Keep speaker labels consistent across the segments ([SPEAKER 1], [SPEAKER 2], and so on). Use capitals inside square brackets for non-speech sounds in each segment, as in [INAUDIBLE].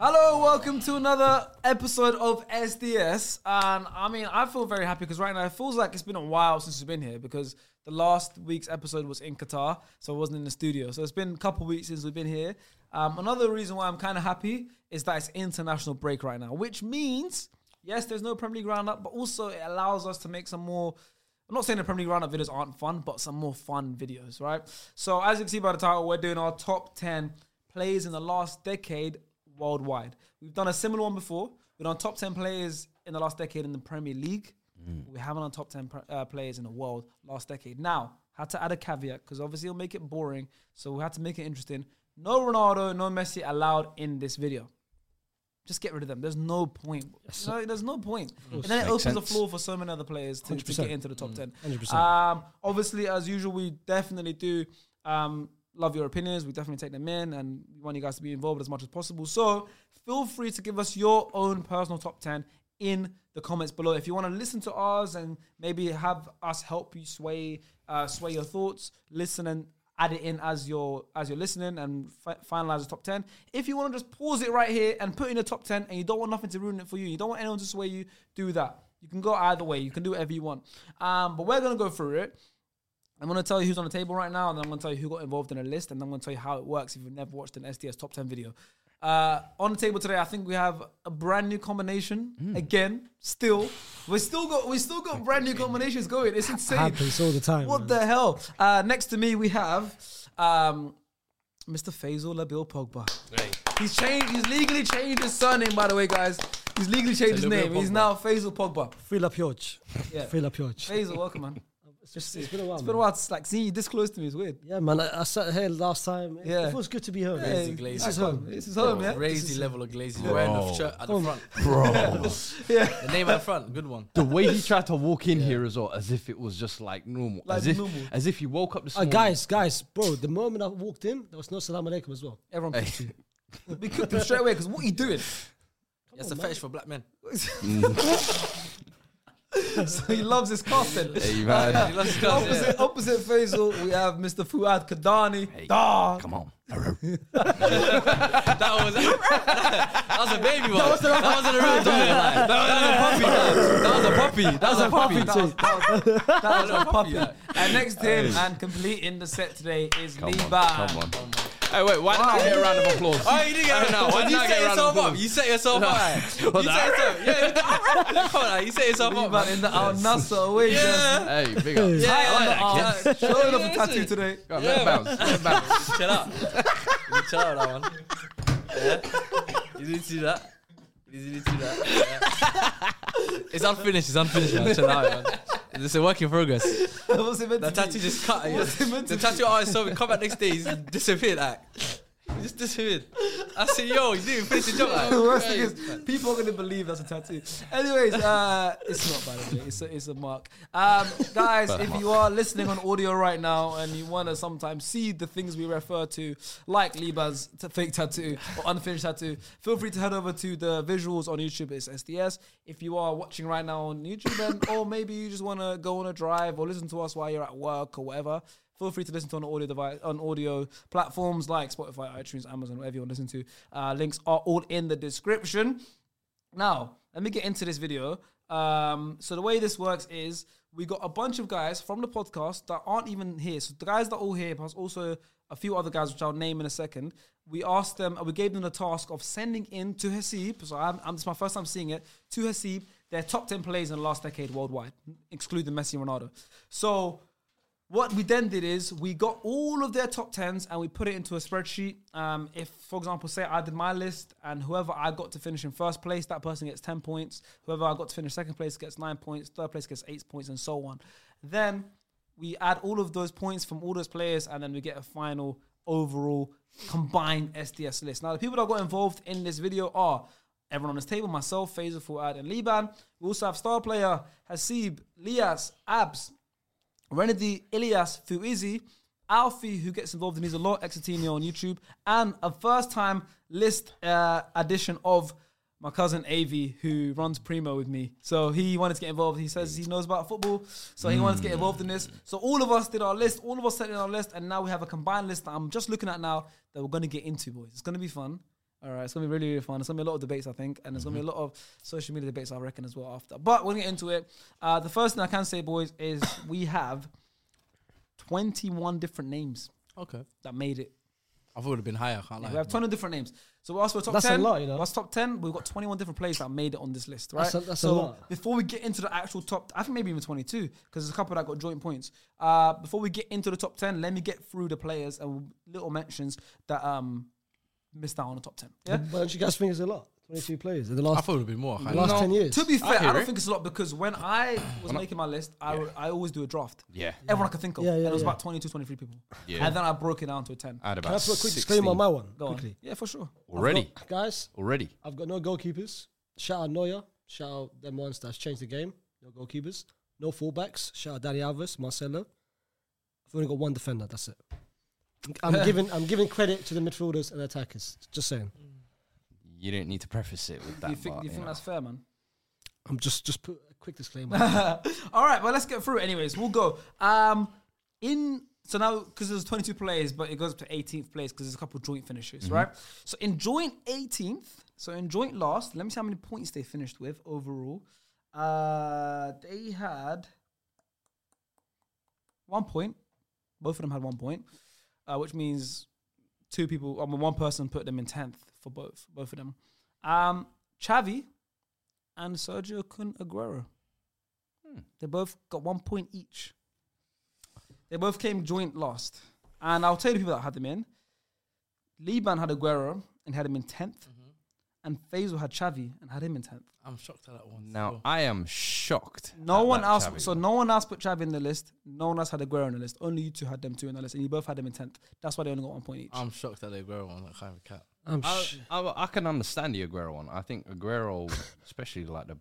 [SPEAKER 1] Hello, welcome to another episode of SDS. And I mean, I feel very happy because right now it feels like it's been a while since we've been here because the last week's episode was in Qatar, so I wasn't in the studio. So it's been a couple weeks since we've been here. Um, another reason why I'm kind of happy is that it's international break right now, which means, yes, there's no Premier League roundup, but also it allows us to make some more I'm not saying the Premier League roundup videos aren't fun, but some more fun videos, right? So as you can see by the title, we're doing our top 10 plays in the last decade worldwide. We've done a similar one before. We've done top 10 players in the last decade in the Premier League.
[SPEAKER 2] Mm.
[SPEAKER 1] We haven't done top 10 pr- uh, players in the world last decade. Now, had to add a caveat because obviously it'll make it boring. So we had to make it interesting. No Ronaldo, no Messi allowed in this video. Just get rid of them. There's no point. No, there's no point. And then it opens
[SPEAKER 2] Makes
[SPEAKER 1] the
[SPEAKER 2] sense.
[SPEAKER 1] floor for so many other players to, to get into the top 10.
[SPEAKER 3] 100%.
[SPEAKER 1] Um, obviously, as usual, we definitely do um, love your opinions. We definitely take them in and we want you guys to be involved as much as possible. So feel free to give us your own personal top 10 in the comments below. If you want to listen to ours and maybe have us help you sway uh, sway your thoughts, listen and add it in as you're as you're listening and fi- finalize the top 10 if you want to just pause it right here and put in the top 10 and you don't want nothing to ruin it for you you don't want anyone to sway you do that you can go either way you can do whatever you want um, but we're going to go through it I'm gonna tell you who's on the table right now, and then I'm gonna tell you who got involved in a list, and then I'm gonna tell you how it works if you've never watched an SDS top 10 video. Uh, on the table today, I think we have a brand new combination again. Still, we still got we still got brand new combinations going. It's insane.
[SPEAKER 3] happens all the time,
[SPEAKER 1] What
[SPEAKER 3] man.
[SPEAKER 1] the hell? Uh, next to me, we have um, Mr. Faisal Labil Pogba. He's changed. He's legally changed his surname, by the way, guys. He's legally changed his
[SPEAKER 2] Labil
[SPEAKER 1] name. He's
[SPEAKER 2] Pogba.
[SPEAKER 1] now Faisal Pogba.
[SPEAKER 3] Free La Pioche.
[SPEAKER 1] Yeah.
[SPEAKER 3] Free La Pioche.
[SPEAKER 1] Faisal, welcome, man. Just-
[SPEAKER 3] it's been a while,
[SPEAKER 1] It's been a
[SPEAKER 3] man.
[SPEAKER 1] while. It's like seeing you this close to me is weird.
[SPEAKER 3] Yeah, man. I, I sat here last time. It,
[SPEAKER 1] Yeah.
[SPEAKER 3] it feels good to be home.
[SPEAKER 1] Hey,
[SPEAKER 3] This
[SPEAKER 2] glaze.
[SPEAKER 3] is
[SPEAKER 1] that's
[SPEAKER 3] home.
[SPEAKER 1] This is home, yeah.
[SPEAKER 2] Raise the level of glazing. You're Wearing a shirt at the front.
[SPEAKER 4] Bro,
[SPEAKER 2] The name at the front. Good one.
[SPEAKER 4] the way he tried to walk in here as well, as if it was just like normal,
[SPEAKER 1] Like
[SPEAKER 4] as if
[SPEAKER 1] normal.
[SPEAKER 4] as if he woke up this
[SPEAKER 3] Uh,
[SPEAKER 4] morning.
[SPEAKER 3] guys, guys, bro. The moment I walked in, there was no salam alaikum as well.
[SPEAKER 1] Everyone, picked
[SPEAKER 3] [LAUGHS]
[SPEAKER 1] you. we cooked him [LAUGHS] straight away because what are you doing?
[SPEAKER 2] That's a fetish for
[SPEAKER 1] [LAUGHS]
[SPEAKER 2] black men.
[SPEAKER 1] So he loves his casting.
[SPEAKER 4] Hey, man.
[SPEAKER 2] He loves his clothes, yeah.
[SPEAKER 1] opposite, opposite Faisal, we have Mr. Fuad Kadani. Dah.
[SPEAKER 4] come on.
[SPEAKER 2] That was that was a baby one. That wasn't a, real dog. Like. That was a puppy. That was a puppy. That was a puppy.
[SPEAKER 1] That was, that was- that was a
[SPEAKER 2] [LAUGHS]
[SPEAKER 1] puppy.
[SPEAKER 2] like.
[SPEAKER 1] [LAUGHS] And next to him and completing the set today is
[SPEAKER 4] Come
[SPEAKER 1] Levi.
[SPEAKER 4] on. Come on. Hey, wait, why didn't I get a round of applause?
[SPEAKER 2] Oh,
[SPEAKER 4] [LAUGHS]
[SPEAKER 2] you didn't get it now.
[SPEAKER 4] Why
[SPEAKER 2] You
[SPEAKER 4] didn't I
[SPEAKER 2] set
[SPEAKER 4] get a round of
[SPEAKER 2] yourself up.
[SPEAKER 4] applause?
[SPEAKER 2] You set [LAUGHS] yourself up. You set
[SPEAKER 1] [LAUGHS]
[SPEAKER 2] yourself. Yeah, you did. come on, like, you set yourself up.
[SPEAKER 1] Levi
[SPEAKER 2] Man.
[SPEAKER 1] in the Al Nasser away jersey.
[SPEAKER 2] Yeah,
[SPEAKER 4] Hey, big
[SPEAKER 2] yeah,
[SPEAKER 4] up.
[SPEAKER 1] Under
[SPEAKER 2] yeah.
[SPEAKER 1] arm.
[SPEAKER 2] yeah.
[SPEAKER 1] Showing off the tattoo today. [LAUGHS]
[SPEAKER 4] Go on, let it bounce. Let it bounce.
[SPEAKER 2] Chill out. You chill out that one. Yeah. You didn't see that. You didn't see that. Yeah.
[SPEAKER 1] [LAUGHS]
[SPEAKER 2] It's unfinished. It's unfinished, man. Chill out, man. It's a work in progress.
[SPEAKER 1] What's it meant
[SPEAKER 2] The
[SPEAKER 1] to be?
[SPEAKER 2] tattoo just cut. Yeah.
[SPEAKER 1] What's it meant
[SPEAKER 2] The
[SPEAKER 1] to
[SPEAKER 2] tattoo artist saw me come back next day. He's disappeared. Like. He just disappeared. I said, yo, you didn't even finish the job. Like,
[SPEAKER 1] the [LAUGHS] worst thing
[SPEAKER 2] Hey.
[SPEAKER 1] is people are gonna believe that's a tattoo. Anyways, uh, it's not by the way, it's a, it's a mark. Um, guys, if you are listening on audio right now and you wanna sometimes see the things we refer to, like Liba's t- fake tattoo or unfinished tattoo, feel free to head over to the visuals on YouTube. It's SDS. If you are watching right now on YouTube, then, or maybe you just wanna go on a drive or listen to us while you're at work or whatever. Feel free to listen to on audio device on audio platforms like Spotify, iTunes, Amazon, whatever you want to listen to. Uh, links are all in the description. Now, let me get into this video. Um, so the way this works is we got a bunch of guys from the podcast that aren't even here. So the guys that are all here, plus also a few other guys which I'll name in a second. We asked them, we gave them the task of sending in to Hasib. So I'm, I'm, it's my first time seeing it to Hasib their top ten plays in the last decade worldwide, excluding Messi and Ronaldo. So what we then did is we got all of their top tens and we put it into a spreadsheet. Um, if, for example, say I did my list and whoever I got to finish in first place, that person gets 10 points. Whoever I got to finish second place gets nine points. Third place gets eight points and so on. Then we add all of those points from all those players and then we get a final overall combined SDS list. Now, the people that got involved in this video are everyone on this table, myself, Faisal, Fuad, and Liban. We also have star player Hasib, Lias, Abs, Renedy, Ilias, Fuizi, Alfie, who gets involved in these a lot, Exatino on YouTube, and a first time list uh, addition of my cousin Avi, who runs Primo with me. So he wanted to get involved. He says he knows about football, so he wanted to get involved in this. So all of us did our list, all of us set in our list, and now we have a combined list that I'm just looking at now that we're going to get into, boys. It's going to be fun. All right, it's gonna be really, really fun. There's gonna be a lot of debates, I think, and there's gonna
[SPEAKER 3] Mm-hmm.
[SPEAKER 1] be a lot of social media debates, I reckon, as well after. But we'll get into it. Uh, the first thing I can say, boys, is we have 21 different names
[SPEAKER 2] Okay.
[SPEAKER 1] that made it.
[SPEAKER 2] I thought it would have been higher. I can't lie.
[SPEAKER 1] We have 20 different names. So we asked for a top
[SPEAKER 3] That's a
[SPEAKER 1] 10.
[SPEAKER 3] lot, you know.
[SPEAKER 1] We asked top 10. We've got 21 different players that made it on this list, right?
[SPEAKER 3] That's a- that's a
[SPEAKER 1] so
[SPEAKER 3] lot.
[SPEAKER 1] before we get into the actual top, I think maybe even 22, because there's a couple that got joint points. Uh, before we get into the top 10, let me get through the players and little mentions that um missed out on the top 10. Yeah.
[SPEAKER 3] But don't you guys think it's a lot? 22 players in the
[SPEAKER 2] I
[SPEAKER 3] last,
[SPEAKER 2] thought it would be more.
[SPEAKER 3] the last
[SPEAKER 2] No.
[SPEAKER 3] 10 years.
[SPEAKER 1] To be fair, I
[SPEAKER 2] hear
[SPEAKER 1] don't
[SPEAKER 2] it.
[SPEAKER 1] think it's a lot because when I was making my list, I, I always do a draft.
[SPEAKER 4] Yeah.
[SPEAKER 1] Everyone I could think of.
[SPEAKER 3] Yeah, yeah,
[SPEAKER 1] and it was
[SPEAKER 3] yeah.
[SPEAKER 1] about 22, 23 people.
[SPEAKER 4] Yeah.
[SPEAKER 1] And then I broke it down to a 10.
[SPEAKER 4] I had
[SPEAKER 3] Can I
[SPEAKER 4] about
[SPEAKER 3] put a quick
[SPEAKER 4] 16
[SPEAKER 3] disclaimer on my one?
[SPEAKER 1] Go
[SPEAKER 3] quickly.
[SPEAKER 1] on. Yeah, for sure.
[SPEAKER 4] already.
[SPEAKER 3] Look, guys,
[SPEAKER 4] Already.
[SPEAKER 3] I've got no goalkeepers. Shout out Neuer. Shout out them ones that's changed the game. No goalkeepers. No fullbacks. Shout out Dani Alves, Marcelo. I've only got one defender. That's it. I'm giving I'm giving credit to the midfielders and attackers. Just saying.
[SPEAKER 4] You didn't need to preface it with that.
[SPEAKER 1] you think,
[SPEAKER 4] but,
[SPEAKER 1] you
[SPEAKER 4] know.
[SPEAKER 1] think that's fair, man?
[SPEAKER 3] I'm just just put a quick disclaimer.
[SPEAKER 1] All right, well, let's get through it anyways. We'll go. Um, in So now, because there's 22 players, but it goes up to 18th place because there's a couple joint finishes, right? So in joint 18th, so in joint last, let me see how many points they finished with overall. Uh, they had one point. Both of them had one point, uh, which means two people, I mean, one person put them in 10th for both, both of them. Um, Chavi and Sergio Kun Aguero. They both got one point each. They both came joint last. And I'll tell you the people that had them in. Liban had Aguero and had him in 10th.
[SPEAKER 4] Mm-hmm.
[SPEAKER 1] And Faisal had Chavi and had him in 10th.
[SPEAKER 2] I'm shocked at that one.
[SPEAKER 4] Now I am shocked.
[SPEAKER 1] No
[SPEAKER 4] at
[SPEAKER 1] one
[SPEAKER 4] that
[SPEAKER 1] else.
[SPEAKER 4] Xavi.
[SPEAKER 1] So no one else put Chavi in the list. No one else had Aguero in the list. Only you two had them two in the list, and you both had them in tenth. That's why they only got one point each.
[SPEAKER 4] Um,
[SPEAKER 2] I'm shocked that they grow one. I can't even count.
[SPEAKER 3] I'm
[SPEAKER 4] I,
[SPEAKER 3] sh-
[SPEAKER 4] I, I can understand the Aguero one. I think Aguero, especially like the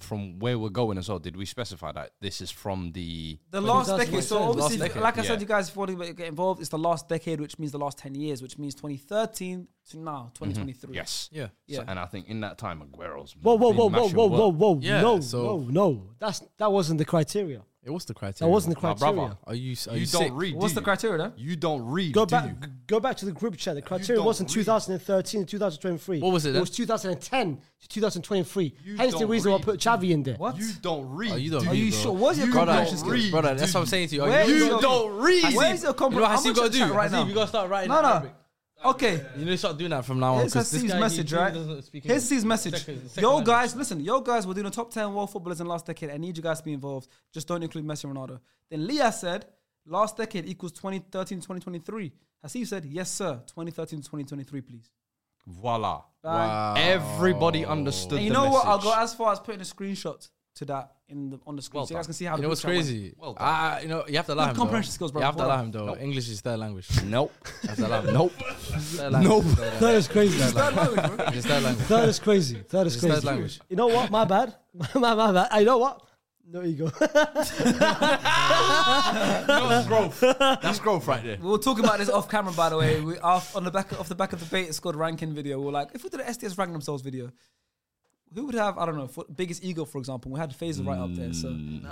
[SPEAKER 4] from where we're going as well. Did we specify that this is from the?
[SPEAKER 1] the
[SPEAKER 3] But it
[SPEAKER 1] last
[SPEAKER 3] does
[SPEAKER 1] decade.
[SPEAKER 3] make
[SPEAKER 1] So
[SPEAKER 3] sense.
[SPEAKER 1] obviously,
[SPEAKER 4] Last decade,
[SPEAKER 1] like I
[SPEAKER 4] yeah.
[SPEAKER 1] said, you guys before you get involved, it's the last decade, which means the last ten years, which means 2013 to now, 2023.
[SPEAKER 4] Mm-hmm. Yes.
[SPEAKER 2] Yeah.
[SPEAKER 4] So-
[SPEAKER 1] Yeah.
[SPEAKER 4] and I think in that time, Aguero's.
[SPEAKER 3] whoa, whoa,
[SPEAKER 4] been
[SPEAKER 3] whoa, whoa,
[SPEAKER 4] mashing
[SPEAKER 3] whoa, whoa,
[SPEAKER 4] well.
[SPEAKER 3] whoa,
[SPEAKER 2] Yeah,
[SPEAKER 3] no, no,
[SPEAKER 2] so-
[SPEAKER 3] no. That's that wasn't the criteria.
[SPEAKER 2] It was the criteria.
[SPEAKER 3] That wasn't the
[SPEAKER 4] My
[SPEAKER 3] criteria.
[SPEAKER 4] brother,
[SPEAKER 2] Are you? Are
[SPEAKER 4] You,
[SPEAKER 2] you
[SPEAKER 4] don't
[SPEAKER 2] sick?
[SPEAKER 4] read.
[SPEAKER 1] What's
[SPEAKER 4] do
[SPEAKER 1] the
[SPEAKER 4] you?
[SPEAKER 1] criteria? Then?
[SPEAKER 4] You don't read.
[SPEAKER 3] Go
[SPEAKER 4] do
[SPEAKER 3] back,
[SPEAKER 4] you?
[SPEAKER 3] go back to the group chat. The criteria
[SPEAKER 4] don't
[SPEAKER 3] wasn't
[SPEAKER 4] read.
[SPEAKER 3] 2013 2023.
[SPEAKER 2] What was it
[SPEAKER 3] It
[SPEAKER 2] then?
[SPEAKER 3] was 2010 to 2023.
[SPEAKER 4] You
[SPEAKER 3] Hence the
[SPEAKER 4] don't
[SPEAKER 3] reason why I
[SPEAKER 4] read.
[SPEAKER 3] put Chavi in there.
[SPEAKER 1] What?
[SPEAKER 4] You don't read.
[SPEAKER 2] Are Oh, you
[SPEAKER 4] do
[SPEAKER 2] don't
[SPEAKER 1] Are
[SPEAKER 2] read,
[SPEAKER 1] you
[SPEAKER 2] bro.
[SPEAKER 1] sure? What's your
[SPEAKER 4] You
[SPEAKER 1] comprehension
[SPEAKER 4] don't
[SPEAKER 1] skills?
[SPEAKER 4] read.
[SPEAKER 2] brother.
[SPEAKER 4] do
[SPEAKER 2] That's what I'm saying to you. Are
[SPEAKER 1] Where
[SPEAKER 2] you,
[SPEAKER 1] is
[SPEAKER 4] You
[SPEAKER 1] your-
[SPEAKER 4] don't read.
[SPEAKER 1] Where is your
[SPEAKER 2] You know what
[SPEAKER 1] comprehension?
[SPEAKER 2] Hasib got to do?
[SPEAKER 1] right now?
[SPEAKER 2] Hasib, you got to start writing.
[SPEAKER 1] No,
[SPEAKER 2] in
[SPEAKER 1] no.
[SPEAKER 2] Arabic.
[SPEAKER 1] Okay.
[SPEAKER 2] You need to start doing that from now on.
[SPEAKER 1] Here's
[SPEAKER 2] 'cause this
[SPEAKER 1] Hasib's
[SPEAKER 2] guy, he
[SPEAKER 1] message,
[SPEAKER 2] really
[SPEAKER 1] right?
[SPEAKER 2] doesn't speak
[SPEAKER 1] Here's
[SPEAKER 2] English.
[SPEAKER 1] his message.
[SPEAKER 2] Second- second
[SPEAKER 1] yo,
[SPEAKER 2] language.
[SPEAKER 1] guys, listen. Yo, guys, we're doing the top 10 world footballers in last decade. I need you guys to be involved. Just don't include Messi and Ronaldo. Then Leah said, last decade equals 2013 2023. Hasib said, yes, sir. 2013 2023, please.
[SPEAKER 4] Voila.
[SPEAKER 1] Wow.
[SPEAKER 2] Oh.
[SPEAKER 4] Everybody understood.
[SPEAKER 1] And you
[SPEAKER 4] the
[SPEAKER 1] know what? I'll
[SPEAKER 4] message.
[SPEAKER 1] go as far as putting a screenshot to that in the, on the screen
[SPEAKER 4] Well
[SPEAKER 1] so you guys
[SPEAKER 4] done.
[SPEAKER 1] can see how
[SPEAKER 2] You know
[SPEAKER 1] good
[SPEAKER 2] what's
[SPEAKER 1] that went.
[SPEAKER 2] crazy?
[SPEAKER 4] Well done.
[SPEAKER 2] Ah, you know you have to allow
[SPEAKER 1] Good
[SPEAKER 2] him.
[SPEAKER 1] comprehension
[SPEAKER 2] though.
[SPEAKER 1] skills, bro.
[SPEAKER 2] You have to
[SPEAKER 1] Well
[SPEAKER 2] allow
[SPEAKER 1] done.
[SPEAKER 2] him though. English is their language.
[SPEAKER 4] Nope.
[SPEAKER 2] [LAUGHS] You have to allow him.
[SPEAKER 4] nope.
[SPEAKER 2] Their language is their language.
[SPEAKER 3] That is crazy.
[SPEAKER 1] Third language, bro.
[SPEAKER 2] It's their language.
[SPEAKER 3] that is crazy. That is
[SPEAKER 2] It's their
[SPEAKER 3] crazy.
[SPEAKER 2] language.
[SPEAKER 3] You know what? My bad. [LAUGHS] my, my bad. I know what? No ego.
[SPEAKER 4] That's growth. That's growth right there.
[SPEAKER 1] We were talking about this off camera, by the way. We off, on the back off the back of the Beta Squad ranking video. We were like, if we did an SDS rank themselves video, who would have I don't know fo- biggest ego, for example? We had Faisal right up there. So
[SPEAKER 2] Mm.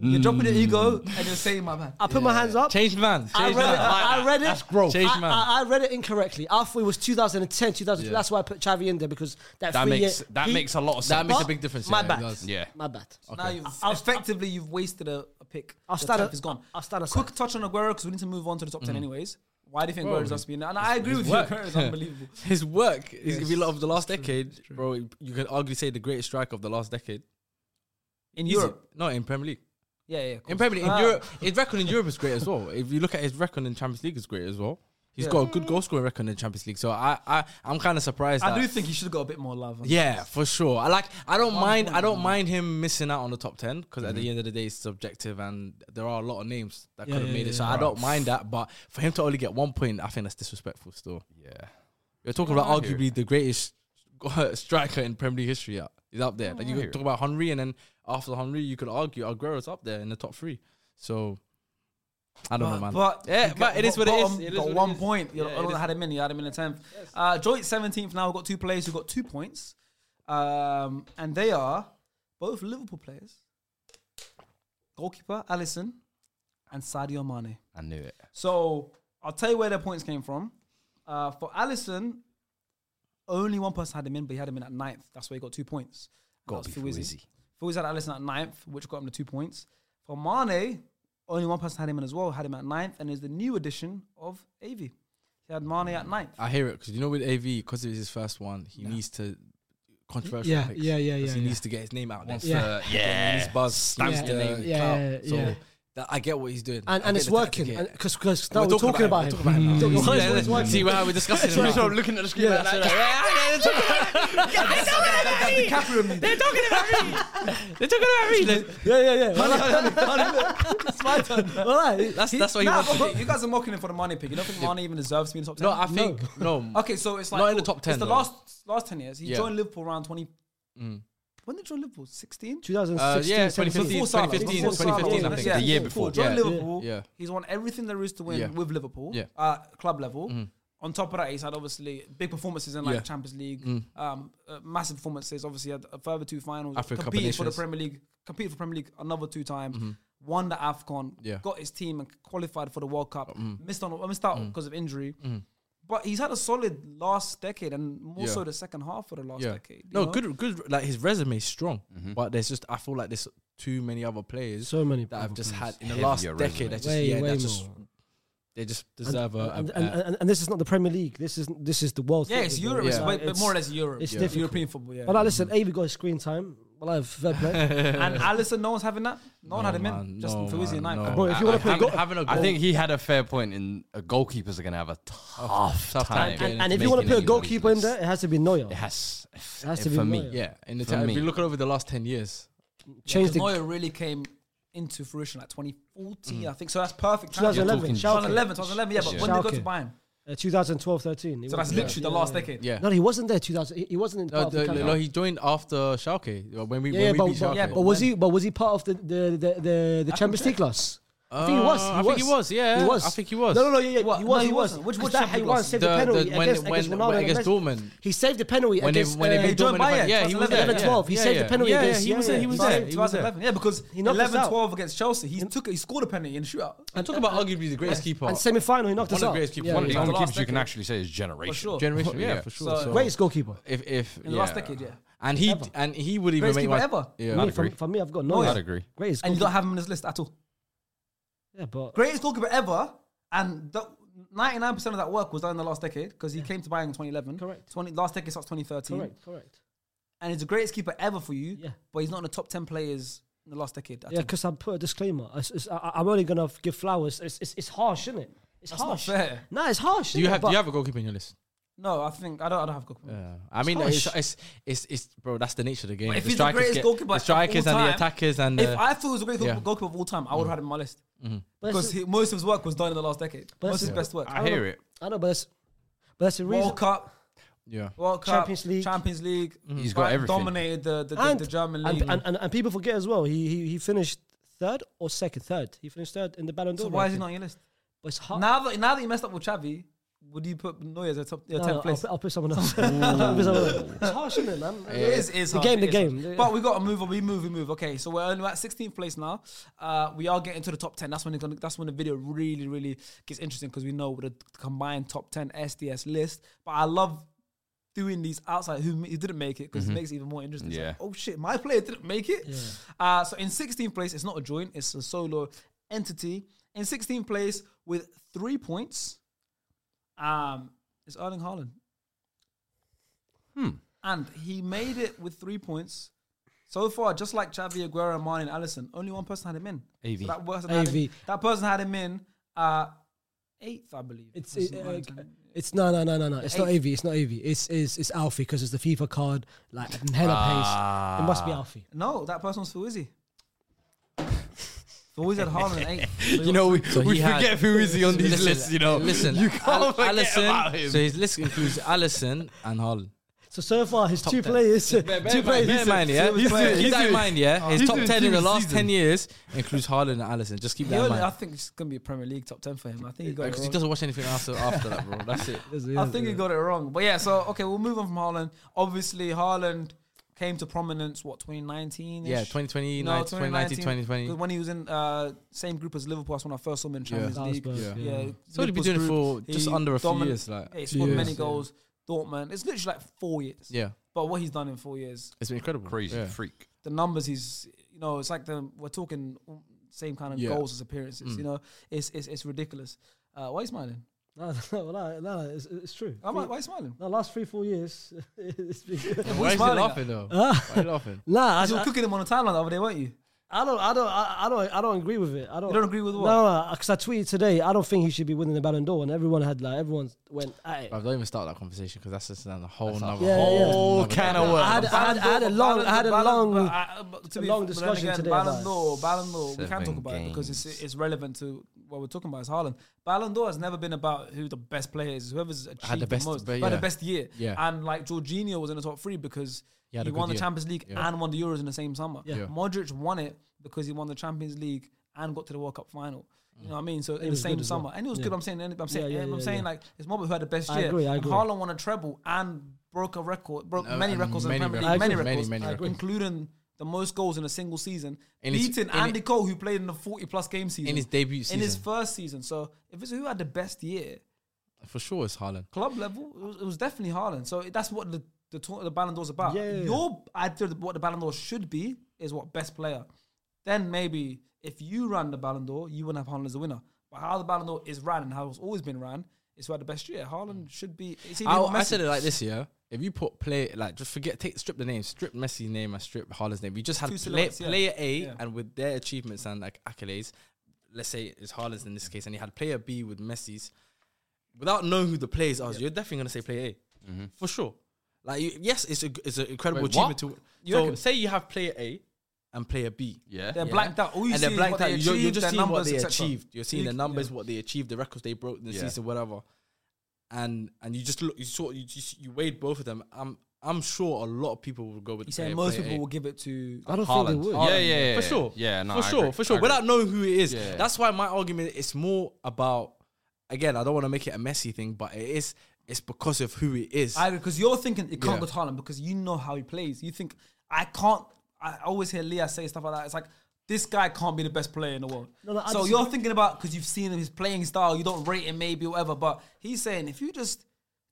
[SPEAKER 1] you're dropping your ego and you're saying, my man.
[SPEAKER 3] I put my hands up.
[SPEAKER 2] Change man. Change
[SPEAKER 3] I read, it,
[SPEAKER 2] man.
[SPEAKER 3] I read it.
[SPEAKER 2] That's growth. Change
[SPEAKER 3] I,
[SPEAKER 2] man.
[SPEAKER 3] I, I read it incorrectly. I thought it was 2010, 2002. That's why I put Chavi in there because that,
[SPEAKER 4] That
[SPEAKER 3] three
[SPEAKER 4] makes
[SPEAKER 3] year,
[SPEAKER 4] that
[SPEAKER 3] he-
[SPEAKER 4] makes a lot of sense.
[SPEAKER 2] That makes a
[SPEAKER 3] But
[SPEAKER 2] big difference.
[SPEAKER 3] my
[SPEAKER 2] yeah, it
[SPEAKER 3] bad.
[SPEAKER 2] does.
[SPEAKER 4] yeah.
[SPEAKER 3] My bad.
[SPEAKER 1] Now you've
[SPEAKER 3] I'll-
[SPEAKER 1] effectively you've wasted a, a pick.
[SPEAKER 3] I'll
[SPEAKER 1] Your
[SPEAKER 3] stand
[SPEAKER 1] type
[SPEAKER 3] a-
[SPEAKER 1] is gone.
[SPEAKER 3] I'll stand aside.
[SPEAKER 1] Quick touch on Aguero because we need to move on to the top ten
[SPEAKER 2] Mm.
[SPEAKER 1] anyways. Why do you think
[SPEAKER 2] Bro,
[SPEAKER 1] Aguero deserves to be in there? And I agree with you.
[SPEAKER 2] work.
[SPEAKER 1] Aguero
[SPEAKER 2] [LAUGHS]
[SPEAKER 1] is unbelievable.
[SPEAKER 2] His work is if you look of the last decade, bro. You could arguably say the greatest striker of the last decade.
[SPEAKER 1] In
[SPEAKER 2] Easy.
[SPEAKER 1] Europe,
[SPEAKER 2] no, in Premier League.
[SPEAKER 1] yeah, yeah. of
[SPEAKER 2] In
[SPEAKER 1] course.
[SPEAKER 2] Premier League, in
[SPEAKER 1] Ah.
[SPEAKER 2] Europe, his record in Europe is great as well. If you look at his record in Champions League, is great as well. He's
[SPEAKER 1] Yeah.
[SPEAKER 2] got a good goal scoring record in the Champions League. So I, I I'm kind of surprised.
[SPEAKER 1] I
[SPEAKER 2] that-
[SPEAKER 1] do think he should have got a bit more love.
[SPEAKER 2] Yeah, for sure. I like. I don't
[SPEAKER 1] One
[SPEAKER 2] mind. I
[SPEAKER 1] point,
[SPEAKER 2] don't
[SPEAKER 1] man.
[SPEAKER 2] mind him missing out on the top ten because at the end of the day, it's subjective, and there are a lot of names that
[SPEAKER 1] Yeah,
[SPEAKER 2] could have
[SPEAKER 1] yeah,
[SPEAKER 2] made it.
[SPEAKER 1] yeah,
[SPEAKER 2] So
[SPEAKER 1] yeah.
[SPEAKER 2] I don't mind that. But for him to only get one point, I think that's disrespectful. Still,
[SPEAKER 4] Yeah.
[SPEAKER 2] you're talking about
[SPEAKER 4] I hear
[SPEAKER 2] arguably the greatest [LAUGHS] striker in Premier League history. Yeah, he's up there. Like you
[SPEAKER 4] I
[SPEAKER 2] could
[SPEAKER 4] hear
[SPEAKER 2] talk about Henry, and then after Henry, you could argue Aguero's up there in the top three. So I don't know,
[SPEAKER 1] But,
[SPEAKER 2] man.
[SPEAKER 1] but
[SPEAKER 2] yeah, but it is what it is.
[SPEAKER 1] bottom
[SPEAKER 2] It is
[SPEAKER 1] got
[SPEAKER 2] what it
[SPEAKER 1] one
[SPEAKER 2] is.
[SPEAKER 1] point. You
[SPEAKER 2] Yeah,
[SPEAKER 1] know,
[SPEAKER 2] it is.
[SPEAKER 1] had him in. You had him in the tenth. Uh, joint seventeenth. Now we've got two players who got two points, um, and they are both Liverpool players. Goalkeeper Allison and Sadio Mane.
[SPEAKER 4] I knew it.
[SPEAKER 1] So I'll tell you where their points came from. Uh, for Allison, only one person had him in, but he had him in at ninth. That's where he got two points. And
[SPEAKER 4] Gotta
[SPEAKER 1] that
[SPEAKER 4] be
[SPEAKER 1] was
[SPEAKER 4] Fawzi.
[SPEAKER 1] Fawzi had Allison at ninth, which got him the two points. For Mane, only one person had him in as well, had him at ninth, and is the new addition of AV. He had Mane at ninth.
[SPEAKER 2] I hear it because you know with AV because it's his first one, he needs to controversial.
[SPEAKER 3] Yeah,
[SPEAKER 2] picks
[SPEAKER 3] yeah, yeah,
[SPEAKER 2] 'cause
[SPEAKER 3] yeah,
[SPEAKER 2] He
[SPEAKER 3] yeah.
[SPEAKER 2] needs to get his name out there.
[SPEAKER 4] Wants
[SPEAKER 3] Yeah.
[SPEAKER 4] to- yeah.
[SPEAKER 2] He's buzz, stamps
[SPEAKER 3] Yeah.
[SPEAKER 2] the
[SPEAKER 4] Yeah.
[SPEAKER 2] name.
[SPEAKER 3] Yeah,
[SPEAKER 2] clout.
[SPEAKER 3] yeah,
[SPEAKER 2] so
[SPEAKER 3] yeah.
[SPEAKER 2] that, I get what he's doing.
[SPEAKER 3] And,
[SPEAKER 2] I
[SPEAKER 3] and
[SPEAKER 2] get
[SPEAKER 3] it's
[SPEAKER 2] the tactic
[SPEAKER 3] working
[SPEAKER 2] here.
[SPEAKER 3] because because now we're talking, about,
[SPEAKER 2] it, [LAUGHS]
[SPEAKER 3] him.
[SPEAKER 2] we're talking
[SPEAKER 3] Look,
[SPEAKER 2] about it now.
[SPEAKER 3] look, look,
[SPEAKER 2] Yeah,
[SPEAKER 3] look,
[SPEAKER 2] yeah,
[SPEAKER 3] look,
[SPEAKER 2] See
[SPEAKER 3] look.
[SPEAKER 2] how we're discussing it now.
[SPEAKER 4] looking at the screen.
[SPEAKER 3] Yeah. like
[SPEAKER 1] That's DiCaprio in me.
[SPEAKER 2] They're talking about me. Like,
[SPEAKER 3] Yeah, yeah, yeah. Well, [LAUGHS]
[SPEAKER 1] It's my
[SPEAKER 2] [LAUGHS]
[SPEAKER 1] turn.
[SPEAKER 3] all right.
[SPEAKER 2] That's that's why you
[SPEAKER 1] Nah,
[SPEAKER 2] want. to
[SPEAKER 1] but you guys are mocking him for the Mane pick. You don't think Mane even deserves to be in the top ten?
[SPEAKER 2] No, I think no.
[SPEAKER 1] Okay, so it's like
[SPEAKER 2] Not in the
[SPEAKER 1] cool.
[SPEAKER 2] top 10,
[SPEAKER 1] It's the
[SPEAKER 2] though.
[SPEAKER 1] last last ten years. He
[SPEAKER 2] Yeah. Mm.
[SPEAKER 1] joined Liverpool around twenty. When did he join Liverpool? Sixteen.
[SPEAKER 3] 2016,
[SPEAKER 2] yeah,
[SPEAKER 3] 2015.
[SPEAKER 1] Before
[SPEAKER 2] 2015,
[SPEAKER 1] Salah.
[SPEAKER 2] 2015,
[SPEAKER 1] Before Salah.
[SPEAKER 2] 2015, I think.
[SPEAKER 1] Yeah,
[SPEAKER 4] The year
[SPEAKER 1] before.
[SPEAKER 4] before.
[SPEAKER 1] Joined
[SPEAKER 2] Yeah.
[SPEAKER 1] Liverpool.
[SPEAKER 2] Yeah.
[SPEAKER 1] He's won everything there is to win
[SPEAKER 2] Yeah.
[SPEAKER 1] with Liverpool.
[SPEAKER 2] Yeah. Mm.
[SPEAKER 1] Uh, club level.
[SPEAKER 4] Mm-hmm.
[SPEAKER 1] On top of that, he's had obviously big performances in like
[SPEAKER 2] Yeah.
[SPEAKER 1] Champions League,
[SPEAKER 2] Mm-hmm.
[SPEAKER 4] Mm-hmm.
[SPEAKER 1] um, uh, massive performances. Obviously, had a further two finals.
[SPEAKER 2] Africa Cup of
[SPEAKER 1] competed for the
[SPEAKER 2] Nations.
[SPEAKER 1] Premier League. Competed for Premier League another two times. Won the Afcon.
[SPEAKER 2] Yeah. Mm.
[SPEAKER 1] Got his team and qualified for the World Cup. Missed on missed out because of injury. But he's had a solid last decade and more
[SPEAKER 2] Yeah.
[SPEAKER 1] so the second half of the last decade. you
[SPEAKER 2] No,
[SPEAKER 1] know?
[SPEAKER 2] good, good. Like his resume's strong,
[SPEAKER 4] Mm-hmm.
[SPEAKER 2] but there's just I feel like there's too many other players
[SPEAKER 3] So many
[SPEAKER 2] that I've
[SPEAKER 3] other
[SPEAKER 2] just
[SPEAKER 3] players.
[SPEAKER 2] had in the
[SPEAKER 4] Heavier
[SPEAKER 2] last
[SPEAKER 4] resume.
[SPEAKER 2] decade. That just
[SPEAKER 3] Way,
[SPEAKER 2] yeah,
[SPEAKER 3] way
[SPEAKER 2] that's just
[SPEAKER 3] more.
[SPEAKER 2] they just
[SPEAKER 3] And,
[SPEAKER 2] deserve a.
[SPEAKER 3] and,
[SPEAKER 2] a-
[SPEAKER 3] and,
[SPEAKER 2] a-
[SPEAKER 3] and, and this is not the Premier League. This is this is the world.
[SPEAKER 1] Yeah, it's
[SPEAKER 3] football.
[SPEAKER 1] Europe, it's
[SPEAKER 2] Yeah.
[SPEAKER 1] way- but
[SPEAKER 3] It's-
[SPEAKER 1] more or less Europe.
[SPEAKER 3] it's
[SPEAKER 1] yeah.
[SPEAKER 3] difficult.
[SPEAKER 1] European football, yeah.
[SPEAKER 3] But now listen, Avey got his screen time. Well, I've fair
[SPEAKER 1] [LAUGHS]
[SPEAKER 3] play.
[SPEAKER 1] and
[SPEAKER 2] [LAUGHS]
[SPEAKER 1] Allison, no one's having that. No one
[SPEAKER 2] No,
[SPEAKER 1] had him in.
[SPEAKER 2] man,
[SPEAKER 1] Just
[SPEAKER 2] no,
[SPEAKER 1] for Fawzi
[SPEAKER 2] man,
[SPEAKER 1] and I.
[SPEAKER 2] no.
[SPEAKER 3] Bro, if you want to play,
[SPEAKER 2] having,
[SPEAKER 3] goal,
[SPEAKER 2] having a goal,
[SPEAKER 4] I think he had a fair point in uh, goalkeepers are going to have a tough,
[SPEAKER 2] tough time
[SPEAKER 4] time.
[SPEAKER 2] getting
[SPEAKER 3] and if you want to
[SPEAKER 4] making
[SPEAKER 3] put a
[SPEAKER 4] any
[SPEAKER 3] goalkeeper in
[SPEAKER 4] leaps.
[SPEAKER 3] there, it has to be Neuer.
[SPEAKER 4] it has,
[SPEAKER 3] has to
[SPEAKER 4] for
[SPEAKER 3] be
[SPEAKER 4] me.
[SPEAKER 3] Neuer.
[SPEAKER 2] yeah, in the
[SPEAKER 4] For
[SPEAKER 2] time. If
[SPEAKER 4] me.
[SPEAKER 2] you look over the last ten years,
[SPEAKER 3] Change the
[SPEAKER 1] Neuer really came into fruition like 2014,
[SPEAKER 2] Mm.
[SPEAKER 1] I think. So that's perfect. time.
[SPEAKER 3] 2011,
[SPEAKER 4] You're talking-
[SPEAKER 1] 2011, 2011, yeah, but
[SPEAKER 4] Yeah.
[SPEAKER 1] when did they go to
[SPEAKER 3] Schalke.
[SPEAKER 1] Bayern?
[SPEAKER 3] uh, 2012, 13. He
[SPEAKER 1] So that's
[SPEAKER 3] wasn't
[SPEAKER 1] literally
[SPEAKER 3] there.
[SPEAKER 1] the
[SPEAKER 3] Yeah,
[SPEAKER 1] last
[SPEAKER 3] yeah.
[SPEAKER 1] decade.
[SPEAKER 2] yeah.
[SPEAKER 3] No, he wasn't there. 2000. He he wasn't in.
[SPEAKER 2] No,
[SPEAKER 3] part of
[SPEAKER 2] the,
[SPEAKER 3] the
[SPEAKER 2] no,
[SPEAKER 3] Canada.
[SPEAKER 2] he joined after Schalke uh, when we
[SPEAKER 3] Yeah,
[SPEAKER 2] when
[SPEAKER 3] yeah,
[SPEAKER 2] we
[SPEAKER 3] but,
[SPEAKER 2] beat
[SPEAKER 3] but,
[SPEAKER 2] Schalke.
[SPEAKER 1] yeah,
[SPEAKER 3] but was he? But was he part of the the the, the, the Champions League class? I think he was.
[SPEAKER 2] Uh,
[SPEAKER 3] He
[SPEAKER 2] I think he was, yeah.
[SPEAKER 3] He was.
[SPEAKER 2] I think he was.
[SPEAKER 3] No, no, no. Yeah, yeah.
[SPEAKER 1] What?
[SPEAKER 3] He
[SPEAKER 1] No,
[SPEAKER 3] was.
[SPEAKER 1] he
[SPEAKER 3] he was.
[SPEAKER 1] wasn't. Which-
[SPEAKER 3] Is
[SPEAKER 1] which
[SPEAKER 3] that
[SPEAKER 1] Champions
[SPEAKER 3] how he
[SPEAKER 1] League
[SPEAKER 3] won-
[SPEAKER 1] was?
[SPEAKER 3] saved the,
[SPEAKER 2] The- the-
[SPEAKER 3] penalty
[SPEAKER 2] when-
[SPEAKER 3] against,
[SPEAKER 2] when-
[SPEAKER 3] against
[SPEAKER 2] when-
[SPEAKER 3] Ronaldo and
[SPEAKER 2] against
[SPEAKER 3] Messi.
[SPEAKER 2] Dortmund.
[SPEAKER 3] He saved the penalty
[SPEAKER 2] when they
[SPEAKER 3] against.
[SPEAKER 2] when they
[SPEAKER 3] uh,
[SPEAKER 2] played
[SPEAKER 1] joined
[SPEAKER 2] Dortmund in
[SPEAKER 1] Bayern,
[SPEAKER 2] France. yeah, he was there.
[SPEAKER 1] 2011,
[SPEAKER 2] yeah.
[SPEAKER 3] 12, he
[SPEAKER 2] yeah,
[SPEAKER 3] saved the
[SPEAKER 2] yeah.
[SPEAKER 3] penalty
[SPEAKER 2] yeah,
[SPEAKER 3] against-
[SPEAKER 2] Yeah, he was
[SPEAKER 3] yeah,
[SPEAKER 2] there.
[SPEAKER 3] yeah.
[SPEAKER 2] He was
[SPEAKER 3] Sorry,
[SPEAKER 2] there. He was there.
[SPEAKER 1] 2011, yeah, because he
[SPEAKER 3] knocked us
[SPEAKER 1] 11,
[SPEAKER 3] out.
[SPEAKER 1] 12 against Chelsea, he took, he scored a penalty in a shootout.
[SPEAKER 2] And talk about arguably the greatest keeper.
[SPEAKER 3] and semi final, he knocked
[SPEAKER 2] One
[SPEAKER 3] us
[SPEAKER 2] of the
[SPEAKER 3] out.
[SPEAKER 2] greatest keepers.
[SPEAKER 3] Yeah,
[SPEAKER 4] One of
[SPEAKER 3] yeah.
[SPEAKER 4] the only
[SPEAKER 1] last
[SPEAKER 4] keepers you can
[SPEAKER 1] decade.
[SPEAKER 4] actually say is generation.
[SPEAKER 1] sure.
[SPEAKER 2] Generation, yeah,
[SPEAKER 4] Yeah.
[SPEAKER 2] for sure.
[SPEAKER 1] So-
[SPEAKER 2] So-
[SPEAKER 3] Greatest goalkeeper.
[SPEAKER 2] If if
[SPEAKER 1] In the last decade, yeah.
[SPEAKER 2] and he
[SPEAKER 3] Ever.
[SPEAKER 2] and he would even
[SPEAKER 1] Greatest
[SPEAKER 2] make
[SPEAKER 1] keeper
[SPEAKER 2] my
[SPEAKER 1] ever.
[SPEAKER 2] yeah.
[SPEAKER 3] Me,
[SPEAKER 4] I'd
[SPEAKER 3] for,
[SPEAKER 4] agree.
[SPEAKER 3] for me, I've got
[SPEAKER 1] Oh,
[SPEAKER 3] Neuer.
[SPEAKER 1] yeah.
[SPEAKER 4] I'd agree.
[SPEAKER 3] Greatest
[SPEAKER 1] And you don't
[SPEAKER 3] goalkeeper.
[SPEAKER 1] have him in this list at all.
[SPEAKER 3] Yeah, but
[SPEAKER 1] Greatest goalkeeper ever, and the 99% of that work was done in the last decade because he came to Bayern in 2011.
[SPEAKER 3] Correct.
[SPEAKER 1] 20, last decade starts 2013.
[SPEAKER 3] correct, correct.
[SPEAKER 1] and he's the greatest keeper ever for you.
[SPEAKER 3] Yeah.
[SPEAKER 1] But he's not in the top ten players in the last decade. at
[SPEAKER 3] Yeah,
[SPEAKER 1] all.
[SPEAKER 3] because I put a disclaimer. It's- it's- I, am only gonna give flowers. It's, it's, it's harsh, isn't it? It's
[SPEAKER 1] That's not
[SPEAKER 3] harsh.
[SPEAKER 1] fair.
[SPEAKER 3] No, it's harsh.
[SPEAKER 2] Do you
[SPEAKER 3] innit?
[SPEAKER 2] have do
[SPEAKER 3] But
[SPEAKER 2] you have a goalkeeper in your list?
[SPEAKER 1] No, I think I don't. I don't have Goku.
[SPEAKER 2] Yeah. I mean,
[SPEAKER 3] harsh.
[SPEAKER 2] it's, it's it's it's bro. That's the nature of the game.
[SPEAKER 1] Uh, But if
[SPEAKER 2] the
[SPEAKER 1] he's the greatest
[SPEAKER 2] get-
[SPEAKER 1] goalkeeper
[SPEAKER 2] the
[SPEAKER 1] of
[SPEAKER 2] strikers
[SPEAKER 1] all
[SPEAKER 2] and the
[SPEAKER 1] time,
[SPEAKER 2] attackers and
[SPEAKER 1] If
[SPEAKER 2] the-
[SPEAKER 1] I thought he was the greatest
[SPEAKER 2] yeah.
[SPEAKER 1] goalkeeper of all time, I would have had him in my list
[SPEAKER 3] but it's-
[SPEAKER 1] because he, most of his work was done in the last decade.
[SPEAKER 3] But
[SPEAKER 1] most
[SPEAKER 3] it's-
[SPEAKER 1] of his best work.
[SPEAKER 4] I hear it.
[SPEAKER 3] I know, but that's but that's the reason.
[SPEAKER 1] World Cup,
[SPEAKER 2] yeah.
[SPEAKER 1] World Cup,
[SPEAKER 3] Champions League.
[SPEAKER 1] Champions League.
[SPEAKER 4] Mm-hmm. He's got
[SPEAKER 1] Right,
[SPEAKER 4] everything.
[SPEAKER 1] Dominated the the, the,
[SPEAKER 3] and,
[SPEAKER 1] the German
[SPEAKER 3] and-
[SPEAKER 1] league.
[SPEAKER 3] And, and, and people forget as well. He, he he finished third or second, third. He finished third in the Ballon d'Or.
[SPEAKER 1] so why is he
[SPEAKER 3] ranking.
[SPEAKER 1] not on your list?
[SPEAKER 3] But it's hard.
[SPEAKER 1] Now that now that you messed up with Xavi, would you put Neuer as a top your
[SPEAKER 3] No,
[SPEAKER 1] tenth
[SPEAKER 3] no, I'll,
[SPEAKER 1] place?
[SPEAKER 3] put- I'll put someone else.
[SPEAKER 4] [LAUGHS]
[SPEAKER 3] I'll put someone else. It's harsh, isn't it, man?
[SPEAKER 1] It is, it is
[SPEAKER 3] the
[SPEAKER 1] hard.
[SPEAKER 3] game.
[SPEAKER 1] It
[SPEAKER 3] The
[SPEAKER 1] is
[SPEAKER 3] game.
[SPEAKER 1] hard. But we got to move on. We move. We move. Okay, so we're only at 16th place now. Uh, we are getting to the top 10. That's when it's gonna, that's when the video really, really gets interesting because we know with the combined top 10 SDS list. But I love doing these outside who, who didn't make it because
[SPEAKER 3] Mm-hmm.
[SPEAKER 1] it makes it even more interesting. It's
[SPEAKER 4] Yeah.
[SPEAKER 1] like, oh shit, my player didn't make it. Uh, so in 16th place, it's not a joint. It's a solo entity. In 16th place with three points, um, is Erling Haaland. And he made it with three points. So far, just like Xavi, Aguero, and Mane and Allison, only one person had him in.
[SPEAKER 4] AV.
[SPEAKER 1] So that, person had
[SPEAKER 3] AV.
[SPEAKER 1] him, that person had him in uh, eighth, I believe.
[SPEAKER 3] It's
[SPEAKER 1] Or
[SPEAKER 3] it,
[SPEAKER 1] something
[SPEAKER 3] uh,
[SPEAKER 1] like that.
[SPEAKER 3] it's no no no no no. It's not
[SPEAKER 1] Eighth.
[SPEAKER 3] Avi. It's not Avi. It's is it's Alfie because it's the FIFA card like hella
[SPEAKER 4] Ah.
[SPEAKER 3] pace. It must be Alfie.
[SPEAKER 1] no, that person's
[SPEAKER 2] [LAUGHS]
[SPEAKER 1] Fawzi. Fawzi had Haaland at eighth. So
[SPEAKER 4] [LAUGHS] You know, we,
[SPEAKER 2] So
[SPEAKER 4] we
[SPEAKER 2] he had-
[SPEAKER 4] forget who is he on these
[SPEAKER 2] Listen,
[SPEAKER 4] lists, you know.
[SPEAKER 2] Oh, Listen,
[SPEAKER 4] you can't
[SPEAKER 2] Al-
[SPEAKER 4] forget
[SPEAKER 2] Allison.
[SPEAKER 4] about him.
[SPEAKER 2] So his list includes Allison and Haaland.
[SPEAKER 3] So so far his two
[SPEAKER 4] [LAUGHS]
[SPEAKER 3] players, [LAUGHS] two
[SPEAKER 2] Two players. Bear
[SPEAKER 3] players.
[SPEAKER 2] in mind, yeah.
[SPEAKER 4] he's
[SPEAKER 2] Keep
[SPEAKER 4] doing- he's
[SPEAKER 2] that in
[SPEAKER 4] doing-
[SPEAKER 2] mind, yeah. His
[SPEAKER 4] he's
[SPEAKER 2] top
[SPEAKER 4] doing
[SPEAKER 2] ten in the
[SPEAKER 4] two
[SPEAKER 2] last ten
[SPEAKER 4] seasons.
[SPEAKER 2] years includes Haaland and Allison. Just keep
[SPEAKER 1] he
[SPEAKER 2] that in
[SPEAKER 1] only, I
[SPEAKER 2] mind.
[SPEAKER 1] think it's gonna be a Premier League top ten for him. I think he got it
[SPEAKER 2] Because he
[SPEAKER 1] wrong.
[SPEAKER 2] doesn't watch anything after after that, bro. That's it.
[SPEAKER 1] I think he got it wrong. But yeah, so okay, we'll move on from Haaland. Obviously, Haaland came to prominence what 2019?
[SPEAKER 2] Yeah, 2020,
[SPEAKER 1] No, 'Cause
[SPEAKER 2] 2019, 2020.
[SPEAKER 1] when he was in uh, same group as Liverpool, that's when I first saw him in Champions League.
[SPEAKER 3] Yeah. [LAUGHS]
[SPEAKER 1] Yeah,
[SPEAKER 2] So he'd be
[SPEAKER 1] Liverpool's
[SPEAKER 2] doing it
[SPEAKER 1] group,
[SPEAKER 2] for just
[SPEAKER 1] he
[SPEAKER 2] under a few
[SPEAKER 1] domin-
[SPEAKER 2] years, like
[SPEAKER 1] yeah, he scored
[SPEAKER 3] Yeah.
[SPEAKER 1] many
[SPEAKER 3] Yeah.
[SPEAKER 1] goals. Dortmund. It's literally like four years.
[SPEAKER 2] yeah.
[SPEAKER 1] But what he's done in four years,
[SPEAKER 2] It's been incredible.
[SPEAKER 4] Crazy
[SPEAKER 2] Yeah.
[SPEAKER 4] freak.
[SPEAKER 1] the numbers he's you know it's like the we're talking same kind of
[SPEAKER 4] Yeah.
[SPEAKER 1] goals as appearances.
[SPEAKER 2] Mm.
[SPEAKER 1] You know, it's it's, it's ridiculous. Uh, why are you smiling?
[SPEAKER 3] No, no, no, no, it's, it's true.
[SPEAKER 1] I'm like, why are you smiling?
[SPEAKER 3] the last three, four years, [LAUGHS] it's been
[SPEAKER 2] Why is he
[SPEAKER 1] smiling at?
[SPEAKER 2] laughing though? Why
[SPEAKER 3] [LAUGHS] Ah.
[SPEAKER 2] are you laughing?
[SPEAKER 3] Nah, I,
[SPEAKER 1] You were
[SPEAKER 3] I,
[SPEAKER 1] cooking him on the timeline the other day, weren't you?
[SPEAKER 3] I don't, I don't, I, I don't, I don't agree with it. I don't.
[SPEAKER 1] You don't agree with
[SPEAKER 3] No,
[SPEAKER 1] what?
[SPEAKER 3] No, because I tweeted today. I don't think he should be winning the Ballon d'Or, and everyone had like everyone went at it.
[SPEAKER 2] I don't even start that conversation because that's just a whole
[SPEAKER 4] That's a
[SPEAKER 2] nother
[SPEAKER 3] Yeah, yeah.
[SPEAKER 4] whole can of
[SPEAKER 3] I had,
[SPEAKER 4] worms.
[SPEAKER 3] I had, I had a long, I had a long.
[SPEAKER 1] a
[SPEAKER 3] a long discussion today
[SPEAKER 1] Ballon
[SPEAKER 3] about
[SPEAKER 1] d'Or, Ballon d'Or. We can
[SPEAKER 4] Seven
[SPEAKER 1] talk about it because it's
[SPEAKER 4] games.
[SPEAKER 1] it's relevant to what we're talking about. Is Haaland. Ballon d'Or has never been about who the best player is. Whoever's achieved
[SPEAKER 2] the
[SPEAKER 1] the,
[SPEAKER 2] best-
[SPEAKER 1] most,
[SPEAKER 2] but
[SPEAKER 1] had the
[SPEAKER 2] yeah.
[SPEAKER 1] best year.
[SPEAKER 2] Yeah.
[SPEAKER 1] And like Jorginho was in the top three because
[SPEAKER 2] He
[SPEAKER 1] he,
[SPEAKER 2] had a good
[SPEAKER 1] won the
[SPEAKER 2] year.
[SPEAKER 1] Champions League
[SPEAKER 2] Yeah.
[SPEAKER 1] and won the Euros in the same summer.
[SPEAKER 3] Yeah.
[SPEAKER 2] Yeah.
[SPEAKER 1] Modric won it because he won the Champions League and got to the World Cup final. You know what I mean? So in the
[SPEAKER 3] was
[SPEAKER 1] same
[SPEAKER 3] good as well.
[SPEAKER 1] summer, and it was
[SPEAKER 3] Yeah.
[SPEAKER 1] good. I'm saying, I'm saying,
[SPEAKER 3] Yeah, yeah,
[SPEAKER 1] I'm
[SPEAKER 3] yeah,
[SPEAKER 1] saying,
[SPEAKER 3] yeah.
[SPEAKER 1] like it's Mobber who had the best
[SPEAKER 3] I
[SPEAKER 1] year.
[SPEAKER 3] agree, I
[SPEAKER 1] And
[SPEAKER 3] agree.
[SPEAKER 1] Haaland won a treble and broke a record, broke
[SPEAKER 2] No,
[SPEAKER 1] many
[SPEAKER 2] Uh, and
[SPEAKER 1] records
[SPEAKER 2] many
[SPEAKER 1] in the Premier League,
[SPEAKER 2] records.
[SPEAKER 1] many
[SPEAKER 3] I agree.
[SPEAKER 1] records,
[SPEAKER 2] Many, many records.
[SPEAKER 1] including the most goals in a single season,
[SPEAKER 2] In his-
[SPEAKER 1] beating
[SPEAKER 2] in
[SPEAKER 1] Andy
[SPEAKER 2] it-
[SPEAKER 1] Cole, who played in the 40 plus game season
[SPEAKER 2] in his debut
[SPEAKER 1] in
[SPEAKER 2] season.
[SPEAKER 1] his first season. So if it's who had the best year,
[SPEAKER 2] for sure, it's Haaland.
[SPEAKER 1] club level, it was, it was definitely Haaland. So that's what the the, tour- the Ballon d'Or's about.
[SPEAKER 3] Yeah, yeah, yeah.
[SPEAKER 1] Your idea of what the Ballon d'Or should be is what best player. Then maybe if you ran the Ballon d'Or, you wouldn't have Haaland as a winner. But how the Ballon d'Or is ran and how it's always been ran is who had the best year. Haaland should be. It's even
[SPEAKER 2] I,
[SPEAKER 1] Messi.
[SPEAKER 2] I said it like this, yeah. If you put play like just forget take strip the name, strip Messi's name and strip Haaland's name. You just had
[SPEAKER 1] Two
[SPEAKER 2] play,
[SPEAKER 1] silhouettes, yeah.
[SPEAKER 2] player A
[SPEAKER 1] Yeah.
[SPEAKER 2] and with their achievements and like accolades, let's say it's Haaland's in this case, and you had player B with Messi's. Without knowing who the players are, you're definitely gonna say player A for sure. Like you, yes, it's a it's an incredible
[SPEAKER 4] Wait, what?
[SPEAKER 2] achievement to.
[SPEAKER 1] You
[SPEAKER 2] so
[SPEAKER 1] reckon?
[SPEAKER 2] say you have player A and player B.
[SPEAKER 4] Yeah.
[SPEAKER 1] They're blanked out. All you see
[SPEAKER 2] and they're
[SPEAKER 1] is
[SPEAKER 2] blanked
[SPEAKER 1] what they
[SPEAKER 2] out. You're, you're
[SPEAKER 1] achieved,
[SPEAKER 2] just
[SPEAKER 1] their
[SPEAKER 2] seeing what
[SPEAKER 1] numbers,
[SPEAKER 2] they
[SPEAKER 1] etc..
[SPEAKER 2] achieved. You're seeing
[SPEAKER 1] You-
[SPEAKER 2] the numbers,
[SPEAKER 1] yeah.
[SPEAKER 2] what they achieved, the records they broke in the
[SPEAKER 4] Yeah.
[SPEAKER 2] season, whatever. And and you just look, you sort, you, you, you weighed both of them. I'm I'm sure a lot of people will go with.
[SPEAKER 1] You
[SPEAKER 2] the
[SPEAKER 1] saying
[SPEAKER 2] player-
[SPEAKER 1] most
[SPEAKER 2] player
[SPEAKER 1] people
[SPEAKER 2] A.
[SPEAKER 1] will give it to
[SPEAKER 3] I don't think
[SPEAKER 4] Haaland.
[SPEAKER 3] they would.
[SPEAKER 4] Yeah, yeah, yeah,
[SPEAKER 2] for
[SPEAKER 4] yeah.
[SPEAKER 2] sure.
[SPEAKER 4] Yeah, no,
[SPEAKER 2] for
[SPEAKER 4] I
[SPEAKER 2] sure,
[SPEAKER 4] agree.
[SPEAKER 2] for
[SPEAKER 4] I
[SPEAKER 2] sure.
[SPEAKER 4] agree.
[SPEAKER 2] Without knowing who it is,
[SPEAKER 4] Yeah.
[SPEAKER 2] that's why my argument is more about. Again, I don't want to make it a messy thing, but it is. It's because of who it is.
[SPEAKER 1] I because you're thinking it can't
[SPEAKER 2] Yeah.
[SPEAKER 1] go to Haaland because you know how he plays. You think I can't. I always hear Leah say stuff like that. It's like this guy can't be the best player in the world.
[SPEAKER 3] No, no, I
[SPEAKER 1] so
[SPEAKER 3] disagree.
[SPEAKER 1] you're thinking about because you've seen his playing style. You don't rate him maybe or whatever. But he's saying if you just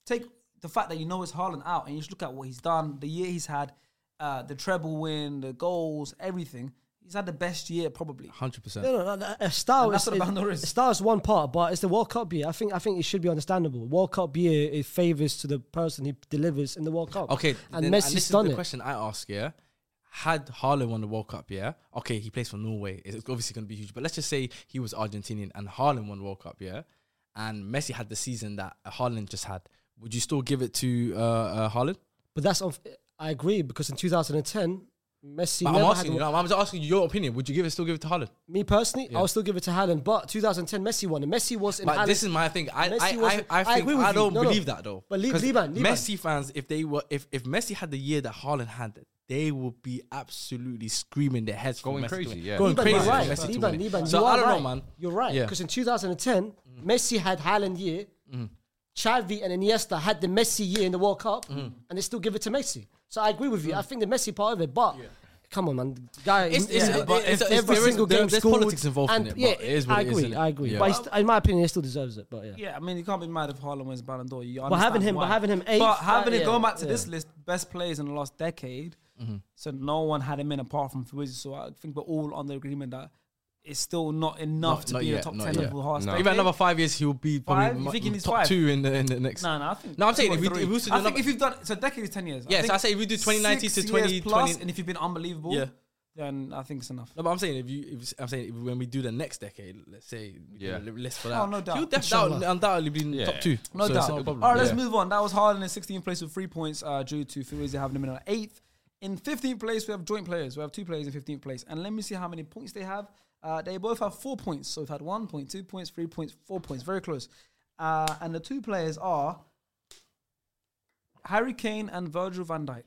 [SPEAKER 1] take the fact that you know it's Haaland out and you just look at what he's done, the year he's had, uh, the treble win, the goals, everything. He's had the best year probably.
[SPEAKER 2] Hundred percent.
[SPEAKER 3] No, no, no, no. A style
[SPEAKER 1] And that's
[SPEAKER 3] is,
[SPEAKER 1] what a Ballon d'Or is.
[SPEAKER 3] a style is one part, but it's the World Cup year. I think I think it should be understandable. World Cup year it favors to the person who delivers in the World Cup.
[SPEAKER 2] Okay,
[SPEAKER 3] and
[SPEAKER 2] then-
[SPEAKER 3] Messi's
[SPEAKER 2] this is
[SPEAKER 3] done
[SPEAKER 2] the
[SPEAKER 3] it.
[SPEAKER 2] question I ask, yeah. Had Haaland won the World Cup, yeah? Okay, he plays for Norway. It's obviously going to be huge. But let's just say he was Argentinian and Haaland won World Cup, yeah? And Messi had the season that Haaland just had. Would you still give it to uh, uh, Haaland?
[SPEAKER 3] But that's unf- I agree because in 2010, Messi.
[SPEAKER 2] But I'm
[SPEAKER 3] never had
[SPEAKER 2] asking
[SPEAKER 3] the-
[SPEAKER 2] you. I'm just asking you your opinion. Would you give it still give it to Haaland?
[SPEAKER 3] Me personally, I'll still give it to Haaland. But 2010, Messi won. And Messi was in.
[SPEAKER 2] But
[SPEAKER 3] Haaland's-
[SPEAKER 2] this is my thing. I I,
[SPEAKER 3] Messi
[SPEAKER 2] I,
[SPEAKER 3] was-
[SPEAKER 2] I,
[SPEAKER 3] I
[SPEAKER 2] think
[SPEAKER 3] agree
[SPEAKER 2] I,
[SPEAKER 3] with you.
[SPEAKER 2] don't
[SPEAKER 3] No, no.
[SPEAKER 2] believe that though.
[SPEAKER 3] But Li-
[SPEAKER 2] 'Cause
[SPEAKER 3] Liban- Liban.
[SPEAKER 2] Messi fans, if they were, if if Messi had the year that Haaland had, they would be absolutely screaming their heads for
[SPEAKER 4] Going
[SPEAKER 2] Messi to
[SPEAKER 4] crazy,
[SPEAKER 2] win.
[SPEAKER 4] yeah.
[SPEAKER 2] going
[SPEAKER 3] Liban,
[SPEAKER 2] crazy.
[SPEAKER 3] you're
[SPEAKER 2] for
[SPEAKER 3] right.
[SPEAKER 2] Messi to
[SPEAKER 3] Liban,
[SPEAKER 2] win it.
[SPEAKER 3] Liban,
[SPEAKER 2] so
[SPEAKER 3] you
[SPEAKER 2] I
[SPEAKER 3] are
[SPEAKER 2] don't
[SPEAKER 3] right.
[SPEAKER 2] know, man.
[SPEAKER 3] You're right.
[SPEAKER 2] Yeah. Mm.
[SPEAKER 3] Because in 2010, Messi had Haaland year. Xavi and Iniesta had the Messi year in the World Cup,
[SPEAKER 2] Mm.
[SPEAKER 3] and they still give it to Messi. So I agree with you. I think the Messi part of it, but come on, man, guy.
[SPEAKER 2] It's- it's-
[SPEAKER 3] yeah,
[SPEAKER 2] it-
[SPEAKER 3] but if
[SPEAKER 2] it's- it's-
[SPEAKER 3] every
[SPEAKER 2] there is-
[SPEAKER 3] single
[SPEAKER 2] there-
[SPEAKER 3] game
[SPEAKER 2] there's
[SPEAKER 3] scored,
[SPEAKER 2] politics involved in
[SPEAKER 3] and
[SPEAKER 2] it, but
[SPEAKER 3] yeah,
[SPEAKER 2] it is what
[SPEAKER 3] I
[SPEAKER 2] it is,
[SPEAKER 3] agree.
[SPEAKER 2] innit?
[SPEAKER 3] I agree.
[SPEAKER 2] Yeah.
[SPEAKER 3] But he st- in my opinion, he still deserves it. But yeah,
[SPEAKER 1] Yeah, I mean, you can't be mad if Haaland wins Ballon d'Or. You
[SPEAKER 3] But having
[SPEAKER 1] understand
[SPEAKER 3] him- but
[SPEAKER 1] why.
[SPEAKER 3] having him eighth,
[SPEAKER 1] but having
[SPEAKER 3] uh,
[SPEAKER 1] it going
[SPEAKER 3] yeah,
[SPEAKER 1] back to this
[SPEAKER 3] yeah.
[SPEAKER 1] list, best players in the last decade.
[SPEAKER 2] Mm-hmm.
[SPEAKER 1] So no one had him in apart from Fawzi. So I think we're all on the agreement that it's still not enough
[SPEAKER 2] Not-
[SPEAKER 1] to
[SPEAKER 2] not
[SPEAKER 1] be in the
[SPEAKER 2] yet,
[SPEAKER 1] top
[SPEAKER 2] not
[SPEAKER 1] ten
[SPEAKER 2] yet.
[SPEAKER 1] of the last.
[SPEAKER 4] No.
[SPEAKER 1] decade.
[SPEAKER 2] Even another five years, he'll be
[SPEAKER 1] Five?
[SPEAKER 2] probably
[SPEAKER 1] You
[SPEAKER 2] mu-
[SPEAKER 1] think he needs
[SPEAKER 2] top
[SPEAKER 1] five?
[SPEAKER 2] two in the, in the next.
[SPEAKER 1] No, no, I think.
[SPEAKER 2] No, I'm saying
[SPEAKER 1] two or
[SPEAKER 2] if we-
[SPEAKER 1] three.
[SPEAKER 2] if we also do
[SPEAKER 1] I think
[SPEAKER 2] another-
[SPEAKER 1] if you've done so, decade is ten years.
[SPEAKER 2] Yeah, so
[SPEAKER 1] think
[SPEAKER 2] I say we do 2019 to
[SPEAKER 1] six years
[SPEAKER 2] 2020
[SPEAKER 1] plus, and if you've been unbelievable,
[SPEAKER 2] Yeah.
[SPEAKER 1] then I think it's enough.
[SPEAKER 2] No, but I'm saying if you, if, I'm saying if, when we do the next decade, let's say, we do
[SPEAKER 4] Yeah.
[SPEAKER 2] a li- list for
[SPEAKER 1] Oh,
[SPEAKER 2] that.
[SPEAKER 1] no doubt.
[SPEAKER 2] You'll def- that
[SPEAKER 3] Inshallah.
[SPEAKER 2] would undoubtedly be in the
[SPEAKER 4] Yeah.
[SPEAKER 2] top two.
[SPEAKER 1] No
[SPEAKER 2] so
[SPEAKER 1] doubt.
[SPEAKER 2] It's not a problem.
[SPEAKER 1] All right, let's
[SPEAKER 2] Yeah.
[SPEAKER 1] move on. That was Harlan in 16th place with three points uh, due to Fuizzi having him in on eighth. In 15th place, we have joint players. We have two players in 15th place. And let me see how many points they have. Uh, they both have four points. So we've had one point, two points, three points, four points. Very close. Uh, and the two players are Harry Kane and Virgil van Dijk.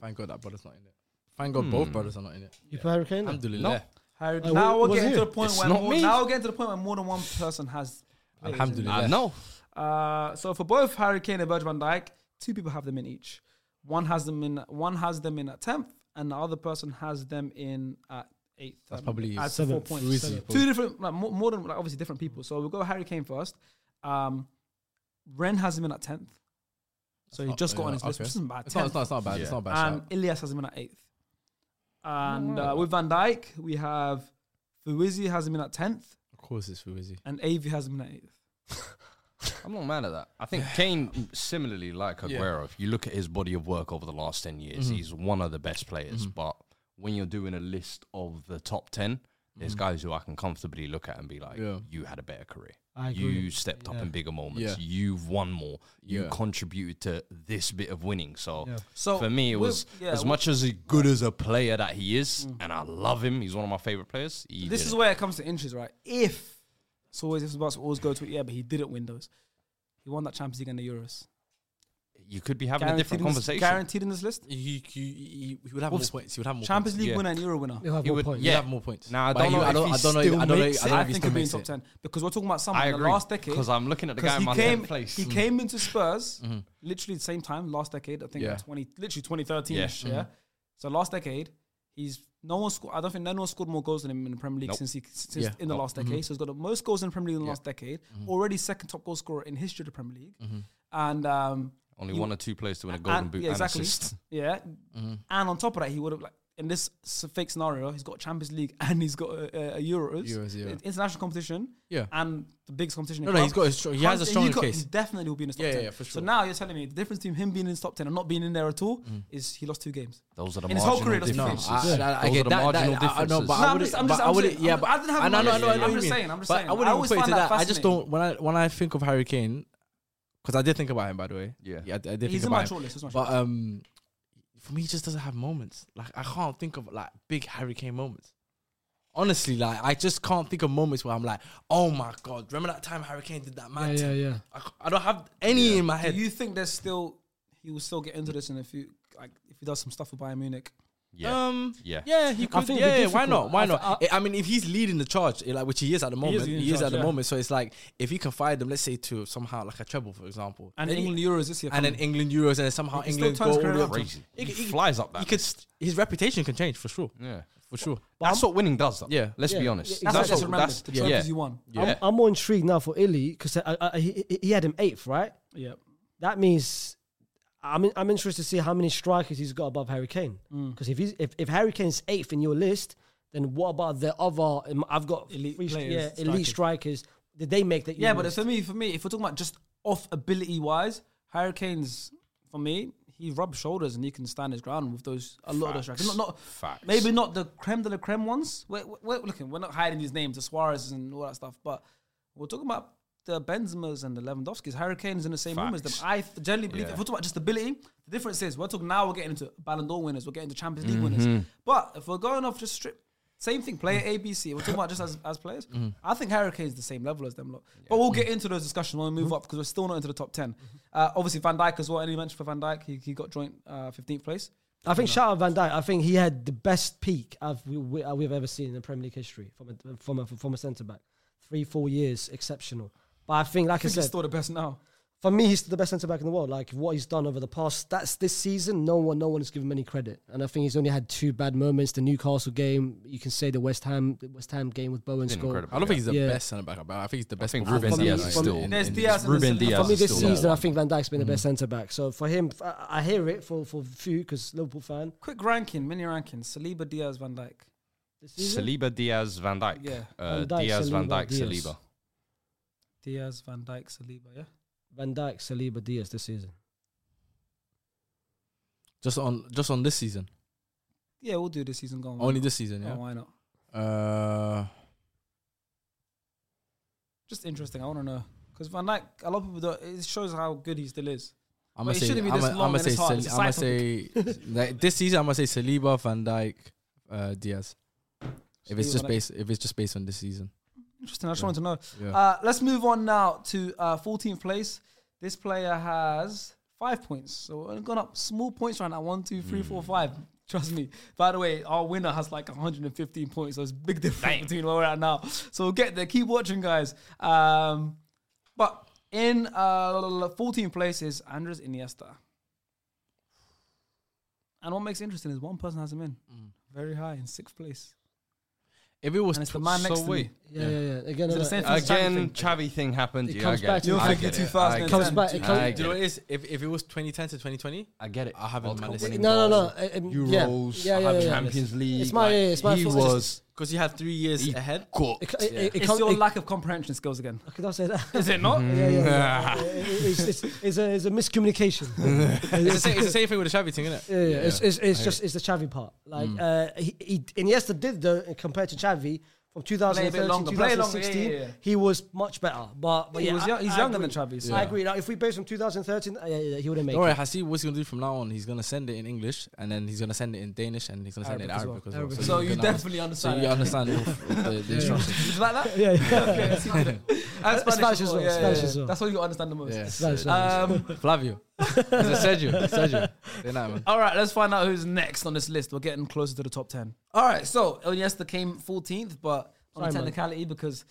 [SPEAKER 2] Thank God that brother's not in it. Thank God
[SPEAKER 4] Hmm.
[SPEAKER 2] both brothers are not in it.
[SPEAKER 3] You put Hurricane? there?
[SPEAKER 2] Alhamdulillah.
[SPEAKER 1] Harry,
[SPEAKER 3] Uh,
[SPEAKER 1] now
[SPEAKER 3] wh-
[SPEAKER 1] we're
[SPEAKER 3] was
[SPEAKER 1] getting
[SPEAKER 3] it?
[SPEAKER 1] to the point
[SPEAKER 4] It's
[SPEAKER 1] where
[SPEAKER 4] not
[SPEAKER 1] more,
[SPEAKER 4] me.
[SPEAKER 1] now we're getting to the point where more than one person has.
[SPEAKER 4] I
[SPEAKER 2] Alhamdulillah.
[SPEAKER 4] know.
[SPEAKER 1] Uh, so for both Harry Kane and Virgil van Dijk, two people have them in each. One has them in one has them in at tenth, and the other person has them in at eighth.
[SPEAKER 2] That's
[SPEAKER 1] Um,
[SPEAKER 2] probably
[SPEAKER 1] adds to
[SPEAKER 3] seventh,
[SPEAKER 1] Four points.
[SPEAKER 3] Fuizzi.
[SPEAKER 2] Fuizzi.
[SPEAKER 1] Two different, like, more, more than like, obviously different people. So we'll go Harry Kane first. Um, Ren has him in at tenth, so he
[SPEAKER 2] Oh,
[SPEAKER 1] just got
[SPEAKER 2] yeah,
[SPEAKER 1] on his list,
[SPEAKER 2] okay.
[SPEAKER 1] which isn't bad.
[SPEAKER 2] It's not,
[SPEAKER 1] 10th.
[SPEAKER 2] it's not, it's not bad. It's
[SPEAKER 4] Yeah.
[SPEAKER 2] not a bad.
[SPEAKER 1] And
[SPEAKER 2] shout.
[SPEAKER 1] Ilias has him in at eighth. And uh, with Van Dijk, we have Fuizzi has him in at tenth,
[SPEAKER 2] Of course, it's Fuizzi.
[SPEAKER 1] and Avi has him in at eighth.
[SPEAKER 4] I'm not mad at that. I think Kane, similarly like
[SPEAKER 2] Yeah.
[SPEAKER 4] Aguero, if you look at his body of work over the last 10 years, he's one of the best players. But when you're doing a list of the top 10,
[SPEAKER 2] Mm.
[SPEAKER 4] there's guys who I can comfortably look at and be like,
[SPEAKER 2] Mm-hmm. Yeah.
[SPEAKER 4] you had a better career.
[SPEAKER 3] I agree.
[SPEAKER 4] You stepped up
[SPEAKER 3] Yeah.
[SPEAKER 4] in bigger moments.
[SPEAKER 2] Yeah.
[SPEAKER 4] You've won more. You
[SPEAKER 2] Yeah.
[SPEAKER 4] contributed to this bit of winning. So,
[SPEAKER 3] Yeah.
[SPEAKER 1] So
[SPEAKER 4] for me, it
[SPEAKER 1] with-
[SPEAKER 4] was
[SPEAKER 1] yeah,
[SPEAKER 4] as
[SPEAKER 1] with-
[SPEAKER 4] much as he- good as a player that he is, and I love him. He's one of my favorite players. He
[SPEAKER 1] this
[SPEAKER 4] did
[SPEAKER 1] is
[SPEAKER 4] it.
[SPEAKER 1] where it comes to inches, right? If it's always it's about to always go to it, yeah, but he didn't win those. He won that Champions League and the Euros.
[SPEAKER 4] you could be having a different
[SPEAKER 1] in this-
[SPEAKER 4] conversation.
[SPEAKER 1] guaranteed in this list.
[SPEAKER 2] He, he, he, he would have
[SPEAKER 1] Well,
[SPEAKER 2] more points. He would have more
[SPEAKER 1] Champions
[SPEAKER 2] points.
[SPEAKER 1] League
[SPEAKER 4] yeah.
[SPEAKER 1] winner and Euro winner.
[SPEAKER 3] You'll have
[SPEAKER 4] He
[SPEAKER 3] more
[SPEAKER 4] would-
[SPEAKER 3] points.
[SPEAKER 2] He'd
[SPEAKER 4] yeah.
[SPEAKER 2] have more points.
[SPEAKER 4] Nah, I
[SPEAKER 2] But
[SPEAKER 4] don't
[SPEAKER 2] he-
[SPEAKER 4] know
[SPEAKER 2] I
[SPEAKER 4] if
[SPEAKER 2] don't, I don't
[SPEAKER 4] he
[SPEAKER 2] know.
[SPEAKER 4] still
[SPEAKER 2] I don't know.
[SPEAKER 4] makes
[SPEAKER 2] I
[SPEAKER 4] it.
[SPEAKER 2] don't know
[SPEAKER 1] I
[SPEAKER 2] if he
[SPEAKER 1] think
[SPEAKER 2] still
[SPEAKER 1] he'll be in
[SPEAKER 2] makes
[SPEAKER 1] top
[SPEAKER 2] it.
[SPEAKER 1] ten because we're talking about someone
[SPEAKER 4] I
[SPEAKER 1] in the
[SPEAKER 4] agree.
[SPEAKER 1] last decade.
[SPEAKER 4] Because I'm looking at the guy
[SPEAKER 1] Because
[SPEAKER 4] in
[SPEAKER 1] he
[SPEAKER 4] my
[SPEAKER 1] came,
[SPEAKER 4] tenth
[SPEAKER 2] Mm.
[SPEAKER 4] place.
[SPEAKER 1] he came into Spurs literally the same time last decade. I think
[SPEAKER 2] Mm-hmm. Yeah. Mm-hmm.
[SPEAKER 1] like twenty, literally twenty thirteen. Yeah.
[SPEAKER 4] Yeah.
[SPEAKER 1] So last decade, he's no one scored. I don't think no one scored more goals than him in the Premier League
[SPEAKER 4] Nope.
[SPEAKER 1] since he since
[SPEAKER 2] Yeah. Mm-hmm.
[SPEAKER 1] in the
[SPEAKER 4] Nope.
[SPEAKER 1] last decade. So he's got the most goals in the Premier League in the last decade. Already second top goal scorer in history of the Premier League,
[SPEAKER 2] Mm-hmm.
[SPEAKER 1] and um,
[SPEAKER 4] Only
[SPEAKER 1] You-
[SPEAKER 4] one or two players to win a golden
[SPEAKER 1] and-
[SPEAKER 4] boot
[SPEAKER 1] yeah,
[SPEAKER 4] and
[SPEAKER 1] exactly.
[SPEAKER 4] assist.
[SPEAKER 1] Yeah.
[SPEAKER 2] Mm-hmm.
[SPEAKER 1] And on top of that, he would have like in this s- fake scenario, he's got Champions League [LAUGHS] and he's got a, a Euros,
[SPEAKER 2] Euros, yeah.
[SPEAKER 1] It's international competition,
[SPEAKER 2] Yeah.
[SPEAKER 1] and the biggest competition. in
[SPEAKER 2] No, no,
[SPEAKER 1] club.
[SPEAKER 2] he's got his strong- he has a
[SPEAKER 1] He's
[SPEAKER 2] stronger
[SPEAKER 1] got-
[SPEAKER 2] case.
[SPEAKER 1] He definitely will be in the top
[SPEAKER 2] Yeah,
[SPEAKER 1] ten.
[SPEAKER 2] yeah, yeah, for
[SPEAKER 1] So
[SPEAKER 2] sure. Mm.
[SPEAKER 1] now you're telling me the difference between him being in the top ten and not being in there at all is he lost two games.
[SPEAKER 4] Those are the
[SPEAKER 1] In his whole career,
[SPEAKER 4] marginal
[SPEAKER 1] that's
[SPEAKER 2] No,
[SPEAKER 4] differences.
[SPEAKER 2] I, I, I
[SPEAKER 4] Those
[SPEAKER 2] get
[SPEAKER 4] are the
[SPEAKER 2] that,
[SPEAKER 4] marginal
[SPEAKER 2] that, I, I know, but
[SPEAKER 4] differences.
[SPEAKER 1] No,
[SPEAKER 2] I
[SPEAKER 1] I'm
[SPEAKER 2] wouldn't.
[SPEAKER 1] just- I'm
[SPEAKER 2] but
[SPEAKER 1] just-
[SPEAKER 2] I
[SPEAKER 1] I'm
[SPEAKER 2] wouldn't.
[SPEAKER 1] saying-
[SPEAKER 2] yeah,
[SPEAKER 1] I'm-
[SPEAKER 2] but
[SPEAKER 1] I didn't have
[SPEAKER 2] I
[SPEAKER 1] an
[SPEAKER 2] know, I know, I
[SPEAKER 1] idea.
[SPEAKER 2] know what you
[SPEAKER 1] I'm just
[SPEAKER 2] mean.
[SPEAKER 1] saying, I'm just
[SPEAKER 2] But
[SPEAKER 1] saying.
[SPEAKER 2] I
[SPEAKER 1] I
[SPEAKER 2] wouldn't
[SPEAKER 1] always
[SPEAKER 2] equate it
[SPEAKER 1] find
[SPEAKER 2] to
[SPEAKER 1] that
[SPEAKER 2] that. I just
[SPEAKER 1] fascinating.
[SPEAKER 2] don't. When I when I think of Harry Kane, because I did think about him by the way.
[SPEAKER 4] Yeah.
[SPEAKER 2] I, I did think
[SPEAKER 1] He's in my
[SPEAKER 2] about him.
[SPEAKER 1] shortlist. he's in my
[SPEAKER 2] But
[SPEAKER 1] shortlist.
[SPEAKER 2] um, for me, he just doesn't have moments. Like I can't think of like big Harry Kane moments. Honestly, like I just can't think of moments where I'm like, oh my god, remember that time Harry Kane did that
[SPEAKER 3] Yeah,
[SPEAKER 2] man?
[SPEAKER 3] yeah, yeah.
[SPEAKER 2] I, c- I don't have any in my
[SPEAKER 1] Do
[SPEAKER 2] head.
[SPEAKER 1] you think there's still he will still get into this in a few like if he does some stuff with Bayern Munich?
[SPEAKER 4] Yeah.
[SPEAKER 2] Um.
[SPEAKER 4] Yeah.
[SPEAKER 2] Yeah. He could.
[SPEAKER 3] think
[SPEAKER 2] Yeah.
[SPEAKER 3] it'd be
[SPEAKER 2] yeah, Why
[SPEAKER 3] difficult.
[SPEAKER 2] not? Why
[SPEAKER 3] I
[SPEAKER 2] not?
[SPEAKER 3] th-
[SPEAKER 2] I, I mean, if he's leading the charge, eh, like which he is at the moment, he
[SPEAKER 1] leading
[SPEAKER 2] is,
[SPEAKER 1] the charge,
[SPEAKER 2] at the
[SPEAKER 1] yeah.
[SPEAKER 2] moment. So it's like if he can find them, let's say to somehow like a treble, for example,
[SPEAKER 1] And
[SPEAKER 2] then he-
[SPEAKER 1] England Euros this year.
[SPEAKER 2] and then
[SPEAKER 1] coming.
[SPEAKER 2] England Euros, and then somehow
[SPEAKER 1] can still
[SPEAKER 2] England
[SPEAKER 1] turn
[SPEAKER 2] go
[SPEAKER 1] his
[SPEAKER 2] all
[SPEAKER 1] career
[SPEAKER 2] the
[SPEAKER 1] around.
[SPEAKER 2] way.
[SPEAKER 4] Crazy. He, flies up that.
[SPEAKER 2] He could. st- His reputation can change for sure.
[SPEAKER 4] yeah.
[SPEAKER 2] For sure.
[SPEAKER 4] That's what winning does. Though.
[SPEAKER 2] Yeah.
[SPEAKER 4] Let's be
[SPEAKER 3] Yeah.
[SPEAKER 4] honest.
[SPEAKER 1] that's,
[SPEAKER 4] That's
[SPEAKER 1] what's
[SPEAKER 4] what.
[SPEAKER 1] remembered.
[SPEAKER 4] That's
[SPEAKER 1] the
[SPEAKER 4] yeah.
[SPEAKER 1] trophies you won.
[SPEAKER 4] Yeah.
[SPEAKER 3] I'm more intrigued now for Illy because I, I, I, he, he had him eighth, right?
[SPEAKER 1] Yeah.
[SPEAKER 3] That means I'm in, I'm interested to see how many strikers he's got above Harry Kane.
[SPEAKER 1] Mm.
[SPEAKER 3] Because if he's if, if Harry Kane's eighth in your list, then what about the other? um, I've got
[SPEAKER 1] Elite
[SPEAKER 3] three,
[SPEAKER 1] players,
[SPEAKER 3] yeah, elite strikers. Did they make that?
[SPEAKER 1] Yeah,
[SPEAKER 3] your
[SPEAKER 1] but
[SPEAKER 3] list?
[SPEAKER 1] for me, for me, if we're talking about just off ability wise, Hurricanes for me, he rubs shoulders and he can stand his ground with those a lot of those strikers. Not, not
[SPEAKER 4] Facts.
[SPEAKER 1] maybe not the creme de la creme ones. We're, we're looking, we're not hiding these names, the Suarez and all that stuff, but we're talking about the Benzema's and the Lewandowskis. Hurricanes in the same room as them.
[SPEAKER 4] Facts.
[SPEAKER 1] I th- generally believe
[SPEAKER 4] Yeah.
[SPEAKER 1] if we're talking about just ability, the difference is we're talking now we're getting into Ballon d'Or winners, we're getting into Champions League
[SPEAKER 2] Mm-hmm.
[SPEAKER 1] winners. But if we're going off just strip same thing, player ABC. We're talking about just as, as players.
[SPEAKER 2] Mm-hmm.
[SPEAKER 1] I think Harry Kane's the same level as them lot. But we'll get into those discussions when
[SPEAKER 2] Mm-hmm.
[SPEAKER 1] we move up because we're still not into the top 10. Uh, obviously, Van Dijk as well. Any mention for Van Dijk? He, he got joint uh, 15th place.
[SPEAKER 3] I think shout out Van Dijk. I think he had the best peak I've, we, we, uh, we've ever seen in Premier League history from a from a from a centre back. Three four years, exceptional. But I think, like
[SPEAKER 1] I
[SPEAKER 3] I,
[SPEAKER 1] think he's
[SPEAKER 3] said,
[SPEAKER 1] still the best now.
[SPEAKER 3] for me, he's the best centre back in the world. Like what he's done over the past, that's this season. No one, no one has given him any credit, and I think he's only had two bad moments: the Newcastle game. You can say the West Ham, the West Ham game with Bowen's
[SPEAKER 4] Been
[SPEAKER 3] goal.
[SPEAKER 4] incredible.
[SPEAKER 2] I don't think he's the
[SPEAKER 3] Yeah.
[SPEAKER 2] best centre back, but I think he's the best.
[SPEAKER 4] think
[SPEAKER 2] performer
[SPEAKER 4] Ruben
[SPEAKER 2] centre
[SPEAKER 3] Diaz
[SPEAKER 2] back
[SPEAKER 3] is
[SPEAKER 2] in-
[SPEAKER 4] still-
[SPEAKER 2] in-
[SPEAKER 1] There's
[SPEAKER 2] in-
[SPEAKER 1] Diaz and
[SPEAKER 4] Ruben
[SPEAKER 1] Silva.
[SPEAKER 4] Diaz.
[SPEAKER 3] For me,
[SPEAKER 4] is
[SPEAKER 3] this
[SPEAKER 4] still Mm-hmm.
[SPEAKER 3] season, I
[SPEAKER 4] one.
[SPEAKER 3] think Van Dijk's been the best centre back. So for him, I, I hear it for for few because Liverpool fan.
[SPEAKER 1] Quick ranking, mini ranking. Saliba, Diaz, Van Dijk.
[SPEAKER 3] This season,
[SPEAKER 4] Saliba, Diaz, Van Dijk.
[SPEAKER 1] Yeah.
[SPEAKER 4] Uh,
[SPEAKER 3] Van Dijk,
[SPEAKER 4] Diaz, Van
[SPEAKER 3] Saliba,
[SPEAKER 4] Dijk,
[SPEAKER 3] Diaz.
[SPEAKER 4] Saliba.
[SPEAKER 1] Diaz, Van Dijk, Saliba, yeah?
[SPEAKER 3] Van Dijk, Saliba, Diaz. This season,
[SPEAKER 2] Just on, just on this season.
[SPEAKER 1] Yeah, we'll do this season gone. Why
[SPEAKER 2] Only
[SPEAKER 1] not?
[SPEAKER 2] this season,
[SPEAKER 1] Oh,
[SPEAKER 2] yeah.
[SPEAKER 1] why not?
[SPEAKER 4] Uh,
[SPEAKER 1] Just interesting. I want to know because Van Dyke. A lot of people don't. It shows how good he still is.
[SPEAKER 2] I'm
[SPEAKER 1] But
[SPEAKER 2] gonna
[SPEAKER 1] it
[SPEAKER 2] say,
[SPEAKER 1] shouldn't be
[SPEAKER 2] I'm
[SPEAKER 1] this long
[SPEAKER 2] gonna
[SPEAKER 1] and
[SPEAKER 2] say,
[SPEAKER 1] it's hard.
[SPEAKER 2] Sal-
[SPEAKER 1] It's a
[SPEAKER 2] I'm gonna
[SPEAKER 1] side
[SPEAKER 2] say like, this season. I'm gonna say Saliba, Van Dijk, uh, Diaz. If it's
[SPEAKER 1] Saliba,
[SPEAKER 2] just
[SPEAKER 1] Van Dijk.
[SPEAKER 2] based, if it's just based on this season,
[SPEAKER 1] Interesting. I just wanted to know.
[SPEAKER 2] yeah.
[SPEAKER 1] Uh, let's move on now to uh, 14th place. This player has five points, so we're only gone up small points right now. One, two, three, four, five. Trust me. By the way, our winner has like 115 points, so it's a big difference between where we're at now. So we'll get there. Keep watching, guys. Um, but in uh, 14th place is Andres Iniesta. And what makes it interesting is one person has him in very high in sixth place,
[SPEAKER 2] if it was
[SPEAKER 1] and it's the
[SPEAKER 2] tw-
[SPEAKER 1] man
[SPEAKER 2] so
[SPEAKER 1] next to
[SPEAKER 2] wait,
[SPEAKER 1] me.
[SPEAKER 3] Yeah, yeah, yeah.
[SPEAKER 1] Is
[SPEAKER 3] Again,
[SPEAKER 1] it
[SPEAKER 3] no,
[SPEAKER 1] the
[SPEAKER 3] no,
[SPEAKER 1] same thing as Xavi
[SPEAKER 4] again,
[SPEAKER 1] thing?
[SPEAKER 4] Chavi thing happened.
[SPEAKER 3] It
[SPEAKER 4] yeah,
[SPEAKER 3] comes
[SPEAKER 4] I get
[SPEAKER 3] back
[SPEAKER 4] it.
[SPEAKER 3] to You'll
[SPEAKER 4] I
[SPEAKER 1] think
[SPEAKER 4] get
[SPEAKER 1] you're too
[SPEAKER 4] it.
[SPEAKER 1] fast
[SPEAKER 4] I
[SPEAKER 1] and
[SPEAKER 4] get
[SPEAKER 3] comes
[SPEAKER 4] it.
[SPEAKER 3] back. It
[SPEAKER 4] I
[SPEAKER 3] comes,
[SPEAKER 2] Do
[SPEAKER 4] get
[SPEAKER 2] you know what
[SPEAKER 4] it.
[SPEAKER 2] it is? If, if it was 2010 to 2020,
[SPEAKER 4] I get it.
[SPEAKER 2] I have
[SPEAKER 4] World
[SPEAKER 2] him
[SPEAKER 4] Cup
[SPEAKER 2] man
[SPEAKER 4] winning
[SPEAKER 2] listening
[SPEAKER 3] no, no,
[SPEAKER 4] goals,
[SPEAKER 3] no. I- I'm- yeah.
[SPEAKER 4] Euros,
[SPEAKER 3] Yeah, yeah,
[SPEAKER 4] I have
[SPEAKER 3] yeah, yeah.
[SPEAKER 4] Champions League.
[SPEAKER 3] It's my- it's my
[SPEAKER 4] he
[SPEAKER 3] fault.
[SPEAKER 4] was.
[SPEAKER 2] because you had three years
[SPEAKER 1] [LAUGHS]
[SPEAKER 4] He-
[SPEAKER 2] ahead.
[SPEAKER 4] Good.
[SPEAKER 3] it, it, it, it
[SPEAKER 1] It's
[SPEAKER 3] comes,
[SPEAKER 1] your
[SPEAKER 3] it,
[SPEAKER 1] lack of comprehension skills again.
[SPEAKER 3] I could not say that.
[SPEAKER 1] Is it not?
[SPEAKER 3] Mm-hmm. yeah, yeah,
[SPEAKER 1] [LAUGHS]
[SPEAKER 3] yeah. It- it- it's, it's, it's, a, it's a miscommunication.
[SPEAKER 2] It's the, same, it's the same thing with the Xavi thing, isn't it?
[SPEAKER 3] Yeah, yeah. It's, it's, it's just it's the Chavi part. Like
[SPEAKER 1] Mm.
[SPEAKER 3] uh, he, he Iniesta did though compared to Chavi from 2013
[SPEAKER 1] longer, play longer, yeah,
[SPEAKER 3] 2016.
[SPEAKER 1] yeah, yeah.
[SPEAKER 3] He was much better, but, but
[SPEAKER 1] He
[SPEAKER 3] yeah,
[SPEAKER 1] was
[SPEAKER 3] I-
[SPEAKER 1] young- he's
[SPEAKER 3] I
[SPEAKER 1] younger than
[SPEAKER 3] agree.
[SPEAKER 1] Xavi, so-
[SPEAKER 3] I
[SPEAKER 1] Yeah.
[SPEAKER 3] agree. Like if we based on 2013, uh, yeah, yeah, he would have made.
[SPEAKER 2] Don't
[SPEAKER 3] it.
[SPEAKER 2] worry, Hasib, what's he gonna do from now on? He's gonna send it in English, and then he's gonna send it in Danish, and he's gonna send
[SPEAKER 1] Arabic
[SPEAKER 2] it
[SPEAKER 1] as
[SPEAKER 2] in Arabic as well.
[SPEAKER 3] Arabic.
[SPEAKER 1] So you
[SPEAKER 2] can
[SPEAKER 1] definitely
[SPEAKER 2] so
[SPEAKER 1] understand.
[SPEAKER 2] you
[SPEAKER 1] that.
[SPEAKER 2] understand the, the, the instructions.
[SPEAKER 1] Did you like
[SPEAKER 2] [LAUGHS]
[SPEAKER 1] that?
[SPEAKER 3] [LAUGHS] Yeah, yeah.
[SPEAKER 1] Okay, I see what you did. And
[SPEAKER 3] Spanish as well,
[SPEAKER 1] Yeah,
[SPEAKER 3] Spanish
[SPEAKER 1] yeah,
[SPEAKER 3] as well.
[SPEAKER 1] That's what you understand the most.
[SPEAKER 2] Yeah.
[SPEAKER 3] That's-
[SPEAKER 1] Um,
[SPEAKER 2] Flavio, Is it Sergio, Sergio, they're
[SPEAKER 1] [LAUGHS]
[SPEAKER 2] not man.
[SPEAKER 1] all right, let's find out who's next on this list. We're getting closer to the top 10. All right, so Iniesta came 14th, but on a
[SPEAKER 3] Sorry, man.
[SPEAKER 1] technicality because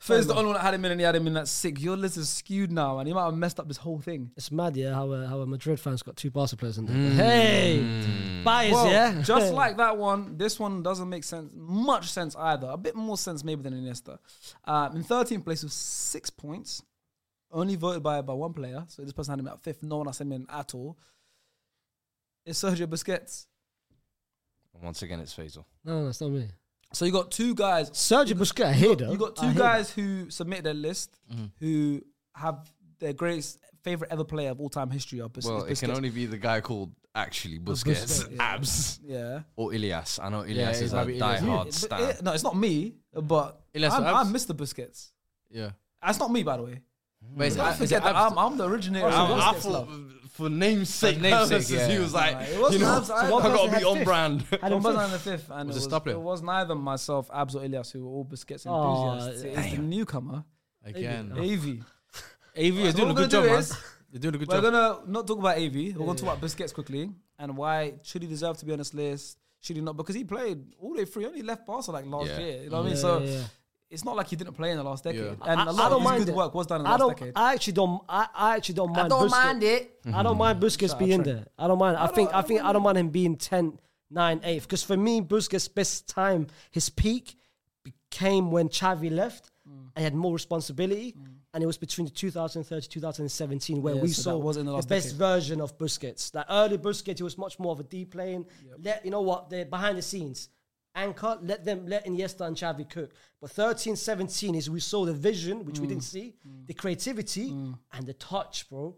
[SPEAKER 1] Fizz the only one that had him in and he had him in that sick. Your list is skewed now, and you might have messed up this whole thing.
[SPEAKER 3] It's mad, yeah, how uh, how a Madrid fans got two Barca players in there.
[SPEAKER 4] Hmm.
[SPEAKER 3] Hey, bias,
[SPEAKER 1] Mm. Well, [LAUGHS]
[SPEAKER 3] yeah. [LAUGHS]
[SPEAKER 1] just like that one, this one doesn't make sense, much sense either. A bit more sense maybe than Iniesta. Um, in 13th place with six points, only voted by by one player. So this person had him at fifth. No one has him in at all. It's Sergio Busquets.
[SPEAKER 4] Once again, it's Faisal.
[SPEAKER 3] no, no, it's not me.
[SPEAKER 1] So you got two guys.
[SPEAKER 3] Sergio Busquets, here though.
[SPEAKER 1] You got
[SPEAKER 3] I
[SPEAKER 1] two
[SPEAKER 3] hear Mm-hmm.
[SPEAKER 1] guys who submitted their list who have their greatest favorite ever player of all time history. Are Bus-
[SPEAKER 4] Well, it can
[SPEAKER 1] Busquets.
[SPEAKER 4] only be the guy called actually Busquets,
[SPEAKER 1] Busquets, yeah.
[SPEAKER 4] Abs,
[SPEAKER 1] yeah.
[SPEAKER 4] or Ilias. I know Ilias
[SPEAKER 2] Yeah, it
[SPEAKER 4] is a
[SPEAKER 2] might be Ilias.
[SPEAKER 4] diehard
[SPEAKER 1] But
[SPEAKER 4] stan.
[SPEAKER 1] it- no, it's not me, but
[SPEAKER 2] Ilias
[SPEAKER 1] I'm,
[SPEAKER 2] Abs?
[SPEAKER 1] I'm Mr. Busquets.
[SPEAKER 2] Yeah.
[SPEAKER 1] That's not me, by the way.
[SPEAKER 2] But it's,
[SPEAKER 1] Don't
[SPEAKER 2] I,
[SPEAKER 1] forget that I'm, I'm the originator. of
[SPEAKER 4] Um, I
[SPEAKER 1] Busquets
[SPEAKER 4] thought
[SPEAKER 1] love.
[SPEAKER 4] for namesake
[SPEAKER 2] For
[SPEAKER 4] [LAUGHS]
[SPEAKER 2] namesake,
[SPEAKER 4] purposes,
[SPEAKER 2] yeah.
[SPEAKER 4] he was like,
[SPEAKER 1] Nah, it was
[SPEAKER 4] you know,
[SPEAKER 1] Abs, I-
[SPEAKER 4] I
[SPEAKER 1] So one
[SPEAKER 4] gotta
[SPEAKER 3] person
[SPEAKER 4] be
[SPEAKER 3] had
[SPEAKER 4] on
[SPEAKER 3] fifth.
[SPEAKER 4] brand.
[SPEAKER 3] [LAUGHS] Had
[SPEAKER 1] One
[SPEAKER 3] him
[SPEAKER 1] was
[SPEAKER 3] fifth.
[SPEAKER 1] on the fifth, and
[SPEAKER 2] Was
[SPEAKER 1] it,
[SPEAKER 2] a
[SPEAKER 1] was,
[SPEAKER 2] star player.
[SPEAKER 1] it was neither myself, Abs, or Ilias who were all Busquets
[SPEAKER 3] Aw,
[SPEAKER 1] enthusiasts. it's the newcomer,
[SPEAKER 2] again,
[SPEAKER 1] AV.
[SPEAKER 2] [LAUGHS]
[SPEAKER 1] AV,
[SPEAKER 2] you're Oh. doing a good job, man. You're doing a good
[SPEAKER 1] we're
[SPEAKER 2] job.
[SPEAKER 1] gonna not talk about AV. We're gonna talk about Busquets quickly and why should he deserve to be on this list? Should he not? Because he played all the way through. He only left Barca like last
[SPEAKER 4] Yeah.
[SPEAKER 1] year. You know what I
[SPEAKER 3] Yeah,
[SPEAKER 1] mean? So
[SPEAKER 3] yeah, yeah.
[SPEAKER 1] it's not like he didn't play in the last decade.
[SPEAKER 2] Yeah.
[SPEAKER 1] And
[SPEAKER 3] I-
[SPEAKER 1] a
[SPEAKER 3] I
[SPEAKER 1] lot
[SPEAKER 3] don't
[SPEAKER 1] of his
[SPEAKER 3] mind
[SPEAKER 1] good
[SPEAKER 3] it.
[SPEAKER 1] work was done in the
[SPEAKER 3] I
[SPEAKER 1] last
[SPEAKER 3] don't.
[SPEAKER 1] decade.
[SPEAKER 3] I actually don't. I, I actually don't mind. Busquets.
[SPEAKER 1] it.
[SPEAKER 3] I don't mind Busquets
[SPEAKER 1] Mm-hmm. Shout out
[SPEAKER 3] being
[SPEAKER 1] Trent.
[SPEAKER 3] there. I don't mind. I, think. I think. I don't mind him being 10, 9, 8. Because for me, Busquets' best time, his peak, became when Xavi left.
[SPEAKER 1] Mm.
[SPEAKER 3] and had more responsibility, and it was between 2013 2017 where
[SPEAKER 1] Yeah,
[SPEAKER 3] we
[SPEAKER 1] so
[SPEAKER 3] saw
[SPEAKER 1] that was in the
[SPEAKER 3] the,
[SPEAKER 1] last
[SPEAKER 3] best
[SPEAKER 1] decade.
[SPEAKER 3] version of Busquets. That early Busquets, he was much more of a deep playing. Let you know what they're behind the scenes. Anchor, let them let Iniesta and Xavi cook. But 13, 17 is we saw the vision, which we didn't see, the creativity and the touch, bro.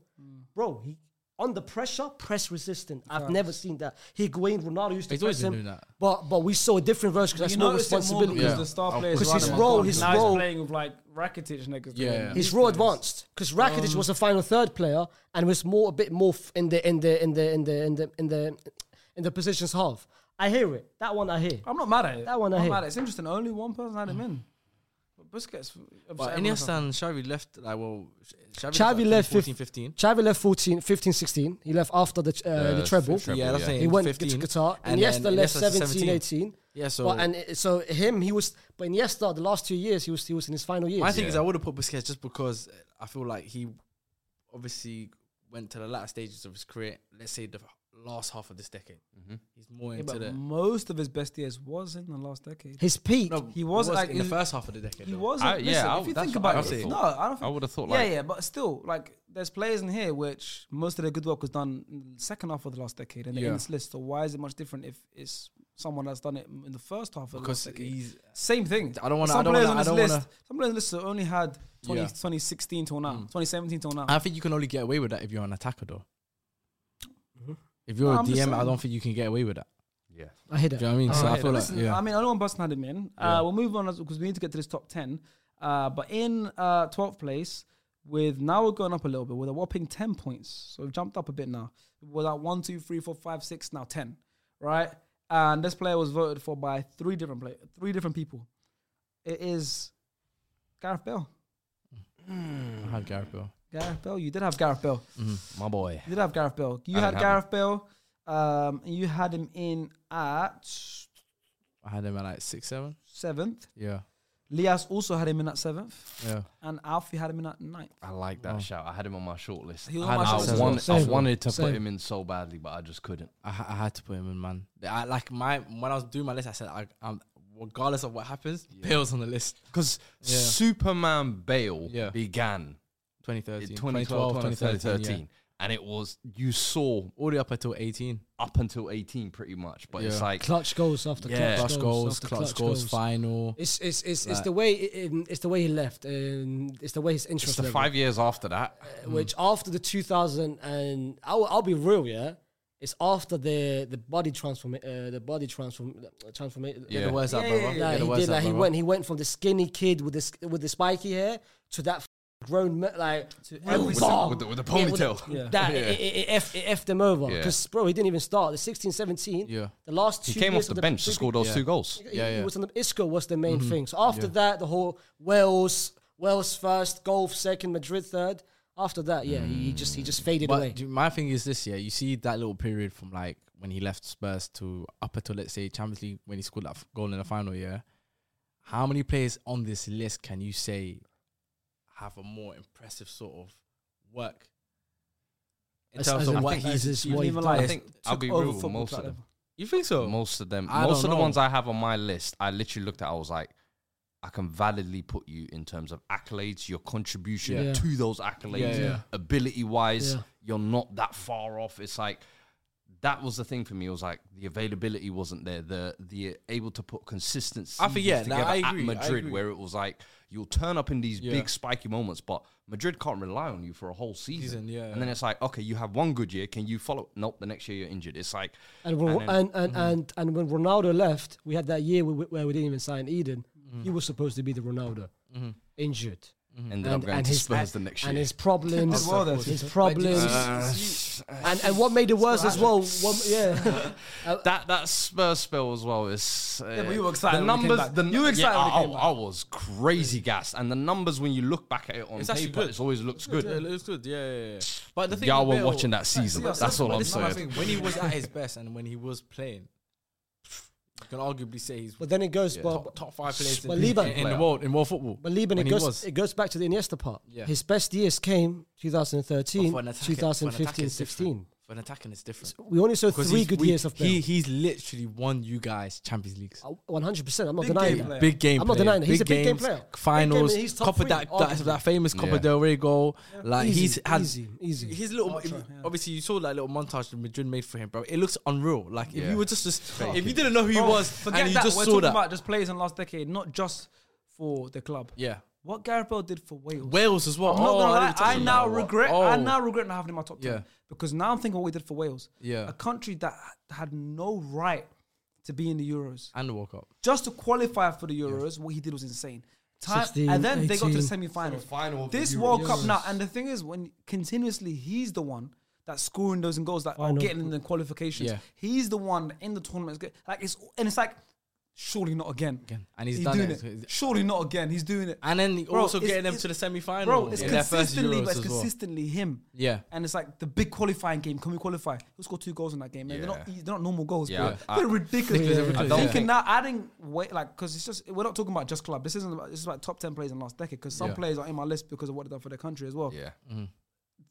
[SPEAKER 3] Bro, he under pressure, press resistant. I've never seen that. Higuain, Ronaldo used to press
[SPEAKER 2] He's always been
[SPEAKER 3] him,
[SPEAKER 2] doing that.
[SPEAKER 3] but but we saw a different version because
[SPEAKER 1] You
[SPEAKER 3] that's more
[SPEAKER 1] notice it more
[SPEAKER 3] responsibility.
[SPEAKER 1] because
[SPEAKER 2] Yeah. Oh,
[SPEAKER 1] the star
[SPEAKER 4] Of
[SPEAKER 1] players
[SPEAKER 4] course.
[SPEAKER 1] around
[SPEAKER 4] His
[SPEAKER 1] him are
[SPEAKER 4] role,
[SPEAKER 1] gone.
[SPEAKER 3] his
[SPEAKER 1] now he's
[SPEAKER 3] role-
[SPEAKER 1] playing with like Rakitic next to
[SPEAKER 2] Yeah.
[SPEAKER 1] him.
[SPEAKER 3] He's raw advanced because Rakitic was a final third player and was more a bit more f- in the in the in the in the in the in the in the positions half. I hear it. That one I hear.
[SPEAKER 1] I'm not mad at it.
[SPEAKER 3] That one I
[SPEAKER 1] I'm
[SPEAKER 3] hate.
[SPEAKER 1] mad at it. It's interesting. Only one person had him in. But Busquets.
[SPEAKER 2] But Iniesta and Xavi left. Like, well, Xavi,
[SPEAKER 3] Xavi left
[SPEAKER 2] left, like 14,
[SPEAKER 3] fif-
[SPEAKER 2] 15.
[SPEAKER 3] Xavi left 14, 15, 16. He left after the uh, the
[SPEAKER 4] the
[SPEAKER 3] treble.
[SPEAKER 4] treble,
[SPEAKER 2] Yeah, that's
[SPEAKER 4] Yeah.
[SPEAKER 2] yeah.
[SPEAKER 3] He went
[SPEAKER 2] 15.
[SPEAKER 3] to Qatar.
[SPEAKER 2] And
[SPEAKER 3] Iniesta
[SPEAKER 2] then
[SPEAKER 3] left
[SPEAKER 2] Iniesta's
[SPEAKER 3] 17, 18.
[SPEAKER 2] Yeah, so
[SPEAKER 3] but, and it- so him he was but Iniesta the last two years he was he was in his final years.
[SPEAKER 2] My thing is,
[SPEAKER 4] Yeah.
[SPEAKER 2] I would have put Busquets just because I feel like he obviously went to the latter stages of his career. Let's say the last half of this decade,
[SPEAKER 4] Mm-hmm.
[SPEAKER 2] he's more
[SPEAKER 1] Yeah,
[SPEAKER 2] into
[SPEAKER 1] but
[SPEAKER 2] the.
[SPEAKER 1] most of his best years was in the last decade.
[SPEAKER 3] His peak.
[SPEAKER 2] No,
[SPEAKER 1] he was like-
[SPEAKER 2] in the first half of the decade.
[SPEAKER 1] He
[SPEAKER 2] though.
[SPEAKER 1] was.
[SPEAKER 4] I-
[SPEAKER 1] not
[SPEAKER 4] yeah,
[SPEAKER 1] listen,
[SPEAKER 4] I-
[SPEAKER 1] if you
[SPEAKER 4] that's
[SPEAKER 1] think
[SPEAKER 4] what I
[SPEAKER 1] about
[SPEAKER 4] would've
[SPEAKER 1] it, no,
[SPEAKER 4] thought.
[SPEAKER 1] I don't. Think,
[SPEAKER 4] I would've thought,
[SPEAKER 1] Yeah,
[SPEAKER 4] like-
[SPEAKER 1] yeah, but still, like, there's players in here which most of their good work was done in the second half of the last decade, and they're in
[SPEAKER 2] Yeah.
[SPEAKER 1] this list. So why is it much different if it's someone that's done it in the first half of
[SPEAKER 2] because
[SPEAKER 1] the last decade?
[SPEAKER 2] he's
[SPEAKER 1] Same thing.
[SPEAKER 2] I don't wanna-
[SPEAKER 1] Some
[SPEAKER 2] I don't
[SPEAKER 1] players
[SPEAKER 2] wanna-
[SPEAKER 1] on
[SPEAKER 2] I
[SPEAKER 1] this
[SPEAKER 2] don't
[SPEAKER 1] list.
[SPEAKER 2] wanna-
[SPEAKER 1] Some players on this list only had 20,
[SPEAKER 2] Yeah. Hmm.
[SPEAKER 1] 2016 till now, 2017 till now.
[SPEAKER 2] I think you can only get away with that if you're an attacker, though. If you're
[SPEAKER 1] No,
[SPEAKER 2] a
[SPEAKER 1] Mm-hmm. I'm just
[SPEAKER 2] DM, I
[SPEAKER 1] saying.
[SPEAKER 2] don't think you can get away with that.
[SPEAKER 4] Yeah.
[SPEAKER 3] I hit it.
[SPEAKER 2] Do you know what I mean? so I
[SPEAKER 1] Alright,
[SPEAKER 2] feel like,
[SPEAKER 1] listen, I
[SPEAKER 2] yeah.
[SPEAKER 1] mean, I know I'm busting had him in. Uh, we'll move on because we need to get to this top 10. Uh, but in uh, 12th place, with now we're going up a little bit with a whopping 10 points. So we've jumped up a bit now. We're at 1, 2, 3, 4, 5, 6, now 10. Right? And this player was voted for by three different play- three different people. It is Gareth Bell.
[SPEAKER 2] I had Gareth Bale.
[SPEAKER 1] Gareth Bell. You did have Gareth Bell.
[SPEAKER 2] Mm-hmm.
[SPEAKER 4] My boy.
[SPEAKER 1] You did have Gareth Bell. You
[SPEAKER 4] I
[SPEAKER 1] had
[SPEAKER 4] didn't
[SPEAKER 1] Gareth
[SPEAKER 4] have
[SPEAKER 1] Bell. Um, and you had him in at
[SPEAKER 2] I had him at like six, seven.
[SPEAKER 1] seventh.
[SPEAKER 2] Yeah.
[SPEAKER 1] Lias also had him in at seventh,
[SPEAKER 2] Yeah.
[SPEAKER 1] and Alfie had him in at ninth.
[SPEAKER 4] I like that shout. I had him on my short list.
[SPEAKER 1] He was
[SPEAKER 4] I,
[SPEAKER 1] on my
[SPEAKER 4] I
[SPEAKER 1] short list as
[SPEAKER 4] wan-
[SPEAKER 3] well.
[SPEAKER 4] I
[SPEAKER 3] Same.
[SPEAKER 4] wanted to
[SPEAKER 3] Same.
[SPEAKER 4] put him in so badly, but I just couldn't.
[SPEAKER 2] I, ha- I had to put him in, man. I, like my when I was doing my list, I said, I, I'm regardless of what happens, Bale's on the list.
[SPEAKER 4] Because
[SPEAKER 2] Yeah.
[SPEAKER 4] Superman Bale
[SPEAKER 2] Yeah.
[SPEAKER 4] began
[SPEAKER 2] 2013,
[SPEAKER 4] in 2012, 2013,
[SPEAKER 2] 2013, yeah.
[SPEAKER 4] and it was you saw
[SPEAKER 2] all the way up until 18.
[SPEAKER 4] up until 18 pretty much, but it's
[SPEAKER 2] Yeah.
[SPEAKER 4] like
[SPEAKER 3] Clutch goals after
[SPEAKER 4] Yeah.
[SPEAKER 3] clutch,
[SPEAKER 2] Clutch goals,
[SPEAKER 3] after
[SPEAKER 2] clutch, goals, final.
[SPEAKER 3] It's it's it's, it's
[SPEAKER 2] Like-
[SPEAKER 3] the way it, it- it's the way he left, and it's the way his interest.
[SPEAKER 4] it's the
[SPEAKER 3] level. uh,
[SPEAKER 4] five years after that.
[SPEAKER 2] Mm.
[SPEAKER 3] which after the 2000 and I'll, I'll be real, yeah, it's after the the body transform uh, the body transform uh, transformation.
[SPEAKER 4] Yeah.
[SPEAKER 2] Get the words out,
[SPEAKER 1] Yeah,
[SPEAKER 2] brother.
[SPEAKER 1] yeah, yeah.
[SPEAKER 2] Get
[SPEAKER 3] Like
[SPEAKER 2] the
[SPEAKER 3] he
[SPEAKER 2] words
[SPEAKER 3] did,
[SPEAKER 2] out,
[SPEAKER 3] like he
[SPEAKER 2] brother.
[SPEAKER 3] went, he went from the skinny kid with this with the spiky hair to that f- grown ma- like real
[SPEAKER 1] every-
[SPEAKER 3] bomb.
[SPEAKER 4] with the- with the
[SPEAKER 3] Yeah, with the-
[SPEAKER 4] ponytail.
[SPEAKER 3] [LAUGHS]
[SPEAKER 1] Yeah.
[SPEAKER 4] [LAUGHS]
[SPEAKER 3] That it, it, it, effed- it effed him over
[SPEAKER 4] Yeah.
[SPEAKER 3] because bro, he didn't even start the 16, 17.
[SPEAKER 2] Yeah.
[SPEAKER 3] the last two
[SPEAKER 4] He came
[SPEAKER 3] years
[SPEAKER 4] off the
[SPEAKER 3] of
[SPEAKER 4] bench to
[SPEAKER 3] big-
[SPEAKER 4] score those
[SPEAKER 2] yeah.
[SPEAKER 4] two goals.
[SPEAKER 3] he-
[SPEAKER 2] Yeah,
[SPEAKER 3] he
[SPEAKER 2] yeah.
[SPEAKER 3] was on the Isco was the main
[SPEAKER 2] Mm-hmm.
[SPEAKER 3] thing. So after that, the whole Wales, Wales first, golf second, Madrid third. After that, yeah, he he just he just faded away.
[SPEAKER 2] But do- my thing is this, yeah, you see that little period from like when he left Spurs to up until let's say Champions League when he scored that f- goal in the final, yeah. How many players on this list can you say have a more impressive sort of work in
[SPEAKER 3] As-
[SPEAKER 2] terms
[SPEAKER 3] as
[SPEAKER 2] of
[SPEAKER 3] in-
[SPEAKER 2] what
[SPEAKER 3] as
[SPEAKER 2] he's
[SPEAKER 3] is
[SPEAKER 2] achieved?
[SPEAKER 3] what he
[SPEAKER 1] Even
[SPEAKER 3] done.
[SPEAKER 1] like
[SPEAKER 4] I think I'll
[SPEAKER 1] took
[SPEAKER 4] be
[SPEAKER 1] over
[SPEAKER 4] real.
[SPEAKER 1] football
[SPEAKER 4] Most of
[SPEAKER 1] club
[SPEAKER 4] them,
[SPEAKER 1] level.
[SPEAKER 2] You think so?
[SPEAKER 4] most of them,
[SPEAKER 2] I
[SPEAKER 4] most of
[SPEAKER 2] don't
[SPEAKER 4] the
[SPEAKER 2] know.
[SPEAKER 4] ones I have on my list, I literally looked at. I was like, I can validly put you in terms of accolades, your contribution
[SPEAKER 3] Yeah. Yeah.
[SPEAKER 4] to those
[SPEAKER 2] Yeah,
[SPEAKER 4] accolades,
[SPEAKER 2] yeah.
[SPEAKER 4] ability wise,
[SPEAKER 3] Yeah.
[SPEAKER 4] you're not that far off. It's like that was the thing for me. It was like the availability wasn't there. The the able to put consistency.
[SPEAKER 2] I think, yeah, nah,
[SPEAKER 4] together
[SPEAKER 2] I
[SPEAKER 4] at
[SPEAKER 2] agree, I
[SPEAKER 4] Madrid,
[SPEAKER 2] agree.
[SPEAKER 4] where it was like you'll turn up in these
[SPEAKER 2] Yeah.
[SPEAKER 4] big spiky moments, but Madrid can't rely on you for a whole season.
[SPEAKER 2] Season, yeah.
[SPEAKER 4] And then it's like, okay, you have one good year. Can you follow? Nope. The next year you're injured. It's like
[SPEAKER 3] And when, and,
[SPEAKER 4] and then-
[SPEAKER 3] and, and,
[SPEAKER 2] mm-hmm.
[SPEAKER 3] and, when Ronaldo left, we had that year where, where we didn't even sign Eden.
[SPEAKER 2] Mm-hmm.
[SPEAKER 3] He was supposed to be the Ronaldo, injured,
[SPEAKER 4] ended up going to Spurs the next year.
[SPEAKER 3] and his problems,
[SPEAKER 1] As well, that's
[SPEAKER 3] his
[SPEAKER 1] it.
[SPEAKER 3] problems, and and what made it worse as well, what- yeah.
[SPEAKER 1] [LAUGHS]
[SPEAKER 4] that that Spurs spell as well is. Uh,
[SPEAKER 1] Yeah, but you were excited
[SPEAKER 4] The
[SPEAKER 1] when it came
[SPEAKER 4] numbers,
[SPEAKER 1] back.
[SPEAKER 4] the
[SPEAKER 1] You were excited
[SPEAKER 4] Yeah,
[SPEAKER 1] when it
[SPEAKER 4] I,
[SPEAKER 1] came
[SPEAKER 4] I-
[SPEAKER 1] back.
[SPEAKER 4] I was crazy gassed, and the numbers when you look back at it on
[SPEAKER 2] It's actually
[SPEAKER 4] paper,
[SPEAKER 2] good.
[SPEAKER 4] it's always looks good.
[SPEAKER 2] Yeah, it looks good. Yeah, yeah, yeah. But the thing
[SPEAKER 4] Y'all
[SPEAKER 2] with
[SPEAKER 4] weren't
[SPEAKER 2] Bale-
[SPEAKER 4] watching that season.
[SPEAKER 1] that's-
[SPEAKER 4] That's all
[SPEAKER 2] But
[SPEAKER 4] I'm
[SPEAKER 2] this is my
[SPEAKER 4] saying.
[SPEAKER 2] thing. When he was at his best and when he was playing, you can arguably say he's
[SPEAKER 3] But then it goes, well,
[SPEAKER 2] top, top five players in,
[SPEAKER 3] Well, Liban-
[SPEAKER 2] in- in the world in world football.
[SPEAKER 3] But Liban,
[SPEAKER 2] When
[SPEAKER 3] it
[SPEAKER 2] he
[SPEAKER 3] goes,
[SPEAKER 2] was.
[SPEAKER 3] it goes back to the Iniesta part.
[SPEAKER 2] Yeah.
[SPEAKER 3] His best years came
[SPEAKER 2] But
[SPEAKER 3] 2013,
[SPEAKER 2] for an attacker- for an attacker
[SPEAKER 3] 2015,
[SPEAKER 2] it's different.
[SPEAKER 3] 16.
[SPEAKER 2] For an attacking, it's different.
[SPEAKER 3] We only saw three
[SPEAKER 2] he's-
[SPEAKER 3] good
[SPEAKER 2] we-
[SPEAKER 3] years of Bale.
[SPEAKER 2] He he's literally won you guys Champions Leagues.
[SPEAKER 3] Uh, 100%. I'm not
[SPEAKER 1] Big
[SPEAKER 3] denying
[SPEAKER 1] game
[SPEAKER 3] that.
[SPEAKER 1] player.
[SPEAKER 2] Big game.
[SPEAKER 3] I'm not
[SPEAKER 2] player,
[SPEAKER 3] denying that. He's a big game
[SPEAKER 2] games,
[SPEAKER 3] player. Big game,
[SPEAKER 2] Finals.
[SPEAKER 3] he's top
[SPEAKER 2] Copa
[SPEAKER 3] three,
[SPEAKER 2] that, that
[SPEAKER 3] arguably.
[SPEAKER 2] that famous Copa
[SPEAKER 4] Yeah.
[SPEAKER 2] del Rey goal. Like
[SPEAKER 3] Easy,
[SPEAKER 2] he's had
[SPEAKER 3] easy, easy.
[SPEAKER 2] His little obviously you saw that little montage that Madrid made for him, bro. It looks unreal. Like if
[SPEAKER 4] Yeah.
[SPEAKER 2] you were just, just if you didn't know who he was
[SPEAKER 1] Forget
[SPEAKER 2] and you
[SPEAKER 1] that.
[SPEAKER 2] just
[SPEAKER 1] We're
[SPEAKER 2] saw
[SPEAKER 1] talking
[SPEAKER 2] that,
[SPEAKER 1] about just players in the last decade, not just for the club.
[SPEAKER 2] yeah.
[SPEAKER 1] What Gareth Bell did for Wales.
[SPEAKER 2] Wales as well.
[SPEAKER 1] I'm not
[SPEAKER 2] Oh,
[SPEAKER 1] gonna
[SPEAKER 2] I
[SPEAKER 1] lie.
[SPEAKER 2] didn't
[SPEAKER 1] I
[SPEAKER 2] touch on
[SPEAKER 1] now
[SPEAKER 2] that one.
[SPEAKER 1] regret. I
[SPEAKER 2] Oh.
[SPEAKER 1] now regret not having him in my top ten
[SPEAKER 2] Yeah.
[SPEAKER 1] because now I'm thinking of what he did for Wales.
[SPEAKER 2] Yeah.
[SPEAKER 1] a country that had no right to be in the Euros.
[SPEAKER 2] and the World Cup.
[SPEAKER 1] just to qualify for the Euros, what he did was insane. Time,
[SPEAKER 3] 16,
[SPEAKER 1] and then they got to the
[SPEAKER 3] 18.
[SPEAKER 1] semi-final.
[SPEAKER 4] Semi-final of the
[SPEAKER 1] this
[SPEAKER 4] Euros.
[SPEAKER 1] World Cup now, and the thing is, when continuously he's the one that's scoring those and goals that are
[SPEAKER 3] Final.
[SPEAKER 1] getting in the qualifications.
[SPEAKER 2] Yeah.
[SPEAKER 1] He's the one in the tournament. that's get- Like it's and it's like, surely not again.
[SPEAKER 2] And he's done
[SPEAKER 1] doing
[SPEAKER 2] it.
[SPEAKER 1] Surely not again. He's doing it.
[SPEAKER 2] And then he
[SPEAKER 1] Bro,
[SPEAKER 2] also
[SPEAKER 1] it's-
[SPEAKER 2] getting them
[SPEAKER 1] it's-
[SPEAKER 2] to the semi final.
[SPEAKER 1] Bro, it's consistently, but it's consistently him.
[SPEAKER 2] Yeah.
[SPEAKER 1] And it's like the big qualifying game. Can we qualify? He'll score two goals in that game. man. They're, not,
[SPEAKER 4] Yeah.
[SPEAKER 1] they're not normal goals,
[SPEAKER 4] Yeah,
[SPEAKER 1] bro.
[SPEAKER 4] I-
[SPEAKER 1] they're ridiculous.
[SPEAKER 2] Yeah, yeah, yeah. I don't
[SPEAKER 1] Thinking
[SPEAKER 4] think-
[SPEAKER 1] now, adding weight, like, because it's just, we're not talking about just club. This isn't about, this is about top 10 players in the last decade, because some
[SPEAKER 2] Yeah.
[SPEAKER 1] players are in my list because of what they've done for their country as well.
[SPEAKER 4] Yeah,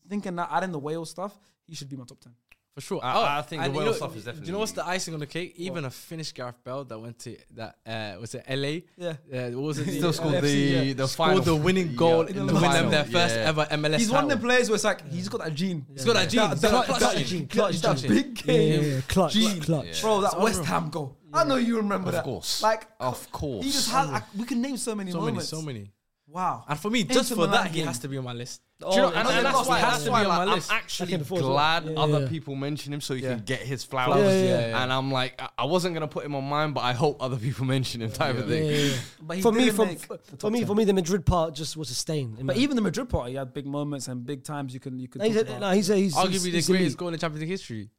[SPEAKER 1] Thinking that adding the Wales stuff, he should be my top 10.
[SPEAKER 2] For sure.
[SPEAKER 4] I- I think the
[SPEAKER 2] and you
[SPEAKER 4] Wales
[SPEAKER 2] know-
[SPEAKER 4] stuff is
[SPEAKER 2] Do you know
[SPEAKER 4] definitely-
[SPEAKER 2] what's the icing on the cake? Even a Finnish Gareth Bell that went to that uh, was it LA?
[SPEAKER 1] Yeah.
[SPEAKER 2] Uh, what was it? Uh,
[SPEAKER 4] still scored
[SPEAKER 1] LFC,
[SPEAKER 4] the
[SPEAKER 1] yeah.
[SPEAKER 4] the
[SPEAKER 2] scored
[SPEAKER 4] final,
[SPEAKER 2] the winning goal
[SPEAKER 4] Yeah,
[SPEAKER 2] to
[SPEAKER 4] the
[SPEAKER 2] win them
[SPEAKER 4] final,
[SPEAKER 2] their first
[SPEAKER 4] yeah.
[SPEAKER 2] ever MLS.
[SPEAKER 1] He's one of the
[SPEAKER 2] title.
[SPEAKER 1] players where it's like, he's got that gene.
[SPEAKER 2] He's got that gene.
[SPEAKER 1] That-
[SPEAKER 2] He's
[SPEAKER 1] that-
[SPEAKER 2] got
[SPEAKER 1] that
[SPEAKER 2] that clutch
[SPEAKER 1] gene,
[SPEAKER 2] gene.
[SPEAKER 1] clutch, that
[SPEAKER 2] Clutch gene.
[SPEAKER 1] big game.
[SPEAKER 3] Yeah, yeah, clutch,
[SPEAKER 1] Gene.
[SPEAKER 3] clutch.
[SPEAKER 1] Bro, that West Ham goal. I know you remember that.
[SPEAKER 4] of course.
[SPEAKER 1] Like,
[SPEAKER 4] of course.
[SPEAKER 1] He just has. I, we can name so many
[SPEAKER 2] So many,
[SPEAKER 1] moments.
[SPEAKER 2] so many.
[SPEAKER 1] Wow.
[SPEAKER 2] And for me,
[SPEAKER 1] Inter
[SPEAKER 2] just for
[SPEAKER 1] Milan
[SPEAKER 2] that, he
[SPEAKER 1] game.
[SPEAKER 2] has to be on my list. Do you know, Oh, and,
[SPEAKER 4] I
[SPEAKER 2] and
[SPEAKER 4] think
[SPEAKER 2] that's
[SPEAKER 4] Costa
[SPEAKER 2] why it
[SPEAKER 4] has
[SPEAKER 2] has
[SPEAKER 4] to
[SPEAKER 2] to be
[SPEAKER 4] be
[SPEAKER 2] on
[SPEAKER 4] like,
[SPEAKER 2] my list.
[SPEAKER 4] I'm actually
[SPEAKER 3] Second before as well.
[SPEAKER 4] glad
[SPEAKER 3] Yeah,
[SPEAKER 4] other
[SPEAKER 3] yeah.
[SPEAKER 4] people mention him so you
[SPEAKER 2] Yeah.
[SPEAKER 4] can get his flowers.
[SPEAKER 3] Yeah, yeah, yeah.
[SPEAKER 4] And I'm like, I- I wasn't gonna put him on mine, but I hope other people [LAUGHS] mention him, type of
[SPEAKER 3] Yeah,
[SPEAKER 4] thing.
[SPEAKER 3] yeah, yeah.
[SPEAKER 1] But he
[SPEAKER 3] For me,
[SPEAKER 1] didn't
[SPEAKER 3] from,
[SPEAKER 1] make the
[SPEAKER 3] for
[SPEAKER 1] top
[SPEAKER 3] me,
[SPEAKER 1] 10.
[SPEAKER 3] for me, the Madrid part just was a stain. in
[SPEAKER 1] But
[SPEAKER 3] my-
[SPEAKER 1] even the Madrid party had big moments and big times you can you could.
[SPEAKER 3] No, he's
[SPEAKER 1] talk
[SPEAKER 3] a,
[SPEAKER 1] about.
[SPEAKER 3] no, he's a, he's he's-
[SPEAKER 2] Arguably the
[SPEAKER 3] he's
[SPEAKER 2] greatest
[SPEAKER 3] elite.
[SPEAKER 2] goal in Champions League history.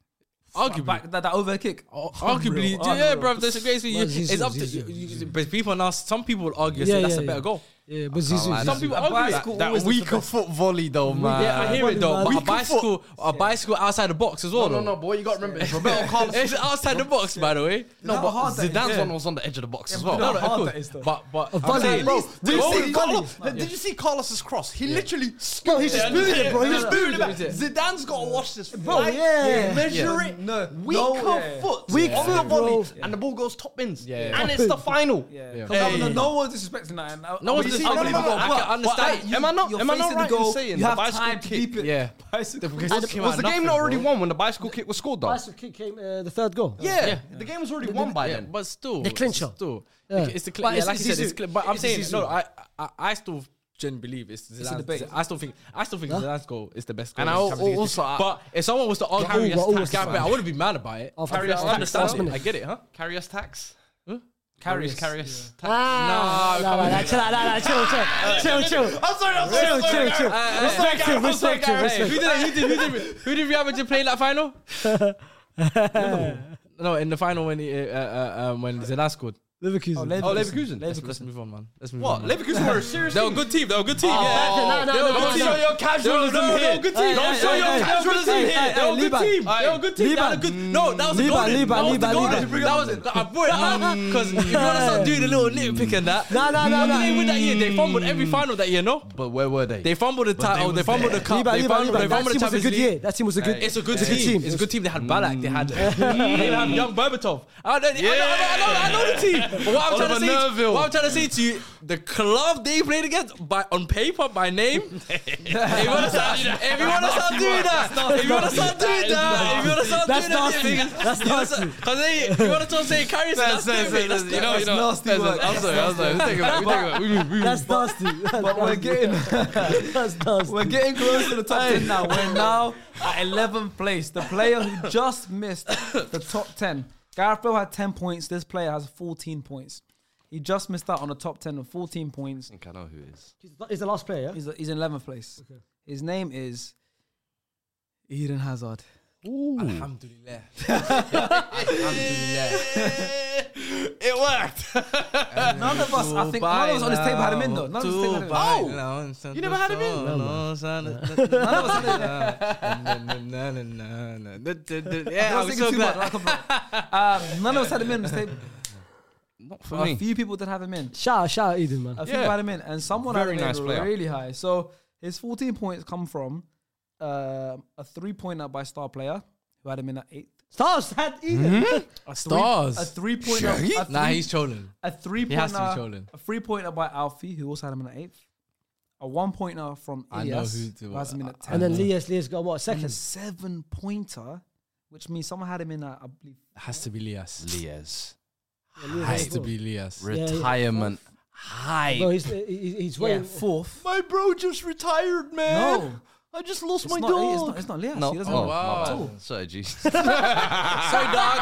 [SPEAKER 1] But
[SPEAKER 2] Arguably.
[SPEAKER 1] back, that, that over kick.
[SPEAKER 2] Arguably,
[SPEAKER 1] Unreal,
[SPEAKER 2] yeah,
[SPEAKER 1] unreal.
[SPEAKER 2] bro. That's the greatest thing. You-
[SPEAKER 3] Well, Zizou,
[SPEAKER 2] It's up to
[SPEAKER 3] Zizou,
[SPEAKER 2] you- you-
[SPEAKER 3] Zizou.
[SPEAKER 2] but people now. Some people would argue
[SPEAKER 3] Yeah,
[SPEAKER 2] say that's
[SPEAKER 3] yeah,
[SPEAKER 2] a better
[SPEAKER 3] yeah.
[SPEAKER 2] goal.
[SPEAKER 3] Yeah, but Zizou.
[SPEAKER 4] lie,
[SPEAKER 2] Some
[SPEAKER 4] Zizou.
[SPEAKER 2] people
[SPEAKER 1] That
[SPEAKER 2] argue it.
[SPEAKER 1] bicycle
[SPEAKER 4] That
[SPEAKER 1] always looks the
[SPEAKER 4] weaker
[SPEAKER 1] best.
[SPEAKER 4] foot volley though, man.
[SPEAKER 2] Yeah, I hear it though. But a
[SPEAKER 4] Weaker
[SPEAKER 2] bicycle, a bicycle outside the box as well.
[SPEAKER 4] No, no,
[SPEAKER 2] though.
[SPEAKER 4] no, boy, you got
[SPEAKER 2] [LAUGHS]
[SPEAKER 4] to remember. it's Roberto Carlos.
[SPEAKER 2] It's outside the box, by the way.
[SPEAKER 4] No,
[SPEAKER 1] how
[SPEAKER 4] but
[SPEAKER 1] hard that is,
[SPEAKER 4] Zidane's
[SPEAKER 1] yeah.
[SPEAKER 4] one was on the edge of the box as
[SPEAKER 1] but
[SPEAKER 4] well.
[SPEAKER 1] you know
[SPEAKER 4] No,
[SPEAKER 1] how
[SPEAKER 4] no,
[SPEAKER 1] hard
[SPEAKER 4] cool.
[SPEAKER 1] that is, though.
[SPEAKER 4] But but I'm
[SPEAKER 3] volley.
[SPEAKER 4] saying,
[SPEAKER 3] At
[SPEAKER 4] bro,
[SPEAKER 1] least
[SPEAKER 4] did you
[SPEAKER 1] three
[SPEAKER 4] see
[SPEAKER 1] volleys.
[SPEAKER 4] Carlos?
[SPEAKER 1] Yeah.
[SPEAKER 4] Did you see Carlos's cross? He literally
[SPEAKER 3] No, he's just doing it, bro. He's
[SPEAKER 4] He's
[SPEAKER 3] just
[SPEAKER 4] doing
[SPEAKER 3] doing
[SPEAKER 4] it.
[SPEAKER 3] it.
[SPEAKER 4] back. Zidane's got to watch this. Bro,
[SPEAKER 3] yeah. Yeah.
[SPEAKER 4] Measure
[SPEAKER 1] Oh, Yeah.
[SPEAKER 4] it.
[SPEAKER 1] No.
[SPEAKER 4] Weak
[SPEAKER 1] No, yeah.
[SPEAKER 4] foot.
[SPEAKER 3] Weak
[SPEAKER 4] on
[SPEAKER 3] foot,
[SPEAKER 4] the volley,
[SPEAKER 3] bro.
[SPEAKER 4] and the ball goes top ins.
[SPEAKER 2] Yeah, yeah.
[SPEAKER 4] And it's the final.
[SPEAKER 1] Yeah.
[SPEAKER 2] Yeah.
[SPEAKER 1] No, no,
[SPEAKER 4] Hey.
[SPEAKER 1] no one's disrespecting that. and uh, I-
[SPEAKER 2] No
[SPEAKER 1] I
[SPEAKER 2] one's
[SPEAKER 1] believe-
[SPEAKER 2] disrespecting
[SPEAKER 1] I believe
[SPEAKER 2] that.
[SPEAKER 1] it,
[SPEAKER 2] I
[SPEAKER 1] but-
[SPEAKER 2] can understand.
[SPEAKER 1] but I-
[SPEAKER 4] Am I not-
[SPEAKER 1] you're
[SPEAKER 4] am I not
[SPEAKER 1] facing the
[SPEAKER 4] right in
[SPEAKER 1] goal,
[SPEAKER 4] saying
[SPEAKER 1] You
[SPEAKER 4] the
[SPEAKER 1] have
[SPEAKER 4] bicycle
[SPEAKER 1] time to
[SPEAKER 4] kick?
[SPEAKER 1] keep it.
[SPEAKER 2] Yeah.
[SPEAKER 1] Bicycle
[SPEAKER 2] Because
[SPEAKER 1] kick.
[SPEAKER 2] this came out
[SPEAKER 4] Was the
[SPEAKER 2] of
[SPEAKER 4] game
[SPEAKER 2] nothing,
[SPEAKER 4] not already
[SPEAKER 2] bro.
[SPEAKER 4] won when the bicycle kick was scored though?
[SPEAKER 3] Bicycle kick came uh, the third goal.
[SPEAKER 4] Yeah, the game was already won by
[SPEAKER 2] Yeah,
[SPEAKER 4] then.
[SPEAKER 2] but still,
[SPEAKER 3] The clincher.
[SPEAKER 2] Still,
[SPEAKER 3] Yeah.
[SPEAKER 2] it's the
[SPEAKER 1] But
[SPEAKER 2] clincher. Yeah,
[SPEAKER 1] it's-
[SPEAKER 2] like you
[SPEAKER 1] it's
[SPEAKER 2] said, it's
[SPEAKER 1] Zizou.
[SPEAKER 2] cli- but I'm
[SPEAKER 1] It's
[SPEAKER 2] saying
[SPEAKER 1] Zizou.
[SPEAKER 2] no. I, I I still genuinely believe it's Zidane's.
[SPEAKER 1] debate.
[SPEAKER 2] I still think I still think Zidane's goal is the best goal.
[SPEAKER 4] And
[SPEAKER 2] in
[SPEAKER 4] I al-
[SPEAKER 2] Champions League
[SPEAKER 4] also-
[SPEAKER 2] history. but if someone was to
[SPEAKER 3] Raul-
[SPEAKER 2] argue
[SPEAKER 3] Raul
[SPEAKER 2] Carrier's
[SPEAKER 3] was
[SPEAKER 2] tax,
[SPEAKER 3] fine.
[SPEAKER 2] I wouldn't be mad about it.
[SPEAKER 3] After
[SPEAKER 2] Carrier's
[SPEAKER 3] the
[SPEAKER 2] tax,
[SPEAKER 3] last
[SPEAKER 2] understand it.
[SPEAKER 3] minute.
[SPEAKER 2] I get it, huh?
[SPEAKER 4] Carrier's tax.
[SPEAKER 1] Carriers.
[SPEAKER 4] Carrier's tax.
[SPEAKER 3] Ah,
[SPEAKER 2] No,
[SPEAKER 3] nah, nah, nah, chill out, nah, nah, chill, chill, chill, chill.
[SPEAKER 4] I'm sorry, I'm sorry,
[SPEAKER 3] Chill,
[SPEAKER 4] I'm sorry.
[SPEAKER 3] chill, chill.
[SPEAKER 2] Hey, hey,
[SPEAKER 3] Respect
[SPEAKER 2] hey,
[SPEAKER 3] him, respect him,
[SPEAKER 2] hey, Who
[SPEAKER 3] respect
[SPEAKER 2] did who did who did who did Real Madrid play in
[SPEAKER 3] [LAUGHS]
[SPEAKER 2] that final? No, in the final when he, uh, uh, uh, um, when Zidane scored.
[SPEAKER 3] Leverkusen.
[SPEAKER 2] Oh,
[SPEAKER 1] Leverkusen.
[SPEAKER 2] Leverkusen. Let's, let's move on, man. Let's move
[SPEAKER 4] What?
[SPEAKER 2] on. man.
[SPEAKER 4] Leverkusen were a serious
[SPEAKER 2] They were a
[SPEAKER 4] team.
[SPEAKER 2] good team. They were a good team.
[SPEAKER 4] Oh,
[SPEAKER 2] yeah.
[SPEAKER 3] no, no,
[SPEAKER 2] They were a
[SPEAKER 3] no,
[SPEAKER 2] good
[SPEAKER 4] Don't
[SPEAKER 3] no,
[SPEAKER 2] team.
[SPEAKER 4] show your casualism
[SPEAKER 2] No, no,
[SPEAKER 4] here.
[SPEAKER 2] no, good
[SPEAKER 4] Hey,
[SPEAKER 2] team. Don't
[SPEAKER 4] hey,
[SPEAKER 2] show
[SPEAKER 4] hey,
[SPEAKER 2] your
[SPEAKER 4] hey,
[SPEAKER 2] casualism
[SPEAKER 4] hey,
[SPEAKER 2] here.
[SPEAKER 4] hey,
[SPEAKER 2] They were a
[SPEAKER 3] hey,
[SPEAKER 2] good
[SPEAKER 3] Liban.
[SPEAKER 2] team. They were a good team. They had a good. No, that was a
[SPEAKER 3] Liban,
[SPEAKER 2] golden.
[SPEAKER 3] Liban,
[SPEAKER 2] that was
[SPEAKER 3] Liban,
[SPEAKER 2] the golden.
[SPEAKER 3] Liban.
[SPEAKER 2] That was it. I
[SPEAKER 3] [LAUGHS]
[SPEAKER 2] [LAUGHS] brought it up because if you want to start doing a little nitpick and that.
[SPEAKER 3] No, no, no, no.
[SPEAKER 2] What did they win that year? They fumbled every final that year. No,
[SPEAKER 4] But where were they?
[SPEAKER 2] they fumbled the title. They fumbled the cup.
[SPEAKER 3] Liban,
[SPEAKER 2] They
[SPEAKER 3] Liban,
[SPEAKER 2] fumbled they
[SPEAKER 3] Liban. That
[SPEAKER 2] fumbled
[SPEAKER 3] team
[SPEAKER 2] the
[SPEAKER 3] was a
[SPEAKER 2] Champions
[SPEAKER 3] good
[SPEAKER 2] League.
[SPEAKER 3] year. That team was a good.
[SPEAKER 2] It's a good
[SPEAKER 3] it's
[SPEAKER 2] team.
[SPEAKER 3] team.
[SPEAKER 2] It's a good team. They had Balak. They had. [LAUGHS] They had young Berbatov. I know, I, know, I, know, I know the team. But what I'm
[SPEAKER 4] Oliver
[SPEAKER 2] trying to say.
[SPEAKER 4] Nerville.
[SPEAKER 2] What I'm trying to say to you, the club they played against, by on paper, by name. if you want to start, if you want to start doing that, if you want to start doing that, if you want to start
[SPEAKER 3] That's
[SPEAKER 2] doing
[SPEAKER 3] nasty.
[SPEAKER 2] that,
[SPEAKER 3] That's nasty.
[SPEAKER 2] Because they, if you want to start saying carries, that's stupid. That's
[SPEAKER 4] You know, you
[SPEAKER 2] stupid.
[SPEAKER 4] know.
[SPEAKER 1] nasty
[SPEAKER 4] that's-
[SPEAKER 1] work.
[SPEAKER 4] I'm sorry, I'm sorry. We take it back, we take it back. We move, we move.
[SPEAKER 3] That's nasty.
[SPEAKER 1] But we're getting
[SPEAKER 3] That's nasty.
[SPEAKER 1] we're getting close to the top ten now. We're now at eleventh place. The player who just missed the top ten. Gareth Bale had ten points. This player has fourteen points. He just missed out on the top ten with fourteen points.
[SPEAKER 4] I think I know who it is.
[SPEAKER 3] He's the last player.
[SPEAKER 1] He's, he's in eleventh place. His name is Eden Hazard.
[SPEAKER 2] Alhamdulillah. Alhamdulillah.
[SPEAKER 4] It worked.
[SPEAKER 1] [LAUGHS] None of us, I think, none of us on this table had him in though. None of us on this table had him in.
[SPEAKER 2] Oh,
[SPEAKER 4] Oh! You never had him
[SPEAKER 1] [LAUGHS]
[SPEAKER 4] in?
[SPEAKER 1] None of us had him in.
[SPEAKER 2] [LAUGHS] Yeah,
[SPEAKER 1] I
[SPEAKER 2] I'm
[SPEAKER 1] was
[SPEAKER 2] so
[SPEAKER 1] thinking too much.
[SPEAKER 2] glad.
[SPEAKER 1] I come from- Uh, none of us had him in on this table.
[SPEAKER 4] Not for
[SPEAKER 1] A
[SPEAKER 4] me.
[SPEAKER 1] few people did have him in.
[SPEAKER 3] Shout out, shout out, Eden, man.
[SPEAKER 1] A few people
[SPEAKER 4] Yeah.
[SPEAKER 1] had him in, and someone
[SPEAKER 4] Very
[SPEAKER 1] had
[SPEAKER 4] nice
[SPEAKER 1] him in
[SPEAKER 4] player.
[SPEAKER 1] really high. So his 14 points come from um a three pointer by star player who had him in at eighth.
[SPEAKER 3] Stars had Eden.
[SPEAKER 1] A
[SPEAKER 2] Stars?
[SPEAKER 1] Three, a three pointer. A three,
[SPEAKER 2] Nah, he's trolling.
[SPEAKER 1] a three
[SPEAKER 2] He has to be
[SPEAKER 1] pointer.
[SPEAKER 2] trolling.
[SPEAKER 1] A three pointer by Alfie who also had him in at eighth. A one pointer from
[SPEAKER 2] I know
[SPEAKER 1] Elias
[SPEAKER 2] who
[SPEAKER 1] who,
[SPEAKER 2] to-
[SPEAKER 1] has him in at ten.
[SPEAKER 3] And then Lias, Lias got what?
[SPEAKER 1] a
[SPEAKER 3] Second.
[SPEAKER 1] seven pointer, which means someone had him in at I believe
[SPEAKER 2] Has to be Lias.
[SPEAKER 4] Lias.
[SPEAKER 2] Has to be Lias.
[SPEAKER 3] yeah.
[SPEAKER 4] Retirement high.
[SPEAKER 3] No, he's he- he's
[SPEAKER 1] yeah,
[SPEAKER 3] waiting.
[SPEAKER 1] fourth.
[SPEAKER 4] My bro just retired,
[SPEAKER 2] Oh
[SPEAKER 1] No.
[SPEAKER 4] I just lost
[SPEAKER 1] It's not, it's not. It's not Lias.
[SPEAKER 4] No.
[SPEAKER 1] He doesn't
[SPEAKER 4] Oh,
[SPEAKER 1] have a-
[SPEAKER 2] wow.
[SPEAKER 4] my
[SPEAKER 2] Oh.
[SPEAKER 4] bad. Sorry, G.
[SPEAKER 2] Sorry,
[SPEAKER 1] [LAUGHS]
[SPEAKER 2] dog.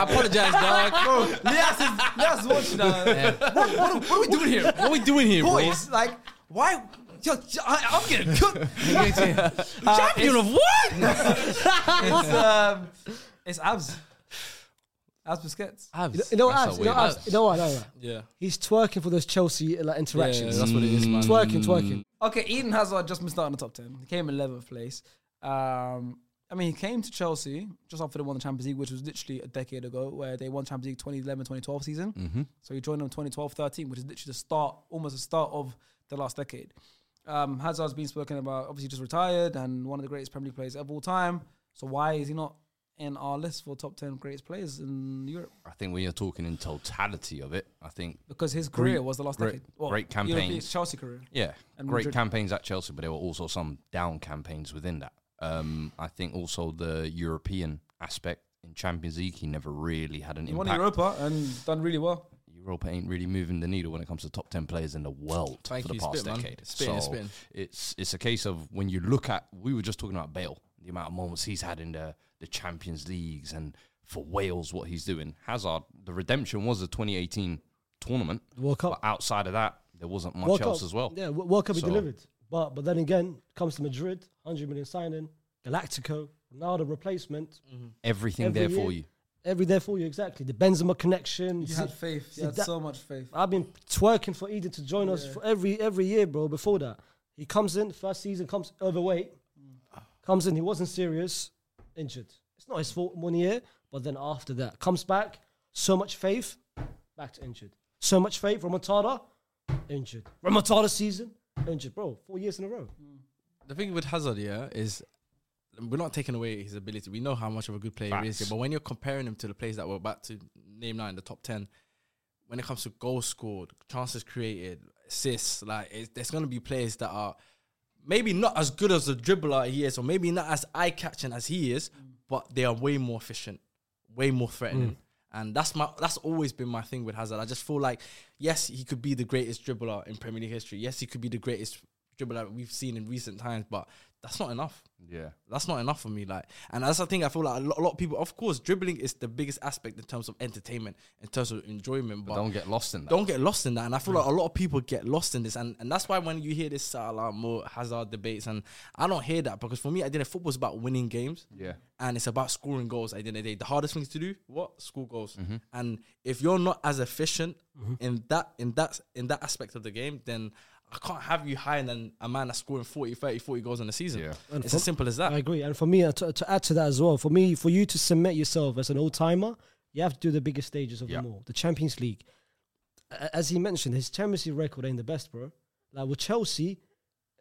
[SPEAKER 2] I apologize, dog.
[SPEAKER 1] Lias is Lias is watching that. What, what, what are we
[SPEAKER 2] What are we
[SPEAKER 1] doing
[SPEAKER 2] doing
[SPEAKER 1] here?
[SPEAKER 2] here? What are we doing here, boys?
[SPEAKER 1] Boys, like, why? Yo, j- I, am
[SPEAKER 2] [LAUGHS]
[SPEAKER 1] getting cooked.
[SPEAKER 2] Champion of what?
[SPEAKER 1] it's, um, it's abs. Abs Busquets.
[SPEAKER 3] You know what?
[SPEAKER 4] That's
[SPEAKER 3] Abs,
[SPEAKER 4] a
[SPEAKER 3] you know
[SPEAKER 4] weird
[SPEAKER 3] what? Abs,
[SPEAKER 4] abs.
[SPEAKER 3] you know what? I know what.
[SPEAKER 2] Yeah.
[SPEAKER 3] He's twerking for those Chelsea uh, like interactions.
[SPEAKER 2] that's what it is, man.
[SPEAKER 3] Twerking, twerking.
[SPEAKER 1] Okay, Eden Hazard just missed out on the top 10. He came in 11th place. Um, I mean, he came to Chelsea just after they won the Champions League, which was literally a decade ago, where they won Champions League 2011 2012 season.
[SPEAKER 4] Mm-hmm.
[SPEAKER 1] So he joined them 2012 13, which is literally the start, almost the start of the last decade. Um, Hazard's been spoken about, obviously just retired and one of the greatest Premier League players of all time. So why is he not in our list for top 10 greatest players in Europe?
[SPEAKER 4] I think when you're talking in totality of it, I think
[SPEAKER 1] Because his
[SPEAKER 4] Great-
[SPEAKER 1] career was the last
[SPEAKER 4] great-
[SPEAKER 1] decade. European-
[SPEAKER 4] great campaigns.
[SPEAKER 1] Chelsea career.
[SPEAKER 4] Yeah,
[SPEAKER 1] And
[SPEAKER 4] great
[SPEAKER 1] Madrid.
[SPEAKER 4] campaigns at Chelsea, but there were also some down campaigns within that. Um, I think also the European aspect in Champions League, he never really had an
[SPEAKER 1] He won
[SPEAKER 4] impact.
[SPEAKER 1] Europa and done really well.
[SPEAKER 4] Europa ain't really moving the needle when it comes to top ten players in the world
[SPEAKER 2] Thank
[SPEAKER 4] for the
[SPEAKER 2] you,
[SPEAKER 4] past
[SPEAKER 2] spit, man.
[SPEAKER 4] decade.
[SPEAKER 2] Spitting is
[SPEAKER 4] so
[SPEAKER 2] spitting.
[SPEAKER 4] it's it's a case of when you look at we were just talking about Bale, the amount of moments he's had in the the Champions Leagues and for Wales what he's doing. Hazard, the redemption was the 2018 tournament.
[SPEAKER 3] World Cup.
[SPEAKER 4] But outside of that, there wasn't much
[SPEAKER 3] World
[SPEAKER 4] else
[SPEAKER 3] Cup-
[SPEAKER 4] as well.
[SPEAKER 3] Yeah, Wo- World Cup he
[SPEAKER 4] So-
[SPEAKER 3] delivered. But but then again, comes to Madrid, 100 million signing, Galactico, Ronaldo replacement.
[SPEAKER 4] Everything
[SPEAKER 3] Every
[SPEAKER 4] there for
[SPEAKER 3] year.
[SPEAKER 4] you.
[SPEAKER 3] Every day for you, exactly. The Benzema connection.
[SPEAKER 1] You
[SPEAKER 3] Zi-
[SPEAKER 1] had faith. You
[SPEAKER 3] see
[SPEAKER 1] had
[SPEAKER 3] that-
[SPEAKER 1] so much faith.
[SPEAKER 3] I've been twerking for Eden to join us for every every year, bro. Before that, he comes in first season, comes overweight, comes in. He wasn't serious, injured. It's not his fault one year, but then after that, comes back. So much faith, back to injured. So much faith. Ramatada, injured. Ramatada season, injured, bro. Four years in a row.
[SPEAKER 2] The thing with Hazard, yeah, is we're not taking away his ability. We know how much of a good player he is, yeah,
[SPEAKER 4] Facts.
[SPEAKER 2] but when you're comparing him to the players that were about to name now in the top ten, when it comes to goals scored, chances created, assists, like it's, there's going to be players that are maybe not as good as the dribbler he is, or maybe not as eye catching as he is, but they are way more efficient, way more
[SPEAKER 4] Mm.
[SPEAKER 2] threatening. And that's my that's always been my thing with Hazard. I just feel like yes, he could be the greatest dribbler in Premier League history. Yes, he could be the greatest dribbler we've seen in recent times, but that's not enough.
[SPEAKER 4] Yeah.
[SPEAKER 2] That's not enough for me. Like, and that's the thing. I feel like a lot, a lot of people. Of course, dribbling is the biggest aspect in terms of entertainment, in terms of enjoyment. But,
[SPEAKER 4] Don't get lost in that.
[SPEAKER 2] don't get lost in that. And I feel
[SPEAKER 4] Mm.
[SPEAKER 2] like a lot of people get lost in this, and, and that's why when you hear this Salah Mo Hazard debates, and I don't hear that because for me, I did football's about winning games.
[SPEAKER 4] Yeah.
[SPEAKER 2] And it's about scoring goals at the end of the day. The hardest things to do, what? Score goals.
[SPEAKER 4] Mm-hmm.
[SPEAKER 2] And if you're not as efficient in that in that in that aspect of the game, then I can't have you higher than a man that's scoring 40, 30, 40 goals in a season.
[SPEAKER 4] Yeah.
[SPEAKER 2] It's as simple as that.
[SPEAKER 3] I agree. And for me, uh, to, to add to that as well, for me, for you to submit yourself as an old timer, you have to do the biggest stages of
[SPEAKER 4] Yeah.
[SPEAKER 3] them all. The Champions League, A- as he mentioned, his Champions League record ain't the best, bro. Like with Chelsea,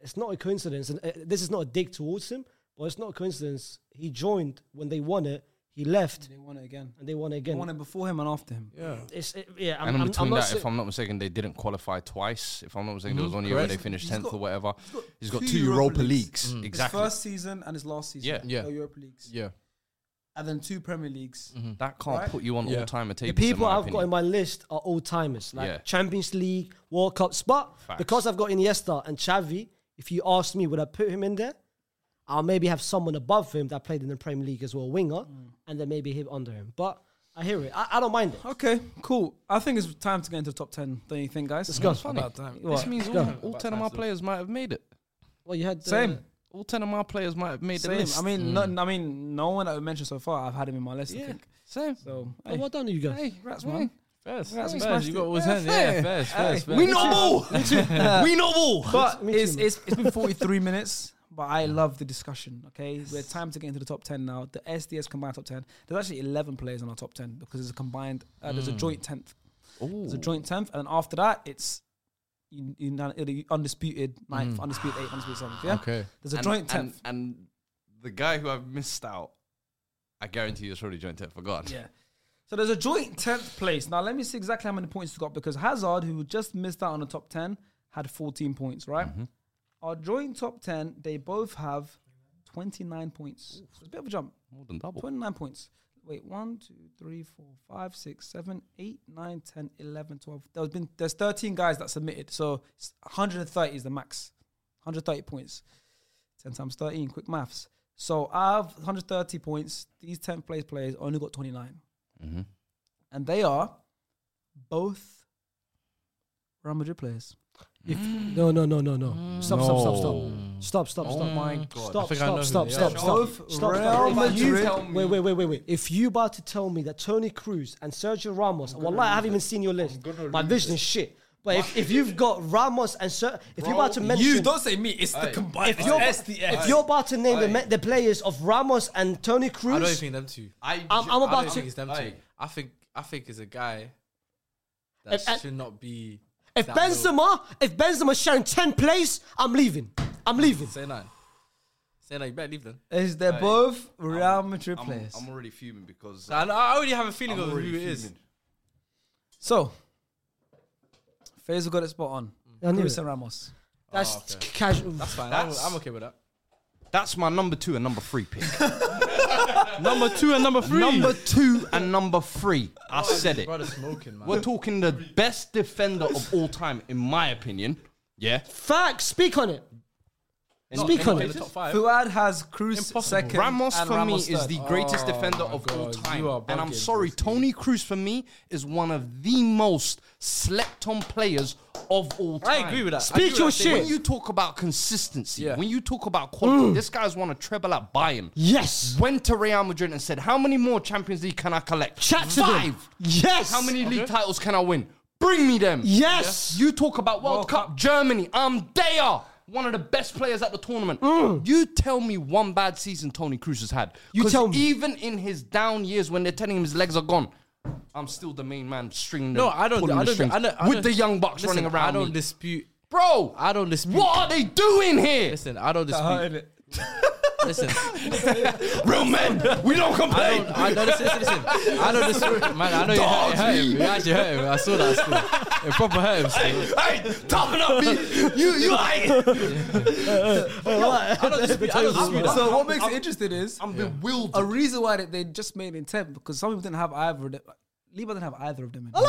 [SPEAKER 3] it's not a coincidence, and uh, this is not a dig towards him, but it's not a coincidence. He joined when they won it. He left
[SPEAKER 1] They won it again.
[SPEAKER 3] and they won it
[SPEAKER 1] They
[SPEAKER 3] again.
[SPEAKER 1] won it before him and after him.
[SPEAKER 2] yeah.
[SPEAKER 3] It's it, yeah. I'm,
[SPEAKER 4] and in
[SPEAKER 3] I'm,
[SPEAKER 4] between
[SPEAKER 3] I'm not
[SPEAKER 4] that,
[SPEAKER 3] si-
[SPEAKER 4] if I'm not mistaken, they didn't qualify twice. If I'm not mistaken, there was one year where
[SPEAKER 2] Correct.
[SPEAKER 4] they finished
[SPEAKER 1] He's
[SPEAKER 4] tenth
[SPEAKER 1] got-
[SPEAKER 4] or whatever.
[SPEAKER 1] he's got
[SPEAKER 4] He's got
[SPEAKER 1] two
[SPEAKER 4] two
[SPEAKER 1] Europa
[SPEAKER 4] Europa
[SPEAKER 1] Leagues.
[SPEAKER 4] leagues.
[SPEAKER 1] Mm. His
[SPEAKER 4] Exactly.
[SPEAKER 1] first season and his last season.
[SPEAKER 4] Yeah. Mm-hmm.
[SPEAKER 2] Yeah.
[SPEAKER 1] No Europa Leagues.
[SPEAKER 2] Yeah.
[SPEAKER 1] And then two Premier Leagues.
[SPEAKER 4] That can't
[SPEAKER 1] Right?
[SPEAKER 4] put you on
[SPEAKER 2] Yeah.
[SPEAKER 4] all timer
[SPEAKER 3] The
[SPEAKER 4] tables.
[SPEAKER 3] people
[SPEAKER 4] in my
[SPEAKER 3] I've got
[SPEAKER 4] opinion.
[SPEAKER 3] in my list are all timers, like
[SPEAKER 4] Yeah.
[SPEAKER 3] Champions League, World Cup. But
[SPEAKER 4] Facts.
[SPEAKER 3] because I've got Iniesta and Xavi, if you asked me, would I put him in there? I'll maybe have someone above him that played in the Premier League as well, winger, and then maybe him under him. But I hear it. I, I don't mind it.
[SPEAKER 1] Okay, cool. I think it's time to get into top 10, don't you think, guys? Mm-hmm.
[SPEAKER 3] Let's go.
[SPEAKER 4] Funny.
[SPEAKER 2] time.
[SPEAKER 4] This means all,
[SPEAKER 3] Go.
[SPEAKER 4] all ten of my players might have made it.
[SPEAKER 3] Well, you had uh, the-
[SPEAKER 1] Same.
[SPEAKER 4] All ten of my players might have made the
[SPEAKER 1] Same.
[SPEAKER 4] list. Mm.
[SPEAKER 1] I mean, no, I mean, no one that we mentioned so far, I've had him in my list, I
[SPEAKER 4] yeah,
[SPEAKER 1] think.
[SPEAKER 4] same.
[SPEAKER 1] So,
[SPEAKER 3] Oh,
[SPEAKER 1] hey,
[SPEAKER 3] well done, you guys.
[SPEAKER 4] Hey,
[SPEAKER 1] congrats,
[SPEAKER 4] hey.
[SPEAKER 1] man.
[SPEAKER 2] First,
[SPEAKER 1] Congrats, we
[SPEAKER 2] first,
[SPEAKER 1] smashed
[SPEAKER 2] you
[SPEAKER 1] it.
[SPEAKER 2] got what's
[SPEAKER 1] Yeah,
[SPEAKER 2] in, yeah,
[SPEAKER 1] fair.
[SPEAKER 2] first,
[SPEAKER 1] Hey.
[SPEAKER 2] first,
[SPEAKER 4] We know
[SPEAKER 2] [LAUGHS]
[SPEAKER 4] all. we know all.
[SPEAKER 1] But
[SPEAKER 3] Me too,
[SPEAKER 1] it's,
[SPEAKER 3] man.
[SPEAKER 1] it's, it's been 43 minutes, but I love the discussion, okay? We're time to get into the top 10 now. The SDS combined top 10. There's actually 11 players on our top 10 because there's a combined, uh, there's a joint 10th. There's a joint 10th. And then after that, it's un- unan- undisputed 9th, undisputed 8th, undisputed 7th. Yeah?
[SPEAKER 2] Okay.
[SPEAKER 1] There's a
[SPEAKER 4] and,
[SPEAKER 1] joint 10th.
[SPEAKER 4] and, and the guy who I've missed out, I guarantee you, it's already joint tenth. For God,
[SPEAKER 1] Yeah. So there's a joint 10th place. Now, let me see exactly how many points he's got because Hazard, who just missed out on the top 10, had 14 points, right? Our joint top 10, they both have 29 points. So it's a bit of a jump.
[SPEAKER 4] more than double.
[SPEAKER 1] 29 points. Wait, 1, 2, 3, 4, 5, 6, 7, 8, 9, 10, 11, 12. There's been there's 13 guys that submitted. So it's 130 is the max. 130 points. 10 times 13, quick maths. So I have 130 points. These 10th place players only got 29.
[SPEAKER 4] Mm-hmm.
[SPEAKER 1] And they are both Real Madrid players.
[SPEAKER 3] If,
[SPEAKER 2] Mm.
[SPEAKER 3] no, no, no, no, no. Stop, stop, stop, stop. Stop, stop, stop.
[SPEAKER 4] Oh my God.
[SPEAKER 3] Stop,
[SPEAKER 2] I think I
[SPEAKER 3] stop,
[SPEAKER 2] know who
[SPEAKER 3] stop,
[SPEAKER 2] they
[SPEAKER 3] stop,
[SPEAKER 2] are.
[SPEAKER 3] stop,
[SPEAKER 1] Both
[SPEAKER 3] stop,
[SPEAKER 1] Real
[SPEAKER 3] stop. If you
[SPEAKER 1] Madrid-
[SPEAKER 3] tell me- Wait, wait, wait, wait, wait. If you about to tell me that Tony Cruz and Sergio Ramos, well, I haven't even seen your list. My vision is shit. But if, if you've got Ramos and Ser, if you're about to mention,
[SPEAKER 1] say me, it's the combined.
[SPEAKER 3] if you're, if you're about to name the,
[SPEAKER 4] Aye.
[SPEAKER 3] me- the players of Ramos and Tony Cruz,
[SPEAKER 2] I don't think them two.
[SPEAKER 4] I,
[SPEAKER 3] I'm about
[SPEAKER 4] ju-
[SPEAKER 2] I don't
[SPEAKER 3] to-
[SPEAKER 2] think it's them two.
[SPEAKER 4] Aye.
[SPEAKER 2] I think I think it's a guy that
[SPEAKER 3] If- and-
[SPEAKER 2] should not be.
[SPEAKER 3] if
[SPEAKER 2] that low.
[SPEAKER 3] Benzema, if Benzema's sharing ten plays, I'm leaving. I'm leaving.
[SPEAKER 2] say nine, say nine, you better leave then.
[SPEAKER 1] Is they're
[SPEAKER 4] Hey,
[SPEAKER 1] both Real Madrid
[SPEAKER 4] I'm,
[SPEAKER 1] players.
[SPEAKER 4] I'm already fuming because
[SPEAKER 2] I, know- I already have a feeling
[SPEAKER 4] I'm
[SPEAKER 2] of who
[SPEAKER 4] already
[SPEAKER 2] it is.
[SPEAKER 4] fuming.
[SPEAKER 1] so, Faisal got it spot
[SPEAKER 4] Mm.
[SPEAKER 1] on.
[SPEAKER 3] I knew
[SPEAKER 1] Cruz
[SPEAKER 3] it.
[SPEAKER 1] and Ramos.
[SPEAKER 3] That's c- casual.
[SPEAKER 2] Oh, That's fine. I'm,
[SPEAKER 4] That's-
[SPEAKER 2] I'm okay with that.
[SPEAKER 4] That's my number two and number three pick. number two and number three. Number two and number three. I said it.
[SPEAKER 2] Brother smoking, man.
[SPEAKER 4] We're talking the best defender of all time, in my opinion. Yeah.
[SPEAKER 3] Facts. Speak on it.
[SPEAKER 4] Not
[SPEAKER 3] Speak on
[SPEAKER 2] In
[SPEAKER 3] it.
[SPEAKER 2] the top five.
[SPEAKER 1] Fuad has Cruz second.
[SPEAKER 4] Ramos
[SPEAKER 1] and
[SPEAKER 4] for
[SPEAKER 1] Ramos
[SPEAKER 4] me is
[SPEAKER 1] third. Oh
[SPEAKER 4] the greatest Oh defender of all
[SPEAKER 1] God,
[SPEAKER 4] time.
[SPEAKER 1] you are
[SPEAKER 4] And I'm
[SPEAKER 1] bugging,
[SPEAKER 4] sorry, Tony Cruz for me is one of the most slept on players of all
[SPEAKER 2] I
[SPEAKER 4] time.
[SPEAKER 2] agree with that. I
[SPEAKER 3] Speak
[SPEAKER 2] agree with
[SPEAKER 3] your
[SPEAKER 2] that statement.
[SPEAKER 4] When you talk about consistency,
[SPEAKER 1] Yeah.
[SPEAKER 4] when you talk about quality, this guy's won a treble at Bayern.
[SPEAKER 3] Yes.
[SPEAKER 4] Went to Real Madrid and said, How many more Champions League can I collect?
[SPEAKER 3] Chat to
[SPEAKER 4] Five.
[SPEAKER 3] them. Yes.
[SPEAKER 4] How many league titles can I win? Bring me them.
[SPEAKER 3] Yes.
[SPEAKER 4] You talk about World, Cup, Germany. Um, they are one of the best players at the tournament. You tell me one bad season Tony Cruz has had.
[SPEAKER 3] You
[SPEAKER 4] 'Cause
[SPEAKER 3] tell me.
[SPEAKER 4] Even in his down years, when they're telling him his legs are gone, I'm still the main man stringing them.
[SPEAKER 2] No, I don't.
[SPEAKER 4] pulling
[SPEAKER 2] I
[SPEAKER 4] the
[SPEAKER 2] don't.
[SPEAKER 4] strings,
[SPEAKER 2] I don't, I
[SPEAKER 4] with
[SPEAKER 2] don't-
[SPEAKER 4] the young bucks
[SPEAKER 2] listen,
[SPEAKER 4] running around
[SPEAKER 2] I don't
[SPEAKER 4] me.
[SPEAKER 2] dispute.
[SPEAKER 4] Bro,
[SPEAKER 2] I don't dispute.
[SPEAKER 4] what are they doing here?
[SPEAKER 2] Listen, I don't
[SPEAKER 1] That hurt,
[SPEAKER 2] dispute.
[SPEAKER 1] innit?
[SPEAKER 2] [LAUGHS] Listen,
[SPEAKER 4] Real men, we don't
[SPEAKER 2] I
[SPEAKER 4] complain.
[SPEAKER 2] don't. I don't listen, listen, listen. I don't dispute. Man, I know you hurt, it hurt him. You actually hurt him. I saw that. Still. It proper hurt him. Still.
[SPEAKER 4] Hey, toughen up, B. you, you ain't.
[SPEAKER 3] [LAUGHS]
[SPEAKER 2] I don't dispute. I don't dispute that.
[SPEAKER 1] [LAUGHS] So what makes it interesting is
[SPEAKER 4] I'm bewildered.
[SPEAKER 1] a reason why they, they just made it in tenth because some people didn't have either. of them. Liba didn't have either of them. In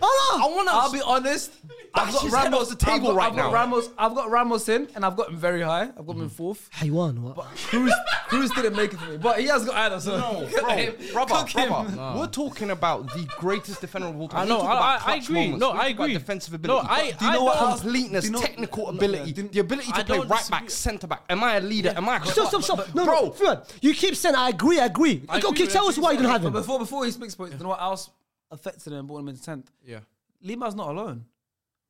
[SPEAKER 1] Allah,
[SPEAKER 4] I want
[SPEAKER 1] I'll be honest. I've
[SPEAKER 4] Bash
[SPEAKER 1] got
[SPEAKER 4] his head
[SPEAKER 1] Ramos.
[SPEAKER 4] off the table
[SPEAKER 1] I've got,
[SPEAKER 4] right
[SPEAKER 1] I've got
[SPEAKER 4] now.
[SPEAKER 1] Ramos. I've got Ramos in, and I've got him very high. I've got him in fourth.
[SPEAKER 3] Haiwan, what?
[SPEAKER 1] Cruz, Cruz didn't make it for me, but he has got either. So [LAUGHS]
[SPEAKER 4] No,
[SPEAKER 1] Get
[SPEAKER 4] bro,
[SPEAKER 1] him.
[SPEAKER 4] brother,
[SPEAKER 1] Cook him.
[SPEAKER 4] brother. We're talking about the greatest defender of all time.
[SPEAKER 2] I know,
[SPEAKER 4] We talk
[SPEAKER 2] I-
[SPEAKER 4] about
[SPEAKER 2] I- I
[SPEAKER 4] clutch
[SPEAKER 2] agree.
[SPEAKER 4] moments.
[SPEAKER 2] No,
[SPEAKER 4] We
[SPEAKER 2] I
[SPEAKER 4] talk about
[SPEAKER 2] agree.
[SPEAKER 4] defensive
[SPEAKER 2] No,
[SPEAKER 4] ability.
[SPEAKER 2] I-
[SPEAKER 4] Do you
[SPEAKER 2] I
[SPEAKER 4] know what
[SPEAKER 2] don't-
[SPEAKER 4] else? Completeness,
[SPEAKER 1] Do you know-
[SPEAKER 4] technical
[SPEAKER 1] No,
[SPEAKER 4] ability,
[SPEAKER 1] yeah, didn't-
[SPEAKER 4] the ability
[SPEAKER 2] I
[SPEAKER 4] to play
[SPEAKER 2] don't
[SPEAKER 4] right back,
[SPEAKER 2] dispute.
[SPEAKER 4] centre back. Am I a leader? Am I a
[SPEAKER 3] Stop, stop,
[SPEAKER 4] But-
[SPEAKER 3] stop.
[SPEAKER 4] but-
[SPEAKER 3] No,
[SPEAKER 4] bro.
[SPEAKER 3] bro. you keep saying I agree, I agree.
[SPEAKER 2] agree
[SPEAKER 3] okay,
[SPEAKER 2] with
[SPEAKER 3] tell
[SPEAKER 2] you.
[SPEAKER 3] us why you don't have
[SPEAKER 1] But
[SPEAKER 3] him.
[SPEAKER 1] before before he speaks points, you know what else affected him and brought him into tenth?
[SPEAKER 2] Yeah.
[SPEAKER 1] Lima's not alone.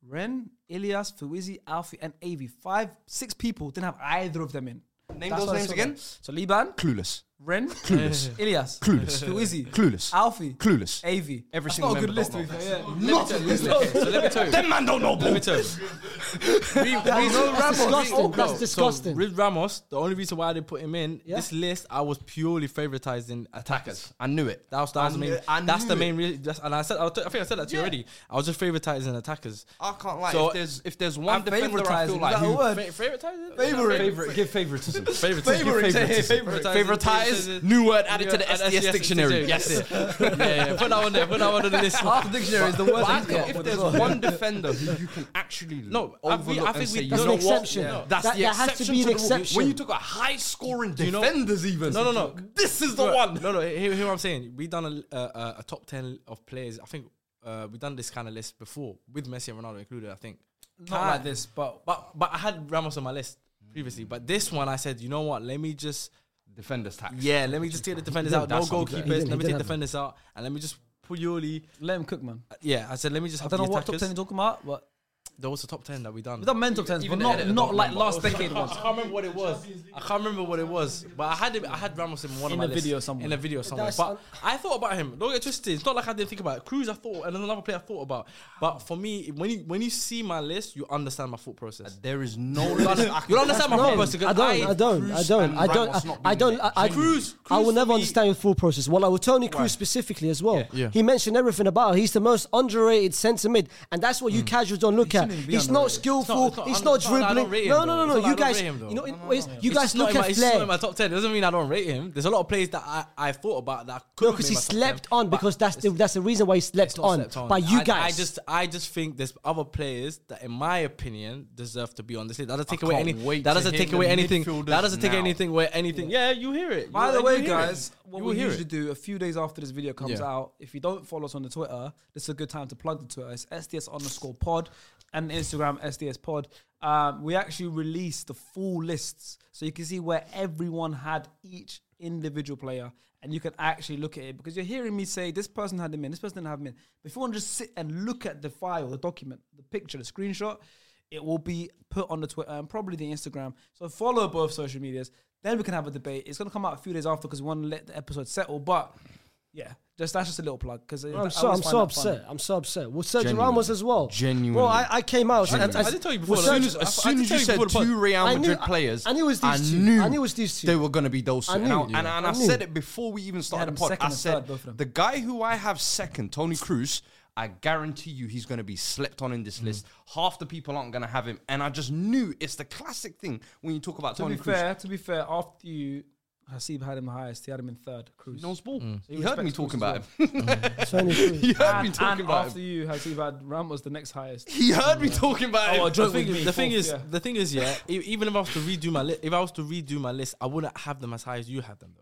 [SPEAKER 1] Ren, Ilias, Fuizi, Alfie, and Avi. Five, six people didn't have either of them in.
[SPEAKER 4] Name
[SPEAKER 1] That's
[SPEAKER 4] those
[SPEAKER 1] why I
[SPEAKER 4] names
[SPEAKER 1] saw
[SPEAKER 4] again.
[SPEAKER 1] that. So Liban,
[SPEAKER 4] Clueless.
[SPEAKER 1] Ren, [LAUGHS]
[SPEAKER 4] Clueless.
[SPEAKER 1] Ilias,
[SPEAKER 4] Clueless.
[SPEAKER 1] Fuizi,
[SPEAKER 4] Clueless.
[SPEAKER 1] Alfie,
[SPEAKER 4] Clueless.
[SPEAKER 1] Avi.
[SPEAKER 4] Every
[SPEAKER 1] That's
[SPEAKER 4] single
[SPEAKER 1] not a good
[SPEAKER 4] member
[SPEAKER 1] list to
[SPEAKER 4] don't
[SPEAKER 1] be fair. Yeah.
[SPEAKER 4] Not
[SPEAKER 2] So let me tell you.
[SPEAKER 4] Them man don't know ball.
[SPEAKER 2] Let me tell you. We- we-
[SPEAKER 1] no Ramos.
[SPEAKER 3] disgusting.
[SPEAKER 1] Oh,
[SPEAKER 3] That's
[SPEAKER 2] No,
[SPEAKER 3] disgusting.
[SPEAKER 2] So with Ramos, the only reason why they put him in
[SPEAKER 3] Yeah.
[SPEAKER 2] this list, I was purely favoritizing attackers.
[SPEAKER 4] Attackers. I knew it.
[SPEAKER 2] That was, that was the
[SPEAKER 4] I
[SPEAKER 2] main.
[SPEAKER 4] knew- I
[SPEAKER 2] that's the
[SPEAKER 4] knew
[SPEAKER 2] main reason. That's, and I said, I, was t- I think I said that to you already. I was just favoritizing attackers.
[SPEAKER 4] I can't lie.
[SPEAKER 2] So-
[SPEAKER 4] if there's if there's one
[SPEAKER 1] I'm
[SPEAKER 4] defender, I feel
[SPEAKER 1] favoritising.
[SPEAKER 4] like
[SPEAKER 1] Is that a
[SPEAKER 4] who
[SPEAKER 1] word?
[SPEAKER 2] Fa- favoritizing.
[SPEAKER 1] Favorite.
[SPEAKER 4] favorite give favoritism.
[SPEAKER 2] Favoritism.
[SPEAKER 4] Favorite.
[SPEAKER 2] Favoritism.
[SPEAKER 4] Favoritize. New word added to the
[SPEAKER 2] Yeah,
[SPEAKER 4] SDS dictionary. Yes.
[SPEAKER 2] yeah, yeah. Put that one there. Put that one on the list.
[SPEAKER 1] Half the dictionary is the word.
[SPEAKER 4] But I
[SPEAKER 1] that
[SPEAKER 4] think
[SPEAKER 1] he's
[SPEAKER 4] if
[SPEAKER 1] got.
[SPEAKER 4] there's one defender who you can actually
[SPEAKER 2] No, I
[SPEAKER 4] overlook
[SPEAKER 2] think- I
[SPEAKER 4] and
[SPEAKER 2] think
[SPEAKER 4] say,
[SPEAKER 2] we-
[SPEAKER 4] you
[SPEAKER 2] that's
[SPEAKER 4] know
[SPEAKER 2] an
[SPEAKER 4] what?
[SPEAKER 3] exception.
[SPEAKER 4] That's
[SPEAKER 3] That-
[SPEAKER 4] the
[SPEAKER 3] that has to
[SPEAKER 4] exception
[SPEAKER 3] be an
[SPEAKER 4] the rule.
[SPEAKER 3] exception.
[SPEAKER 4] When you talk about high scoring
[SPEAKER 2] you know-
[SPEAKER 4] defenders, even
[SPEAKER 2] No, no, no.
[SPEAKER 4] this is [LAUGHS] the
[SPEAKER 2] Right.
[SPEAKER 4] one.
[SPEAKER 2] No, no. Here, here what I'm saying we done a, uh, a top ten of players. I think uh, we done this kind of list before with Messi and Ronaldo included. I think
[SPEAKER 1] Not like this, but
[SPEAKER 2] But but I had Ramos on my list previously. But this one, I said, you know what? Let me just
[SPEAKER 4] Defenders tax.
[SPEAKER 2] yeah, let me just take the defenders out. No
[SPEAKER 4] that's not- he
[SPEAKER 3] didn't-
[SPEAKER 2] goalkeepers.
[SPEAKER 3] he
[SPEAKER 2] Let me
[SPEAKER 3] didn't
[SPEAKER 2] take
[SPEAKER 3] have
[SPEAKER 2] defenders out, and let me just purely
[SPEAKER 1] let him cook, man.
[SPEAKER 2] yeah. I said, let me just
[SPEAKER 1] I
[SPEAKER 2] have
[SPEAKER 1] don't know
[SPEAKER 2] the
[SPEAKER 1] what top
[SPEAKER 2] attackers.
[SPEAKER 1] ten you're talking about, but
[SPEAKER 2] There was a top ten that we done.
[SPEAKER 1] we've done mental tens, but
[SPEAKER 4] Even
[SPEAKER 1] not
[SPEAKER 4] edit,
[SPEAKER 1] not
[SPEAKER 4] don't
[SPEAKER 1] like
[SPEAKER 4] remember.
[SPEAKER 1] last decade
[SPEAKER 2] I
[SPEAKER 1] ones.
[SPEAKER 2] can't remember what it was. I can't remember what it was, but I had him, I had Ramos in
[SPEAKER 1] In
[SPEAKER 2] one of my
[SPEAKER 1] a
[SPEAKER 2] lists.
[SPEAKER 1] video somewhere.
[SPEAKER 2] In a video somewhere,
[SPEAKER 3] That's
[SPEAKER 2] but
[SPEAKER 3] un-
[SPEAKER 2] I thought about him. Don't get twisted. It's not like I didn't think about it. Cruz, I thought, and another player I thought about. But for me, when you when you see my list, you understand my thought process.
[SPEAKER 4] There is [LAUGHS] no list. I
[SPEAKER 2] You'll
[SPEAKER 4] can-
[SPEAKER 2] understand my
[SPEAKER 3] No,
[SPEAKER 2] thought process. 'cause
[SPEAKER 3] I don't, I don't, I
[SPEAKER 4] Cruz
[SPEAKER 3] don't,
[SPEAKER 4] and
[SPEAKER 3] I don't,
[SPEAKER 4] Ramos
[SPEAKER 3] I-
[SPEAKER 4] not
[SPEAKER 3] I
[SPEAKER 4] being
[SPEAKER 3] don't,
[SPEAKER 4] there.
[SPEAKER 3] I, I,
[SPEAKER 2] Cruz-
[SPEAKER 3] I will
[SPEAKER 2] Cruz
[SPEAKER 3] never
[SPEAKER 2] for me-
[SPEAKER 3] understand your full process. Well, I with Tony Cruz specifically as well.
[SPEAKER 2] Yeah.
[SPEAKER 3] He mentioned everything about. He's the most underrated centre mid, and that's what you
[SPEAKER 2] Mm.
[SPEAKER 3] casuals don't look at.
[SPEAKER 1] shouldn't be
[SPEAKER 3] He's not
[SPEAKER 1] underrated.
[SPEAKER 3] skillful.
[SPEAKER 2] It's not-
[SPEAKER 3] He's
[SPEAKER 2] it's
[SPEAKER 3] not
[SPEAKER 2] not- no, I don't
[SPEAKER 3] dribbling.
[SPEAKER 2] rate him,
[SPEAKER 3] No, no,
[SPEAKER 2] though.
[SPEAKER 3] no, no.
[SPEAKER 2] It's not
[SPEAKER 3] You
[SPEAKER 2] like I don't
[SPEAKER 3] guys,
[SPEAKER 2] rate him, though.
[SPEAKER 3] you know,
[SPEAKER 2] No,
[SPEAKER 3] it's- you
[SPEAKER 2] It's
[SPEAKER 3] guys
[SPEAKER 2] not
[SPEAKER 3] look
[SPEAKER 2] in my,
[SPEAKER 3] at
[SPEAKER 2] it's not in
[SPEAKER 3] flair.
[SPEAKER 2] my top ten. It doesn't mean I don't rate him. There's a lot of plays that I, I thought about that could
[SPEAKER 3] No, because he slept on. Because that's the that's the reason why he slept on. By you
[SPEAKER 2] I,
[SPEAKER 3] guys.
[SPEAKER 2] I just I just think there's other players that, in my opinion, deserve to be on this list. That doesn't take
[SPEAKER 4] I
[SPEAKER 2] away
[SPEAKER 4] can't
[SPEAKER 2] any.
[SPEAKER 4] wait
[SPEAKER 2] That
[SPEAKER 4] to
[SPEAKER 2] doesn't
[SPEAKER 4] hear
[SPEAKER 2] take away
[SPEAKER 4] the
[SPEAKER 2] anything. That
[SPEAKER 4] midfielders
[SPEAKER 2] doesn't take
[SPEAKER 4] now.
[SPEAKER 2] anything away anything. Yeah, you hear it.
[SPEAKER 1] By
[SPEAKER 2] You-
[SPEAKER 1] the
[SPEAKER 2] you
[SPEAKER 1] way,
[SPEAKER 2] hear it.
[SPEAKER 1] guys, what
[SPEAKER 2] You
[SPEAKER 1] we
[SPEAKER 2] will hear
[SPEAKER 1] usually
[SPEAKER 2] it.
[SPEAKER 1] do a few days after this video comes
[SPEAKER 2] Yeah.
[SPEAKER 1] out, if you don't follow us on the Twitter, this is a good time to plug the Twitter. It's SDS underscore pod and Instagram SDS pod. Um, we actually release the full lists so you can see where everyone had each individual player and you can actually look at it because you're hearing me say this person had them in, this person didn't have them in. But if you want to just sit and look at the file, the document, the picture, the screenshot, it will be put on the Twitter and probably the Instagram. So follow both social medias. Then we can have a debate. It's gonna come out a few days after because we want to let the episode settle. But yeah, just that's just a little plug because
[SPEAKER 3] I'm so I'm so upset. I'm so upset. With Sergio
[SPEAKER 4] Genuinely.
[SPEAKER 3] Ramos as well.
[SPEAKER 4] Genuinely.
[SPEAKER 3] Bro, I, I came out. and-
[SPEAKER 4] Genuinely.
[SPEAKER 3] and-
[SPEAKER 4] I
[SPEAKER 2] did tell you
[SPEAKER 3] with
[SPEAKER 2] before,
[SPEAKER 4] As
[SPEAKER 2] Well,
[SPEAKER 3] Sergio-
[SPEAKER 4] soon as,
[SPEAKER 2] I- I
[SPEAKER 4] as, soon
[SPEAKER 2] did
[SPEAKER 4] as
[SPEAKER 2] tell
[SPEAKER 4] you
[SPEAKER 2] you
[SPEAKER 4] said
[SPEAKER 2] before the pod-
[SPEAKER 4] two Real
[SPEAKER 3] I knew-
[SPEAKER 4] Madrid
[SPEAKER 3] I-
[SPEAKER 4] players,
[SPEAKER 3] I knew it was these two.
[SPEAKER 4] knew
[SPEAKER 3] I knew it was these two.
[SPEAKER 4] They were going to be those two.
[SPEAKER 3] I
[SPEAKER 4] And, I,
[SPEAKER 3] knew.
[SPEAKER 4] and, and
[SPEAKER 3] I
[SPEAKER 4] I
[SPEAKER 3] knew.
[SPEAKER 4] said it before we even
[SPEAKER 1] had
[SPEAKER 4] started
[SPEAKER 1] them
[SPEAKER 4] the pod.
[SPEAKER 1] second
[SPEAKER 4] I
[SPEAKER 1] and
[SPEAKER 4] said
[SPEAKER 1] third, both of them.
[SPEAKER 4] the guy who I have second, Tony Cruz. I guarantee you he's going to be slept on in this list. Half the people aren't going to have him, and I just knew it's the classic thing when you talk about
[SPEAKER 1] To
[SPEAKER 4] Tony
[SPEAKER 1] be
[SPEAKER 4] Cruz.
[SPEAKER 1] fair, to be fair, after you Hasib had him the highest. He had him in third. Cruz.
[SPEAKER 4] Knows ball.
[SPEAKER 1] So
[SPEAKER 4] You heard me
[SPEAKER 1] respects Cruz
[SPEAKER 4] talking
[SPEAKER 1] as
[SPEAKER 4] about
[SPEAKER 1] well.
[SPEAKER 4] him. [LAUGHS]
[SPEAKER 3] Tony Cruz.
[SPEAKER 4] You heard me
[SPEAKER 1] And-
[SPEAKER 4] talking
[SPEAKER 1] and
[SPEAKER 4] about
[SPEAKER 1] after
[SPEAKER 4] him.
[SPEAKER 1] you, Hasib had Ramos the next highest.
[SPEAKER 4] He heard me talking about
[SPEAKER 1] Oh,
[SPEAKER 4] him.
[SPEAKER 1] I
[SPEAKER 2] The
[SPEAKER 1] joke
[SPEAKER 2] thing,
[SPEAKER 1] with me,
[SPEAKER 2] is, the thing
[SPEAKER 1] fourth,
[SPEAKER 2] is,
[SPEAKER 1] yeah.
[SPEAKER 2] the thing is, yeah. e- Even if I was to redo my list, if I was to redo my list, I wouldn't have them as high as you have them though.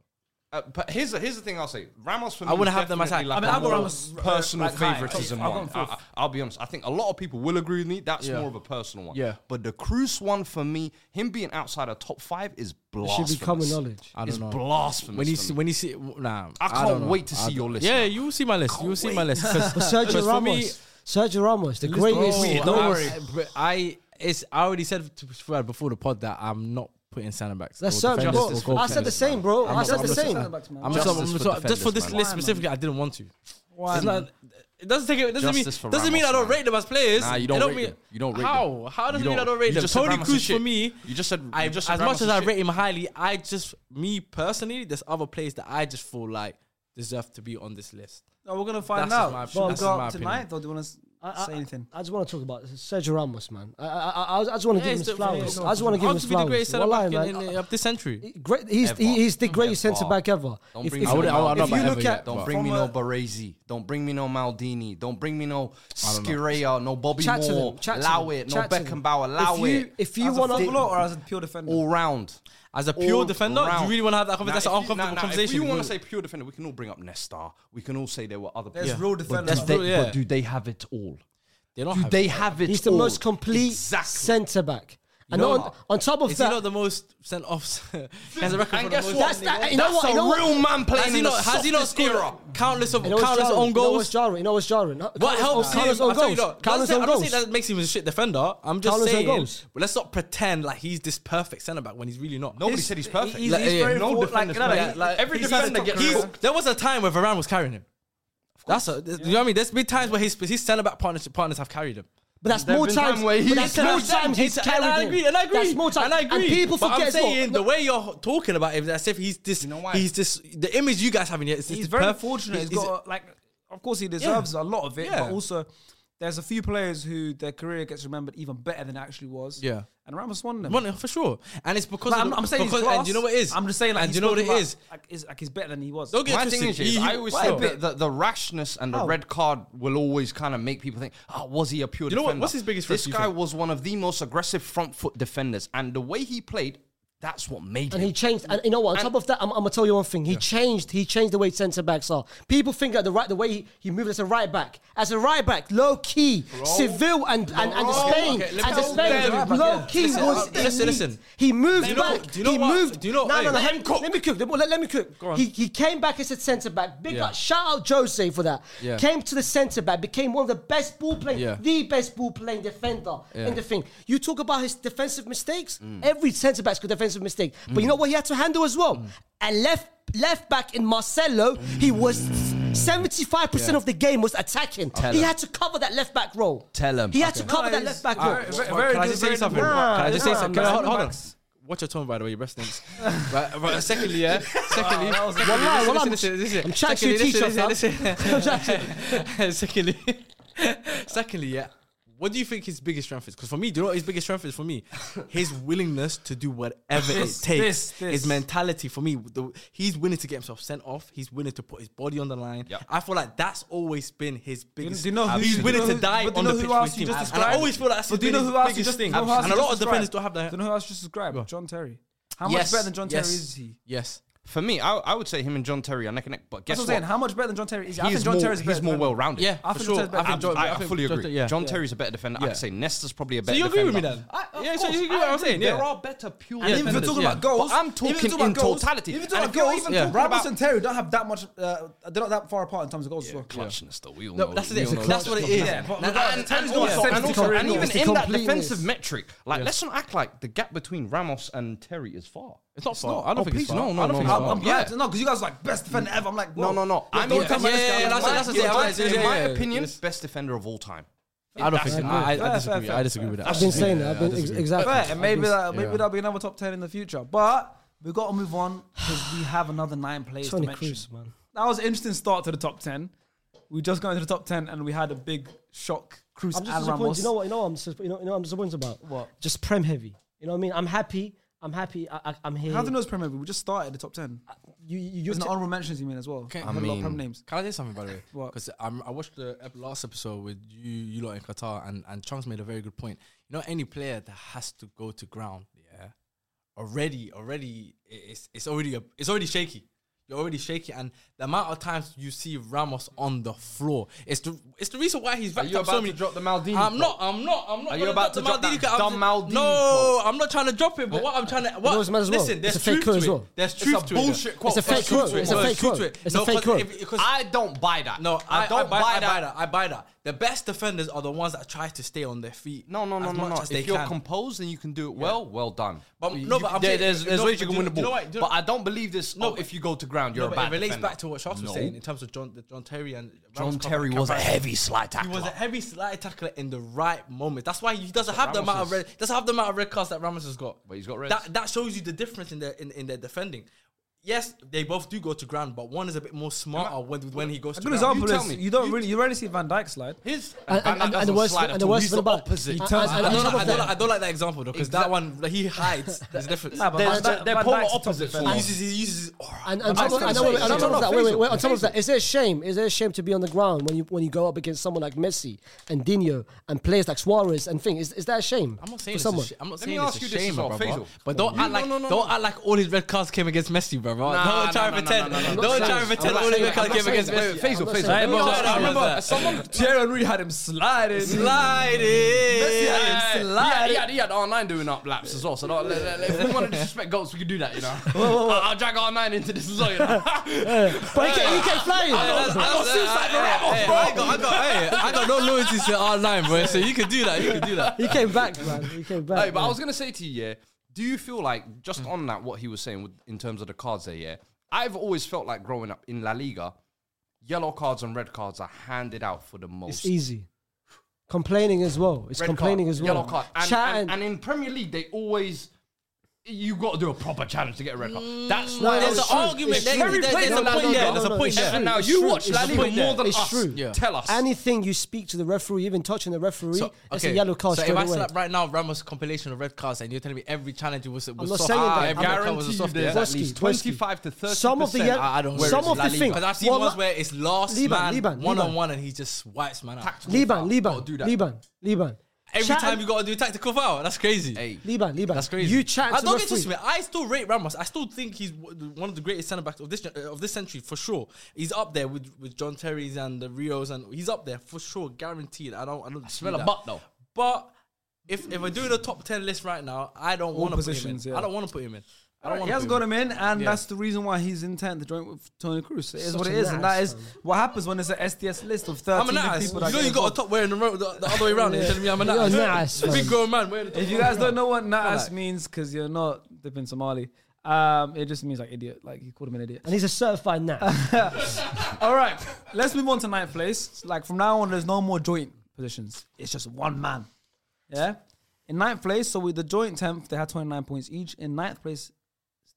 [SPEAKER 4] Uh, but here's the, here's the thing I'll say. Ramos for me.
[SPEAKER 2] I wouldn't
[SPEAKER 4] is
[SPEAKER 2] have them as
[SPEAKER 4] definitely
[SPEAKER 2] high.
[SPEAKER 4] Like
[SPEAKER 2] I mean,
[SPEAKER 4] a
[SPEAKER 2] I've got
[SPEAKER 4] more
[SPEAKER 2] Ramos,
[SPEAKER 1] uh,
[SPEAKER 4] personal
[SPEAKER 1] like high.
[SPEAKER 4] favoritism
[SPEAKER 1] I've got
[SPEAKER 4] one.
[SPEAKER 1] him fourth.
[SPEAKER 4] I, will be honest. I think a lot of people will agree with me. That's
[SPEAKER 2] Yeah.
[SPEAKER 4] more of a personal one.
[SPEAKER 2] Yeah.
[SPEAKER 4] But the Cruz one for me, him being outside of top five is
[SPEAKER 3] should
[SPEAKER 4] blasphemous.
[SPEAKER 3] be common knowledge.
[SPEAKER 2] I don't
[SPEAKER 4] It's
[SPEAKER 2] know.
[SPEAKER 4] blasphemous.
[SPEAKER 2] When you
[SPEAKER 4] for
[SPEAKER 2] see,
[SPEAKER 4] me.
[SPEAKER 2] when you see, nah.
[SPEAKER 4] I
[SPEAKER 2] don't
[SPEAKER 4] can't
[SPEAKER 2] know.
[SPEAKER 4] wait to
[SPEAKER 2] I
[SPEAKER 4] see
[SPEAKER 2] don't-
[SPEAKER 4] your list,
[SPEAKER 2] Yeah,
[SPEAKER 4] man.
[SPEAKER 2] you will see my list. You will see my [LAUGHS] list. 'Cause-
[SPEAKER 3] But
[SPEAKER 2] because
[SPEAKER 3] Sergio
[SPEAKER 2] for me-
[SPEAKER 3] Ramos. Sergio Ramos, the greatest.
[SPEAKER 2] Bro,
[SPEAKER 3] no
[SPEAKER 2] don't
[SPEAKER 3] one-
[SPEAKER 2] worry. But I it's I already said to Fred before the pod that I'm not putting center backs.
[SPEAKER 3] That's Sergio.
[SPEAKER 2] or defenders
[SPEAKER 3] Bro,
[SPEAKER 2] or
[SPEAKER 3] I said
[SPEAKER 2] goalkeepers.
[SPEAKER 3] the same, bro. I
[SPEAKER 2] not-
[SPEAKER 3] said
[SPEAKER 2] I'm
[SPEAKER 3] the
[SPEAKER 2] not-
[SPEAKER 3] same.
[SPEAKER 1] Centre backs, man.
[SPEAKER 2] I'm
[SPEAKER 4] Justice
[SPEAKER 2] sorry, I'm sorry,
[SPEAKER 4] for
[SPEAKER 2] just for
[SPEAKER 4] defenders,
[SPEAKER 2] this
[SPEAKER 4] man.
[SPEAKER 2] list
[SPEAKER 1] Why, man?
[SPEAKER 2] specifically, I didn't want to.
[SPEAKER 1] Why,
[SPEAKER 2] It's
[SPEAKER 1] man?
[SPEAKER 2] not. It doesn't take. It doesn't
[SPEAKER 4] Justice for
[SPEAKER 2] mean. Doesn't mean I
[SPEAKER 4] Ramos,
[SPEAKER 2] don't
[SPEAKER 4] man.
[SPEAKER 2] rate them as players.
[SPEAKER 4] Nah, you
[SPEAKER 2] It
[SPEAKER 4] don't rate
[SPEAKER 2] mean,
[SPEAKER 4] them. You don't rate them.
[SPEAKER 2] how? How does
[SPEAKER 4] You
[SPEAKER 2] it mean I
[SPEAKER 4] don't-
[SPEAKER 2] don't rate
[SPEAKER 4] you
[SPEAKER 2] them?
[SPEAKER 4] just said
[SPEAKER 2] Tony
[SPEAKER 4] Ramos is
[SPEAKER 2] Cruz for
[SPEAKER 4] shit.
[SPEAKER 2] me.
[SPEAKER 4] You just said- you
[SPEAKER 2] I,
[SPEAKER 4] just
[SPEAKER 2] as
[SPEAKER 4] said
[SPEAKER 2] much
[SPEAKER 4] Ramos
[SPEAKER 2] as
[SPEAKER 4] is
[SPEAKER 2] I
[SPEAKER 4] shit.
[SPEAKER 2] rate him highly, I just me personally, there's other players that I just feel like deserve to be on this list.
[SPEAKER 1] No, we're gonna find
[SPEAKER 2] That's
[SPEAKER 1] out.
[SPEAKER 2] my-
[SPEAKER 1] Should we
[SPEAKER 2] that's
[SPEAKER 1] go
[SPEAKER 2] my
[SPEAKER 1] up
[SPEAKER 2] opinion.
[SPEAKER 1] tonight, or do you want
[SPEAKER 3] I-
[SPEAKER 1] to say anything?
[SPEAKER 3] I just want to talk about Sergio Ramos, man. I, I, I, I just want to give
[SPEAKER 2] Yeah,
[SPEAKER 3] him
[SPEAKER 2] it's
[SPEAKER 3] his
[SPEAKER 2] the-
[SPEAKER 3] flowers.
[SPEAKER 1] yeah,
[SPEAKER 3] I just want to give him his
[SPEAKER 2] Arguably the
[SPEAKER 3] flowers.
[SPEAKER 2] greatest centre back
[SPEAKER 3] Wallahi,
[SPEAKER 2] in,
[SPEAKER 3] man,
[SPEAKER 2] in, of this century.
[SPEAKER 3] Great, he's,
[SPEAKER 4] Ever.
[SPEAKER 3] he, he's the greatest
[SPEAKER 4] Ever.
[SPEAKER 3] centre back ever.
[SPEAKER 4] Don't
[SPEAKER 3] If-
[SPEAKER 4] bring
[SPEAKER 3] if-
[SPEAKER 4] me
[SPEAKER 2] I would- I would-
[SPEAKER 3] if
[SPEAKER 2] I
[SPEAKER 3] you
[SPEAKER 2] would-
[SPEAKER 3] look at
[SPEAKER 4] Don't
[SPEAKER 2] But
[SPEAKER 4] bring me
[SPEAKER 1] from
[SPEAKER 4] no
[SPEAKER 1] a-
[SPEAKER 4] Baresi. Don't bring me no Maldini. Don't bring me no Skirrea. No Bobby
[SPEAKER 3] Chat to them,
[SPEAKER 4] Moore.
[SPEAKER 3] chat to
[SPEAKER 4] Allow
[SPEAKER 3] them,
[SPEAKER 4] it. No
[SPEAKER 3] chat to them.
[SPEAKER 4] Beckenbauer. Allow
[SPEAKER 3] If you-
[SPEAKER 4] it.
[SPEAKER 3] if you
[SPEAKER 1] as
[SPEAKER 3] wanna-
[SPEAKER 1] a footballer or as a pure defender?
[SPEAKER 4] all round.
[SPEAKER 2] As a pure
[SPEAKER 4] All
[SPEAKER 2] defender,
[SPEAKER 4] round.
[SPEAKER 2] you really want to have that
[SPEAKER 4] Nah,
[SPEAKER 2] conversation?
[SPEAKER 4] if
[SPEAKER 2] That's
[SPEAKER 4] you-
[SPEAKER 2] an uncomfortable
[SPEAKER 4] nah, nah,
[SPEAKER 2] conversation.
[SPEAKER 4] If you
[SPEAKER 2] We
[SPEAKER 4] want
[SPEAKER 2] will-
[SPEAKER 4] to say pure defender, we can all bring up Nestar. We can all say there were other
[SPEAKER 1] There's
[SPEAKER 4] players.
[SPEAKER 1] real
[SPEAKER 4] But,
[SPEAKER 1] defenders.
[SPEAKER 4] that's
[SPEAKER 2] that's
[SPEAKER 4] they,
[SPEAKER 2] real, yeah.
[SPEAKER 4] but do they have it all?
[SPEAKER 2] They don't
[SPEAKER 4] Do
[SPEAKER 2] have
[SPEAKER 4] they have it
[SPEAKER 3] He's the
[SPEAKER 4] all?
[SPEAKER 3] most complete
[SPEAKER 4] Exactly.
[SPEAKER 3] centre back. And
[SPEAKER 4] know
[SPEAKER 3] on,
[SPEAKER 4] what?
[SPEAKER 3] on top of
[SPEAKER 2] Is he
[SPEAKER 3] that,
[SPEAKER 2] not the most sent offs?
[SPEAKER 3] [LAUGHS]
[SPEAKER 2] has a record
[SPEAKER 4] And
[SPEAKER 2] for
[SPEAKER 4] guess
[SPEAKER 2] the most.
[SPEAKER 4] what?
[SPEAKER 3] That's that- you know
[SPEAKER 4] That's
[SPEAKER 3] what-
[SPEAKER 4] a
[SPEAKER 3] you know what-
[SPEAKER 4] real man
[SPEAKER 2] Has
[SPEAKER 4] playing
[SPEAKER 2] he
[SPEAKER 4] in the
[SPEAKER 2] not? Has he not
[SPEAKER 4] softest
[SPEAKER 2] scored
[SPEAKER 4] era.
[SPEAKER 2] countless of
[SPEAKER 3] you know what's
[SPEAKER 2] countless
[SPEAKER 3] jarring?
[SPEAKER 2] own
[SPEAKER 3] You know what's
[SPEAKER 2] goals?
[SPEAKER 3] jarring? You know what's jarring?
[SPEAKER 2] What helps him?
[SPEAKER 3] Countless
[SPEAKER 2] I'll
[SPEAKER 3] own
[SPEAKER 2] tell you
[SPEAKER 3] goals.
[SPEAKER 2] that.
[SPEAKER 3] Countless
[SPEAKER 2] I'm
[SPEAKER 3] own
[SPEAKER 2] not saying
[SPEAKER 3] goals.
[SPEAKER 2] that makes him a shit defender. I'm just
[SPEAKER 3] Countless own
[SPEAKER 2] saying.
[SPEAKER 3] goals.
[SPEAKER 2] Well, let's not pretend like he's this perfect centre back when he's really not.
[SPEAKER 4] Nobody said he's perfect.
[SPEAKER 1] He's, he's very
[SPEAKER 4] no
[SPEAKER 1] forward, like,
[SPEAKER 4] defender's
[SPEAKER 1] no, no,
[SPEAKER 4] perfect.
[SPEAKER 1] he-
[SPEAKER 4] Like, every
[SPEAKER 1] he's
[SPEAKER 4] defender
[SPEAKER 1] had a
[SPEAKER 4] gets
[SPEAKER 1] top
[SPEAKER 4] He's-
[SPEAKER 1] career.
[SPEAKER 4] cooked.
[SPEAKER 2] There was a time where Varane was carrying him. That's a, you know what I mean. There's been times where his his centre back partners partners have carried him.
[SPEAKER 3] But that's
[SPEAKER 4] There've
[SPEAKER 3] more
[SPEAKER 4] been
[SPEAKER 3] times.
[SPEAKER 4] time where
[SPEAKER 3] but
[SPEAKER 4] he-
[SPEAKER 3] that's
[SPEAKER 4] He
[SPEAKER 3] more
[SPEAKER 4] said
[SPEAKER 3] times he's
[SPEAKER 2] And
[SPEAKER 3] carried
[SPEAKER 2] I
[SPEAKER 3] him.
[SPEAKER 2] agree, and I agree,
[SPEAKER 3] That's more times.
[SPEAKER 2] and I agree.
[SPEAKER 3] people
[SPEAKER 2] but
[SPEAKER 3] forget
[SPEAKER 2] I'm
[SPEAKER 3] as well.
[SPEAKER 2] saying the way you're talking about it, as if he's this,
[SPEAKER 4] You know why?
[SPEAKER 2] he's this, the image you guys have in here. Is
[SPEAKER 1] he's
[SPEAKER 2] this
[SPEAKER 1] very
[SPEAKER 2] perf-
[SPEAKER 1] fortunate.
[SPEAKER 2] is-
[SPEAKER 1] he's
[SPEAKER 2] is-
[SPEAKER 1] got like, of course, he deserves a lot of it,
[SPEAKER 2] Yeah.
[SPEAKER 1] but also there's a few players who their career gets remembered even better than it actually was.
[SPEAKER 2] Yeah.
[SPEAKER 1] and Ramos won them.
[SPEAKER 2] Money for sure, and it's because
[SPEAKER 1] Like,
[SPEAKER 2] of
[SPEAKER 1] I'm,
[SPEAKER 2] the-
[SPEAKER 1] I'm saying he's
[SPEAKER 2] because,
[SPEAKER 1] class.
[SPEAKER 2] and you know what it is.
[SPEAKER 1] I'm just saying, like,
[SPEAKER 2] and
[SPEAKER 1] he's
[SPEAKER 2] you know what it
[SPEAKER 1] spoken
[SPEAKER 2] is.
[SPEAKER 1] about, Like, is like he's better than he was.
[SPEAKER 2] Don't get
[SPEAKER 4] My
[SPEAKER 2] twisted.
[SPEAKER 4] thing is,
[SPEAKER 2] He-
[SPEAKER 4] is
[SPEAKER 2] he-
[SPEAKER 4] I always
[SPEAKER 2] why
[SPEAKER 4] say
[SPEAKER 2] a
[SPEAKER 4] that
[SPEAKER 2] bit-
[SPEAKER 4] the, the rashness and the
[SPEAKER 1] How?
[SPEAKER 4] red card will always kind of make people think, oh, was he a pure
[SPEAKER 2] You know what-
[SPEAKER 4] defender?
[SPEAKER 2] what's his biggest risk, you
[SPEAKER 4] This guy
[SPEAKER 2] think?
[SPEAKER 4] was one of the most aggressive front foot defenders, and the way he played, that's what made
[SPEAKER 3] And
[SPEAKER 4] him.
[SPEAKER 3] he changed. And you know what? On top of that, I'm, I'm gonna tell you one thing. He changed. He changed the way centre backs are. People think that the right, the way he, he moved as a right back, as a right back, low key, Seville and and, and
[SPEAKER 4] Bro.
[SPEAKER 3] Spain,
[SPEAKER 2] Okay, let
[SPEAKER 3] and the
[SPEAKER 2] me tell you-
[SPEAKER 3] Spain,
[SPEAKER 2] Right back,
[SPEAKER 3] low
[SPEAKER 2] yeah.
[SPEAKER 3] key
[SPEAKER 2] Listen,
[SPEAKER 3] was
[SPEAKER 2] uh, listen,
[SPEAKER 3] elite.
[SPEAKER 2] listen.
[SPEAKER 3] He moved
[SPEAKER 2] Do you know-
[SPEAKER 3] back.
[SPEAKER 2] do you know
[SPEAKER 3] he
[SPEAKER 2] what-
[SPEAKER 3] moved.
[SPEAKER 2] do you know-
[SPEAKER 3] No,
[SPEAKER 2] hey,
[SPEAKER 3] no, no.
[SPEAKER 2] let
[SPEAKER 3] Let
[SPEAKER 2] him
[SPEAKER 3] me
[SPEAKER 2] cook.
[SPEAKER 3] cook. Let me cook. Well, Let, let me cook.
[SPEAKER 2] on.
[SPEAKER 3] He, he came back as a centre back. Big
[SPEAKER 2] Yeah.
[SPEAKER 3] up. Shout out Jose for that.
[SPEAKER 2] Yeah.
[SPEAKER 3] Came to the centre back. Became one of the best ball playing,
[SPEAKER 2] Yeah.
[SPEAKER 3] the best ball playing defender
[SPEAKER 2] Yeah. Mm.
[SPEAKER 3] in the thing. You talk about his defensive mistakes. Every centre back's got defensive mistake, but you know what he had to handle as
[SPEAKER 2] Mm.
[SPEAKER 3] well. And left left back in Marcelo, he was seventy five percent
[SPEAKER 2] Yeah.
[SPEAKER 3] of the game was attacking.
[SPEAKER 4] Tell
[SPEAKER 3] he
[SPEAKER 4] him.
[SPEAKER 3] had to cover that left back role.
[SPEAKER 4] Tell him.
[SPEAKER 3] He had to cover
[SPEAKER 1] No,
[SPEAKER 3] that
[SPEAKER 1] he's-
[SPEAKER 3] left back
[SPEAKER 1] I-
[SPEAKER 3] role.
[SPEAKER 1] Very- very- very
[SPEAKER 2] can I just say
[SPEAKER 1] good-
[SPEAKER 2] something?
[SPEAKER 1] very good.
[SPEAKER 2] can I just say
[SPEAKER 1] Nah,
[SPEAKER 2] something? Can I-
[SPEAKER 1] nah,
[SPEAKER 2] Hold, hold on.
[SPEAKER 1] backs.
[SPEAKER 2] Watch your tone, by the way. Your breast [LAUGHS] stinks. but, but
[SPEAKER 1] [LAUGHS]
[SPEAKER 2] secondly, yeah. Secondly,
[SPEAKER 1] that was-
[SPEAKER 2] secondly,
[SPEAKER 3] Wallah,
[SPEAKER 2] listen,
[SPEAKER 3] wallah,
[SPEAKER 2] listen, listen,
[SPEAKER 3] I'm
[SPEAKER 2] listen.
[SPEAKER 3] chatting to your
[SPEAKER 2] Secondly,
[SPEAKER 3] teacher,
[SPEAKER 2] [LAUGHS] listen, Secondly, secondly, yeah. What do you think his biggest strength is? Because for me, do you know what his biggest strength is
[SPEAKER 1] [LAUGHS]
[SPEAKER 2] for me? His willingness to do whatever
[SPEAKER 1] This,
[SPEAKER 2] it takes.
[SPEAKER 1] this, this.
[SPEAKER 2] His mentality for me, the, he's willing to get himself sent off. He's willing to put his body on the line.
[SPEAKER 4] Yep.
[SPEAKER 2] I feel like that's always been his
[SPEAKER 1] Do you-
[SPEAKER 2] biggest.
[SPEAKER 1] do you know who-
[SPEAKER 2] he's
[SPEAKER 1] do you
[SPEAKER 2] willing
[SPEAKER 1] know
[SPEAKER 2] to
[SPEAKER 1] who-
[SPEAKER 2] die
[SPEAKER 1] but do
[SPEAKER 2] on
[SPEAKER 1] you
[SPEAKER 2] the
[SPEAKER 1] know
[SPEAKER 2] pitch.
[SPEAKER 1] who
[SPEAKER 2] for
[SPEAKER 1] else
[SPEAKER 2] his
[SPEAKER 1] you
[SPEAKER 2] team.
[SPEAKER 1] just
[SPEAKER 2] And I
[SPEAKER 1] described?
[SPEAKER 2] always feel that's
[SPEAKER 1] But
[SPEAKER 2] his
[SPEAKER 1] do you know
[SPEAKER 2] biggest-
[SPEAKER 1] who else you
[SPEAKER 2] biggest
[SPEAKER 1] just-
[SPEAKER 2] thing.
[SPEAKER 1] do you know who else
[SPEAKER 2] And a
[SPEAKER 1] you
[SPEAKER 2] lot of
[SPEAKER 1] just
[SPEAKER 2] defenders
[SPEAKER 1] described?
[SPEAKER 2] don't have that.
[SPEAKER 1] Do you know who else just described?
[SPEAKER 2] Bro.
[SPEAKER 1] John Terry. How much
[SPEAKER 4] Yes,
[SPEAKER 1] better than John
[SPEAKER 2] yes.
[SPEAKER 1] Terry is he?
[SPEAKER 2] Yes.
[SPEAKER 4] For me, I, I would say him and John Terry are neck and neck, but guess
[SPEAKER 1] That's what I'm saying.
[SPEAKER 4] what?
[SPEAKER 1] How much better than John Terry is he? I
[SPEAKER 4] he
[SPEAKER 1] think
[SPEAKER 4] is
[SPEAKER 1] John
[SPEAKER 4] more,
[SPEAKER 1] Terry is
[SPEAKER 4] he's
[SPEAKER 1] better
[SPEAKER 4] more
[SPEAKER 1] than-
[SPEAKER 4] well rounded.
[SPEAKER 2] Yeah,
[SPEAKER 1] I
[SPEAKER 2] for
[SPEAKER 1] think
[SPEAKER 2] sure.
[SPEAKER 1] John's better.
[SPEAKER 2] I think
[SPEAKER 4] I,
[SPEAKER 2] John-
[SPEAKER 4] I,
[SPEAKER 2] I think
[SPEAKER 4] fully
[SPEAKER 2] John-
[SPEAKER 4] agree.
[SPEAKER 2] yeah.
[SPEAKER 4] John Terry's a better defender.
[SPEAKER 2] Yeah.
[SPEAKER 4] I'd say Nestor's probably a
[SPEAKER 2] So
[SPEAKER 4] better
[SPEAKER 2] you
[SPEAKER 4] defender.
[SPEAKER 2] agree with me then?
[SPEAKER 1] I- of
[SPEAKER 2] yeah, so
[SPEAKER 1] course,
[SPEAKER 2] you agree
[SPEAKER 1] I
[SPEAKER 2] with what I'm saying?
[SPEAKER 1] agree.
[SPEAKER 2] Yeah.
[SPEAKER 4] There are better pure
[SPEAKER 1] And even if you're
[SPEAKER 4] defenders,
[SPEAKER 1] talking
[SPEAKER 2] yeah.
[SPEAKER 1] about goals,
[SPEAKER 4] But I'm
[SPEAKER 1] even if
[SPEAKER 4] talking
[SPEAKER 1] you're talking
[SPEAKER 4] in
[SPEAKER 1] about goals,
[SPEAKER 4] totality.
[SPEAKER 1] Even if
[SPEAKER 4] And
[SPEAKER 1] you're
[SPEAKER 4] if
[SPEAKER 1] talking
[SPEAKER 4] you're
[SPEAKER 1] about goals,
[SPEAKER 4] even
[SPEAKER 1] yeah.
[SPEAKER 4] talking
[SPEAKER 1] Ramos
[SPEAKER 4] about-
[SPEAKER 1] and Terry don't have that much. Uh, they're not that far apart in terms of goals as well.
[SPEAKER 4] Clutchness, though. We all
[SPEAKER 2] No,
[SPEAKER 4] know.
[SPEAKER 2] that's the
[SPEAKER 4] we
[SPEAKER 2] thing.
[SPEAKER 4] all know
[SPEAKER 2] That's what it
[SPEAKER 4] clutchness.
[SPEAKER 2] is.
[SPEAKER 1] Yeah, but
[SPEAKER 2] And-
[SPEAKER 1] regardless,
[SPEAKER 2] and-
[SPEAKER 1] Terry's
[SPEAKER 4] and,
[SPEAKER 1] got
[SPEAKER 4] also,
[SPEAKER 1] a
[SPEAKER 4] and,
[SPEAKER 1] sense
[SPEAKER 4] also,
[SPEAKER 1] to
[SPEAKER 4] and even
[SPEAKER 3] completeness.
[SPEAKER 4] in that
[SPEAKER 3] Completeness.
[SPEAKER 4] defensive metric, like
[SPEAKER 2] Yeah.
[SPEAKER 4] let's not act like the gap between Ramos and Terry is far.
[SPEAKER 2] It's not far. I don't
[SPEAKER 4] Oh,
[SPEAKER 2] think it's
[SPEAKER 4] please,
[SPEAKER 2] far.
[SPEAKER 4] no, no,
[SPEAKER 2] I don't
[SPEAKER 4] no,
[SPEAKER 2] think
[SPEAKER 4] no.
[SPEAKER 2] it's far.
[SPEAKER 1] I'm glad.
[SPEAKER 4] Yeah.
[SPEAKER 1] No, because you guys are like best defender ever. I'm like,
[SPEAKER 4] No,
[SPEAKER 1] whoa.
[SPEAKER 4] no, no.
[SPEAKER 1] Yeah,
[SPEAKER 4] I
[SPEAKER 1] don't
[SPEAKER 4] mean,
[SPEAKER 1] tell me
[SPEAKER 2] yeah,
[SPEAKER 1] this guy.
[SPEAKER 2] yeah, that's-
[SPEAKER 1] Like,
[SPEAKER 2] that's the
[SPEAKER 1] you're
[SPEAKER 2] thing.
[SPEAKER 1] right.
[SPEAKER 2] Yeah, yeah,
[SPEAKER 4] in my
[SPEAKER 2] yeah, yeah.
[SPEAKER 4] opinion,
[SPEAKER 2] Yes.
[SPEAKER 4] best defender of all time.
[SPEAKER 2] I don't think.
[SPEAKER 3] Fair,
[SPEAKER 2] I, I
[SPEAKER 1] fair,
[SPEAKER 2] disagree.
[SPEAKER 1] fair,
[SPEAKER 2] I disagree with that.
[SPEAKER 3] I've been
[SPEAKER 2] Yeah,
[SPEAKER 3] saying
[SPEAKER 2] yeah,
[SPEAKER 3] that.
[SPEAKER 2] I
[SPEAKER 3] I've been, ex-
[SPEAKER 2] disagree.
[SPEAKER 3] exactly.
[SPEAKER 1] Fair, and maybe that, maybe
[SPEAKER 2] yeah.
[SPEAKER 1] that'll be another top ten in the future. But we got to move on because we have another nine players to
[SPEAKER 3] Tony
[SPEAKER 1] mention.
[SPEAKER 3] Cruz, man.
[SPEAKER 1] That was an interesting start to the top ten. We just got into the top ten and we had a big shock. Cruz
[SPEAKER 3] I'm just
[SPEAKER 1] and
[SPEAKER 3] disappointed.
[SPEAKER 1] Ramos.
[SPEAKER 3] You know what? You know what I'm dis- you know, you know what I'm disappointed about.
[SPEAKER 1] What?
[SPEAKER 3] Just prem heavy. You know what I mean? I'm happy. I'm happy. I, I, I'm here.
[SPEAKER 1] How do you know it's Premier League? We just started the top ten.
[SPEAKER 3] you, you, you
[SPEAKER 1] There's an honorable mentions you mean as well.
[SPEAKER 4] I
[SPEAKER 1] I mean, a lot of
[SPEAKER 4] mean-
[SPEAKER 1] Prem names.
[SPEAKER 2] Can I say something
[SPEAKER 3] [LAUGHS]
[SPEAKER 2] by the way?
[SPEAKER 1] What?
[SPEAKER 2] Because I watched the ep- last episode with you, you lot in Qatar, and and Trunks made a very good point. You know, any player that has to go to ground, yeah, already, already, i- it's it's already a, it's already shaky. You're already shaky, and the amount of times you see Ramos on the floor, it's the it's the reason why he's
[SPEAKER 4] Are
[SPEAKER 2] backed
[SPEAKER 4] you
[SPEAKER 2] up so
[SPEAKER 4] about
[SPEAKER 2] many.
[SPEAKER 4] to drop the Maldini?
[SPEAKER 2] I'm
[SPEAKER 4] prop?
[SPEAKER 2] not. I'm not. I'm not.
[SPEAKER 4] Are you
[SPEAKER 2] gonna
[SPEAKER 4] about to drop
[SPEAKER 2] the
[SPEAKER 4] that
[SPEAKER 2] Maldini, 'cause I'm
[SPEAKER 4] dumb
[SPEAKER 2] just-
[SPEAKER 4] Maldini
[SPEAKER 2] No, I'm not trying to drop it. But what I'm trying to what
[SPEAKER 3] know what's mad as well?
[SPEAKER 2] listen,
[SPEAKER 3] It's
[SPEAKER 2] there's
[SPEAKER 3] a fake
[SPEAKER 2] truth
[SPEAKER 3] quote
[SPEAKER 2] to
[SPEAKER 3] as
[SPEAKER 2] it.
[SPEAKER 3] well.
[SPEAKER 2] There's
[SPEAKER 4] It's
[SPEAKER 2] truth
[SPEAKER 4] a
[SPEAKER 2] to it.
[SPEAKER 4] bullshit quote.
[SPEAKER 3] It's a
[SPEAKER 4] There's
[SPEAKER 3] fake
[SPEAKER 4] truth
[SPEAKER 3] quote.
[SPEAKER 4] to it.
[SPEAKER 3] It's a
[SPEAKER 4] There's
[SPEAKER 3] fake
[SPEAKER 4] truth
[SPEAKER 3] quote.
[SPEAKER 4] to it.
[SPEAKER 3] It's a
[SPEAKER 2] No,
[SPEAKER 3] fake
[SPEAKER 2] 'cause
[SPEAKER 3] quote.
[SPEAKER 2] if- because
[SPEAKER 4] I don't buy that.
[SPEAKER 2] no, I,
[SPEAKER 4] I don't
[SPEAKER 2] buy,
[SPEAKER 4] buy
[SPEAKER 2] I buy
[SPEAKER 4] that.
[SPEAKER 2] that. I buy that. The best defenders are the ones that try to stay on their feet.
[SPEAKER 4] No, no, no,
[SPEAKER 2] as
[SPEAKER 4] no,
[SPEAKER 2] much
[SPEAKER 4] no.
[SPEAKER 2] As they
[SPEAKER 4] If you're
[SPEAKER 2] can.
[SPEAKER 4] composed and you can do it well, well done.
[SPEAKER 2] But-
[SPEAKER 4] You-
[SPEAKER 2] no, but I'm
[SPEAKER 4] there-
[SPEAKER 2] saying-
[SPEAKER 4] there's there's
[SPEAKER 2] no,
[SPEAKER 4] ways you
[SPEAKER 2] but
[SPEAKER 4] can
[SPEAKER 2] do
[SPEAKER 4] win
[SPEAKER 2] you- do
[SPEAKER 4] the
[SPEAKER 2] you know
[SPEAKER 4] ball.
[SPEAKER 2] what- do you
[SPEAKER 4] But
[SPEAKER 2] know-
[SPEAKER 4] I don't believe this.
[SPEAKER 2] No,
[SPEAKER 4] No,
[SPEAKER 2] but-
[SPEAKER 4] if you go to ground, you're
[SPEAKER 2] no,
[SPEAKER 4] a
[SPEAKER 2] but
[SPEAKER 4] bad
[SPEAKER 2] it relates
[SPEAKER 4] defender.
[SPEAKER 2] back to what Sharks was
[SPEAKER 4] No.
[SPEAKER 2] saying in terms of John, the John Terry and
[SPEAKER 4] John
[SPEAKER 2] Ramos
[SPEAKER 4] Terry
[SPEAKER 2] cover-
[SPEAKER 4] was a
[SPEAKER 2] cover-
[SPEAKER 4] heavy slide
[SPEAKER 2] He
[SPEAKER 4] tackler.
[SPEAKER 2] was a heavy slide tackler in the right moment. That's why he doesn't have the
[SPEAKER 4] Ramos
[SPEAKER 2] amount of
[SPEAKER 4] is-
[SPEAKER 2] red. Doesn't have the amount of red cards that Ramos has got.
[SPEAKER 4] But he's got reds.
[SPEAKER 2] That that shows you the difference in their in, in their defending. Yes, they both do go to ground, but one is a bit more smarter when when he goes
[SPEAKER 1] A
[SPEAKER 2] to
[SPEAKER 1] good
[SPEAKER 2] ground.
[SPEAKER 1] example
[SPEAKER 4] tell
[SPEAKER 1] is
[SPEAKER 4] me.
[SPEAKER 1] you don't really you rarely see Van Dijk slide.
[SPEAKER 4] His
[SPEAKER 3] And- and- and- and the worst thing- and the worst
[SPEAKER 4] he's
[SPEAKER 3] thing
[SPEAKER 4] the
[SPEAKER 3] about-
[SPEAKER 4] opposite.
[SPEAKER 3] He turns-
[SPEAKER 4] I- I
[SPEAKER 3] and-
[SPEAKER 2] I
[SPEAKER 4] don't
[SPEAKER 2] don't,
[SPEAKER 4] know
[SPEAKER 2] like, I,
[SPEAKER 4] about
[SPEAKER 2] don't like,
[SPEAKER 4] that.
[SPEAKER 2] I don't like that example though, because that one like, he hides. There's a difference.
[SPEAKER 1] Nah, Ah, but
[SPEAKER 4] There's-
[SPEAKER 1] Van Dijk-
[SPEAKER 4] they're- they're
[SPEAKER 1] Van
[SPEAKER 4] polar
[SPEAKER 1] Dijk's a top
[SPEAKER 4] opposites.
[SPEAKER 1] defender.
[SPEAKER 2] he
[SPEAKER 4] Nah.
[SPEAKER 2] uses, he uses his aura.
[SPEAKER 3] And, and
[SPEAKER 4] I
[SPEAKER 3] on top of-
[SPEAKER 4] still
[SPEAKER 3] and
[SPEAKER 4] say
[SPEAKER 3] on
[SPEAKER 4] it's
[SPEAKER 3] and on
[SPEAKER 4] not
[SPEAKER 3] top of
[SPEAKER 4] a
[SPEAKER 3] that, wait, wait,
[SPEAKER 4] phase
[SPEAKER 3] wait. On
[SPEAKER 4] of
[SPEAKER 3] top of that,
[SPEAKER 4] phase.
[SPEAKER 3] is there a shame? Is there a shame to be on the ground when you when you go up against someone like Messi and Dino and players like Suarez and thing? Is is that a shame?
[SPEAKER 2] I'm not saying
[SPEAKER 3] for
[SPEAKER 2] this
[SPEAKER 3] someone.
[SPEAKER 2] is sh- I'm not
[SPEAKER 4] Let
[SPEAKER 2] saying
[SPEAKER 4] me
[SPEAKER 2] this
[SPEAKER 4] ask
[SPEAKER 2] is
[SPEAKER 4] you this
[SPEAKER 2] shame,
[SPEAKER 4] as well,
[SPEAKER 2] bro,
[SPEAKER 4] Faisal.
[SPEAKER 2] But don't act like
[SPEAKER 4] no, no,
[SPEAKER 2] don't
[SPEAKER 4] no.
[SPEAKER 2] act like all his red cards came against Messi, bro.
[SPEAKER 4] Nah,
[SPEAKER 2] don't try to
[SPEAKER 4] nah, nah,
[SPEAKER 2] pretend.
[SPEAKER 4] nah, nah, nah, nah.
[SPEAKER 3] I'm
[SPEAKER 2] don't try
[SPEAKER 3] not
[SPEAKER 2] to
[SPEAKER 3] saying-
[SPEAKER 2] pretend
[SPEAKER 4] I'm
[SPEAKER 2] all his
[SPEAKER 4] not
[SPEAKER 2] red cards came
[SPEAKER 4] saying-
[SPEAKER 2] against
[SPEAKER 4] wait, wait,
[SPEAKER 2] Messi.
[SPEAKER 4] Faisal,
[SPEAKER 3] I'm not
[SPEAKER 4] Faisal.
[SPEAKER 3] saying-
[SPEAKER 1] Hey,
[SPEAKER 4] Let me ask
[SPEAKER 1] bro,
[SPEAKER 4] you
[SPEAKER 1] I
[SPEAKER 4] this.
[SPEAKER 1] remember
[SPEAKER 4] As someone
[SPEAKER 1] Thierry Henry had him sliding.
[SPEAKER 2] Slide it.
[SPEAKER 4] Yeah, yeah, he had, he had R9 doing up laps as well. So don't, let- let- let- if we want to disrespect goals, we can do that, you know. I'll, I'll drag R9 into this as well, you [LAUGHS] know.
[SPEAKER 3] But he can, he can fly.
[SPEAKER 2] That's- that's-
[SPEAKER 4] I'll sue Cyber
[SPEAKER 2] hey,
[SPEAKER 4] Ramos,
[SPEAKER 2] hey,
[SPEAKER 4] bro.
[SPEAKER 2] I got, I got, hey, I got no loyalty to R9, bro. So you can do that. You can do that.
[SPEAKER 3] he came back, man. He came back.
[SPEAKER 4] Hey, but I
[SPEAKER 3] man.
[SPEAKER 4] was gonna say to you, yeah. Do you feel like just on that what he was saying with, in terms of the cards there, yeah? I've always felt like growing up in La Liga, yellow cards and red cards are handed out for the most.
[SPEAKER 3] it's easy. Complaining as well. It's
[SPEAKER 4] Red
[SPEAKER 3] complaining
[SPEAKER 4] card,
[SPEAKER 3] as well.
[SPEAKER 4] Yellow card. And,
[SPEAKER 3] Chatting.
[SPEAKER 4] and, and in Premier League, they always you got to do a proper challenge to get a red card. That's
[SPEAKER 3] No,
[SPEAKER 4] why
[SPEAKER 3] it's
[SPEAKER 2] There's an
[SPEAKER 3] true.
[SPEAKER 2] argument.
[SPEAKER 3] It's
[SPEAKER 2] There-
[SPEAKER 3] true.
[SPEAKER 2] there- There's
[SPEAKER 3] No,
[SPEAKER 2] a
[SPEAKER 3] no,
[SPEAKER 2] point
[SPEAKER 3] no,
[SPEAKER 2] there.
[SPEAKER 3] no,
[SPEAKER 2] There's a
[SPEAKER 3] no, no,
[SPEAKER 2] point there.
[SPEAKER 3] it's
[SPEAKER 4] And now
[SPEAKER 3] It's
[SPEAKER 4] you
[SPEAKER 3] true.
[SPEAKER 4] watch
[SPEAKER 3] It's
[SPEAKER 4] La Liga
[SPEAKER 3] true.
[SPEAKER 4] more than
[SPEAKER 3] It's
[SPEAKER 4] us.
[SPEAKER 3] true.
[SPEAKER 4] Yeah. Tell us.
[SPEAKER 3] Anything you speak to the referee, even touching the referee, it's a
[SPEAKER 2] okay,
[SPEAKER 3] yellow card
[SPEAKER 2] So
[SPEAKER 3] straight
[SPEAKER 2] if I
[SPEAKER 3] away.
[SPEAKER 2] slap right now Ramos compilation of red cards, and you're telling me every challenge was was
[SPEAKER 3] I'm not
[SPEAKER 2] soft, Ah,
[SPEAKER 3] saying that.
[SPEAKER 4] I
[SPEAKER 3] I'm
[SPEAKER 2] every red card was
[SPEAKER 4] guarantee
[SPEAKER 2] a
[SPEAKER 4] you
[SPEAKER 2] soft.
[SPEAKER 4] there's
[SPEAKER 2] yeah. Ah,
[SPEAKER 4] at
[SPEAKER 3] Broski,
[SPEAKER 4] least
[SPEAKER 3] Broski.
[SPEAKER 4] 25 to 30
[SPEAKER 3] Some of the yellow-
[SPEAKER 4] I I don't
[SPEAKER 3] some
[SPEAKER 4] whereas
[SPEAKER 3] of the
[SPEAKER 4] La Liga-
[SPEAKER 3] thing-
[SPEAKER 2] Because I've seen
[SPEAKER 3] Well,
[SPEAKER 2] ones
[SPEAKER 3] like-
[SPEAKER 2] where it's last
[SPEAKER 3] Liban,
[SPEAKER 2] man,
[SPEAKER 3] Liban,
[SPEAKER 2] one on
[SPEAKER 3] Liban.
[SPEAKER 2] one, and he just wipes man out.
[SPEAKER 3] Liban, Liban,
[SPEAKER 4] Gotta do that.
[SPEAKER 3] Liban, Liban.
[SPEAKER 2] Every
[SPEAKER 3] Chatting-
[SPEAKER 2] time you got to do tactical foul, that's crazy.
[SPEAKER 4] Hey,
[SPEAKER 3] Liban, Liban.
[SPEAKER 2] That's crazy.
[SPEAKER 3] You chat
[SPEAKER 2] I
[SPEAKER 3] to the
[SPEAKER 2] don't get
[SPEAKER 3] referee.
[SPEAKER 2] to me. I still rate Ramos. I still think he's w- one of the greatest centre backs of this gen- uh, of this century for sure. He's up there with, with John Terry's and the Rios, and he's up there for sure, guaranteed. I don't. I don't
[SPEAKER 4] smell
[SPEAKER 2] see
[SPEAKER 4] a
[SPEAKER 2] that.
[SPEAKER 4] butt, though.
[SPEAKER 2] But if if we're doing a top ten list right now, I don't want to put him in.
[SPEAKER 1] positions, yeah.
[SPEAKER 2] I don't want to put him in. I don't
[SPEAKER 1] He
[SPEAKER 2] want
[SPEAKER 1] has
[SPEAKER 2] to.
[SPEAKER 1] got
[SPEAKER 2] Put him
[SPEAKER 1] him in, and
[SPEAKER 2] Yeah.
[SPEAKER 1] that's the reason why he's intent to join with Tony Cruz. It is
[SPEAKER 3] Such
[SPEAKER 1] what it
[SPEAKER 3] a
[SPEAKER 1] is, and that
[SPEAKER 3] nice
[SPEAKER 1] is
[SPEAKER 3] man.
[SPEAKER 1] what happens when it's an SDS list of 13
[SPEAKER 2] I'm an ass.
[SPEAKER 1] people.
[SPEAKER 2] You
[SPEAKER 1] that
[SPEAKER 2] know
[SPEAKER 1] get
[SPEAKER 2] you got a
[SPEAKER 1] involved.
[SPEAKER 2] top wearing the, ro- the, the other way around. and You're telling me I'm an
[SPEAKER 3] You're
[SPEAKER 2] ass.
[SPEAKER 3] an ass,
[SPEAKER 2] Big
[SPEAKER 3] man.
[SPEAKER 2] grown man wearing the top
[SPEAKER 1] If
[SPEAKER 2] [LAUGHS]
[SPEAKER 1] you
[SPEAKER 2] row.
[SPEAKER 1] guys don't know what
[SPEAKER 2] Alright.
[SPEAKER 1] Naas means, because you're not dipping Somali, um, it just means like idiot. Like you called him an idiot.
[SPEAKER 3] And he's a certified nat.
[SPEAKER 1] [LAUGHS] All right, let's move on to ninth place. Like from now on, there's no more joint positions. It's just one man. Yeah. In ninth place, so with the joint tenth, they had 29 points each. In ninth place,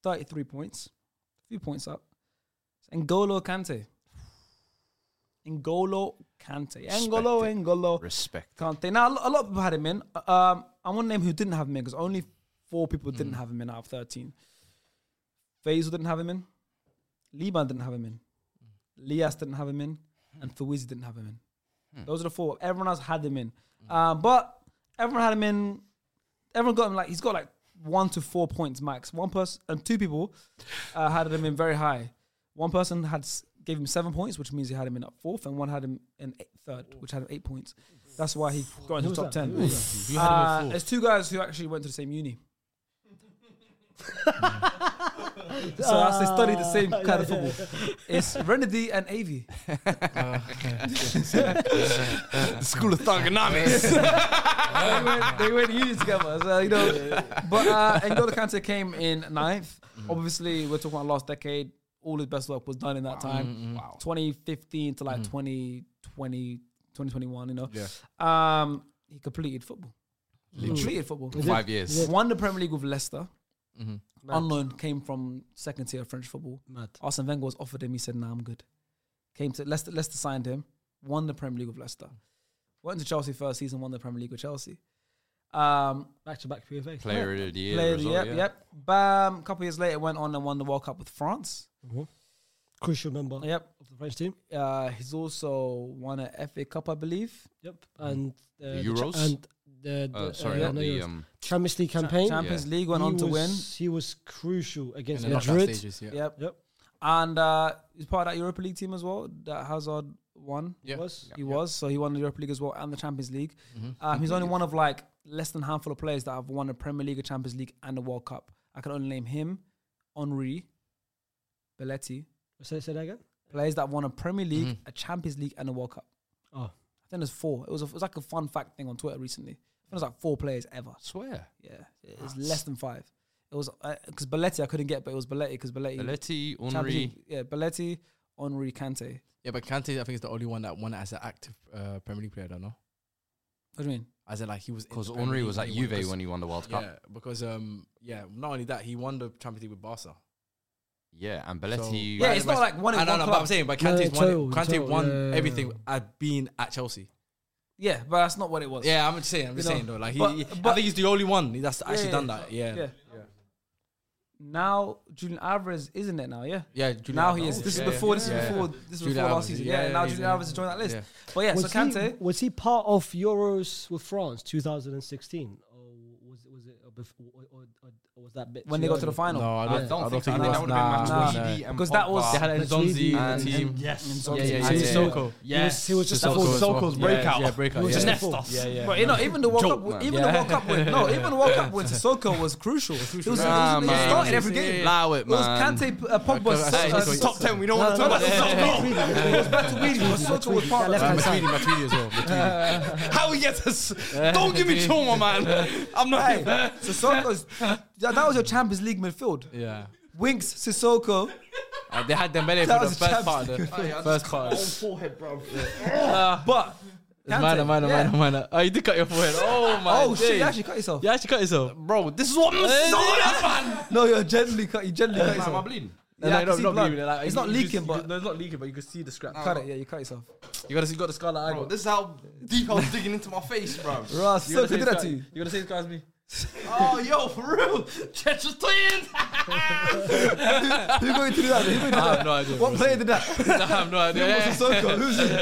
[SPEAKER 1] 33 points, a few points up. N'Golo Kante. N'Golo Kante. N'Golo,
[SPEAKER 4] Respect it.
[SPEAKER 1] N'Golo.
[SPEAKER 4] respect.
[SPEAKER 1] Kante. Now, a lo- a lot of people had him in. Uh, Um, I want to name who didn't have him in because only four people didn't have him in out of 13. Faisal didn't have him in. Liban didn't have him in. Lias didn't have him in. And Fawizi didn't have him in. Those are the four. Everyone else had him in. Uh, but everyone had him in. Everyone got him like, he's got like one to four points max. One person and two people uh, had him in very high. One person had s- gave him seven points, which means he had him in at fourth, and one had him in eight, third, which had him eight points. That's why he got into
[SPEAKER 3] Who was
[SPEAKER 1] the top
[SPEAKER 3] that? Who
[SPEAKER 1] ten.
[SPEAKER 3] was
[SPEAKER 2] You had him at
[SPEAKER 1] Uh,
[SPEAKER 2] four.
[SPEAKER 1] there's two guys who actually went to the same uni. so as they study the same
[SPEAKER 3] Ah,
[SPEAKER 1] kind of football, it's Renedy and Avi.
[SPEAKER 2] [LAUGHS]
[SPEAKER 4] The school of [LAUGHS] thugonomics.
[SPEAKER 1] they went, they went uni together. So you know, but uh, N'Golo Kante came in ninth. Obviously, we're talking about last decade. All his best work was done in that time,
[SPEAKER 4] Wow.
[SPEAKER 1] 2015 to like 2020, 2021. You know,
[SPEAKER 4] Yeah.
[SPEAKER 1] um, he completed football. Completed football.
[SPEAKER 4] Five years.
[SPEAKER 1] Won the Premier League with Leicester.
[SPEAKER 2] Mm-hmm.
[SPEAKER 1] On loan, came from second tier French football.
[SPEAKER 3] Mad.
[SPEAKER 1] Arsene Wenger was offered him. He said, "Nah, I'm good." Came to Leicester. Leicester signed him. Won the Premier League with Leicester. Went to Chelsea first season. Won the Premier League with Chelsea. Um,
[SPEAKER 3] Back to back PFA.
[SPEAKER 4] Player of the year.
[SPEAKER 1] player of
[SPEAKER 4] as
[SPEAKER 1] the-
[SPEAKER 4] well,
[SPEAKER 1] yep,
[SPEAKER 4] yeah.
[SPEAKER 1] yep. Bam. A couple years later, went on and won the World Cup with France.
[SPEAKER 3] Crucial member
[SPEAKER 1] Yep.
[SPEAKER 3] of the French team.
[SPEAKER 1] Uh, he's also won a FA Cup, I believe.
[SPEAKER 3] Yep. And uh,
[SPEAKER 4] The
[SPEAKER 3] cha-
[SPEAKER 4] Euros?
[SPEAKER 3] and the, the
[SPEAKER 4] Uh, sorry,
[SPEAKER 3] yeah,
[SPEAKER 4] not
[SPEAKER 3] no,
[SPEAKER 4] the
[SPEAKER 3] Euros.
[SPEAKER 4] um,
[SPEAKER 3] Champions League
[SPEAKER 1] Cha-
[SPEAKER 3] campaign.
[SPEAKER 1] Champions
[SPEAKER 4] Yeah.
[SPEAKER 1] League went on
[SPEAKER 3] he
[SPEAKER 1] to win.
[SPEAKER 3] was- He was crucial
[SPEAKER 2] in
[SPEAKER 3] against
[SPEAKER 2] the knockout
[SPEAKER 3] Madrid.
[SPEAKER 2] stages. Yeah.
[SPEAKER 1] Yep.
[SPEAKER 3] Yep.
[SPEAKER 1] And uh, he's part of that Europa League team as well that Hazard won.
[SPEAKER 2] Yeah.
[SPEAKER 3] Was
[SPEAKER 1] He was. So he won the Europa League as well and the Champions League.
[SPEAKER 2] Mm-hmm.
[SPEAKER 1] Um, he's only one of like less than handful of players that have won the Premier League, a Champions League, and the World Cup. I can only name him, Henri, Belletti,
[SPEAKER 3] say, say that again.
[SPEAKER 1] players that won a Premier League,
[SPEAKER 2] Mm-hmm.
[SPEAKER 1] a Champions League, and a World Cup.
[SPEAKER 3] Oh,
[SPEAKER 1] I think there's four. It was, a, it was like a fun fact thing on Twitter recently. I think there's like four players ever.
[SPEAKER 4] swear.
[SPEAKER 1] Yeah, it was less than five. It was because Belletti I couldn't get, but it was Belletti because Belletti.
[SPEAKER 4] Belletti,
[SPEAKER 1] Champions
[SPEAKER 4] Henri.
[SPEAKER 1] League- yeah, Belletti, Henri, Kante.
[SPEAKER 2] Yeah, but Kante, I think, is the only one that won as an active uh, Premier League player. I don't know.
[SPEAKER 1] What do you mean?
[SPEAKER 2] As in, like he was in
[SPEAKER 4] Because
[SPEAKER 2] the Premier
[SPEAKER 4] Henri
[SPEAKER 2] League
[SPEAKER 4] was at
[SPEAKER 2] he won-
[SPEAKER 4] Juve
[SPEAKER 2] because-
[SPEAKER 4] when he won the World
[SPEAKER 2] Yeah,
[SPEAKER 4] Cup.
[SPEAKER 2] because um, yeah, not only that, he won the Champions League with Barca.
[SPEAKER 4] Yeah, and
[SPEAKER 2] So-
[SPEAKER 4] Belletti.
[SPEAKER 1] Yeah, it's not like one in
[SPEAKER 2] I know,
[SPEAKER 1] one
[SPEAKER 2] no, but
[SPEAKER 1] club.
[SPEAKER 2] I'm saying, but
[SPEAKER 3] No,
[SPEAKER 2] Kante's won.
[SPEAKER 3] total,
[SPEAKER 2] Kante
[SPEAKER 3] total,
[SPEAKER 2] won
[SPEAKER 3] yeah, yeah, yeah.
[SPEAKER 2] everything at being at Chelsea.
[SPEAKER 1] Yeah, but that's not what it was.
[SPEAKER 2] Yeah, I'm just saying. I'm just
[SPEAKER 1] You know,
[SPEAKER 2] saying though. Like he,
[SPEAKER 1] but-
[SPEAKER 2] he-
[SPEAKER 1] but-
[SPEAKER 2] I think he's the only one that's
[SPEAKER 1] Yeah,
[SPEAKER 2] actually
[SPEAKER 1] yeah,
[SPEAKER 2] done
[SPEAKER 1] yeah.
[SPEAKER 2] that. Yeah,
[SPEAKER 1] yeah. Now Julian Alvarez isn't it now? Yeah.
[SPEAKER 2] yeah. Julian
[SPEAKER 1] now he
[SPEAKER 2] Alvarez.
[SPEAKER 1] is. This
[SPEAKER 2] Yeah,
[SPEAKER 1] is before.
[SPEAKER 2] yeah,
[SPEAKER 1] This
[SPEAKER 2] yeah.
[SPEAKER 1] is before. This is
[SPEAKER 2] Julian
[SPEAKER 1] before last
[SPEAKER 2] Alvarez,
[SPEAKER 1] season.
[SPEAKER 2] yeah,
[SPEAKER 1] Yeah.
[SPEAKER 2] yeah,
[SPEAKER 1] now
[SPEAKER 2] he's
[SPEAKER 1] Julian
[SPEAKER 2] in.
[SPEAKER 1] Alvarez has joined that list.
[SPEAKER 2] Yeah.
[SPEAKER 1] But yeah, so
[SPEAKER 3] was, he,
[SPEAKER 1] Kante.
[SPEAKER 3] was he part of Euros with France 2016, or was it was it or, bef- or, or, or, or was that bit
[SPEAKER 1] When
[SPEAKER 3] too
[SPEAKER 1] they got to the
[SPEAKER 3] early?
[SPEAKER 1] final.
[SPEAKER 2] No, I don't,
[SPEAKER 4] I don't
[SPEAKER 2] think
[SPEAKER 4] think
[SPEAKER 2] he
[SPEAKER 4] that
[SPEAKER 1] was.
[SPEAKER 4] would have been
[SPEAKER 2] Nah,
[SPEAKER 4] match
[SPEAKER 1] nah.
[SPEAKER 4] Matuidi and
[SPEAKER 1] Because that was-
[SPEAKER 4] Pogba.
[SPEAKER 2] They had
[SPEAKER 3] Matuidi
[SPEAKER 2] Nzonzi
[SPEAKER 4] and-
[SPEAKER 2] and team.
[SPEAKER 4] and-
[SPEAKER 3] Yes,
[SPEAKER 1] Sissoko.
[SPEAKER 2] Yeah, yeah, yeah.
[SPEAKER 1] And
[SPEAKER 2] yeah.
[SPEAKER 1] Sissoko.
[SPEAKER 3] Yes. He was just
[SPEAKER 2] Sissoko
[SPEAKER 3] before
[SPEAKER 2] as well.
[SPEAKER 3] Sissoko's
[SPEAKER 2] Yeah,
[SPEAKER 4] breakout.
[SPEAKER 2] Yeah, breakout.
[SPEAKER 3] He was
[SPEAKER 2] yeah.
[SPEAKER 3] just before.
[SPEAKER 2] Yeah, yeah.
[SPEAKER 1] But you know, even the World
[SPEAKER 2] Joke,
[SPEAKER 1] Cup, win-
[SPEAKER 2] man.
[SPEAKER 1] even the World Cup win, no, even the World Cup win, Sissoko was crucial. He was, he was, he
[SPEAKER 4] Nah,
[SPEAKER 1] was
[SPEAKER 4] man.
[SPEAKER 1] starting every game.
[SPEAKER 4] Allow it,
[SPEAKER 1] It was
[SPEAKER 4] man.
[SPEAKER 1] Kante, uh, Pogba,
[SPEAKER 2] Okay,
[SPEAKER 1] Sissoko,
[SPEAKER 2] that's
[SPEAKER 1] and
[SPEAKER 2] Sissoko.
[SPEAKER 1] Sissoko.
[SPEAKER 4] ten. We don't want
[SPEAKER 1] No, that's
[SPEAKER 2] [LAUGHS]
[SPEAKER 1] not- no. It was back to Weedy, but Sissoko was part of
[SPEAKER 3] Left hand
[SPEAKER 1] that.
[SPEAKER 3] side.
[SPEAKER 2] Matuidi, Matuidi as well. Matuidi.
[SPEAKER 4] How we get this? Don't give [LAUGHS] me trauma, man. I'm not.
[SPEAKER 1] Hey, Sissoko's, that that was your Champions League midfield.
[SPEAKER 2] Yeah.
[SPEAKER 1] Winks, Sissoko.
[SPEAKER 2] Uh, they had Dembele
[SPEAKER 1] That
[SPEAKER 2] for the
[SPEAKER 1] was
[SPEAKER 2] first
[SPEAKER 1] Champions
[SPEAKER 2] part of the first part. Of the,
[SPEAKER 1] But Kante,
[SPEAKER 2] minor, minor,
[SPEAKER 1] yeah.
[SPEAKER 2] minor, minor. Oh, you did cut your forehead. Oh my.
[SPEAKER 1] Oh shit!
[SPEAKER 2] days.
[SPEAKER 1] You actually cut yourself.
[SPEAKER 2] You actually cut yourself.
[SPEAKER 4] Bro, this is what I'm saying,
[SPEAKER 1] No, you're gently cut. You gently cut
[SPEAKER 4] man. Am I
[SPEAKER 1] yourself.
[SPEAKER 4] bleeding?
[SPEAKER 1] Yeah, I can see blood. it's not leaking, but
[SPEAKER 2] no, it's not leaking, but you can see the scrap.
[SPEAKER 1] cut it. Yeah, you cut yourself.
[SPEAKER 2] You gotta see, you got the scar like I
[SPEAKER 4] Bro,
[SPEAKER 2] got.
[SPEAKER 4] this is how deep I was digging into my face, bro.
[SPEAKER 1] Bro,
[SPEAKER 2] You gotta
[SPEAKER 1] Sissoko did
[SPEAKER 2] say the
[SPEAKER 1] that
[SPEAKER 2] scar-
[SPEAKER 1] to you.
[SPEAKER 2] You gotta see the scar as me.
[SPEAKER 4] Oh, yo, for real. Chester twins.
[SPEAKER 1] Who going to do that? Who going to do
[SPEAKER 2] [LAUGHS] I
[SPEAKER 1] that?
[SPEAKER 2] have no idea.
[SPEAKER 1] What player did that?
[SPEAKER 2] I have no idea.
[SPEAKER 1] It was [LAUGHS] Sissoko. Who's it?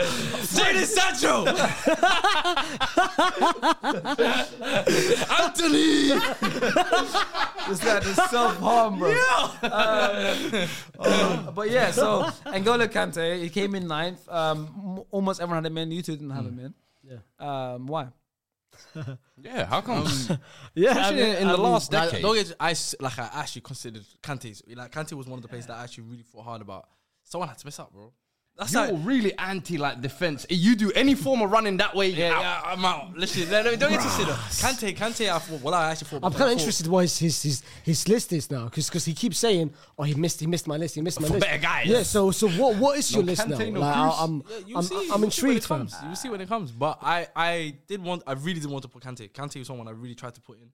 [SPEAKER 4] Jaden Sancho. Anthony.
[SPEAKER 1] It's like this self harm, bro. Um, but yeah, so N'Golo Kante, he came in ninth. Um, m- almost everyone had him in. You two didn't have him in. Yeah. Um, why?
[SPEAKER 4] Yeah, how [LAUGHS] come?
[SPEAKER 3] Yeah,
[SPEAKER 4] Especially
[SPEAKER 3] I mean-
[SPEAKER 4] in the
[SPEAKER 3] I mean,
[SPEAKER 4] last
[SPEAKER 2] Like,
[SPEAKER 4] decade.
[SPEAKER 2] don't get- I s- like I actually considered Kante's like Kante was one of the players that I actually really fought hard about. Someone had to mess up, bro. That's
[SPEAKER 4] You're
[SPEAKER 2] like
[SPEAKER 4] really anti like defense. You do any form of running that way,
[SPEAKER 2] yeah,
[SPEAKER 4] out.
[SPEAKER 2] yeah, I'm out. Listen, no, no, don't get twisted. though. Kante, Kante, I thought, well, I actually thought.
[SPEAKER 3] I'm
[SPEAKER 2] I
[SPEAKER 3] kind
[SPEAKER 2] thought-
[SPEAKER 3] of interested why his his, his his list is now because he keeps saying oh he missed he missed my list he missed my
[SPEAKER 4] For
[SPEAKER 3] list
[SPEAKER 4] better guys.
[SPEAKER 3] yeah so so what what is your
[SPEAKER 4] No
[SPEAKER 3] list now
[SPEAKER 4] Kante, no
[SPEAKER 3] like
[SPEAKER 4] Cruz.
[SPEAKER 3] I, I'm
[SPEAKER 2] Yeah, you
[SPEAKER 3] I'm,
[SPEAKER 2] see,
[SPEAKER 3] I'm
[SPEAKER 2] you see when
[SPEAKER 3] intrigued
[SPEAKER 2] it
[SPEAKER 3] fam
[SPEAKER 2] comes. You see when it comes, but I, I did want, I really did want to put Kante. Kante was someone I really tried to put in,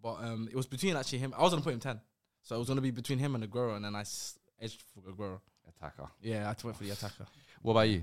[SPEAKER 2] but um, it was between actually him. I was gonna put him ten, so it was gonna be between him and Aguero, and then I s- edged for Aguero.
[SPEAKER 4] Attacker.
[SPEAKER 2] Yeah, I went for the attacker.
[SPEAKER 4] What about you?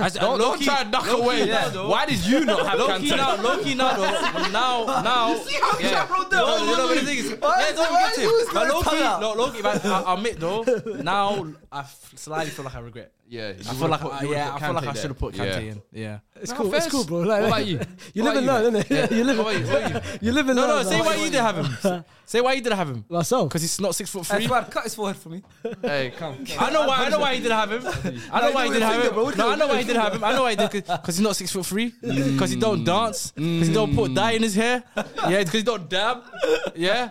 [SPEAKER 2] I said, don't,
[SPEAKER 4] Don't try and knock away.
[SPEAKER 2] Yeah,
[SPEAKER 4] Why did you not have
[SPEAKER 2] Loki
[SPEAKER 4] Kante?
[SPEAKER 2] now, Loki now, though, now, now. [LAUGHS] You see how yeah.
[SPEAKER 1] wrote down?
[SPEAKER 2] No, you know what the thing is.
[SPEAKER 1] Why
[SPEAKER 2] Yeah,
[SPEAKER 1] is-
[SPEAKER 2] don't
[SPEAKER 1] why
[SPEAKER 2] get
[SPEAKER 1] is
[SPEAKER 2] to
[SPEAKER 1] he always
[SPEAKER 2] him. But
[SPEAKER 1] got his
[SPEAKER 2] Loki,
[SPEAKER 1] tongue out?
[SPEAKER 2] no, Loki. But I, I admit though, [LAUGHS] now I f- slightly feel like I regret.
[SPEAKER 4] Yeah,
[SPEAKER 2] I feel like, I, yeah, I feel like I should have put Kante in. Yeah.
[SPEAKER 3] it's
[SPEAKER 4] No,
[SPEAKER 3] cool it's
[SPEAKER 4] fair.
[SPEAKER 3] cool bro like,
[SPEAKER 4] What about you?
[SPEAKER 3] you live
[SPEAKER 4] What
[SPEAKER 3] and
[SPEAKER 4] about
[SPEAKER 3] learn
[SPEAKER 4] you,
[SPEAKER 3] innit you live
[SPEAKER 2] What about you? What about you? [LAUGHS]
[SPEAKER 3] you live and
[SPEAKER 2] No,
[SPEAKER 3] learn
[SPEAKER 2] no. Say
[SPEAKER 3] like-
[SPEAKER 2] why you didn't
[SPEAKER 1] [LAUGHS]
[SPEAKER 2] have him. Say why you didn't have him.
[SPEAKER 3] myself
[SPEAKER 2] Because he's not six foot
[SPEAKER 1] Hey,
[SPEAKER 2] three.
[SPEAKER 1] Fuad, cut his forehead for me.
[SPEAKER 4] Hey, come.
[SPEAKER 2] I know why. I know why he didn't have him. I know why he
[SPEAKER 1] do it
[SPEAKER 2] didn't
[SPEAKER 1] with
[SPEAKER 2] have
[SPEAKER 1] finger, bro. What
[SPEAKER 2] him.
[SPEAKER 1] do
[SPEAKER 2] No,
[SPEAKER 1] you
[SPEAKER 2] I
[SPEAKER 1] do
[SPEAKER 2] know why he didn't have him. I know why he did. Because he's not six foot three.
[SPEAKER 1] Mm.
[SPEAKER 2] Because he don't dance. Because he don't put dye in his hair. Yeah. Because he don't dab. Yeah.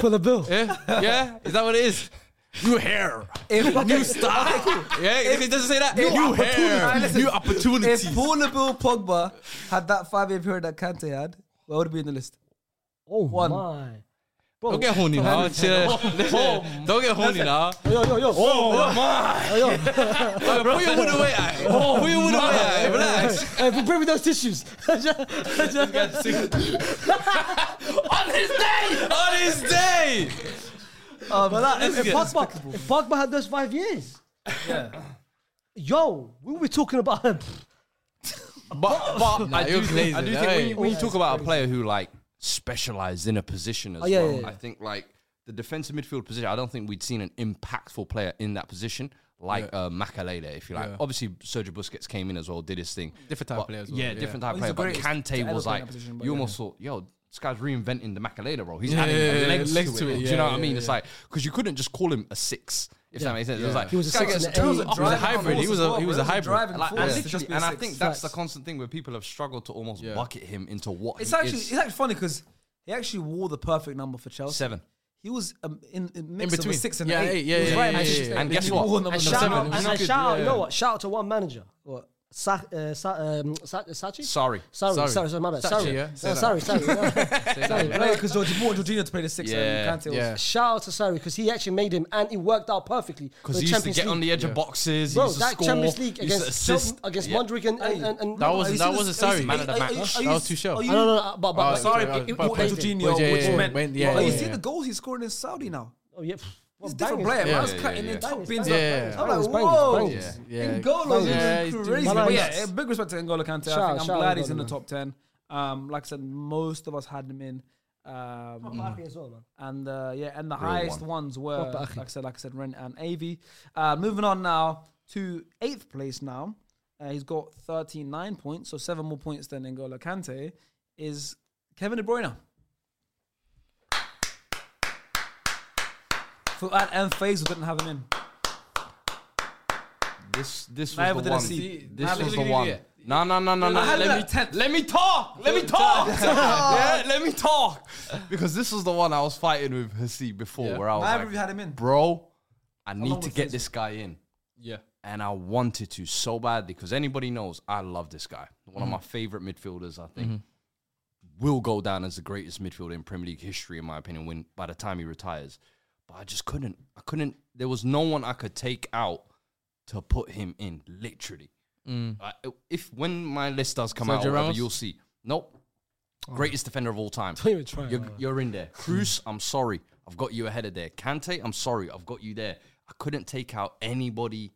[SPEAKER 3] for the bill
[SPEAKER 2] Yeah. Yeah. Is that what it is? New hair. New style. [LAUGHS] Yeah. It doesn't say that. New
[SPEAKER 1] Alright,
[SPEAKER 2] hair.
[SPEAKER 1] listen.
[SPEAKER 2] New opportunities.
[SPEAKER 1] If Paul Bill Pogba had that five year period that Kante had, where would it be in the list?
[SPEAKER 3] oh
[SPEAKER 1] One.
[SPEAKER 3] my
[SPEAKER 2] Don't get horny now. chill. Listen, Don't get horny now.
[SPEAKER 3] yo yo yo
[SPEAKER 2] Oh my!
[SPEAKER 3] yo
[SPEAKER 2] Put your wood away. aye.
[SPEAKER 1] Oh,
[SPEAKER 2] Put your wood away. aye. Relax.
[SPEAKER 3] [LAUGHS] hey but bring me those tissues [LAUGHS]
[SPEAKER 4] [LAUGHS]
[SPEAKER 2] on his day. On his day.
[SPEAKER 1] Um, but that
[SPEAKER 3] if Pogba, if Pogba had those five years, yeah. Yo, we were talking about him.
[SPEAKER 4] But, but
[SPEAKER 2] Nah,
[SPEAKER 4] I, do
[SPEAKER 2] you're
[SPEAKER 4] think, I
[SPEAKER 2] glazing,
[SPEAKER 4] do think when you, when you
[SPEAKER 3] yeah,
[SPEAKER 4] talk
[SPEAKER 3] it's
[SPEAKER 4] about a
[SPEAKER 3] crazy.
[SPEAKER 4] player who like specialized in a position as
[SPEAKER 3] Oh, yeah,
[SPEAKER 4] well,
[SPEAKER 3] yeah, yeah.
[SPEAKER 4] I think like the defensive midfield position, I don't think we'd seen an impactful player in that position like uh, Makalele, if you like.
[SPEAKER 2] Yeah.
[SPEAKER 4] Obviously, Sergio Busquets came in as well, did his thing.
[SPEAKER 2] Different type of
[SPEAKER 4] But-
[SPEAKER 2] player as well,
[SPEAKER 4] Yeah,
[SPEAKER 2] yeah.
[SPEAKER 4] different type of
[SPEAKER 1] Well, he's
[SPEAKER 4] player.
[SPEAKER 1] the
[SPEAKER 4] But
[SPEAKER 1] greatest to ever
[SPEAKER 4] Kante
[SPEAKER 1] play
[SPEAKER 4] was
[SPEAKER 1] in that
[SPEAKER 4] like,
[SPEAKER 1] position, but
[SPEAKER 4] you
[SPEAKER 1] yeah.
[SPEAKER 4] almost thought, yo, this guy's reinventing the Makalele role. He's
[SPEAKER 2] Yeah,
[SPEAKER 4] adding
[SPEAKER 2] yeah, yeah,
[SPEAKER 4] legs,
[SPEAKER 2] legs
[SPEAKER 4] to
[SPEAKER 2] to it,
[SPEAKER 4] it. Do you know
[SPEAKER 2] yeah,
[SPEAKER 4] what I mean?
[SPEAKER 2] yeah,
[SPEAKER 4] It's
[SPEAKER 2] yeah.
[SPEAKER 4] like, because you couldn't just call him a six, if that makes sense. It was like,
[SPEAKER 3] He was a
[SPEAKER 4] this guy
[SPEAKER 3] six
[SPEAKER 4] gets
[SPEAKER 3] and an
[SPEAKER 4] two
[SPEAKER 3] eight.
[SPEAKER 4] up
[SPEAKER 3] He was
[SPEAKER 4] and
[SPEAKER 3] a
[SPEAKER 4] down.
[SPEAKER 2] hybrid. He was a- he was a hybrid.
[SPEAKER 4] Like, and,
[SPEAKER 1] And,
[SPEAKER 4] literally- and I think that's the
[SPEAKER 3] Facts.
[SPEAKER 4] constant thing where people have struggled to almost
[SPEAKER 2] Yeah.
[SPEAKER 4] bucket him into what
[SPEAKER 1] it's
[SPEAKER 4] he
[SPEAKER 1] actually
[SPEAKER 4] is.
[SPEAKER 1] it's actually funny because he actually wore the perfect number for Chelsea.
[SPEAKER 4] seven.
[SPEAKER 1] He was um, in, in, mix of a
[SPEAKER 2] between.
[SPEAKER 1] six and
[SPEAKER 2] Yeah,
[SPEAKER 1] eight.
[SPEAKER 2] eight, yeah,
[SPEAKER 1] he was
[SPEAKER 2] yeah,
[SPEAKER 1] right
[SPEAKER 2] yeah,
[SPEAKER 1] in
[SPEAKER 2] yeah,
[SPEAKER 1] between.
[SPEAKER 2] yeah.
[SPEAKER 4] And
[SPEAKER 1] He
[SPEAKER 4] guess
[SPEAKER 1] wore
[SPEAKER 4] what?
[SPEAKER 1] number
[SPEAKER 3] And
[SPEAKER 1] seven.
[SPEAKER 3] shout out,
[SPEAKER 2] It was
[SPEAKER 3] and I
[SPEAKER 2] good,
[SPEAKER 3] shout out,
[SPEAKER 2] yeah,
[SPEAKER 3] you
[SPEAKER 2] yeah.
[SPEAKER 3] know what? Shout out to one manager. What? Sa- uh, Sa- um, Sa- uh, Sachi?
[SPEAKER 4] Sorry.
[SPEAKER 3] Sorry,
[SPEAKER 2] Sorry.
[SPEAKER 3] sorry, sorry, my bad.
[SPEAKER 2] Sachi,
[SPEAKER 3] Sorry,
[SPEAKER 2] yeah?
[SPEAKER 3] No,
[SPEAKER 2] Say that.
[SPEAKER 3] sorry, sorry. no. Sorry,
[SPEAKER 1] No, because Jordi- more Jorginho to play the six.
[SPEAKER 4] Yeah,
[SPEAKER 1] and Kante was-
[SPEAKER 2] yeah.
[SPEAKER 3] Shout out to Sarri because he actually made him and it worked out perfectly. for
[SPEAKER 4] Because
[SPEAKER 3] the
[SPEAKER 4] he used to
[SPEAKER 3] Champions
[SPEAKER 4] get on
[SPEAKER 3] League.
[SPEAKER 4] the edge of boxes.
[SPEAKER 3] Bro,
[SPEAKER 4] he used to
[SPEAKER 3] that
[SPEAKER 4] score,
[SPEAKER 3] Champions Leig
[SPEAKER 4] he used to
[SPEAKER 3] against
[SPEAKER 4] assist.
[SPEAKER 3] Chelsea- against
[SPEAKER 4] Yeah.
[SPEAKER 3] Modric and and, and, and
[SPEAKER 2] That
[SPEAKER 3] Modric.
[SPEAKER 2] wasn't
[SPEAKER 1] Have you
[SPEAKER 2] that
[SPEAKER 1] seen
[SPEAKER 2] wasn't
[SPEAKER 1] this- have you
[SPEAKER 2] sorry.
[SPEAKER 1] seen-
[SPEAKER 4] Man of the
[SPEAKER 1] are you- are you-
[SPEAKER 4] match.
[SPEAKER 1] are you-
[SPEAKER 2] That was too short.
[SPEAKER 1] are you-
[SPEAKER 3] I don't know, but, but,
[SPEAKER 2] Oh,
[SPEAKER 3] but
[SPEAKER 1] Sorry,
[SPEAKER 2] yeah,
[SPEAKER 1] it- it-
[SPEAKER 2] but-
[SPEAKER 1] what-
[SPEAKER 2] but-
[SPEAKER 1] Jorginho,
[SPEAKER 2] yeah, yeah,
[SPEAKER 1] which
[SPEAKER 2] yeah,
[SPEAKER 1] meant-
[SPEAKER 2] went- yeah,
[SPEAKER 1] Are you
[SPEAKER 2] yeah,
[SPEAKER 1] seeing
[SPEAKER 2] yeah.
[SPEAKER 1] the goals he's scoring in Saudi now?
[SPEAKER 3] Oh, yeah.
[SPEAKER 1] He's
[SPEAKER 3] Well,
[SPEAKER 1] a different
[SPEAKER 3] bangers,
[SPEAKER 1] player.
[SPEAKER 4] yeah,
[SPEAKER 1] man. Man's
[SPEAKER 4] yeah,
[SPEAKER 1] cutting
[SPEAKER 4] yeah.
[SPEAKER 1] in top
[SPEAKER 3] Bangers,
[SPEAKER 1] bins.
[SPEAKER 2] yeah,
[SPEAKER 1] I'm
[SPEAKER 3] bangers,
[SPEAKER 1] like,
[SPEAKER 3] bangers,
[SPEAKER 1] whoa.
[SPEAKER 3] bangers.
[SPEAKER 2] Yeah.
[SPEAKER 1] N'Golo's been
[SPEAKER 2] Yeah, he's
[SPEAKER 1] crazy.
[SPEAKER 3] doing
[SPEAKER 1] But
[SPEAKER 3] well.
[SPEAKER 1] yeah, big respect to N'Golo Kante.
[SPEAKER 3] Shout
[SPEAKER 1] I
[SPEAKER 3] out,
[SPEAKER 1] think I'm
[SPEAKER 3] shout out
[SPEAKER 1] glad he's in the
[SPEAKER 3] N'Golo.
[SPEAKER 1] top 10. Um, like I said, most of us had him in. Um,
[SPEAKER 3] Mbappe as well, man.
[SPEAKER 1] and uh, yeah, and the
[SPEAKER 4] Real
[SPEAKER 1] highest
[SPEAKER 4] one.
[SPEAKER 1] ones were,
[SPEAKER 3] Proper Aki.
[SPEAKER 1] like I said, like I said, Ren and Avi. Uh, moving on now to eighth place now. Uh, he's got 39 points, so seven more points than N'Golo Kante. Is Kevin De Bruyne. Fuad and Faisal didn't have him in.
[SPEAKER 4] This, this was
[SPEAKER 1] Neither
[SPEAKER 4] the
[SPEAKER 1] did I
[SPEAKER 4] one.
[SPEAKER 1] see-
[SPEAKER 4] This
[SPEAKER 1] neither
[SPEAKER 4] was
[SPEAKER 1] did
[SPEAKER 4] the
[SPEAKER 1] I
[SPEAKER 4] one.
[SPEAKER 1] see
[SPEAKER 4] No, no, no, no, no.
[SPEAKER 1] I had him
[SPEAKER 4] Let me,
[SPEAKER 1] at 10th.
[SPEAKER 4] let me talk. Let me talk.
[SPEAKER 1] [LAUGHS]
[SPEAKER 4] yeah, let me talk. Because this was the one I was fighting with Hasi before, where I was
[SPEAKER 1] Neither
[SPEAKER 4] like,
[SPEAKER 1] of you had him in.
[SPEAKER 4] bro, I need
[SPEAKER 1] long
[SPEAKER 4] to
[SPEAKER 1] was
[SPEAKER 4] get
[SPEAKER 1] his?
[SPEAKER 4] this guy in.
[SPEAKER 2] Yeah.
[SPEAKER 4] and I wanted to so badly because anybody knows I love this guy.
[SPEAKER 2] Mm-hmm.
[SPEAKER 4] One of my favorite midfielders, I think, will go down as the greatest midfielder in Premier League history, in my opinion. When by the time he retires, but I just couldn't. I couldn't. There was no one I could take out to put him in. Literally, I- if when my list does come
[SPEAKER 2] Mm.
[SPEAKER 4] out,
[SPEAKER 2] Sergio
[SPEAKER 4] or whatever,
[SPEAKER 2] Ramos?
[SPEAKER 4] you'll see. Nope, greatest defender of all time.
[SPEAKER 3] Don't even try.
[SPEAKER 4] You're, you're
[SPEAKER 3] [LAUGHS]
[SPEAKER 4] in there. Cruz, I'm sorry. I've got you ahead of there. Kante, I'm sorry. I've got you there. I couldn't take out anybody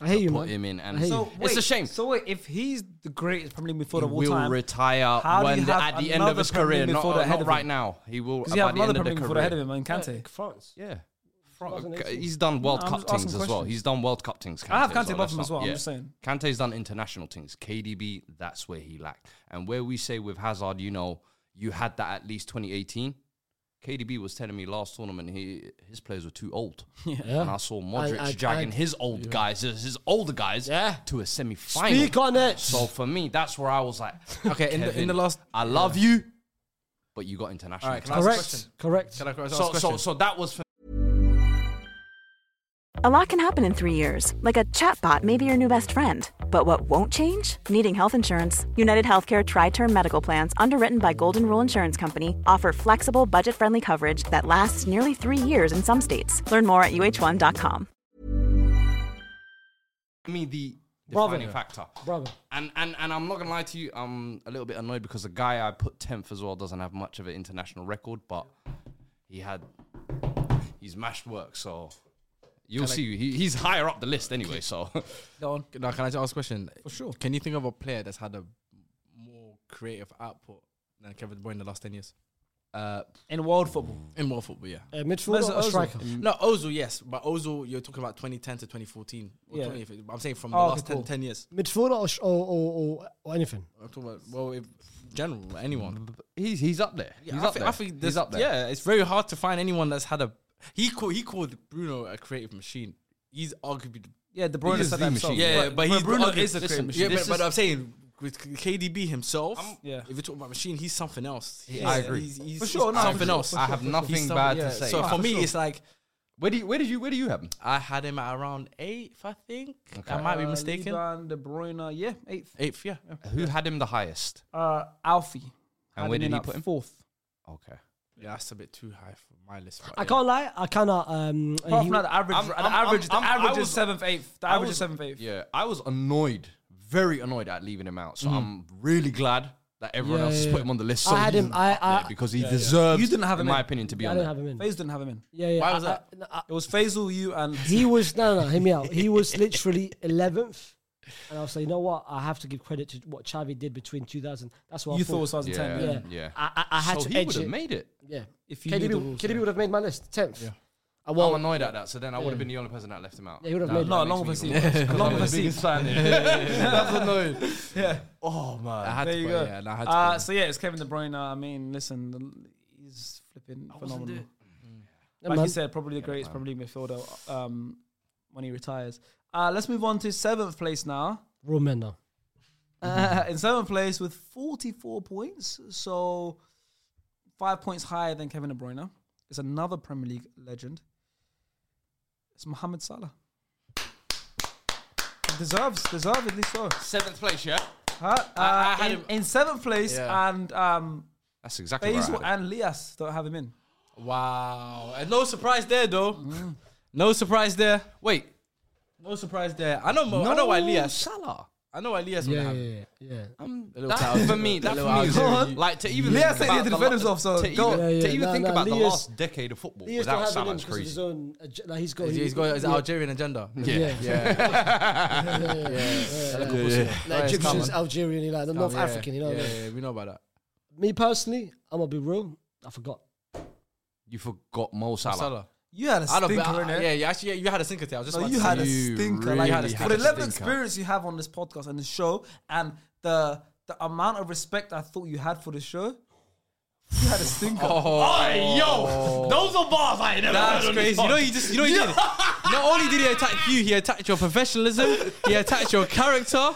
[SPEAKER 3] I hear you,
[SPEAKER 4] put
[SPEAKER 3] man.
[SPEAKER 4] him in, and
[SPEAKER 3] I hate
[SPEAKER 4] so
[SPEAKER 3] you.
[SPEAKER 4] it's a shame.
[SPEAKER 1] So wait, if he's the greatest Premier League midfielder
[SPEAKER 4] he
[SPEAKER 1] of all
[SPEAKER 4] will
[SPEAKER 1] time,
[SPEAKER 4] retire
[SPEAKER 1] how do
[SPEAKER 4] when
[SPEAKER 1] you
[SPEAKER 4] the,
[SPEAKER 1] have
[SPEAKER 4] at the end of
[SPEAKER 1] another
[SPEAKER 4] his
[SPEAKER 1] Premier
[SPEAKER 4] career.
[SPEAKER 1] League
[SPEAKER 4] Not,
[SPEAKER 1] midfielder ahead
[SPEAKER 4] not
[SPEAKER 1] of
[SPEAKER 4] right
[SPEAKER 1] him?
[SPEAKER 4] now. He will
[SPEAKER 1] because
[SPEAKER 4] at
[SPEAKER 1] you have
[SPEAKER 4] the
[SPEAKER 1] another
[SPEAKER 4] end of the
[SPEAKER 1] Premier League midfielder ahead of
[SPEAKER 4] career.
[SPEAKER 1] him and Kante.
[SPEAKER 3] France.
[SPEAKER 4] Yeah, Fro-
[SPEAKER 3] 2018.
[SPEAKER 4] he's done World
[SPEAKER 1] I'm
[SPEAKER 4] Cup
[SPEAKER 1] just asking
[SPEAKER 4] things as well.
[SPEAKER 1] questions.
[SPEAKER 4] He's done World Cup things. Kante,
[SPEAKER 1] I have
[SPEAKER 4] as
[SPEAKER 1] Kante above him
[SPEAKER 4] That's
[SPEAKER 1] as
[SPEAKER 4] not-
[SPEAKER 1] well, I'm
[SPEAKER 4] yeah.
[SPEAKER 1] just saying.
[SPEAKER 4] Kante's done international things. KDB, that's where he lacked, and where we say with Hazard, you know, you had that at least 2018. KDB was telling me last tournament he his players were too
[SPEAKER 2] [LAUGHS]
[SPEAKER 4] old.
[SPEAKER 3] Yeah.
[SPEAKER 4] And I saw Modric
[SPEAKER 3] I-
[SPEAKER 4] dragging
[SPEAKER 3] I-
[SPEAKER 4] his old guys, his his older guys,
[SPEAKER 3] Yeah.
[SPEAKER 4] to a semi final.
[SPEAKER 3] Speak on it.
[SPEAKER 4] So for me, that's where I was like,
[SPEAKER 2] [LAUGHS] Okay, in the- in
[SPEAKER 4] Kevin,
[SPEAKER 2] the last-
[SPEAKER 4] I love you, but you got international.
[SPEAKER 2] All right, can I ask a
[SPEAKER 3] correct.
[SPEAKER 2] question?
[SPEAKER 3] Correct.
[SPEAKER 2] Can I ask a
[SPEAKER 4] so, so,
[SPEAKER 2] question?
[SPEAKER 4] so that was for
[SPEAKER 5] A lot can happen in three years, like a chatbot may be your new best friend. But what won't change? Needing health insurance. United Healthcare Tri Term Medical Plans, underwritten by Golden Rule Insurance Company, offer flexible, budget friendly coverage that lasts nearly three years in some states. Learn more at uh1.com.
[SPEAKER 4] me the
[SPEAKER 3] Bravo.
[SPEAKER 4] defining factor.
[SPEAKER 3] Bravo.
[SPEAKER 4] And, and and I'm not gonna lie to you, I'm a little bit annoyed because the guy I put tenth as well doesn't have much of an international record, but he had he's mashed work, so you'll see he, he's higher up the list anyway. So [LAUGHS]
[SPEAKER 1] Go on.
[SPEAKER 2] Now, can I just ask a question?
[SPEAKER 1] For sure.
[SPEAKER 2] Can you think of a player that's had a more creative output than Kevin De Bruyne in the last 10 years? Uh,
[SPEAKER 1] In world football.
[SPEAKER 2] in world football, yeah.
[SPEAKER 3] Uh, midfielder
[SPEAKER 1] Mesut
[SPEAKER 3] or
[SPEAKER 1] Ozil.
[SPEAKER 3] striker?
[SPEAKER 2] No, Ozil, yes. But Ozil, you're talking about 2010 to 2014. Or
[SPEAKER 1] Yeah.
[SPEAKER 2] 2015. I'm saying from the
[SPEAKER 1] Oh, okay,
[SPEAKER 2] last 10,
[SPEAKER 1] cool.
[SPEAKER 2] 10 years.
[SPEAKER 3] Midfielder or, sh- or, or, or, or anything?
[SPEAKER 2] I'm talking about, well, if general, anyone.
[SPEAKER 4] he's he's up there.
[SPEAKER 2] Yeah,
[SPEAKER 4] he's
[SPEAKER 2] I,
[SPEAKER 4] up
[SPEAKER 2] thi-
[SPEAKER 4] there.
[SPEAKER 2] I think
[SPEAKER 4] he's
[SPEAKER 2] there's-
[SPEAKER 4] up there.
[SPEAKER 2] Yeah, it's very hard to find anyone that's had a. He called, he called Bruno a creative machine. He's arguably the
[SPEAKER 1] Yeah, De Bruyne
[SPEAKER 4] He is
[SPEAKER 1] said
[SPEAKER 4] the
[SPEAKER 1] that himself.
[SPEAKER 4] machine.
[SPEAKER 2] Yeah, but, he's
[SPEAKER 1] Bruno
[SPEAKER 2] okay,
[SPEAKER 1] is a
[SPEAKER 4] listen,
[SPEAKER 1] creative machine.
[SPEAKER 2] Yeah,
[SPEAKER 4] This
[SPEAKER 2] but, but
[SPEAKER 4] is-
[SPEAKER 2] I'm saying with KDB himself,
[SPEAKER 1] Yeah.
[SPEAKER 2] if you talk about machine, he's something else. He's, uh,
[SPEAKER 4] I agree.
[SPEAKER 2] He's, he's,
[SPEAKER 1] For sure,
[SPEAKER 2] he's
[SPEAKER 1] no, for
[SPEAKER 2] something
[SPEAKER 1] sure,
[SPEAKER 2] else.
[SPEAKER 1] for
[SPEAKER 4] I have nothing
[SPEAKER 1] something-
[SPEAKER 4] bad
[SPEAKER 1] yeah,
[SPEAKER 4] to say.
[SPEAKER 2] So
[SPEAKER 1] Ah,
[SPEAKER 2] for
[SPEAKER 1] for
[SPEAKER 2] me,
[SPEAKER 1] sure.
[SPEAKER 2] it's like
[SPEAKER 4] Where do you, where did you where do you have him?
[SPEAKER 2] I had him at around eighth, I think. I might be
[SPEAKER 1] Uh,
[SPEAKER 2] mistaken.
[SPEAKER 1] Liban, De Bruyne, yeah, eighth.
[SPEAKER 2] Eighth, yeah.
[SPEAKER 4] Who had him the highest?
[SPEAKER 1] Uh, Alfie.
[SPEAKER 4] And
[SPEAKER 1] had
[SPEAKER 4] where
[SPEAKER 1] him
[SPEAKER 4] did
[SPEAKER 1] in
[SPEAKER 4] he
[SPEAKER 1] at
[SPEAKER 4] put him?
[SPEAKER 1] Fourth.
[SPEAKER 4] Okay.
[SPEAKER 2] Yeah, that's a bit too high for my list. but
[SPEAKER 3] I
[SPEAKER 2] yeah.
[SPEAKER 3] can't lie. I cannot. Um,
[SPEAKER 1] Apart
[SPEAKER 3] he-
[SPEAKER 1] from that, the average,
[SPEAKER 4] I'm-
[SPEAKER 1] the
[SPEAKER 4] I'm-
[SPEAKER 1] average,
[SPEAKER 4] I'm-
[SPEAKER 1] the
[SPEAKER 4] I'm- I
[SPEAKER 1] average
[SPEAKER 4] was-
[SPEAKER 1] is seventh, eighth. The average is seventh, eighth.
[SPEAKER 4] Yeah, I was annoyed, very annoyed at leaving him out. So I'm really glad that everyone
[SPEAKER 3] Yeah,
[SPEAKER 4] else has
[SPEAKER 3] yeah,
[SPEAKER 4] put
[SPEAKER 3] yeah.
[SPEAKER 4] him on the list.
[SPEAKER 3] I
[SPEAKER 4] So
[SPEAKER 3] had
[SPEAKER 4] he's
[SPEAKER 3] him- I-
[SPEAKER 4] up there
[SPEAKER 3] I-
[SPEAKER 4] because he deserves.
[SPEAKER 1] You didn't have
[SPEAKER 4] in
[SPEAKER 1] him
[SPEAKER 4] my
[SPEAKER 1] in.
[SPEAKER 4] opinion, to be
[SPEAKER 3] I
[SPEAKER 4] on
[SPEAKER 3] didn't
[SPEAKER 4] there.
[SPEAKER 3] have him in.
[SPEAKER 1] Faisal didn't have him in.
[SPEAKER 3] yeah, yeah.
[SPEAKER 2] Why
[SPEAKER 3] I-
[SPEAKER 2] was that?
[SPEAKER 1] Uh,
[SPEAKER 3] I- no, I-
[SPEAKER 1] [LAUGHS] It was Faisal, you, and
[SPEAKER 3] he was no, no, no. Hear me out. He was literally eleventh And I was like, you know what? I have to give credit to what Xavi did between 2000. That's what
[SPEAKER 1] You
[SPEAKER 3] I thought.
[SPEAKER 1] thought it was 2010.
[SPEAKER 4] Yeah.
[SPEAKER 1] Yeah.
[SPEAKER 3] yeah,
[SPEAKER 4] yeah.
[SPEAKER 3] I, I, I had
[SPEAKER 4] so
[SPEAKER 3] to
[SPEAKER 4] he
[SPEAKER 3] edge
[SPEAKER 4] would have
[SPEAKER 3] it.
[SPEAKER 4] made it.
[SPEAKER 3] yeah,
[SPEAKER 1] If you knew the
[SPEAKER 3] KDB,
[SPEAKER 1] rules,
[SPEAKER 3] KDB
[SPEAKER 1] yeah.
[SPEAKER 3] would have made my list tenth.
[SPEAKER 1] Yeah.
[SPEAKER 3] I
[SPEAKER 4] I'm
[SPEAKER 3] won't.
[SPEAKER 4] annoyed at that. So then I would
[SPEAKER 3] Yeah.
[SPEAKER 4] have been the only person that left him out.
[SPEAKER 3] Yeah, he would have
[SPEAKER 4] That-
[SPEAKER 3] made-
[SPEAKER 4] that
[SPEAKER 1] No,
[SPEAKER 4] makes
[SPEAKER 1] long of
[SPEAKER 4] me
[SPEAKER 1] a seat.
[SPEAKER 4] even worse, 'cause
[SPEAKER 1] Long
[SPEAKER 4] I'm
[SPEAKER 1] [LAUGHS] of a
[SPEAKER 4] the biggest
[SPEAKER 1] seat.
[SPEAKER 4] fan here. That's annoying.
[SPEAKER 1] yeah.
[SPEAKER 4] Oh man.
[SPEAKER 2] I had
[SPEAKER 1] There
[SPEAKER 2] to
[SPEAKER 1] you
[SPEAKER 2] put
[SPEAKER 1] go.
[SPEAKER 2] it, yeah, and I had to put
[SPEAKER 1] Uh,
[SPEAKER 2] it.
[SPEAKER 1] so yeah, it's Kevin De Bruyne. I mean, listen, the- he's flipping phenomenal.
[SPEAKER 3] Yeah,
[SPEAKER 1] like
[SPEAKER 3] man.
[SPEAKER 1] you said, probably the greatest Premier League midfielder um, when he retires. Uh, let's move on to seventh place now.
[SPEAKER 3] Raw men now.
[SPEAKER 4] Mm-hmm.
[SPEAKER 1] Uh, [LAUGHS] in seventh place with 44 points, so five points higher than Kevin De Bruyne. It's another Premier League legend. It's Mohamed Salah. Deserves, deservedly so.
[SPEAKER 4] Seventh place, yeah.
[SPEAKER 1] Huh? Uh,
[SPEAKER 4] I- I had
[SPEAKER 1] in,
[SPEAKER 4] him-
[SPEAKER 1] in seventh place,
[SPEAKER 4] Yeah.
[SPEAKER 1] and um,
[SPEAKER 4] That's exactly where I
[SPEAKER 1] Basil
[SPEAKER 4] had it.
[SPEAKER 1] and Lias don't have him in.
[SPEAKER 2] Wow. And no surprise there, though. No surprise there.
[SPEAKER 4] Wait,
[SPEAKER 2] No surprise there. I know. Mo- I know why Elias.
[SPEAKER 4] Salah.
[SPEAKER 2] I know why Elias would
[SPEAKER 3] Yeah,
[SPEAKER 2] have.
[SPEAKER 3] yeah, yeah.
[SPEAKER 4] Um,
[SPEAKER 2] little
[SPEAKER 4] that
[SPEAKER 2] thousand-
[SPEAKER 4] for me, that
[SPEAKER 2] little
[SPEAKER 4] for me is
[SPEAKER 2] thousand- Go on.
[SPEAKER 4] like to even
[SPEAKER 1] Leah
[SPEAKER 4] think
[SPEAKER 1] said he
[SPEAKER 4] about
[SPEAKER 1] had to
[SPEAKER 4] the
[SPEAKER 1] defend
[SPEAKER 4] la-
[SPEAKER 1] himself, so
[SPEAKER 4] to even,
[SPEAKER 1] go on.
[SPEAKER 3] Yeah, yeah,
[SPEAKER 4] to even
[SPEAKER 3] nah,
[SPEAKER 4] think
[SPEAKER 3] nah,
[SPEAKER 4] about the
[SPEAKER 3] Leah's-
[SPEAKER 4] last decade of football
[SPEAKER 3] He used to
[SPEAKER 4] without
[SPEAKER 3] have
[SPEAKER 4] Salah
[SPEAKER 3] him
[SPEAKER 4] is
[SPEAKER 3] because of his
[SPEAKER 4] crazy.
[SPEAKER 3] own. ag- Like he's got.
[SPEAKER 2] He's got his
[SPEAKER 3] yeah.
[SPEAKER 2] Algerian agenda.
[SPEAKER 4] Yeah.
[SPEAKER 3] Yeah.
[SPEAKER 2] Yeah.
[SPEAKER 3] Yeah, yeah, yeah, yeah. Like
[SPEAKER 2] Guys, come
[SPEAKER 3] Egyptians,
[SPEAKER 2] on.
[SPEAKER 3] Algerian, you like the North
[SPEAKER 2] Yeah,
[SPEAKER 3] African, you know.
[SPEAKER 2] Yeah,
[SPEAKER 3] what I mean?
[SPEAKER 2] yeah, we know about that.
[SPEAKER 3] Me personally, I'm gonna be real. I forgot.
[SPEAKER 4] You forgot Mo Salah.
[SPEAKER 2] Salah.
[SPEAKER 1] You had a
[SPEAKER 2] I know,
[SPEAKER 1] stinker
[SPEAKER 2] but
[SPEAKER 1] in
[SPEAKER 2] I,
[SPEAKER 1] it.
[SPEAKER 2] yeah, yeah, actually, yeah, you had a sinker there. I was just
[SPEAKER 1] No,
[SPEAKER 2] about
[SPEAKER 1] you
[SPEAKER 2] to
[SPEAKER 1] had
[SPEAKER 2] say.
[SPEAKER 1] a
[SPEAKER 4] You
[SPEAKER 1] stinker.
[SPEAKER 4] really
[SPEAKER 1] like,
[SPEAKER 2] had a
[SPEAKER 1] for the level of
[SPEAKER 4] stinker.
[SPEAKER 1] experience you have on this podcast and this show, and the the amount of respect I thought you had for the show, you had a stinker.
[SPEAKER 2] [LAUGHS] Oh, yo, those are bars I never That's crazy. You know, you just, you know, you did. Not only did he attack you, he attacked your professionalism. he attacked your character.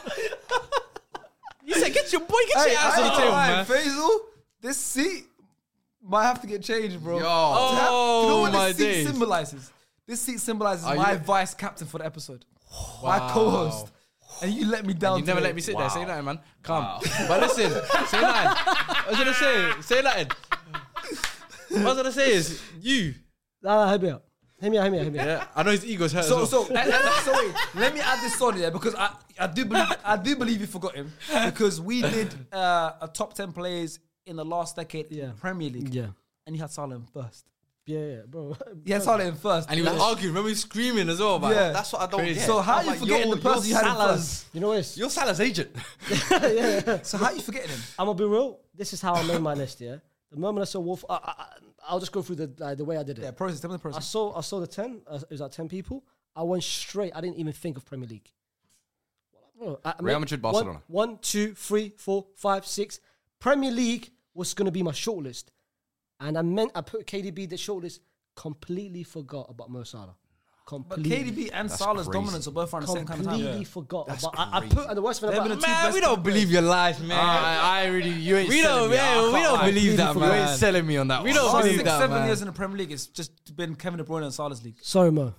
[SPEAKER 2] He said, "Get your boy, get
[SPEAKER 1] Hey,
[SPEAKER 2] your ass on the
[SPEAKER 1] I-
[SPEAKER 2] table,
[SPEAKER 1] alright,
[SPEAKER 2] man."
[SPEAKER 1] Faisal, this seat might have to get changed, bro.
[SPEAKER 4] Yo.
[SPEAKER 1] Do you have- do you know
[SPEAKER 2] Oh,
[SPEAKER 1] what
[SPEAKER 2] my
[SPEAKER 1] this seat
[SPEAKER 2] days.
[SPEAKER 1] symbolizes? This seat symbolizes
[SPEAKER 2] you-
[SPEAKER 1] my vice captain for the episode, my co-host, and you let me down.
[SPEAKER 2] You never
[SPEAKER 1] today.
[SPEAKER 2] let me sit there. Say nothing, man. Come. [LAUGHS] But listen, say nothing. I was gonna say, say nothing. What I was gonna say is you.
[SPEAKER 3] Nah, nah, hear me out. Hear me out. Hear me out. Hear me out.
[SPEAKER 2] Yeah, I know his ego's hurt.
[SPEAKER 1] So,
[SPEAKER 2] as well.
[SPEAKER 1] so, let- let- so wait, let me add this on there because I, I do believe I do believe you forgot him because we did uh, a top ten players in the last decade in
[SPEAKER 3] Yeah.
[SPEAKER 1] the Premier League.
[SPEAKER 3] Yeah,
[SPEAKER 1] and you had Salah in first.
[SPEAKER 3] yeah, yeah, bro.
[SPEAKER 1] [LAUGHS]
[SPEAKER 3] [LAUGHS]
[SPEAKER 1] You had Salah in first.
[SPEAKER 2] and he was arguing. Remember, he was screaming as well. About
[SPEAKER 1] Yeah.
[SPEAKER 4] That's what I don't
[SPEAKER 2] Crazy.
[SPEAKER 4] get.
[SPEAKER 1] so how
[SPEAKER 4] I'm
[SPEAKER 1] you
[SPEAKER 4] like,
[SPEAKER 1] forgetting
[SPEAKER 4] yo,
[SPEAKER 1] the person you
[SPEAKER 4] you're
[SPEAKER 1] had in
[SPEAKER 4] Salah's,
[SPEAKER 1] first?
[SPEAKER 3] You know what? It's,
[SPEAKER 4] You're Salah's [LAUGHS] agent.
[SPEAKER 1] [LAUGHS]
[SPEAKER 3] [LAUGHS]
[SPEAKER 1] So how you forgetting him?
[SPEAKER 3] I'm gonna be real. This is how I made my list. Yeah, the moment I saw Wolf, I, I, I- I'll just go through the like, the way I did it.
[SPEAKER 1] Yeah, process. Tell me the
[SPEAKER 3] I
[SPEAKER 1] process.
[SPEAKER 3] saw I saw the ten. Uh, it was like ten people. I went straight. I didn't even think of Premier League. Bro, I- I
[SPEAKER 4] Real
[SPEAKER 3] mean,
[SPEAKER 4] Madrid,
[SPEAKER 3] one-
[SPEAKER 4] Barcelona.
[SPEAKER 3] One, two, three, four, five, six. Premier League was going to be my shortlist, and I meant I put KDB the shortlist. Completely forgot about Mo Salah.
[SPEAKER 1] But
[SPEAKER 3] Completely,
[SPEAKER 1] KDB and
[SPEAKER 4] That's
[SPEAKER 1] Salah's
[SPEAKER 4] crazy.
[SPEAKER 1] dominance are both around the same kind of time.
[SPEAKER 3] completely forgot
[SPEAKER 4] That's
[SPEAKER 3] about. I, I put
[SPEAKER 4] crazy.
[SPEAKER 3] and the worst thing
[SPEAKER 1] They're
[SPEAKER 3] about
[SPEAKER 1] gonna two
[SPEAKER 2] Man,
[SPEAKER 1] best
[SPEAKER 2] we don't
[SPEAKER 1] players.
[SPEAKER 2] believe your lies, man.
[SPEAKER 4] I, I really, you ain't
[SPEAKER 2] we
[SPEAKER 4] selling
[SPEAKER 2] don't,
[SPEAKER 4] me.
[SPEAKER 2] man,
[SPEAKER 4] I
[SPEAKER 2] we
[SPEAKER 4] can't
[SPEAKER 2] don't
[SPEAKER 4] lie.
[SPEAKER 2] believe that,
[SPEAKER 4] You ain't
[SPEAKER 2] man.
[SPEAKER 4] selling me on that.
[SPEAKER 2] We
[SPEAKER 4] one.
[SPEAKER 2] don't
[SPEAKER 1] Last
[SPEAKER 2] believe
[SPEAKER 1] six,
[SPEAKER 2] that,
[SPEAKER 1] seven
[SPEAKER 2] man.
[SPEAKER 1] years in the Premier League, it's just been Kevin De Bruyne and Salah's league.
[SPEAKER 3] sorry Mo,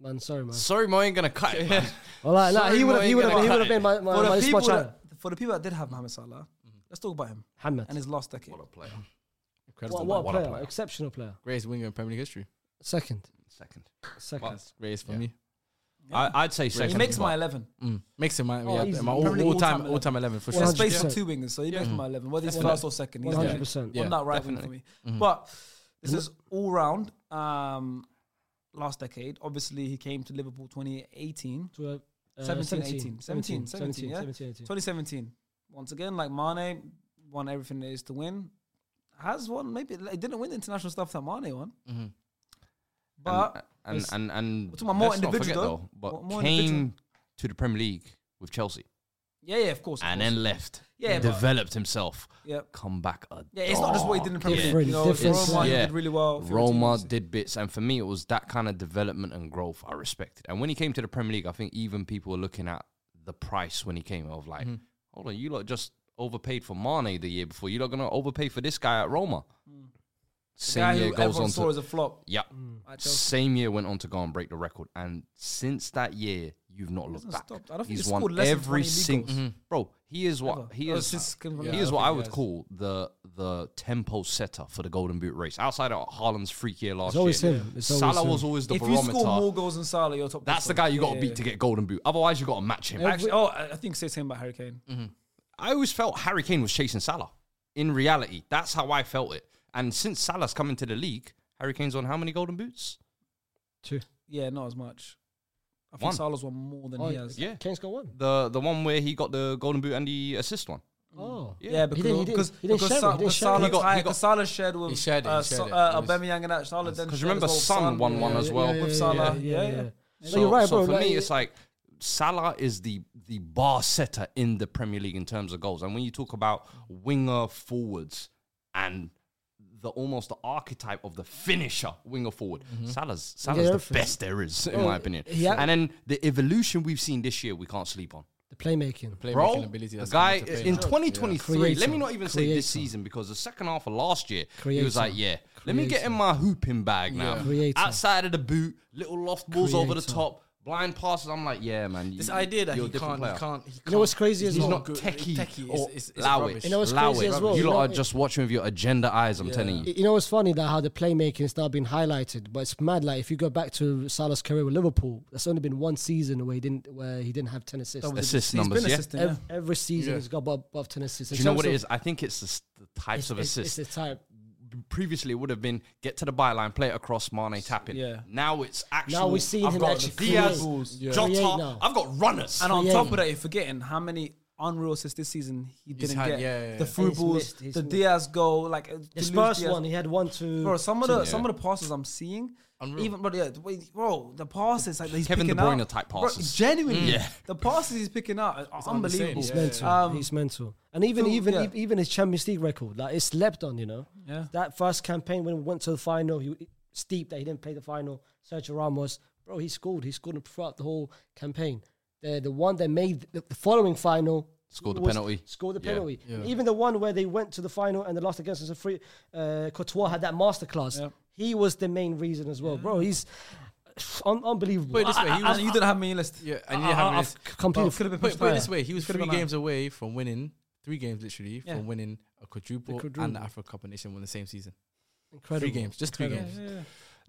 [SPEAKER 3] man, sorry Mo.
[SPEAKER 4] [LAUGHS] Sorry, Mo ain't gonna cut it. man.
[SPEAKER 3] All right, nah,
[SPEAKER 4] sorry,
[SPEAKER 3] he would have
[SPEAKER 4] Mo
[SPEAKER 3] he
[SPEAKER 4] ain't
[SPEAKER 3] would have
[SPEAKER 4] gonna
[SPEAKER 3] he
[SPEAKER 4] cut
[SPEAKER 3] would have been my
[SPEAKER 1] For
[SPEAKER 3] my,
[SPEAKER 1] the,
[SPEAKER 3] my
[SPEAKER 1] people
[SPEAKER 3] spot child.
[SPEAKER 1] that, for the people that did have Mohamed Salah,
[SPEAKER 4] Mm-hmm.
[SPEAKER 1] let's talk about him
[SPEAKER 3] Hamad.
[SPEAKER 1] and his last decade.
[SPEAKER 4] player.
[SPEAKER 3] What, what, a player, exceptional player.
[SPEAKER 2] Greatest winger in Premier League history.
[SPEAKER 3] Second,
[SPEAKER 4] Second.
[SPEAKER 3] second.
[SPEAKER 2] Greatest for
[SPEAKER 4] Yeah.
[SPEAKER 2] me.
[SPEAKER 4] I, I'd say
[SPEAKER 1] He
[SPEAKER 4] second.
[SPEAKER 1] makes
[SPEAKER 4] but-
[SPEAKER 1] my eleven.
[SPEAKER 2] Makes him my,
[SPEAKER 3] Oh,
[SPEAKER 2] yeah,
[SPEAKER 3] easy.
[SPEAKER 2] my all,
[SPEAKER 1] Premier League
[SPEAKER 2] all time
[SPEAKER 1] all-time
[SPEAKER 2] all time eleven for
[SPEAKER 1] There's
[SPEAKER 2] sure.
[SPEAKER 3] 100%.
[SPEAKER 1] space for two wingers, so he makes my eleven. Whether he's first or second, he's
[SPEAKER 3] One hundred
[SPEAKER 1] there.
[SPEAKER 3] percent.
[SPEAKER 2] Yeah.
[SPEAKER 1] on that right wing for me. But this is all round. Um, last decade, obviously, he came to Liverpool 2018,
[SPEAKER 3] to a, uh,
[SPEAKER 1] 17, 18, 17, 17, yeah?
[SPEAKER 3] 17, 18.
[SPEAKER 1] 2017. Once again, like Mane won everything there is to win. Has won, maybe it didn't win the international stuff that Mane won, but
[SPEAKER 4] Mm-hmm. and
[SPEAKER 1] it's-
[SPEAKER 4] and and
[SPEAKER 1] talking about more
[SPEAKER 4] let's not
[SPEAKER 1] individual
[SPEAKER 4] forget,
[SPEAKER 1] though.
[SPEAKER 4] but
[SPEAKER 1] More- more
[SPEAKER 4] came
[SPEAKER 1] individual.
[SPEAKER 4] to the Premier League with Chelsea
[SPEAKER 1] yeah, yeah, of course, of
[SPEAKER 4] and
[SPEAKER 1] course.
[SPEAKER 4] then left.
[SPEAKER 1] Yeah, but-
[SPEAKER 4] developed himself.
[SPEAKER 1] yeah.
[SPEAKER 4] Come back a
[SPEAKER 1] Yeah, it's not just what he did in the
[SPEAKER 4] dog.
[SPEAKER 1] Premier
[SPEAKER 4] Yeah.
[SPEAKER 1] League. You know,
[SPEAKER 3] Different, different.
[SPEAKER 1] Roma he
[SPEAKER 4] Yeah.
[SPEAKER 1] did really well.
[SPEAKER 4] Roma
[SPEAKER 1] Fiorentina,
[SPEAKER 4] did bits, and for me, it was that kind of development and growth I respected. And when he came to the Premier League, I think even people were looking at the price when he came. I was like,
[SPEAKER 1] Mm-hmm.
[SPEAKER 4] hold on, you lot just overpaid for Mane the year before. You're not going to overpay for this guy at Roma.
[SPEAKER 1] Mm. the guy
[SPEAKER 4] Same year
[SPEAKER 1] who
[SPEAKER 4] goes
[SPEAKER 1] everyone
[SPEAKER 4] on
[SPEAKER 1] saw
[SPEAKER 4] to
[SPEAKER 1] as a flop.
[SPEAKER 4] yeah.
[SPEAKER 1] at Chelsea.
[SPEAKER 4] Same year went on to go and break the record, and since that year, you've not looked
[SPEAKER 1] hasn't
[SPEAKER 4] back.
[SPEAKER 1] stopped. I don't think
[SPEAKER 4] He's
[SPEAKER 1] he's
[SPEAKER 4] won
[SPEAKER 1] scored less than 20
[SPEAKER 4] every
[SPEAKER 1] league
[SPEAKER 4] single.
[SPEAKER 1] goals.
[SPEAKER 4] Bro, he is
[SPEAKER 1] Ever.
[SPEAKER 4] what he
[SPEAKER 1] Oh,
[SPEAKER 4] is.
[SPEAKER 1] since Kevin
[SPEAKER 4] he
[SPEAKER 1] Volland.
[SPEAKER 4] is
[SPEAKER 2] I
[SPEAKER 4] what
[SPEAKER 2] don't
[SPEAKER 4] I
[SPEAKER 2] think
[SPEAKER 4] would
[SPEAKER 2] he has.
[SPEAKER 4] call the the tempo setter for the Golden Boot race. Outside of Haaland's free year last
[SPEAKER 3] always
[SPEAKER 4] year,
[SPEAKER 3] him. It's always
[SPEAKER 4] Salah
[SPEAKER 3] him.
[SPEAKER 4] was always the
[SPEAKER 1] If you
[SPEAKER 4] barometer.
[SPEAKER 1] score more goals than Salah, you're top.
[SPEAKER 4] That's the guy you got to beat to get Golden Boot. Otherwise, you got to match him. Mm.
[SPEAKER 1] Actually, oh, I I think say same about Harry Kane.
[SPEAKER 4] I always felt Harry Kane was chasing Salah. In reality, that's how I felt it. And since Salah's come into the league, Harry Kane's on how many Golden Boots?
[SPEAKER 3] Two.
[SPEAKER 1] Yeah, not as much. I I think
[SPEAKER 4] One.
[SPEAKER 1] Salah's won more than
[SPEAKER 3] Oh,
[SPEAKER 1] he has.
[SPEAKER 4] Yeah.
[SPEAKER 3] Kane's got one.
[SPEAKER 4] The the one where he got the golden boot and the assist one.
[SPEAKER 3] Oh,
[SPEAKER 1] Yeah,
[SPEAKER 3] He didn't- he
[SPEAKER 1] because
[SPEAKER 3] didn't-
[SPEAKER 1] because
[SPEAKER 3] he didn't share
[SPEAKER 1] because
[SPEAKER 3] it, he
[SPEAKER 1] Sa-
[SPEAKER 3] didn't
[SPEAKER 1] because
[SPEAKER 3] share it.
[SPEAKER 1] Salah
[SPEAKER 4] He got-
[SPEAKER 1] tied-
[SPEAKER 4] he got-
[SPEAKER 1] because Salah shared with
[SPEAKER 2] He shared it, he
[SPEAKER 1] uh,
[SPEAKER 2] shared
[SPEAKER 1] Sa-
[SPEAKER 2] it.
[SPEAKER 1] uh,
[SPEAKER 2] It was-
[SPEAKER 1] Aubameyang and that. Salah then
[SPEAKER 4] Because
[SPEAKER 1] shared
[SPEAKER 4] remember,
[SPEAKER 1] as well with
[SPEAKER 4] Son won one
[SPEAKER 1] yeah.
[SPEAKER 4] as well.
[SPEAKER 1] with Salah.
[SPEAKER 3] yeah,
[SPEAKER 1] Yeah,
[SPEAKER 3] yeah,
[SPEAKER 1] yeah.
[SPEAKER 3] yeah.
[SPEAKER 4] So,
[SPEAKER 3] you're right,
[SPEAKER 4] so
[SPEAKER 3] bro,
[SPEAKER 4] for
[SPEAKER 3] like,
[SPEAKER 4] me,
[SPEAKER 3] it-
[SPEAKER 4] it's like Salah is the the bar setter in the Premier League in terms of goals. And when you talk about winger forwards and the almost the archetype of the finisher winger forward,
[SPEAKER 3] Mm-hmm.
[SPEAKER 4] Salah's Salah's the
[SPEAKER 3] everything.
[SPEAKER 4] best there is, in
[SPEAKER 3] Oh,
[SPEAKER 4] my opinion.
[SPEAKER 3] yeah.
[SPEAKER 4] And then the evolution we've seen this year, we can't sleep on.
[SPEAKER 3] the playmaking.
[SPEAKER 4] Bro,
[SPEAKER 2] ability
[SPEAKER 4] the
[SPEAKER 2] that's
[SPEAKER 4] guy
[SPEAKER 2] coming to play
[SPEAKER 4] in
[SPEAKER 2] now.
[SPEAKER 4] 2023. Let me
[SPEAKER 3] Creator.
[SPEAKER 4] not even say
[SPEAKER 3] Creator.
[SPEAKER 4] this season because the second half of last year, he was
[SPEAKER 3] Creator.
[SPEAKER 4] like, "Yeah, let me get in my hooping bag now."
[SPEAKER 3] Creator.
[SPEAKER 4] Outside of the boot, little loft balls over the
[SPEAKER 3] Creator.
[SPEAKER 4] top, blind passes. I'm like, "Yeah, man."
[SPEAKER 2] This
[SPEAKER 4] you-
[SPEAKER 2] idea that
[SPEAKER 4] you're
[SPEAKER 2] he
[SPEAKER 4] a different
[SPEAKER 2] can't, he
[SPEAKER 4] player.
[SPEAKER 2] can't, he can't.
[SPEAKER 3] know what's crazy is
[SPEAKER 4] He's
[SPEAKER 3] Oh,
[SPEAKER 4] not
[SPEAKER 2] good.
[SPEAKER 4] techie,
[SPEAKER 2] Techie Oh,
[SPEAKER 4] or
[SPEAKER 2] is- is- is
[SPEAKER 4] allow
[SPEAKER 2] rubbish.
[SPEAKER 4] it.
[SPEAKER 2] You
[SPEAKER 3] know what's
[SPEAKER 4] allow
[SPEAKER 3] crazy
[SPEAKER 4] it.
[SPEAKER 3] as well?
[SPEAKER 4] You
[SPEAKER 3] You
[SPEAKER 4] lot
[SPEAKER 3] know-
[SPEAKER 4] are just watching with your agenda eyes. I'm telling you.
[SPEAKER 3] You know, it's funny that how the playmaking's now been highlighted, but it's mad. Like if you go back to Salah's career with Liverpool, that's only been one season where he didn't where he didn't have ten assists.
[SPEAKER 4] Assist numbers,
[SPEAKER 1] He's been
[SPEAKER 4] yeah?
[SPEAKER 1] assisting,
[SPEAKER 3] Ev- Every season
[SPEAKER 2] Yeah.
[SPEAKER 3] he's got above, above ten assists.
[SPEAKER 4] Do
[SPEAKER 3] In
[SPEAKER 4] you know
[SPEAKER 3] terms
[SPEAKER 4] what it
[SPEAKER 3] of-
[SPEAKER 4] is? I think it's the, s- the types
[SPEAKER 3] It's,
[SPEAKER 4] of
[SPEAKER 3] it's, it's
[SPEAKER 4] assists.
[SPEAKER 3] the type.
[SPEAKER 4] previously it would have been get to the byline, play it across, Mane tapping.
[SPEAKER 1] Yeah.
[SPEAKER 4] Now it's actually
[SPEAKER 3] Now we're seeing
[SPEAKER 4] I've
[SPEAKER 3] him
[SPEAKER 4] got
[SPEAKER 3] actually
[SPEAKER 4] Diaz,
[SPEAKER 3] create.
[SPEAKER 1] Yeah.
[SPEAKER 4] Jota.
[SPEAKER 3] Create now.
[SPEAKER 4] I've got runners.
[SPEAKER 1] And uh, on
[SPEAKER 3] Create.
[SPEAKER 1] top of that, you're forgetting how many unreal assists this season he didn't
[SPEAKER 2] had-
[SPEAKER 1] get.
[SPEAKER 2] yeah, yeah, yeah.
[SPEAKER 1] The through
[SPEAKER 3] He's
[SPEAKER 1] balls,
[SPEAKER 3] missed, he's
[SPEAKER 1] the
[SPEAKER 3] missed.
[SPEAKER 1] Diaz goal, like uh, to
[SPEAKER 3] The
[SPEAKER 1] lose
[SPEAKER 3] Spurs
[SPEAKER 1] Diaz.
[SPEAKER 3] one, he had one to.
[SPEAKER 1] Bro, some of the
[SPEAKER 4] Yeah.
[SPEAKER 1] some of the passes I'm seeing, even but yeah, the way- bro, the passes like he's
[SPEAKER 4] Kevin De
[SPEAKER 1] picking
[SPEAKER 4] Bruyne
[SPEAKER 1] out,
[SPEAKER 4] type
[SPEAKER 1] Bro,
[SPEAKER 4] passes.
[SPEAKER 1] genuinely,
[SPEAKER 4] Yeah.
[SPEAKER 1] the passes he's picking out are unbelievable.
[SPEAKER 3] He's mental.
[SPEAKER 1] Um,
[SPEAKER 3] he's mental. And even
[SPEAKER 1] so,
[SPEAKER 3] even e-,
[SPEAKER 1] yeah.
[SPEAKER 3] even his Champions League record, like it's slept on. You know,
[SPEAKER 1] Yeah.
[SPEAKER 3] that first campaign when we went to the final, he steep that he didn't play the final. Sergio Ramos, bro, he scored. He scored throughout the whole campaign. The the one that made the, the following final.
[SPEAKER 4] Scored the
[SPEAKER 3] was-
[SPEAKER 4] penalty.
[SPEAKER 3] Scored the
[SPEAKER 4] Yeah.
[SPEAKER 3] penalty. Even the one where they went to the final and they lost against us. A free, uh, Courtois had that masterclass.
[SPEAKER 1] Yep.
[SPEAKER 3] He was the main reason as well, bro. He's [SIGHS] un- unbelievable.
[SPEAKER 2] Put it this way, he
[SPEAKER 1] I-
[SPEAKER 2] was.
[SPEAKER 1] I- you didn't have me in your list.
[SPEAKER 2] yeah, and you have
[SPEAKER 3] I- I've
[SPEAKER 2] this-
[SPEAKER 3] completely
[SPEAKER 1] Could have been
[SPEAKER 2] Put,
[SPEAKER 1] pushed
[SPEAKER 2] put it
[SPEAKER 1] higher.
[SPEAKER 2] this way, he was
[SPEAKER 1] Could've
[SPEAKER 2] three
[SPEAKER 1] been higher.
[SPEAKER 2] games away from winning three games literally
[SPEAKER 1] Yeah.
[SPEAKER 2] from winning a quadruple,
[SPEAKER 3] The
[SPEAKER 2] and the
[SPEAKER 3] quadruple.
[SPEAKER 2] Africa Cup and Nation won the same season.
[SPEAKER 3] incredible.
[SPEAKER 2] Three games, just three games.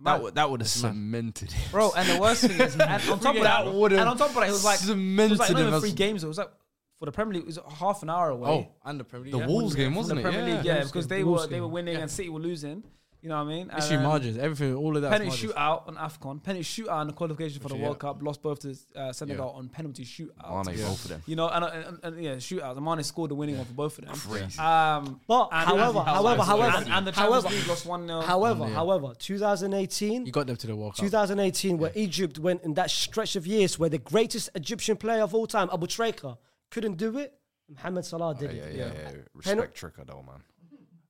[SPEAKER 4] that would that would have
[SPEAKER 2] mad.
[SPEAKER 4] cemented it.
[SPEAKER 1] Bro, and the worst thing is, and on top of that,
[SPEAKER 4] That would've
[SPEAKER 1] and on top of that, it was like, it was
[SPEAKER 4] cemented
[SPEAKER 1] like not
[SPEAKER 4] him
[SPEAKER 1] even
[SPEAKER 4] as-
[SPEAKER 1] three games. It was like for the Premier League, it was half an hour away.
[SPEAKER 2] Oh, and the Premier League.
[SPEAKER 4] The
[SPEAKER 2] yeah.
[SPEAKER 4] Wolves game wasn't
[SPEAKER 1] the
[SPEAKER 4] it?
[SPEAKER 1] Premier
[SPEAKER 4] yeah.
[SPEAKER 1] League, yeah,
[SPEAKER 3] Wolves
[SPEAKER 1] because
[SPEAKER 3] game,
[SPEAKER 1] they
[SPEAKER 3] Wolves
[SPEAKER 1] were they
[SPEAKER 3] game.
[SPEAKER 1] were winning and City were losing. You know what I mean?
[SPEAKER 2] Issue
[SPEAKER 1] And, um,
[SPEAKER 2] margins, everything, all of that.
[SPEAKER 1] Penalty
[SPEAKER 2] margins.
[SPEAKER 1] shootout on AFCON, penalty shootout and the qualification for the
[SPEAKER 2] Actually,
[SPEAKER 1] World
[SPEAKER 2] yeah.
[SPEAKER 1] Cup, lost both to uh, Senegal on penalty shootout.
[SPEAKER 4] Mane, both of them.
[SPEAKER 1] You know, and, and, and, and yeah, shootouts. Mane scored the winning one for both of them.
[SPEAKER 4] Crazy.
[SPEAKER 1] Um,
[SPEAKER 3] But
[SPEAKER 1] and-
[SPEAKER 3] however,
[SPEAKER 1] and-
[SPEAKER 3] however, however,
[SPEAKER 1] and, and the Champions
[SPEAKER 3] however,
[SPEAKER 1] League lost one 0
[SPEAKER 3] However,
[SPEAKER 2] yeah.
[SPEAKER 3] however, 2018,
[SPEAKER 2] You got them to the World Cup.
[SPEAKER 3] 2018, where Egypt went in that stretch of years where the greatest Egyptian player of all time, Abu Treka, couldn't do it. Mohamed Salah did
[SPEAKER 4] Oh, Yeah,
[SPEAKER 3] it.
[SPEAKER 4] yeah, yeah.
[SPEAKER 3] Penal-
[SPEAKER 4] Respect Tricker though, man.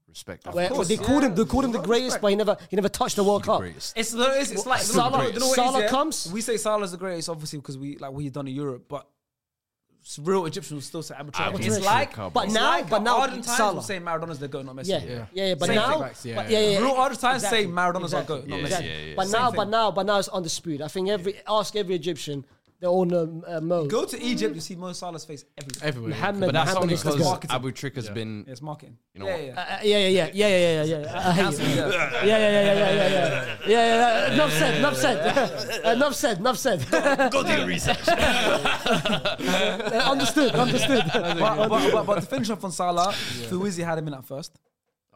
[SPEAKER 4] Respect. that.
[SPEAKER 3] Where,
[SPEAKER 1] course,
[SPEAKER 3] they called him, they called him the
[SPEAKER 1] yeah.
[SPEAKER 3] greatest, but he never, he never touched the World Cup.
[SPEAKER 4] Greatest.
[SPEAKER 1] It's, no, it's, it's like
[SPEAKER 4] Salah-
[SPEAKER 1] you know what it is,
[SPEAKER 3] Salah
[SPEAKER 1] yeah?
[SPEAKER 3] comes?
[SPEAKER 1] We say Salah's the greatest, obviously, because we like what he's done in Europe, but s- real Egyptians will still say Abu Turaika.
[SPEAKER 4] Abu
[SPEAKER 1] It's
[SPEAKER 4] Turaika,
[SPEAKER 1] like,
[SPEAKER 4] bro.
[SPEAKER 3] But
[SPEAKER 1] it's
[SPEAKER 3] now-
[SPEAKER 1] like
[SPEAKER 3] but now
[SPEAKER 1] Argentines will
[SPEAKER 3] Salah.
[SPEAKER 1] say Maradona's the goat, not Messi.
[SPEAKER 3] Yeah, yeah, yeah. But
[SPEAKER 1] Same
[SPEAKER 3] now,
[SPEAKER 1] thing.
[SPEAKER 2] Facts, yeah,
[SPEAKER 3] but
[SPEAKER 2] yeah.
[SPEAKER 3] yeah, yeah.
[SPEAKER 1] Real Argentines
[SPEAKER 3] exactly,
[SPEAKER 1] say Maradona's our
[SPEAKER 3] exactly,
[SPEAKER 1] goat, not
[SPEAKER 4] Yeah,
[SPEAKER 1] Messi.
[SPEAKER 3] exactly.
[SPEAKER 4] yeah, yeah.
[SPEAKER 3] But
[SPEAKER 4] Same
[SPEAKER 3] now,
[SPEAKER 1] thing.
[SPEAKER 3] but now, but now it's undisputed. I think every ask every Egyptian, they all know uh, Mo.
[SPEAKER 1] Go to Egypt, you see Mo Salah's face everywhere.
[SPEAKER 2] Everywhere.
[SPEAKER 3] Mohammed,
[SPEAKER 4] But that's
[SPEAKER 3] Mohammed
[SPEAKER 4] only
[SPEAKER 3] is the
[SPEAKER 4] because
[SPEAKER 3] goat.
[SPEAKER 4] Abu Tricker's been
[SPEAKER 1] Yeah, it's marketing.
[SPEAKER 4] You know
[SPEAKER 1] yeah,
[SPEAKER 4] what?
[SPEAKER 1] yeah.
[SPEAKER 3] Uh, uh, yeah, yeah, yeah, yeah, yeah, yeah, yeah. I hate it. Yeah, yeah,
[SPEAKER 4] [LAUGHS]
[SPEAKER 3] yeah, yeah, yeah, yeah, yeah, yeah. yeah. Enough said. [LAUGHS] Enough said. Enough said. Enough
[SPEAKER 2] [LAUGHS]
[SPEAKER 3] said.
[SPEAKER 4] go do your
[SPEAKER 1] [LAUGHS]
[SPEAKER 4] research.
[SPEAKER 3] Understood. Understood.
[SPEAKER 1] but, but, but, but to finish off on Salah, Fuizi had him in at first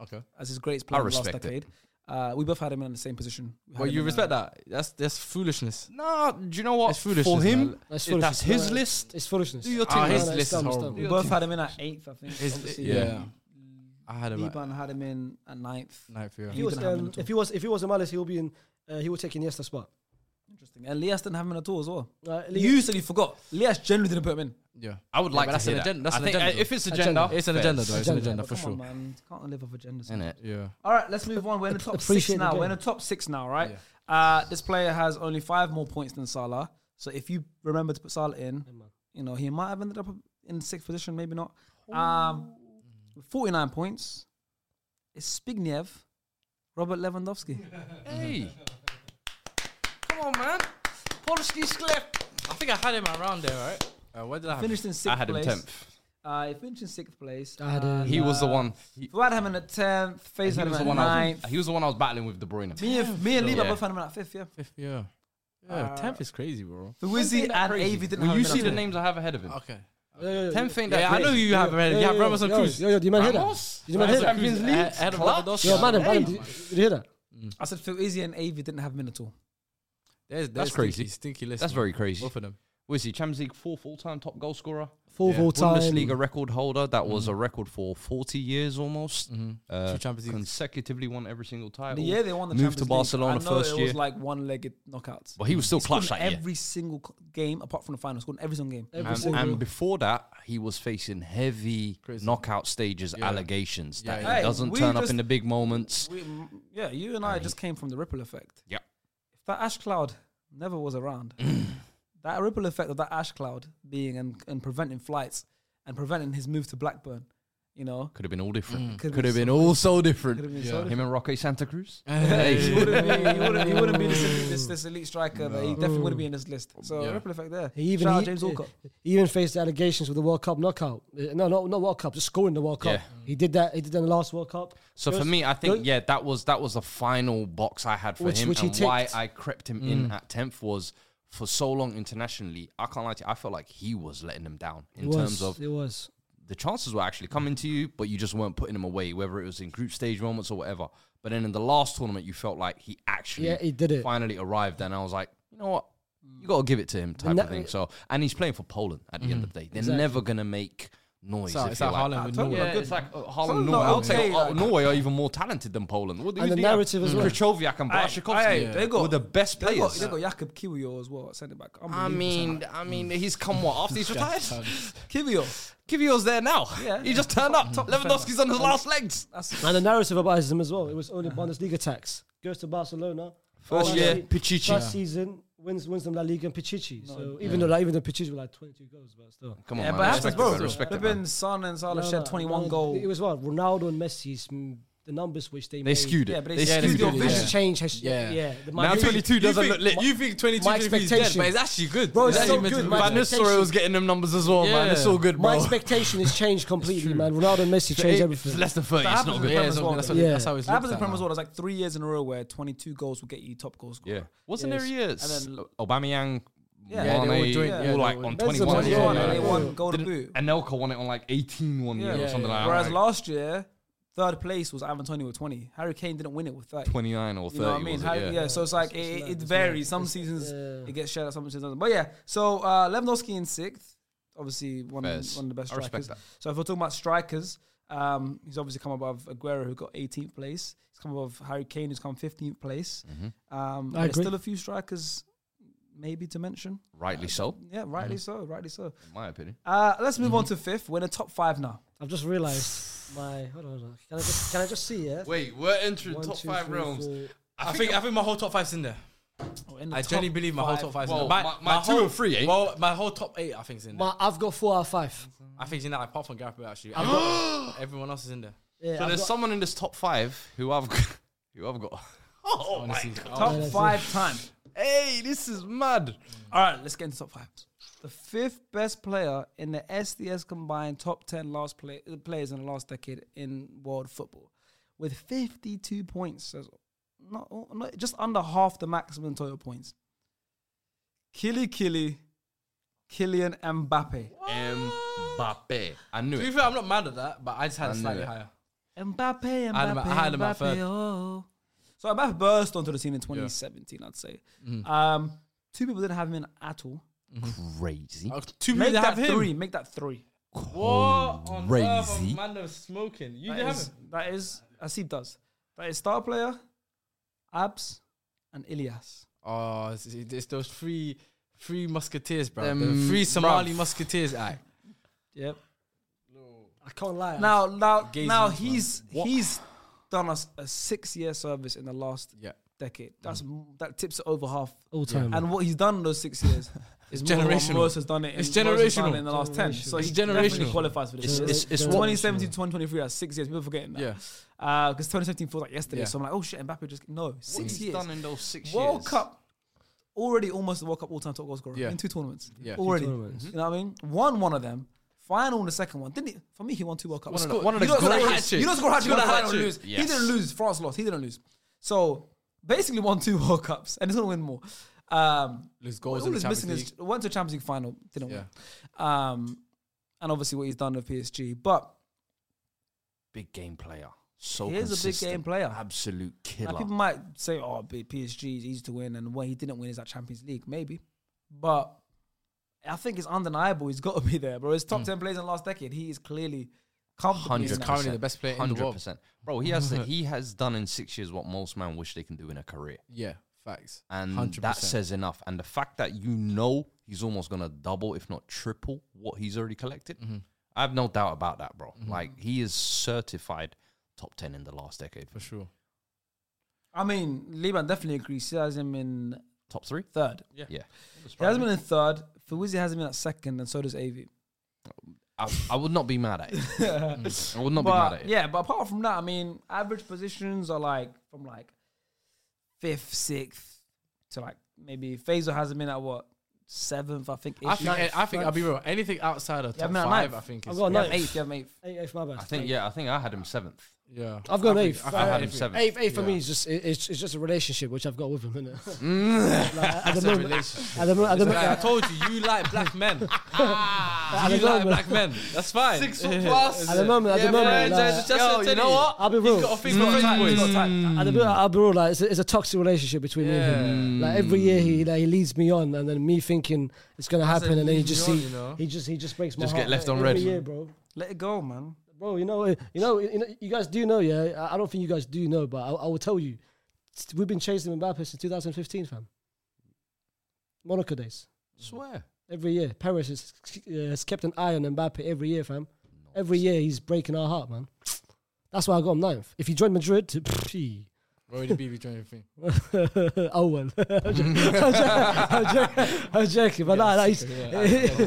[SPEAKER 2] Okay.
[SPEAKER 1] as his greatest player of the last
[SPEAKER 4] respect it.
[SPEAKER 1] decade. Uh, we both had him in the same position. We had
[SPEAKER 2] Well,
[SPEAKER 1] him
[SPEAKER 2] you
[SPEAKER 1] in,
[SPEAKER 2] respect
[SPEAKER 1] uh,
[SPEAKER 2] that. That's that's foolishness.
[SPEAKER 4] No, do you know what?
[SPEAKER 2] It's foolishness,
[SPEAKER 4] For him,
[SPEAKER 2] man.
[SPEAKER 3] That's
[SPEAKER 4] if
[SPEAKER 3] foolishness.
[SPEAKER 4] that's his
[SPEAKER 3] No,
[SPEAKER 4] list.
[SPEAKER 3] It's foolishness.
[SPEAKER 4] Do your
[SPEAKER 2] Ah,
[SPEAKER 4] thing.
[SPEAKER 2] his
[SPEAKER 3] no,
[SPEAKER 2] list is
[SPEAKER 3] it's dumb, it's
[SPEAKER 2] horrible.
[SPEAKER 1] We
[SPEAKER 3] dumb.
[SPEAKER 1] both had him in at eighth, I think.
[SPEAKER 2] His-
[SPEAKER 1] Obviously,
[SPEAKER 2] yeah. I had him at
[SPEAKER 1] Liban had him in at ninth.
[SPEAKER 2] ninth
[SPEAKER 3] If he
[SPEAKER 2] year.
[SPEAKER 3] was, um, if he was, if he was a malice, he would be in. Uh, he would take Iniesta spot.
[SPEAKER 1] Interesting. And Lias didn't have him in at all as well.
[SPEAKER 3] Uh,
[SPEAKER 1] You said you forgot. Lias generally didn't put him in.
[SPEAKER 2] Yeah.
[SPEAKER 4] I would
[SPEAKER 2] Yeah,
[SPEAKER 4] like
[SPEAKER 2] but
[SPEAKER 4] to
[SPEAKER 2] that's
[SPEAKER 4] hear
[SPEAKER 2] an
[SPEAKER 4] that.
[SPEAKER 2] agenda. That's
[SPEAKER 4] I
[SPEAKER 2] an
[SPEAKER 4] think,
[SPEAKER 2] agenda.
[SPEAKER 4] uh, If it's
[SPEAKER 3] Agenda.
[SPEAKER 4] agenda,
[SPEAKER 2] It's an agenda, though. It's an
[SPEAKER 3] Agenda.
[SPEAKER 2] agenda
[SPEAKER 1] But
[SPEAKER 2] for
[SPEAKER 1] come
[SPEAKER 2] sure.
[SPEAKER 1] on, man. Can't live off agendas.
[SPEAKER 4] Isn't it?
[SPEAKER 2] Yeah.
[SPEAKER 1] All right, let's move on. We're in the top six
[SPEAKER 3] Appreciate the
[SPEAKER 1] now.
[SPEAKER 3] game.
[SPEAKER 1] We're in the top six now, right? Uh, this player has only five more points than Salah. So if you remember to put Salah in, you know, he might have ended up in sixth position, maybe not. Um, 49 points. It's Spigniew, Robert
[SPEAKER 3] [LAUGHS]
[SPEAKER 1] Lewandowski.
[SPEAKER 4] Hey. Come on, man.
[SPEAKER 2] Polsky Sklep. I think I had him around there, right? Uh, where did I have him?
[SPEAKER 1] Finished in sixth
[SPEAKER 4] I had him
[SPEAKER 1] place.
[SPEAKER 4] 10th.
[SPEAKER 1] Uh, he finished in sixth place.
[SPEAKER 3] I had,
[SPEAKER 1] And,
[SPEAKER 3] um,
[SPEAKER 4] He was the
[SPEAKER 1] uh,
[SPEAKER 4] one. He,
[SPEAKER 1] Fuad had him in at 10th. Faze
[SPEAKER 4] he
[SPEAKER 1] had him
[SPEAKER 4] was the
[SPEAKER 1] at
[SPEAKER 4] one I was,
[SPEAKER 1] 9th.
[SPEAKER 4] he was the one I was battling with De Bruyne.
[SPEAKER 1] Me and, me and
[SPEAKER 4] Yeah.
[SPEAKER 1] Leva both had him at 5th, yeah.
[SPEAKER 2] Fifth, yeah. Yeah,
[SPEAKER 1] Uh,
[SPEAKER 2] tenth is crazy, bro.
[SPEAKER 1] Fuizzi and Avi didn't have
[SPEAKER 4] Will you
[SPEAKER 1] him in
[SPEAKER 4] see
[SPEAKER 1] at
[SPEAKER 4] the
[SPEAKER 1] all.
[SPEAKER 4] names I have ahead of him?
[SPEAKER 2] Okay.
[SPEAKER 4] Tenth ain't that
[SPEAKER 2] Yeah, I know who
[SPEAKER 4] crazy.
[SPEAKER 2] you have ahead.
[SPEAKER 3] Yo,
[SPEAKER 2] You
[SPEAKER 3] yo,
[SPEAKER 2] have
[SPEAKER 3] yo,
[SPEAKER 2] Ramos and
[SPEAKER 3] yo,
[SPEAKER 2] Cruz.
[SPEAKER 3] Yo, yo, do you man hear that?
[SPEAKER 4] Ramos?
[SPEAKER 3] Did you man hear that?
[SPEAKER 4] Champions
[SPEAKER 2] Cruz,
[SPEAKER 4] League.
[SPEAKER 2] uh, Ahead of
[SPEAKER 4] Clutch.
[SPEAKER 2] Lewandowski.
[SPEAKER 3] Yo, man,
[SPEAKER 2] Hey.
[SPEAKER 3] man, did did you hear that?
[SPEAKER 1] I said Fuizzi and Avi didn't have him in at all.
[SPEAKER 2] There's,
[SPEAKER 4] That's
[SPEAKER 2] there's
[SPEAKER 4] crazy.
[SPEAKER 2] Stinky, stinky list.
[SPEAKER 4] That's
[SPEAKER 2] man.
[SPEAKER 4] very crazy.
[SPEAKER 2] Both of them.
[SPEAKER 4] What is he? Champions League fourth all-time top goal scorer.
[SPEAKER 3] Fourth all time.
[SPEAKER 4] Bundesliga record holder. That was a record for 40 years almost. Uh,
[SPEAKER 2] Two Champions Leagues.
[SPEAKER 4] consecutively won every single
[SPEAKER 1] The
[SPEAKER 4] title.
[SPEAKER 1] year they won the
[SPEAKER 4] Moved to
[SPEAKER 1] Champions League,
[SPEAKER 4] Barcelona
[SPEAKER 1] I know
[SPEAKER 4] first
[SPEAKER 1] it
[SPEAKER 4] year.
[SPEAKER 1] was like one-legged knockouts.
[SPEAKER 4] but he was still
[SPEAKER 1] Scored
[SPEAKER 4] clutch that
[SPEAKER 1] in
[SPEAKER 4] year.
[SPEAKER 1] every single co- game apart from the final. Scored in every single game.
[SPEAKER 3] Every
[SPEAKER 4] And,
[SPEAKER 3] single-
[SPEAKER 4] and before that, he was facing heavy
[SPEAKER 2] Crazy.
[SPEAKER 4] knockout stages allegations that
[SPEAKER 2] Yeah,
[SPEAKER 4] he
[SPEAKER 1] yeah.
[SPEAKER 4] doesn't
[SPEAKER 1] Hey,
[SPEAKER 4] turn
[SPEAKER 1] we
[SPEAKER 4] up in
[SPEAKER 1] just-
[SPEAKER 4] the big moments.
[SPEAKER 1] We, mm, yeah, you and I just came from the ripple effect.
[SPEAKER 4] Yep.
[SPEAKER 1] If that ash cloud never was
[SPEAKER 4] [CLEARS THROAT]
[SPEAKER 1] around, that ripple effect of that ash cloud being and, and preventing flights and preventing his move to Blackburn, you know,
[SPEAKER 4] Could have been all different.
[SPEAKER 1] Could
[SPEAKER 4] Could
[SPEAKER 1] be
[SPEAKER 4] have
[SPEAKER 1] so
[SPEAKER 4] been all so
[SPEAKER 1] could have
[SPEAKER 4] different.
[SPEAKER 1] been
[SPEAKER 2] Yeah.
[SPEAKER 3] Mm.
[SPEAKER 1] so
[SPEAKER 4] Him and Roque Santa Cruz.
[SPEAKER 1] [LAUGHS] he
[SPEAKER 4] Hey.
[SPEAKER 1] wouldn't be, he wouldn't, he wouldn't be this,
[SPEAKER 4] [LAUGHS]
[SPEAKER 1] elite- this, this elite striker, but he
[SPEAKER 4] Mm.
[SPEAKER 1] definitely would be in this list. So
[SPEAKER 2] Yeah.
[SPEAKER 1] ripple effect there.
[SPEAKER 3] He even
[SPEAKER 1] Shout out
[SPEAKER 3] he,
[SPEAKER 1] James Walcott.
[SPEAKER 3] he even faced allegations with the World Cup knockout. Uh, No, no, not World Cup. Just scoring the World Cup.
[SPEAKER 4] Yeah.
[SPEAKER 3] He did that. He did that in the last World Cup.
[SPEAKER 4] So for
[SPEAKER 3] Goes-
[SPEAKER 4] me, I
[SPEAKER 3] go-
[SPEAKER 4] think yeah, that was that was the final box I had for
[SPEAKER 3] Which-
[SPEAKER 4] him,
[SPEAKER 3] which he
[SPEAKER 4] and why
[SPEAKER 3] ticked. Mm.
[SPEAKER 4] I crept him in at tenth was for so long internationally. I can't lie to you, I felt like he was letting them down in
[SPEAKER 3] It
[SPEAKER 4] terms
[SPEAKER 3] was,
[SPEAKER 4] of
[SPEAKER 3] it was.
[SPEAKER 4] the chances were actually coming to you, but you just weren't putting them away, whether it was in group stage moments or whatever. But then in the last tournament, you felt like he actually
[SPEAKER 3] Yeah, he did it.
[SPEAKER 4] finally arrived, and I was like, you know what, you got to give it to him type
[SPEAKER 3] And
[SPEAKER 4] of
[SPEAKER 3] that-
[SPEAKER 4] thing. So and he's playing for Poland at the end of the day. They're never gonna make noise.
[SPEAKER 2] So
[SPEAKER 4] if
[SPEAKER 2] it's
[SPEAKER 4] you're
[SPEAKER 2] like Haaland with
[SPEAKER 4] "Ah,
[SPEAKER 2] Norway."
[SPEAKER 4] yeah, it's like uh, Haaland and
[SPEAKER 1] Poland's
[SPEAKER 4] Norway.
[SPEAKER 1] not
[SPEAKER 4] I'll
[SPEAKER 1] okay,
[SPEAKER 4] take, uh,
[SPEAKER 1] like-
[SPEAKER 4] Norway are even more talented than Poland. What,
[SPEAKER 3] And the narrative as well.
[SPEAKER 4] Krychowiak Mm. and
[SPEAKER 1] Aye,
[SPEAKER 4] Blaszczykowski
[SPEAKER 1] they got
[SPEAKER 4] were the best
[SPEAKER 1] They got,
[SPEAKER 4] players.
[SPEAKER 1] they got Jakub Kiwio as well, at centre back.
[SPEAKER 4] I mean, I mean, he's come what after he's retired.
[SPEAKER 1] Kiwio.
[SPEAKER 4] Kivio's there now.
[SPEAKER 1] Yeah.
[SPEAKER 4] he just turned up. Lewandowski's on his last legs.
[SPEAKER 1] That's
[SPEAKER 3] And the narrative about him as well. It was only Bundesliga tax. Goes to Barcelona.
[SPEAKER 4] First
[SPEAKER 3] First
[SPEAKER 4] year,
[SPEAKER 3] se-
[SPEAKER 4] Oh, Pichichi.
[SPEAKER 3] First season wins wins them La Liga and Pichichi. So even though like, even though Pichichi were like 22 goals, but still.
[SPEAKER 4] Come on,
[SPEAKER 1] yeah,
[SPEAKER 4] man.
[SPEAKER 1] but
[SPEAKER 4] respect
[SPEAKER 1] happens,
[SPEAKER 4] it,
[SPEAKER 1] bro.
[SPEAKER 4] man, Respect it,
[SPEAKER 1] They've
[SPEAKER 4] man.
[SPEAKER 1] been Son and Salah
[SPEAKER 3] No,
[SPEAKER 1] shed
[SPEAKER 3] no,
[SPEAKER 1] 21
[SPEAKER 3] no,
[SPEAKER 1] goals.
[SPEAKER 3] It was what Ronaldo and Messi's mm, the numbers which they
[SPEAKER 4] They
[SPEAKER 3] made.
[SPEAKER 4] skewed it.
[SPEAKER 1] Yeah, but
[SPEAKER 4] they,
[SPEAKER 1] they skewed
[SPEAKER 4] skewed
[SPEAKER 1] your
[SPEAKER 4] it.
[SPEAKER 1] vision.
[SPEAKER 3] Has
[SPEAKER 2] Yeah.
[SPEAKER 3] changed. Has, yeah.
[SPEAKER 2] Yeah.
[SPEAKER 3] yeah. The
[SPEAKER 4] Now
[SPEAKER 3] man-
[SPEAKER 4] 22 doesn't
[SPEAKER 2] think,
[SPEAKER 4] look lit.
[SPEAKER 2] You think 22
[SPEAKER 3] my
[SPEAKER 2] 23 is dead,
[SPEAKER 3] expectation-
[SPEAKER 2] but it's actually good.
[SPEAKER 3] Bro, it's
[SPEAKER 2] actually
[SPEAKER 3] so
[SPEAKER 2] meant to
[SPEAKER 3] good,
[SPEAKER 2] be
[SPEAKER 3] man.
[SPEAKER 4] Van Nistelrooy
[SPEAKER 3] expectation-
[SPEAKER 4] was getting them numbers as well, man.
[SPEAKER 2] Yeah.
[SPEAKER 4] It's all good,
[SPEAKER 3] My
[SPEAKER 4] bro.
[SPEAKER 3] expectation has changed completely, man. Ronaldo and Messi
[SPEAKER 4] If
[SPEAKER 3] changed
[SPEAKER 4] It's
[SPEAKER 3] everything.
[SPEAKER 4] less than 30.
[SPEAKER 1] That
[SPEAKER 4] It's
[SPEAKER 1] happens
[SPEAKER 4] not
[SPEAKER 1] with
[SPEAKER 4] good.
[SPEAKER 2] Yeah,
[SPEAKER 1] Prem as
[SPEAKER 2] it's not
[SPEAKER 1] well,
[SPEAKER 2] good. That's
[SPEAKER 1] though.
[SPEAKER 2] what it-
[SPEAKER 3] Yeah.
[SPEAKER 2] that's how it's
[SPEAKER 1] That happens in
[SPEAKER 2] looked
[SPEAKER 1] Prem
[SPEAKER 2] at
[SPEAKER 1] as well.
[SPEAKER 2] now.
[SPEAKER 1] There's like three years in a row where 22 goals will get you top goal scorer.
[SPEAKER 4] Yeah. Wasn't there years?
[SPEAKER 1] And then-
[SPEAKER 4] Aubameyang,
[SPEAKER 1] Yeah, they
[SPEAKER 4] Mane, all,
[SPEAKER 2] all joined- yeah, they
[SPEAKER 4] like
[SPEAKER 2] all joined.
[SPEAKER 4] on 21.
[SPEAKER 3] Benzema,
[SPEAKER 4] yeah,
[SPEAKER 3] yeah,
[SPEAKER 4] man.
[SPEAKER 1] and they
[SPEAKER 3] yeah.
[SPEAKER 1] won golden boot.
[SPEAKER 4] Didn't- Anelka won it on like 18 one year
[SPEAKER 1] Yeah.
[SPEAKER 4] or something
[SPEAKER 2] Yeah,
[SPEAKER 4] like that.
[SPEAKER 1] Whereas
[SPEAKER 4] like
[SPEAKER 1] last year, third place was Ivan Tony with 20. Harry Kane didn't win it with 30.
[SPEAKER 4] 29 or 30.
[SPEAKER 1] You know what I mean?
[SPEAKER 4] was it?
[SPEAKER 1] How-
[SPEAKER 4] yeah.
[SPEAKER 1] yeah. so it's like
[SPEAKER 3] it's
[SPEAKER 1] it,
[SPEAKER 3] mad,
[SPEAKER 1] it
[SPEAKER 3] it's
[SPEAKER 1] varies.
[SPEAKER 3] mad.
[SPEAKER 1] Some
[SPEAKER 3] It's-
[SPEAKER 1] seasons
[SPEAKER 3] yeah.
[SPEAKER 1] it gets shared out, some seasons it doesn't. But yeah, so uh, Lewandowski in sixth, obviously one, one
[SPEAKER 4] Fairs.
[SPEAKER 1] of the best
[SPEAKER 4] I
[SPEAKER 1] strikers.
[SPEAKER 4] respect that.
[SPEAKER 1] So if we're talking about strikers, um, he's obviously come above Aguero, who got 18th place. He's come above Harry Kane, who's come 15th place.
[SPEAKER 2] Mm-hmm.
[SPEAKER 1] Um,
[SPEAKER 3] I
[SPEAKER 1] there's
[SPEAKER 3] agree.
[SPEAKER 1] still a few strikers, maybe to mention.
[SPEAKER 4] Rightly so,
[SPEAKER 1] Yeah, rightly so,
[SPEAKER 2] Mm-hmm.
[SPEAKER 1] rightly so.
[SPEAKER 4] in my opinion.
[SPEAKER 1] Uh, let's move on to fifth. We're in the top five now.
[SPEAKER 3] I've just realised my. Hold on, hold on. Can I just, can I just see, yeah?
[SPEAKER 2] Wait, we're entering
[SPEAKER 3] One, two, three, four.
[SPEAKER 2] I
[SPEAKER 4] [GASPS]
[SPEAKER 2] think I think my whole top five's in there.
[SPEAKER 3] Oh,
[SPEAKER 1] We're in the
[SPEAKER 2] I
[SPEAKER 1] top
[SPEAKER 2] genuinely believe my whole
[SPEAKER 1] five.
[SPEAKER 2] top five's
[SPEAKER 4] Well,
[SPEAKER 2] in there.
[SPEAKER 4] my- my two
[SPEAKER 2] whole,
[SPEAKER 4] and three, eh?
[SPEAKER 2] Well, my whole top eight, I think, is in there.
[SPEAKER 3] My, I've got four out of five.
[SPEAKER 2] I think it's in there, apart from Gareth Bale, actually.
[SPEAKER 4] [GASPS]
[SPEAKER 2] Everyone, everyone else is in there.
[SPEAKER 3] Yeah,
[SPEAKER 4] So
[SPEAKER 3] I've
[SPEAKER 4] there's
[SPEAKER 3] got-
[SPEAKER 4] someone in this top five who I've got- [LAUGHS] who I've got. Oh my!
[SPEAKER 2] Honestly.
[SPEAKER 1] Top
[SPEAKER 3] that's it.
[SPEAKER 1] five time.
[SPEAKER 4] [LAUGHS] Hey, this is mad.
[SPEAKER 1] All right, let's get into top five. The fifth best player in the SDS combined top 10 last play, uh, players in the last decade in world football with 52 points. So it's not, not- just under half the maximum total points. Killy Killy, Killian Mbappe.
[SPEAKER 4] Mbappe. I knew
[SPEAKER 2] To be
[SPEAKER 4] it.
[SPEAKER 2] fair, I'm not mad at that, but I just had
[SPEAKER 4] I
[SPEAKER 2] it
[SPEAKER 4] knew
[SPEAKER 2] slightly
[SPEAKER 4] it.
[SPEAKER 2] higher.
[SPEAKER 1] Mbappe, Mbappe,
[SPEAKER 2] had him at- I had him
[SPEAKER 1] Mbappe,
[SPEAKER 2] at third.
[SPEAKER 1] oh. So Mbappe burst onto the scene in 2017, I'd say.
[SPEAKER 2] Mm.
[SPEAKER 1] Um, two people didn't have him in at all.
[SPEAKER 4] Crazy.
[SPEAKER 2] Uh, Two
[SPEAKER 1] Make
[SPEAKER 2] people
[SPEAKER 1] that
[SPEAKER 2] have him.
[SPEAKER 1] three. Make that three.
[SPEAKER 2] What on earth?
[SPEAKER 4] Crazy.
[SPEAKER 2] a Man, was smoking. You
[SPEAKER 1] That
[SPEAKER 2] didn't have
[SPEAKER 1] is,
[SPEAKER 2] him.
[SPEAKER 1] that is Asib does. That is star player, Abs, and Ilias.
[SPEAKER 2] Oh, it's, it's it's those three, three musketeers, bro.
[SPEAKER 4] Them-
[SPEAKER 2] the three Somali
[SPEAKER 4] bruv.
[SPEAKER 2] musketeers. Aye.
[SPEAKER 1] Yep.
[SPEAKER 3] I can't lie.
[SPEAKER 1] Now, now,
[SPEAKER 2] Gazing
[SPEAKER 1] now
[SPEAKER 2] as well.
[SPEAKER 1] he's
[SPEAKER 4] What?
[SPEAKER 1] he's done us a six-year service in the last
[SPEAKER 2] Yeah. Mm.
[SPEAKER 1] decade. That's m- that tips it over half.
[SPEAKER 3] all time.
[SPEAKER 1] And what he's done in those six
[SPEAKER 2] [LAUGHS]
[SPEAKER 1] years is more than what
[SPEAKER 2] generational.
[SPEAKER 1] Morris has done it. In,
[SPEAKER 2] It's
[SPEAKER 1] Morris has done it
[SPEAKER 2] generational.
[SPEAKER 1] in the last ten. So
[SPEAKER 2] It's
[SPEAKER 1] he definitely
[SPEAKER 2] generational.
[SPEAKER 1] qualifies for this.
[SPEAKER 4] It's- it's- it's what-
[SPEAKER 1] 2017 to 2023. That's six years. People are forgetting that. Uh,
[SPEAKER 2] Yeah.
[SPEAKER 1] Because 2017 feels like yesterday.
[SPEAKER 2] Yeah.
[SPEAKER 1] So I'm like, oh shit, Mbappe just no six years.
[SPEAKER 4] done in those six
[SPEAKER 1] World
[SPEAKER 4] years.
[SPEAKER 1] Cup already almost the World Cup all time top goal scorer
[SPEAKER 2] Yeah.
[SPEAKER 1] in two tournaments.
[SPEAKER 2] Yeah.
[SPEAKER 1] Already.
[SPEAKER 3] Two tournaments.
[SPEAKER 1] You know what I mean? Won one of them. Final in the second one. Didn't he? For me, he won two World Cups.
[SPEAKER 4] One of the- one of the
[SPEAKER 1] you don't score a
[SPEAKER 4] greatest-
[SPEAKER 1] hat trick. You don't score a hat trick
[SPEAKER 2] Scored
[SPEAKER 1] on
[SPEAKER 2] a
[SPEAKER 1] the final
[SPEAKER 2] hat
[SPEAKER 1] and
[SPEAKER 2] trick.
[SPEAKER 1] lose. He
[SPEAKER 4] Yes.
[SPEAKER 1] didn't lose. France lost. He didn't lose. So basically won two [LAUGHS] World Cups and he's gonna win more. Um
[SPEAKER 2] Lose goals
[SPEAKER 1] all
[SPEAKER 2] in the
[SPEAKER 1] he's
[SPEAKER 2] Champions
[SPEAKER 1] missing
[SPEAKER 2] League.
[SPEAKER 1] is went to Champions League final, didn't win. Um and obviously what he's done with PSG. But
[SPEAKER 4] Big game player. so
[SPEAKER 1] He is a big
[SPEAKER 4] consistent,
[SPEAKER 1] game player.
[SPEAKER 4] absolute
[SPEAKER 1] Now,
[SPEAKER 4] killer.
[SPEAKER 1] people might say, "Oh, B- PSG is easy to win," and what he didn't win is that Champions League, maybe. But I think it's undeniable. He's got to be there, bro. His top ten players in the last decade. He is clearly comfortably. in
[SPEAKER 4] Hundred
[SPEAKER 1] that.
[SPEAKER 2] currently the best player in the world.
[SPEAKER 4] bro. He [LAUGHS] has the, he has done in six years what most men wish they can do in a career,
[SPEAKER 2] Yeah, facts.
[SPEAKER 4] and that says enough. And the fact that you know he's almost gonna double, if not triple, what he's already collected,
[SPEAKER 2] Mm-hmm.
[SPEAKER 4] I have no doubt about that, bro. Like he is certified top ten in the last decade,
[SPEAKER 2] for sure.
[SPEAKER 1] I mean, Liban definitely agrees. He has him in
[SPEAKER 4] top three.
[SPEAKER 1] third.
[SPEAKER 4] Yeah,
[SPEAKER 1] He has him in third. Fawzi has him in at second, and so does [LAUGHS] Av.
[SPEAKER 4] I, I would not be mad at
[SPEAKER 2] [LAUGHS]
[SPEAKER 4] it. Mm. I would not be
[SPEAKER 1] but
[SPEAKER 4] mad at it.
[SPEAKER 1] yeah, but apart from that, I mean, average positions are like from like fifth, sixth to like maybe Faisal has him in at what seventh, I think.
[SPEAKER 2] I think
[SPEAKER 1] ish.
[SPEAKER 2] I think I'll be real. Anything outside of
[SPEAKER 1] Yeah,
[SPEAKER 2] top
[SPEAKER 1] man,
[SPEAKER 2] five,
[SPEAKER 1] ninth.
[SPEAKER 2] I think
[SPEAKER 3] I've
[SPEAKER 2] is
[SPEAKER 3] got
[SPEAKER 1] You have
[SPEAKER 3] ninth.
[SPEAKER 1] Oh, eighth, you have eighth.
[SPEAKER 3] Eight, eighth, my bad.
[SPEAKER 4] I think yeah, I think I had him seventh.
[SPEAKER 2] yeah.
[SPEAKER 3] I've got
[SPEAKER 2] I
[SPEAKER 3] an
[SPEAKER 2] think-
[SPEAKER 3] eighth.
[SPEAKER 2] I think
[SPEAKER 4] I had him
[SPEAKER 2] eighth.
[SPEAKER 4] seventh.
[SPEAKER 3] Eighth, eighth for
[SPEAKER 2] Yeah.
[SPEAKER 3] me is just it- it's, it's just a relationship which I've got with him, innit? [LAUGHS] like,
[SPEAKER 4] [LAUGHS]
[SPEAKER 3] at the
[SPEAKER 2] That's a
[SPEAKER 3] moment,
[SPEAKER 2] relationship.
[SPEAKER 3] at the moment, at the
[SPEAKER 2] Like I
[SPEAKER 3] moment,
[SPEAKER 2] told you, you like black men. [LAUGHS] you like
[SPEAKER 3] moment-
[SPEAKER 2] black men. That's fine. Ah. Six [LAUGHS] foot plus.
[SPEAKER 3] At the moment- at the moment, like-
[SPEAKER 2] Yo, you know what?
[SPEAKER 3] I'll be
[SPEAKER 2] He's
[SPEAKER 3] real.
[SPEAKER 2] got a thing
[SPEAKER 1] He's
[SPEAKER 2] for
[SPEAKER 1] got
[SPEAKER 2] fat
[SPEAKER 1] time, he's
[SPEAKER 2] boys.
[SPEAKER 4] Mm.
[SPEAKER 1] got time.
[SPEAKER 3] at the moment, I'll be real, like it's a, it's a toxic relationship between me and him. Like every year he like, he leads me on, and then me thinking it's gonna happen, and then he
[SPEAKER 2] lead
[SPEAKER 3] just
[SPEAKER 2] me
[SPEAKER 3] see
[SPEAKER 2] on, you know?
[SPEAKER 4] Mm.
[SPEAKER 3] he just he just breaks my
[SPEAKER 4] Just
[SPEAKER 3] heart.
[SPEAKER 4] get left
[SPEAKER 3] like,
[SPEAKER 4] on
[SPEAKER 3] every
[SPEAKER 4] red.
[SPEAKER 3] year, bro.
[SPEAKER 1] Let it go,
[SPEAKER 2] [LAUGHS]
[SPEAKER 1] man.
[SPEAKER 3] Bro, you know, you know, you know, you guys do know, yeah. I- I don't think you guys do know, but I, I will tell you, It's- we've been chasing Mbappe since 2015, fam. Monaco days,
[SPEAKER 4] Swear.
[SPEAKER 3] every year. Paris has, has kept an eye on Mbappe every year, fam. Every year he's breaking our heart, man. That's why I got him ninth. If he joined Madrid, [LAUGHS] pfft,
[SPEAKER 2] Already be between everything.
[SPEAKER 3] oh well. [LAUGHS] I'm joking, I'm joking, I'm joking, but nah, nah, he's,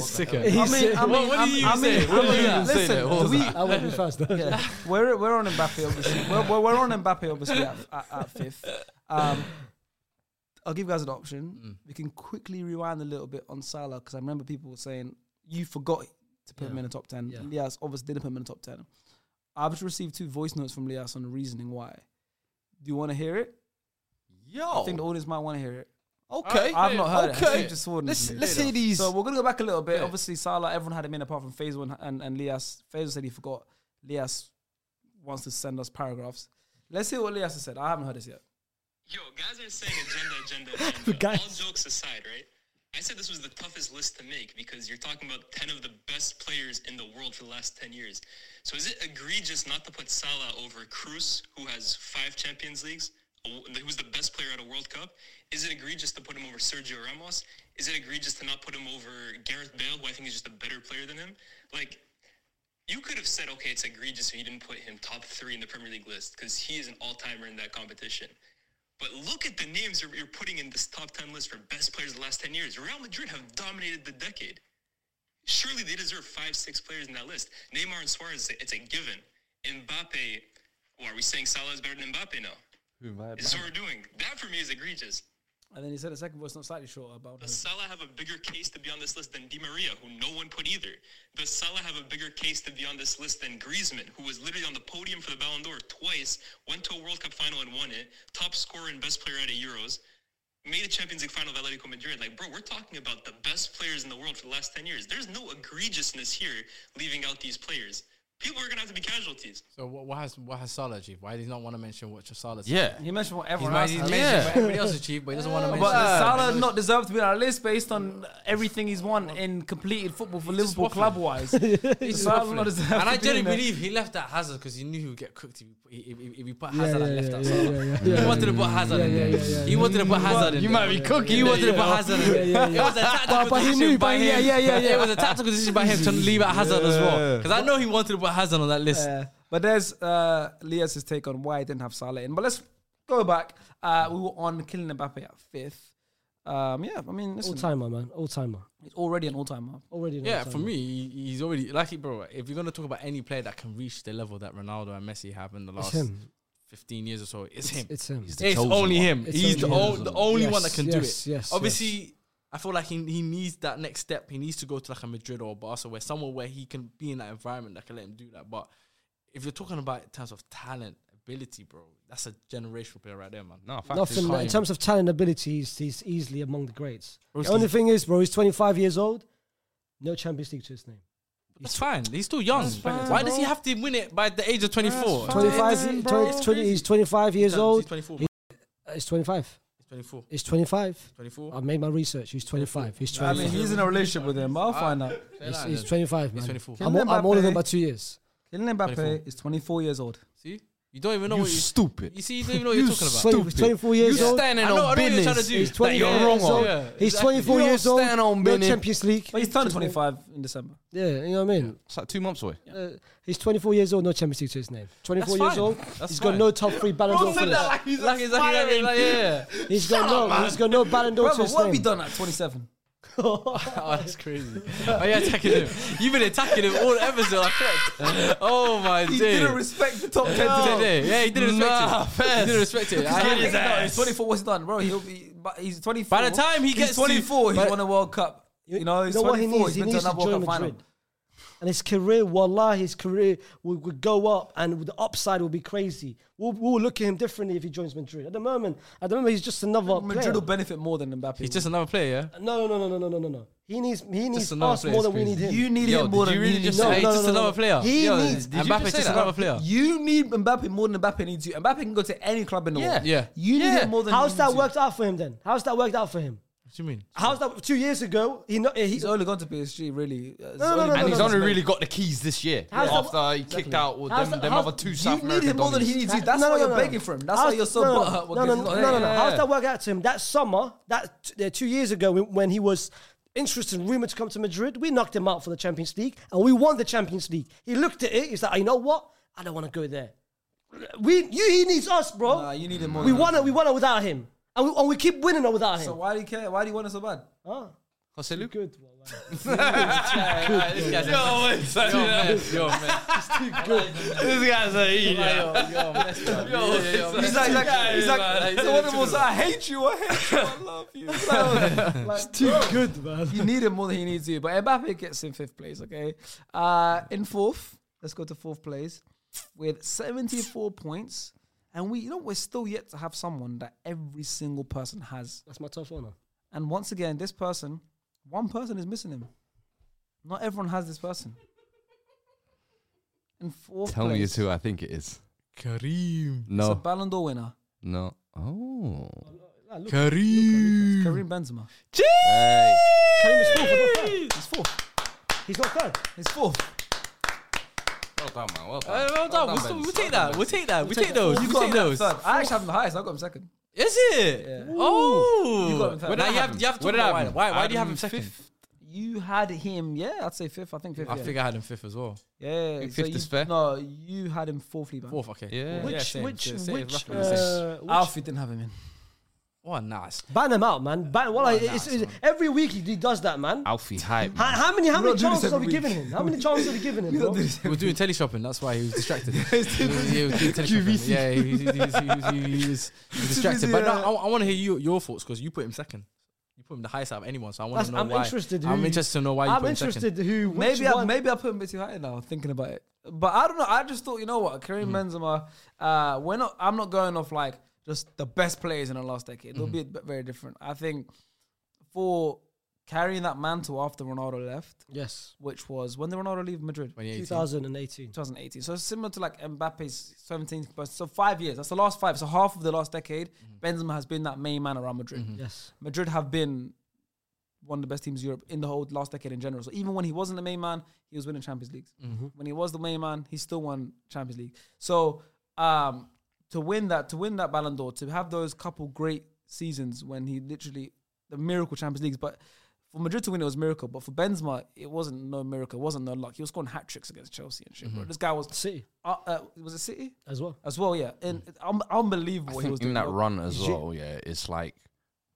[SPEAKER 2] Sicker.
[SPEAKER 3] he's,
[SPEAKER 1] I mean, I
[SPEAKER 2] What-
[SPEAKER 1] mean,
[SPEAKER 2] what
[SPEAKER 1] I'm-
[SPEAKER 2] did you
[SPEAKER 1] I mean,
[SPEAKER 2] say? What
[SPEAKER 1] I
[SPEAKER 2] did you
[SPEAKER 1] mean,
[SPEAKER 2] say there? What
[SPEAKER 1] listen,
[SPEAKER 2] was
[SPEAKER 1] we,
[SPEAKER 3] I won't be fast.
[SPEAKER 1] [LAUGHS] yeah, we're we're on Mbappe obviously. We're, we're, we're on Mbappe obviously at, at, at fifth. Um, I'll give you guys an option. We can quickly rewind a little bit on Salah because I remember people were saying you forgot to put him in the top ten.
[SPEAKER 3] Yeah.
[SPEAKER 1] Lias obviously didn't put him in the top ten. I've just received two voice notes from Lias on the reasoning why. Do you want to hear it?
[SPEAKER 4] Yo.
[SPEAKER 1] I think the audience might want to hear it.
[SPEAKER 4] Oh. okay.
[SPEAKER 1] I've not heard it.
[SPEAKER 4] Okay.
[SPEAKER 1] Hasib just forwarded it
[SPEAKER 4] let's
[SPEAKER 1] to me.
[SPEAKER 4] let's hear these.
[SPEAKER 1] So we're gonna go back a little bit.
[SPEAKER 4] Yeah.
[SPEAKER 1] Obviously, Salah, everyone had him in apart from Faisal and, and, and Lias. Faisal said he forgot. Lias wants to send us paragraphs. Let's hear what Lias has said. I haven't heard this yet.
[SPEAKER 6] Yo, guys are saying agenda, agenda,
[SPEAKER 3] The
[SPEAKER 6] agenda.
[SPEAKER 3] guys-
[SPEAKER 6] All jokes aside, right? I said this was the toughest list to make because you're talking about 10 of the best players in the world for the last 10 years. So is it egregious not to put Salah over Cruz, who has five Champions Leagues, who was the best player at a World Cup? Is it egregious to put him over Sergio Ramos? Is it egregious to not put him over Gareth Bale, who I think is just a better player than him? Like, you could have said, okay, it's egregious if you didn't put him top three in the Premier League list because he is an all-timer in that competition. But look at the names you're, you're putting in this top 10 list for best players of the last 10 years. Real Madrid have dominated the decade. Surely they deserve five, six players in that list. Neymar and Suarez, it's a given. Mbappe, well, are we saying Salah is better than Mbappe now? This is what we're doing. That for me is egregious.
[SPEAKER 1] And then he said the second voice not slightly shorter about
[SPEAKER 6] Does Salah have a bigger case to be on this list than Di Maria, who no one put either? Does Salah have a bigger case to be on this list than Griezmann, who was literally on the podium for the Ballon d'Or twice, went to a World Cup final and won it, top scorer and best player at a Euros, made a Champions League final of Atletico Madrid. Like, bro, we're talking about the best players in the world for the last 10 years. There's no egregiousness here leaving out these players. People are going to have to be casualties.
[SPEAKER 2] So what, what has what has Salah achieved? Why does he not want to mention what Salah?
[SPEAKER 4] yeah.
[SPEAKER 1] He mentioned what
[SPEAKER 2] he's
[SPEAKER 1] everyone
[SPEAKER 2] made,
[SPEAKER 1] else
[SPEAKER 2] he's
[SPEAKER 1] has.
[SPEAKER 2] mentioned
[SPEAKER 4] Yeah.
[SPEAKER 2] what everybody else achieved, but he doesn't want to mention.
[SPEAKER 1] But
[SPEAKER 4] Yeah.
[SPEAKER 1] Salah does not deserve to be on our list based on everything he's won in completed football for Liverpool
[SPEAKER 2] waffling.
[SPEAKER 1] club [LAUGHS] wise. Salah not deserve
[SPEAKER 2] and
[SPEAKER 1] to
[SPEAKER 2] I
[SPEAKER 1] be in
[SPEAKER 2] genuinely
[SPEAKER 1] there.
[SPEAKER 2] believe he left out Hazard because he knew he would get cooked if he, if, if, if he put
[SPEAKER 3] Yeah,
[SPEAKER 2] Hazard
[SPEAKER 3] yeah,
[SPEAKER 2] and left
[SPEAKER 3] yeah,
[SPEAKER 2] out
[SPEAKER 3] yeah,
[SPEAKER 2] Salah.
[SPEAKER 3] yeah,
[SPEAKER 2] He
[SPEAKER 3] yeah.
[SPEAKER 2] wanted to put Hazard in there.
[SPEAKER 3] yeah, yeah, yeah.
[SPEAKER 2] He wanted to put Hazard in
[SPEAKER 4] You
[SPEAKER 2] there.
[SPEAKER 4] might be cooking.
[SPEAKER 2] He wanted to put
[SPEAKER 4] Yeah.
[SPEAKER 2] Hazard in there.
[SPEAKER 3] yeah, yeah.
[SPEAKER 2] It was a tactical
[SPEAKER 3] But- but he
[SPEAKER 2] decision
[SPEAKER 3] knew,
[SPEAKER 2] by
[SPEAKER 3] but yeah,
[SPEAKER 2] him.
[SPEAKER 3] yeah, yeah, yeah.
[SPEAKER 2] It was a tactical decision by him to leave out Hazard as well. Because I know he wanted to put Hazard on that list.
[SPEAKER 1] Yeah. But there's uh, Lias's take on why I didn't have Salah in. But let's go back. Uh, we were on killing Mbappe at fifth. Um, yeah, I mean,
[SPEAKER 3] All
[SPEAKER 1] listen,
[SPEAKER 3] timer, man. All timer.
[SPEAKER 1] it's already an all-timer.
[SPEAKER 3] Already. an
[SPEAKER 2] Yeah,
[SPEAKER 3] all-timer.
[SPEAKER 2] for me, he- he's already like, he- bro. If you're gonna talk about any player that can reach the level that Ronaldo and Messi have in the
[SPEAKER 3] it's
[SPEAKER 2] last
[SPEAKER 3] him.
[SPEAKER 2] 15 years or so, it's him.
[SPEAKER 3] It's him.
[SPEAKER 4] He's the
[SPEAKER 2] It's
[SPEAKER 4] chosen
[SPEAKER 2] only
[SPEAKER 4] one.
[SPEAKER 2] him.
[SPEAKER 3] It's
[SPEAKER 2] He's the,
[SPEAKER 3] only him.
[SPEAKER 2] ol- the only one that
[SPEAKER 3] Yes,
[SPEAKER 2] can
[SPEAKER 3] yes,
[SPEAKER 2] do it.
[SPEAKER 3] yes,
[SPEAKER 2] Obviously, I feel like he, he needs that next step. He needs to go to like a Madrid or a Barca, where somewhere where he can be in that environment that can let him do that. But if you're talking about in terms of talent, ability, bro, that's a generational player right there, man.
[SPEAKER 4] No, fact is-
[SPEAKER 3] Nothing in terms of talent ability, he's, he's easily among the greats.
[SPEAKER 2] Obviously.
[SPEAKER 3] The only thing is, bro, he's 25 years old, no Champions League to his name.
[SPEAKER 2] That's fine. He's still young. Why does he have to win it by the age of 24?
[SPEAKER 1] fine.
[SPEAKER 3] 25,
[SPEAKER 1] Damn,
[SPEAKER 3] ye-
[SPEAKER 1] bro.
[SPEAKER 3] 20 20 he's 25 years
[SPEAKER 2] He's
[SPEAKER 3] old.
[SPEAKER 2] 24.
[SPEAKER 3] He- He's 25.
[SPEAKER 2] He's 24.
[SPEAKER 3] He's 25.
[SPEAKER 2] 24.
[SPEAKER 3] I made my research. He's 25. He's
[SPEAKER 1] I
[SPEAKER 3] 25.
[SPEAKER 1] mean, he's in a Ah. relationship with him, but I'll find out.
[SPEAKER 3] he's, he's 25, man.
[SPEAKER 2] 24.
[SPEAKER 3] I'm,
[SPEAKER 1] Kylian
[SPEAKER 3] I'm older than
[SPEAKER 1] Mbappe.
[SPEAKER 3] by two years.
[SPEAKER 1] Kylian Mbappe
[SPEAKER 2] 24.
[SPEAKER 1] is 24 years old.
[SPEAKER 2] See? You don't even know
[SPEAKER 4] You
[SPEAKER 2] what you
[SPEAKER 4] stupid.
[SPEAKER 2] You see, you don't even know what you're talking about.
[SPEAKER 3] So he's 24 years
[SPEAKER 4] You're
[SPEAKER 3] old.
[SPEAKER 4] standing
[SPEAKER 2] I know- I
[SPEAKER 4] on
[SPEAKER 2] know what you're
[SPEAKER 4] business
[SPEAKER 2] trying to do.
[SPEAKER 4] He's
[SPEAKER 2] That
[SPEAKER 4] 20
[SPEAKER 3] 24
[SPEAKER 4] you're
[SPEAKER 3] years
[SPEAKER 4] wrong
[SPEAKER 3] old.
[SPEAKER 4] on.
[SPEAKER 2] Yeah,
[SPEAKER 3] he's
[SPEAKER 2] exactly.
[SPEAKER 3] 24
[SPEAKER 4] You're
[SPEAKER 3] years old.
[SPEAKER 4] standing on
[SPEAKER 3] no
[SPEAKER 4] Benin.
[SPEAKER 3] Champions League.
[SPEAKER 1] But he's turning 25 in December.
[SPEAKER 3] Yeah, you know what I mean.
[SPEAKER 4] It's like two months away.
[SPEAKER 3] Uh, he's 24 years old. No Champions League to his name. 24
[SPEAKER 2] That's
[SPEAKER 3] years
[SPEAKER 2] fine.
[SPEAKER 3] old.
[SPEAKER 2] That's
[SPEAKER 3] he's
[SPEAKER 2] fine.
[SPEAKER 3] got no top three Ballon d'Or finish.
[SPEAKER 2] like he's like, he's like, like, like, yeah.
[SPEAKER 3] He's got no. he's got no Ballon d'Or to
[SPEAKER 1] Brother,
[SPEAKER 3] his
[SPEAKER 1] what have you
[SPEAKER 3] name.
[SPEAKER 1] done at 27?
[SPEAKER 2] [LAUGHS] Oh, that's crazy. Oh, you're attacking him. You've been attacking him all episode. I
[SPEAKER 4] [LAUGHS]
[SPEAKER 2] checked. Oh my
[SPEAKER 1] He
[SPEAKER 2] day.
[SPEAKER 1] didn't respect the top 10
[SPEAKER 2] Did
[SPEAKER 1] today.
[SPEAKER 2] he? Yeah, he didn't respect
[SPEAKER 4] Nah,
[SPEAKER 2] it. He didn't respect it. I hear
[SPEAKER 1] He's
[SPEAKER 2] that.
[SPEAKER 1] 24 was done, bro. He'll be, but he's 24.
[SPEAKER 2] By the time he
[SPEAKER 1] He's
[SPEAKER 2] gets to-
[SPEAKER 1] 24, he's
[SPEAKER 2] by-
[SPEAKER 1] won a World Cup. You know, he's
[SPEAKER 3] know what he
[SPEAKER 1] 24. he's
[SPEAKER 3] needs? He
[SPEAKER 1] been to
[SPEAKER 3] needs to
[SPEAKER 1] another World
[SPEAKER 3] join
[SPEAKER 1] Cup final.
[SPEAKER 3] Madrid. And his career, wallah, his career will, will go up and the upside will be crazy. We'll, we'll look at him differently if he joins Madrid. At the moment, at the moment, he's just another
[SPEAKER 1] Madrid will
[SPEAKER 3] player.
[SPEAKER 1] benefit more than Mbappe.
[SPEAKER 2] He's just another player, yeah?
[SPEAKER 3] No, no, no, no, no, no, no, no. He needs, he needs
[SPEAKER 2] another
[SPEAKER 3] us
[SPEAKER 2] player,
[SPEAKER 3] more
[SPEAKER 2] it's
[SPEAKER 3] than we need
[SPEAKER 2] crazy.
[SPEAKER 3] him.
[SPEAKER 1] you need
[SPEAKER 2] Yo,
[SPEAKER 1] him more
[SPEAKER 2] did
[SPEAKER 1] than
[SPEAKER 2] you really
[SPEAKER 1] he
[SPEAKER 2] just
[SPEAKER 1] needs
[SPEAKER 3] No,
[SPEAKER 2] say
[SPEAKER 1] you.
[SPEAKER 3] no,
[SPEAKER 2] just
[SPEAKER 3] no, no,
[SPEAKER 2] another
[SPEAKER 3] no.
[SPEAKER 2] player?
[SPEAKER 3] He
[SPEAKER 2] Yo,
[SPEAKER 3] needs-
[SPEAKER 2] Did you Mbappe's just just
[SPEAKER 1] say that?
[SPEAKER 2] another player?
[SPEAKER 1] You need Mbappe more than Mbappe needs you. Mbappe can go to any club in the world.
[SPEAKER 2] Yeah.
[SPEAKER 1] You need
[SPEAKER 2] Yeah.
[SPEAKER 1] him more than
[SPEAKER 3] How's
[SPEAKER 1] he
[SPEAKER 3] that
[SPEAKER 1] needs you.
[SPEAKER 3] worked out for him then? How's that worked out for him?
[SPEAKER 2] What do you mean?
[SPEAKER 3] How's that? Two years ago, he, no, he
[SPEAKER 1] He's only gone to PSG, really. No,
[SPEAKER 3] no, no, no,
[SPEAKER 4] And he's
[SPEAKER 3] no,
[SPEAKER 4] only really got the keys this year
[SPEAKER 3] How's that-
[SPEAKER 4] after he kicked out with
[SPEAKER 3] How's
[SPEAKER 4] them,
[SPEAKER 3] that-
[SPEAKER 4] them
[SPEAKER 3] how's-
[SPEAKER 4] other two
[SPEAKER 3] you
[SPEAKER 1] You
[SPEAKER 4] South
[SPEAKER 1] need
[SPEAKER 4] American
[SPEAKER 1] him more than he
[SPEAKER 4] dummies.
[SPEAKER 1] needs you. That's why you're begging for him. That's why you're so
[SPEAKER 3] no, no,
[SPEAKER 1] butthurt.
[SPEAKER 3] No, no, no, no, no, no. How's that work out to him? That summer, that t- uh, two years ago, when, when he was interested and rumored to come to Madrid, we knocked him out for the Champions League and we won the Champions League. He looked at it. He's like, "Ah, you know what? I don't want to go there. We, you, he needs us, bro.
[SPEAKER 1] Nah, you need him more.
[SPEAKER 3] we
[SPEAKER 1] than
[SPEAKER 3] won
[SPEAKER 1] that.
[SPEAKER 3] it. We won it without him, and we, and we keep winning it without him.
[SPEAKER 1] So why do you care? Why do you want it so bad?
[SPEAKER 3] Huh?
[SPEAKER 2] Oh,
[SPEAKER 4] Jose Lu-
[SPEAKER 3] Good.
[SPEAKER 2] This guy's yo, it's [LAUGHS] yo, mess, yo, mess.
[SPEAKER 4] This guy's a
[SPEAKER 2] Yo, yo, mess, [LAUGHS] yo, yo, yo, mess.
[SPEAKER 1] He's like, he's like, he's
[SPEAKER 2] man,
[SPEAKER 1] like,
[SPEAKER 2] he's
[SPEAKER 1] so
[SPEAKER 2] so
[SPEAKER 1] one of them was
[SPEAKER 2] miserable.
[SPEAKER 1] like, I hate you, I hate you, I love you.
[SPEAKER 2] [LAUGHS]
[SPEAKER 1] Like, like, bro,
[SPEAKER 3] Good man.
[SPEAKER 1] you need him more than he needs you. But Mbappe gets in fifth place, okay? Uh, in fourth, let's go to fourth place with 74 points. And we, you know, we're still yet to have someone that every single person has.
[SPEAKER 3] That's my tough honor.
[SPEAKER 1] And once again, this person, one person is missing him. Not everyone has this person. In fourth
[SPEAKER 4] Tell
[SPEAKER 1] place,
[SPEAKER 4] me it's who I think it is.
[SPEAKER 2] Kareem.
[SPEAKER 1] it's a
[SPEAKER 4] No,
[SPEAKER 1] Ballon d'Or winner,
[SPEAKER 4] no. Oh.
[SPEAKER 2] Kareem.
[SPEAKER 1] Karim Benzema.
[SPEAKER 4] Hey.
[SPEAKER 3] Karim is fourth. he's not third.
[SPEAKER 1] He's fourth.
[SPEAKER 3] He's not third.
[SPEAKER 1] He's fourth.
[SPEAKER 4] Well done, man. Well done.
[SPEAKER 2] Uh, well done. We'll, still,
[SPEAKER 4] Ben.
[SPEAKER 2] we'll take that. We'll take that. We'll take
[SPEAKER 1] that.
[SPEAKER 2] those.
[SPEAKER 1] You
[SPEAKER 2] We'll
[SPEAKER 1] got
[SPEAKER 2] take
[SPEAKER 1] him at
[SPEAKER 2] those.
[SPEAKER 1] third. I actually have him the highest. I got him second.
[SPEAKER 2] Is it? Oh.
[SPEAKER 1] You got him third.
[SPEAKER 2] Now
[SPEAKER 1] What
[SPEAKER 2] you have, you have to
[SPEAKER 4] What
[SPEAKER 2] talk about why.
[SPEAKER 4] happened?
[SPEAKER 2] Why, why do you have
[SPEAKER 4] Adam
[SPEAKER 2] him second?
[SPEAKER 4] fifth?
[SPEAKER 1] You had him, yeah. I'd say fifth. I think fifth.
[SPEAKER 2] I
[SPEAKER 1] yeah.
[SPEAKER 2] think I had him fifth as well.
[SPEAKER 1] yeah.
[SPEAKER 4] think
[SPEAKER 1] so
[SPEAKER 4] fifth
[SPEAKER 1] you-
[SPEAKER 4] is fair.
[SPEAKER 1] No, you had him fourthly, man.
[SPEAKER 2] Fourth, okay.
[SPEAKER 4] Yeah.
[SPEAKER 2] Fourth,
[SPEAKER 4] Which-
[SPEAKER 2] same,
[SPEAKER 3] which
[SPEAKER 2] same, same,
[SPEAKER 3] which,
[SPEAKER 2] roughly the same.
[SPEAKER 3] uh, which
[SPEAKER 1] Alfie didn't have him in.
[SPEAKER 2] Oh, nice.
[SPEAKER 3] Ban him out, man. Ban. Well, like, it's, it's, every week he, he does that, man.
[SPEAKER 4] Alfie hype.
[SPEAKER 3] How, how many how
[SPEAKER 1] We don't
[SPEAKER 3] many
[SPEAKER 1] do this
[SPEAKER 3] chances are
[SPEAKER 1] every
[SPEAKER 3] we
[SPEAKER 1] week.
[SPEAKER 3] giving him?
[SPEAKER 1] [LAUGHS]
[SPEAKER 3] How many chances are we giving him? Bro?
[SPEAKER 2] We were doing teleshopping. That's why he was distracted. [LAUGHS] he was, he was doing teleshopping. Yeah, he, he, he, he, he, he was [LAUGHS] he was distracted. But no, I, I want to hear you, your thoughts because you put him second. You put him the highest out of anyone. So I want
[SPEAKER 3] That's-
[SPEAKER 2] to know
[SPEAKER 3] I'm
[SPEAKER 2] why.
[SPEAKER 3] interested who-
[SPEAKER 2] I'm interested to know why you
[SPEAKER 3] I'm
[SPEAKER 2] put him second.
[SPEAKER 3] interested who which
[SPEAKER 1] Maybe
[SPEAKER 3] maybe
[SPEAKER 1] I,
[SPEAKER 3] one, maybe
[SPEAKER 1] maybe I put him a bit too high now. Thinking about it, but I don't know. I just thought, you know what, Karim
[SPEAKER 4] Hmm.
[SPEAKER 1] Benzema. Uh, we're not. I'm not going off like just the best players in the last decade.
[SPEAKER 4] Hmm.
[SPEAKER 1] It'll be a bit very different. I think for carrying that mantle after Ronaldo left,
[SPEAKER 3] yes
[SPEAKER 1] which was when did Ronaldo leave Madrid?
[SPEAKER 3] 2018.
[SPEAKER 1] 2018. So similar to like Mbappe's 17th birthday. So five years. That's the last five. So half of the last decade,
[SPEAKER 4] Hmm.
[SPEAKER 1] Benzema has been that main man around Madrid.
[SPEAKER 3] Yes,
[SPEAKER 1] Madrid have been one of the best teams in Europe in the whole last decade in general. So even when he wasn't the main man, he was winning Champions Leagues.
[SPEAKER 4] Mm-hmm.
[SPEAKER 1] When he was the main man, he still won Champions League. So um, to win that, to win that Ballon d'Or, to have those couple great seasons when he literally the miracle Champions Leagues, but. For Madrid to win, it was a miracle. But for Benzema, it wasn't no miracle. It wasn't no luck. He was scoring hat tricks against Chelsea and shit. bro.
[SPEAKER 4] Mm-hmm.
[SPEAKER 1] This guy was
[SPEAKER 3] City
[SPEAKER 1] uh, uh, was it City
[SPEAKER 3] as well.
[SPEAKER 1] as well? Yeah, and
[SPEAKER 4] Mm.
[SPEAKER 1] um, unbelievable. he was
[SPEAKER 4] in
[SPEAKER 1] doing,
[SPEAKER 4] that
[SPEAKER 1] bro.
[SPEAKER 4] run as well, yeah, it's like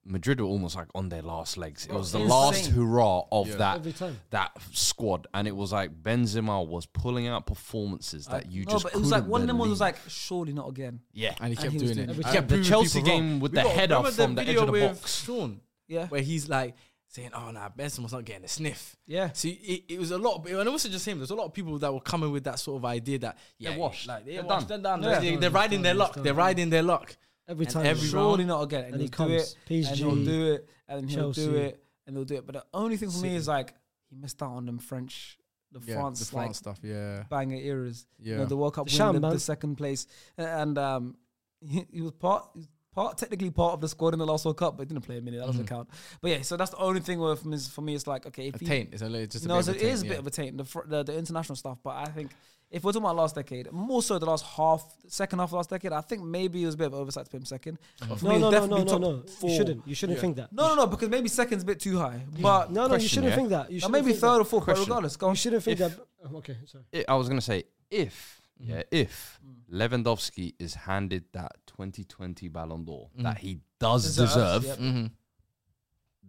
[SPEAKER 4] Madrid were almost like on their last legs. It was the
[SPEAKER 1] Insane.
[SPEAKER 4] last hurrah of
[SPEAKER 3] Every
[SPEAKER 4] that
[SPEAKER 3] time.
[SPEAKER 4] that squad, and it was like Benzema was pulling out performances that you
[SPEAKER 1] Uh, no,
[SPEAKER 4] just.
[SPEAKER 1] but it was like
[SPEAKER 4] couldn't
[SPEAKER 1] one of them was
[SPEAKER 4] believe.
[SPEAKER 1] like, surely not again.
[SPEAKER 4] yeah,
[SPEAKER 2] And he kept
[SPEAKER 1] he was
[SPEAKER 2] doing
[SPEAKER 1] doing
[SPEAKER 2] it.
[SPEAKER 3] everything.
[SPEAKER 2] He
[SPEAKER 4] Yeah,
[SPEAKER 2] kept
[SPEAKER 4] the
[SPEAKER 2] proving
[SPEAKER 4] Chelsea
[SPEAKER 2] people wrong.
[SPEAKER 4] game with
[SPEAKER 2] We
[SPEAKER 4] the
[SPEAKER 2] got-
[SPEAKER 4] header
[SPEAKER 2] remember
[SPEAKER 4] from the edge
[SPEAKER 2] video
[SPEAKER 4] of the
[SPEAKER 2] with
[SPEAKER 4] box.
[SPEAKER 2] Sean,
[SPEAKER 1] Yeah.
[SPEAKER 2] where he's like saying, "Oh nah, Benzema's not getting a sniff."
[SPEAKER 1] Yeah.
[SPEAKER 2] See, it, it was a lot, of, and it wasn't just him. There's a lot of people that were coming with that sort of idea that yeah,
[SPEAKER 4] They're washed.
[SPEAKER 2] Like, they're,
[SPEAKER 4] They're
[SPEAKER 2] washed.
[SPEAKER 4] done.
[SPEAKER 2] They're done.
[SPEAKER 1] Yeah.
[SPEAKER 2] They, are riding their luck. They're riding their luck.
[SPEAKER 3] Every
[SPEAKER 2] And
[SPEAKER 3] time.
[SPEAKER 2] every
[SPEAKER 3] Sure.
[SPEAKER 2] round.
[SPEAKER 1] surely not again. And,
[SPEAKER 3] And he
[SPEAKER 1] he'll do it,
[SPEAKER 3] comes.
[SPEAKER 1] and he'll
[SPEAKER 3] PSG,
[SPEAKER 1] do it, and he'll do
[SPEAKER 3] Chelsea.
[SPEAKER 1] it, and he'll do it. But the only thing for me is like he missed out on them French the
[SPEAKER 2] Yeah,
[SPEAKER 1] France,
[SPEAKER 2] the France
[SPEAKER 1] like,
[SPEAKER 2] stuff. Yeah,
[SPEAKER 1] banger eras. You know,
[SPEAKER 2] Yeah.
[SPEAKER 1] the World Cup
[SPEAKER 3] The
[SPEAKER 1] winning
[SPEAKER 3] Sham,
[SPEAKER 1] the, the
[SPEAKER 3] man.
[SPEAKER 1] second place, A- and um, he, he was part. he was Part, technically part of the squad in the last World Cup, but didn't play a minute. That doesn't count. But yeah, so that's the only thing where for me, for me it's like okay, if
[SPEAKER 2] a
[SPEAKER 1] he-
[SPEAKER 2] taint. It's a li- just a
[SPEAKER 1] no,
[SPEAKER 2] bit
[SPEAKER 1] so
[SPEAKER 2] of
[SPEAKER 1] it
[SPEAKER 2] a taint,
[SPEAKER 1] is a
[SPEAKER 2] yeah.
[SPEAKER 1] bit of a taint the, fr- the the international stuff. But I think if we're talking about last decade, more so the last half, second half of last decade, I think maybe it was a bit of oversight to put him second. But
[SPEAKER 2] Mm.
[SPEAKER 1] for
[SPEAKER 3] No,
[SPEAKER 1] me,
[SPEAKER 3] no,
[SPEAKER 1] it's
[SPEAKER 3] no, no,
[SPEAKER 1] definitely
[SPEAKER 3] no,
[SPEAKER 1] top
[SPEAKER 3] no.
[SPEAKER 1] four.
[SPEAKER 3] You shouldn't. You shouldn't think that.
[SPEAKER 1] No, no, no, because maybe second's a bit too high. But
[SPEAKER 3] No, no, you shouldn't
[SPEAKER 4] yeah.
[SPEAKER 3] think that. You
[SPEAKER 1] or
[SPEAKER 3] should
[SPEAKER 1] maybe
[SPEAKER 3] think
[SPEAKER 1] third
[SPEAKER 3] That.
[SPEAKER 1] or fourth. But
[SPEAKER 4] Question.
[SPEAKER 1] regardless, go
[SPEAKER 3] You
[SPEAKER 1] on.
[SPEAKER 3] shouldn't think
[SPEAKER 4] If-
[SPEAKER 3] that. oh, Okay, sorry.
[SPEAKER 4] I- I was gonna say if yeah if Lewandowski is handed that 2020 Ballon d'Or that he does
[SPEAKER 1] Deserves,
[SPEAKER 4] deserve, mm-hmm.
[SPEAKER 1] yep.
[SPEAKER 2] Mhm.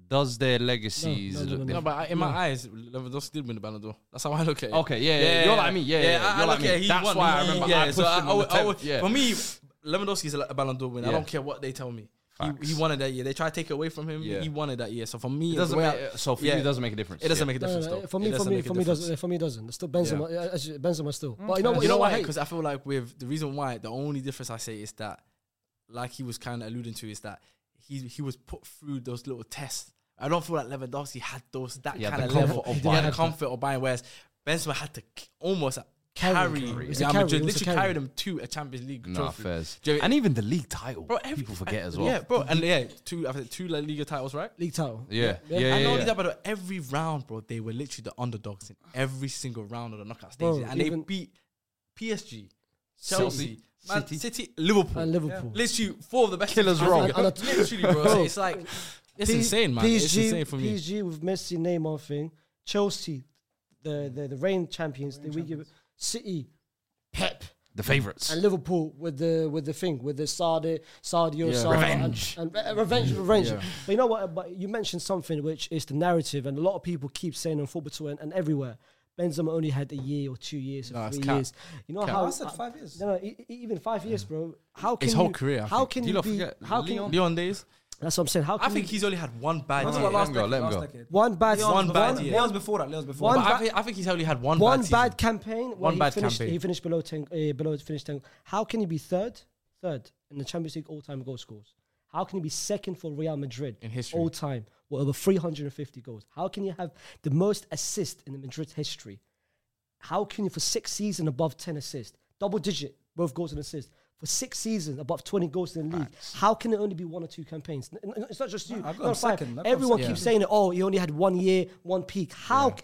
[SPEAKER 4] does their legacies
[SPEAKER 3] no, no,
[SPEAKER 4] look
[SPEAKER 3] no, no.
[SPEAKER 4] different?
[SPEAKER 2] No, but I- in my eyes, Lewandowski did win the Ballon d'Or. That's how I look at it.
[SPEAKER 4] Okay, yeah, yeah, you're like me, yeah, yeah,
[SPEAKER 7] I- I
[SPEAKER 4] you're like
[SPEAKER 7] look
[SPEAKER 4] me.
[SPEAKER 7] at it, he
[SPEAKER 4] That's
[SPEAKER 7] won,
[SPEAKER 4] why
[SPEAKER 7] he-
[SPEAKER 4] I remember.
[SPEAKER 7] Yeah,
[SPEAKER 4] I
[SPEAKER 7] so
[SPEAKER 4] pushed
[SPEAKER 7] I,
[SPEAKER 4] him
[SPEAKER 7] I,
[SPEAKER 4] on
[SPEAKER 7] would-
[SPEAKER 4] the
[SPEAKER 7] I, would-
[SPEAKER 4] tenth, yeah.
[SPEAKER 7] for me, Lewandowski's a Ballon d'Or winner. I don't
[SPEAKER 4] Yeah.
[SPEAKER 2] care what they tell me.
[SPEAKER 4] Facts.
[SPEAKER 2] He, he won it that year. They try to take it away from him.
[SPEAKER 4] Yeah.
[SPEAKER 2] He won it that year. So for me,
[SPEAKER 4] it
[SPEAKER 2] the
[SPEAKER 4] doesn't
[SPEAKER 2] way
[SPEAKER 4] make,
[SPEAKER 2] I-
[SPEAKER 4] so for
[SPEAKER 2] yeah.
[SPEAKER 4] you, it doesn't make a difference.
[SPEAKER 2] it doesn't
[SPEAKER 4] yeah.
[SPEAKER 2] make a
[SPEAKER 3] No,
[SPEAKER 2] difference
[SPEAKER 3] no,
[SPEAKER 2] though.
[SPEAKER 3] no, for
[SPEAKER 2] It
[SPEAKER 3] me, for
[SPEAKER 2] doesn't
[SPEAKER 3] me,
[SPEAKER 2] make a
[SPEAKER 3] for me,
[SPEAKER 2] difference.
[SPEAKER 3] doesn't. For me, doesn't. It's still Benzema. Yeah. Actually, Benzema still. But you know what?
[SPEAKER 2] You know
[SPEAKER 3] what I
[SPEAKER 2] why?
[SPEAKER 3] hate?
[SPEAKER 2] Because I feel like with the reason why the only difference I say is that, like he was kind of alluding to, is that he he was put through those little tests. I don't feel like Lewandowski had those that
[SPEAKER 4] He had
[SPEAKER 2] kind
[SPEAKER 4] the
[SPEAKER 2] of level.
[SPEAKER 4] comfort of
[SPEAKER 2] He had the
[SPEAKER 4] Bayern.
[SPEAKER 2] comfort of buying. Whereas Benzema had to k- almost carry,
[SPEAKER 3] Carry. It was a
[SPEAKER 2] Real
[SPEAKER 3] carry, it
[SPEAKER 2] Madrid,
[SPEAKER 3] was a
[SPEAKER 2] literally
[SPEAKER 3] carry.
[SPEAKER 2] carried them to a Champions League
[SPEAKER 4] Nah,
[SPEAKER 2] trophy.
[SPEAKER 4] fairs.
[SPEAKER 2] Do you know what I
[SPEAKER 4] And
[SPEAKER 2] mean?
[SPEAKER 4] even the league title,
[SPEAKER 2] Bro, every-
[SPEAKER 4] people forget as well.
[SPEAKER 2] yeah, bro, and yeah, two I think two La Liga titles, right?
[SPEAKER 3] league title.
[SPEAKER 4] yeah, yeah,
[SPEAKER 2] And
[SPEAKER 4] yeah.
[SPEAKER 2] not
[SPEAKER 4] yeah,
[SPEAKER 2] only that, but every round, bro, they were literally the underdogs in every single round of the knockout stages,
[SPEAKER 3] Bro,
[SPEAKER 2] and they
[SPEAKER 3] even-
[SPEAKER 2] beat PSG, Chelsea, Man
[SPEAKER 4] City.
[SPEAKER 2] City, Liverpool,
[SPEAKER 3] And Uh, Liverpool.
[SPEAKER 2] Literally four of the best. Killers
[SPEAKER 3] row. And- and-
[SPEAKER 2] literally, bro.
[SPEAKER 3] [LAUGHS]
[SPEAKER 2] So
[SPEAKER 3] Bro.
[SPEAKER 2] it's like it's
[SPEAKER 3] P-
[SPEAKER 2] insane, man. it's insane for me.
[SPEAKER 3] PSG with Messi, Neymar thing. Chelsea, the the, the reign champions. the we give City, Pep,
[SPEAKER 4] the favorites.
[SPEAKER 3] and Liverpool with the with the thing with the Saudi, Sadio, Sane
[SPEAKER 4] Revenge.
[SPEAKER 3] and, and re- revenge, revenge. But you know what? But you mentioned something which is the narrative, and a lot of people keep saying on football Twitter and, and everywhere. Benzema only had a year or two years, or
[SPEAKER 2] No, it's
[SPEAKER 3] three
[SPEAKER 2] cap.
[SPEAKER 3] years. You know
[SPEAKER 4] Cap.
[SPEAKER 3] how
[SPEAKER 1] I said five years.
[SPEAKER 3] No, no, e- e- even five years, bro. How can
[SPEAKER 2] His whole
[SPEAKER 3] you-
[SPEAKER 2] career, I
[SPEAKER 3] How
[SPEAKER 2] think.
[SPEAKER 3] can
[SPEAKER 4] Do
[SPEAKER 3] you
[SPEAKER 4] you lot
[SPEAKER 3] be?
[SPEAKER 4] forget
[SPEAKER 3] How can
[SPEAKER 4] Leon?
[SPEAKER 3] you,
[SPEAKER 2] Leon days.
[SPEAKER 3] that's what I'm saying. How
[SPEAKER 2] I
[SPEAKER 3] can
[SPEAKER 2] think
[SPEAKER 3] you-
[SPEAKER 2] he's only had one bad
[SPEAKER 1] I'm
[SPEAKER 2] year.
[SPEAKER 1] talking about
[SPEAKER 4] let
[SPEAKER 1] last
[SPEAKER 4] him go,
[SPEAKER 1] decade,
[SPEAKER 4] let him
[SPEAKER 1] last
[SPEAKER 4] go.
[SPEAKER 1] decade.
[SPEAKER 3] one bad,
[SPEAKER 1] Leon's
[SPEAKER 2] One bad
[SPEAKER 1] before-
[SPEAKER 2] year.
[SPEAKER 1] Leon's before that. Leon's before
[SPEAKER 3] One
[SPEAKER 2] But
[SPEAKER 1] that.
[SPEAKER 2] I think, I think he's only had one,
[SPEAKER 3] one
[SPEAKER 2] bad,
[SPEAKER 3] bad,
[SPEAKER 2] season.
[SPEAKER 3] campaign. where
[SPEAKER 2] One
[SPEAKER 3] he
[SPEAKER 2] bad
[SPEAKER 3] finished,
[SPEAKER 2] campaign.
[SPEAKER 3] He finished below ten. Uh, below finished ten. How can he be third? Third in the Champions League all-time goal scores. How can he be second for Real Madrid
[SPEAKER 2] In history.
[SPEAKER 3] all time with over 350 goals? How can you have the most assists in the Madrid history? How can you for six seasons above 10 assists, double digit, both goals and assists? For six seasons, above 20 goals in the league. How can it only be one or two campaigns? N- n- It's not just you.
[SPEAKER 1] I've got
[SPEAKER 3] not
[SPEAKER 1] him
[SPEAKER 3] five.
[SPEAKER 1] second. I've got him
[SPEAKER 3] Everyone
[SPEAKER 1] second.
[SPEAKER 3] keeps saying it. Oh, he only had one year, one peak. How? c-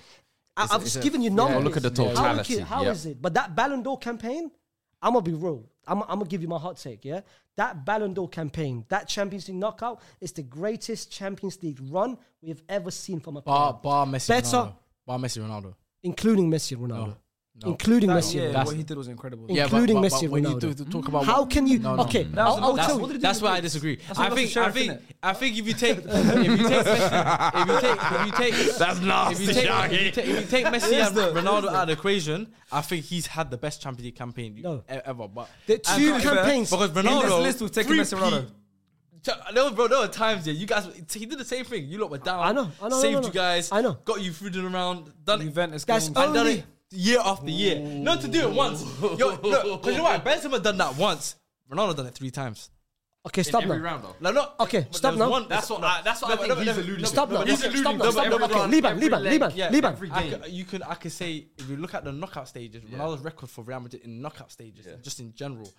[SPEAKER 3] I,
[SPEAKER 2] It's a-
[SPEAKER 3] have
[SPEAKER 2] it's
[SPEAKER 3] just
[SPEAKER 2] a-
[SPEAKER 3] given you
[SPEAKER 2] yeah,
[SPEAKER 3] numbers.
[SPEAKER 4] look at the
[SPEAKER 3] How
[SPEAKER 4] totality,
[SPEAKER 3] is it- How is
[SPEAKER 4] yeah.
[SPEAKER 3] it? But that Ballon d'Or campaign, I'm gonna be real. I'm, I'm gonna give you my hot take. Yeah, that Ballon d'Or campaign, that Champions League knockout, is the greatest Champions League run we have ever seen from a
[SPEAKER 2] Bar,
[SPEAKER 3] player,
[SPEAKER 2] bar Messi,
[SPEAKER 3] Better-
[SPEAKER 2] Ronaldo. Bar Messi, Ronaldo.
[SPEAKER 3] including Messi and Ronaldo, including
[SPEAKER 1] Oh, That
[SPEAKER 3] Messi.
[SPEAKER 1] year,
[SPEAKER 3] and
[SPEAKER 1] what he did was incredible.
[SPEAKER 3] Yeah.
[SPEAKER 2] but-
[SPEAKER 3] Including
[SPEAKER 2] but-
[SPEAKER 3] Messi
[SPEAKER 2] but
[SPEAKER 3] and
[SPEAKER 2] when you
[SPEAKER 3] Ronaldo.
[SPEAKER 2] do- do talk about
[SPEAKER 3] How can you?
[SPEAKER 2] No, no,
[SPEAKER 3] okay,
[SPEAKER 2] no.
[SPEAKER 1] That was
[SPEAKER 3] I'll, I'll
[SPEAKER 1] enough.
[SPEAKER 3] tell
[SPEAKER 1] What
[SPEAKER 3] you.
[SPEAKER 1] did he do
[SPEAKER 2] That's
[SPEAKER 1] with
[SPEAKER 2] why I
[SPEAKER 1] Briggs?
[SPEAKER 2] disagree.
[SPEAKER 1] That's why he
[SPEAKER 2] I
[SPEAKER 1] got
[SPEAKER 2] think,
[SPEAKER 1] the
[SPEAKER 2] I
[SPEAKER 1] sheriff,
[SPEAKER 2] think,
[SPEAKER 1] innit?
[SPEAKER 2] I think if you take, [LAUGHS] if you take, Messi- if you take, if you
[SPEAKER 3] [LAUGHS]
[SPEAKER 2] take,
[SPEAKER 4] That's
[SPEAKER 2] if
[SPEAKER 4] nasty.
[SPEAKER 2] you, take,
[SPEAKER 4] Shaggy.
[SPEAKER 2] if, you take, if you take Messi
[SPEAKER 1] Is
[SPEAKER 2] and
[SPEAKER 1] there?
[SPEAKER 2] Ronaldo out of the equation, I think he's had the best Champions League campaign you-
[SPEAKER 3] No.
[SPEAKER 2] e- ever. But
[SPEAKER 3] The
[SPEAKER 2] I
[SPEAKER 3] two
[SPEAKER 2] can't-
[SPEAKER 3] campaigns-
[SPEAKER 2] because
[SPEAKER 1] In
[SPEAKER 2] Ronaldo
[SPEAKER 1] this list, we've taken Messi and Ronaldo.
[SPEAKER 2] Ch- No, bro, there were times yeah, you guys he did the same thing. You lot were down.
[SPEAKER 3] I know, I know, I
[SPEAKER 2] Saved
[SPEAKER 3] know, I know.
[SPEAKER 2] you guys.
[SPEAKER 3] I know.
[SPEAKER 2] Got you through the round. Done it.
[SPEAKER 1] Juventus
[SPEAKER 3] That's
[SPEAKER 1] game.
[SPEAKER 2] and done
[SPEAKER 3] only-
[SPEAKER 2] it year after year. Not to do it once. Yo, look, because you know what? Benzema done that once. Ronaldo done it three times.
[SPEAKER 3] Okay, stop now.
[SPEAKER 2] No, no.
[SPEAKER 3] Okay,
[SPEAKER 2] but
[SPEAKER 3] stop
[SPEAKER 2] there was
[SPEAKER 3] now.
[SPEAKER 2] One,
[SPEAKER 3] That's
[SPEAKER 2] what. I, that's what I think he's alluding.
[SPEAKER 3] Stop now.
[SPEAKER 2] He's
[SPEAKER 3] Okay,
[SPEAKER 2] alluding.
[SPEAKER 3] stop now.
[SPEAKER 2] No,
[SPEAKER 3] Stop
[SPEAKER 2] but
[SPEAKER 3] now.
[SPEAKER 2] every
[SPEAKER 3] Okay,
[SPEAKER 2] round,
[SPEAKER 3] Liban,
[SPEAKER 2] every
[SPEAKER 3] Liban,
[SPEAKER 2] leg,
[SPEAKER 3] Liban,
[SPEAKER 2] yeah,
[SPEAKER 3] Liban.
[SPEAKER 2] every I could, you can I could say if you look at the knockout stages, Ronaldo's record for Real Madrid in knockout stages, just in general.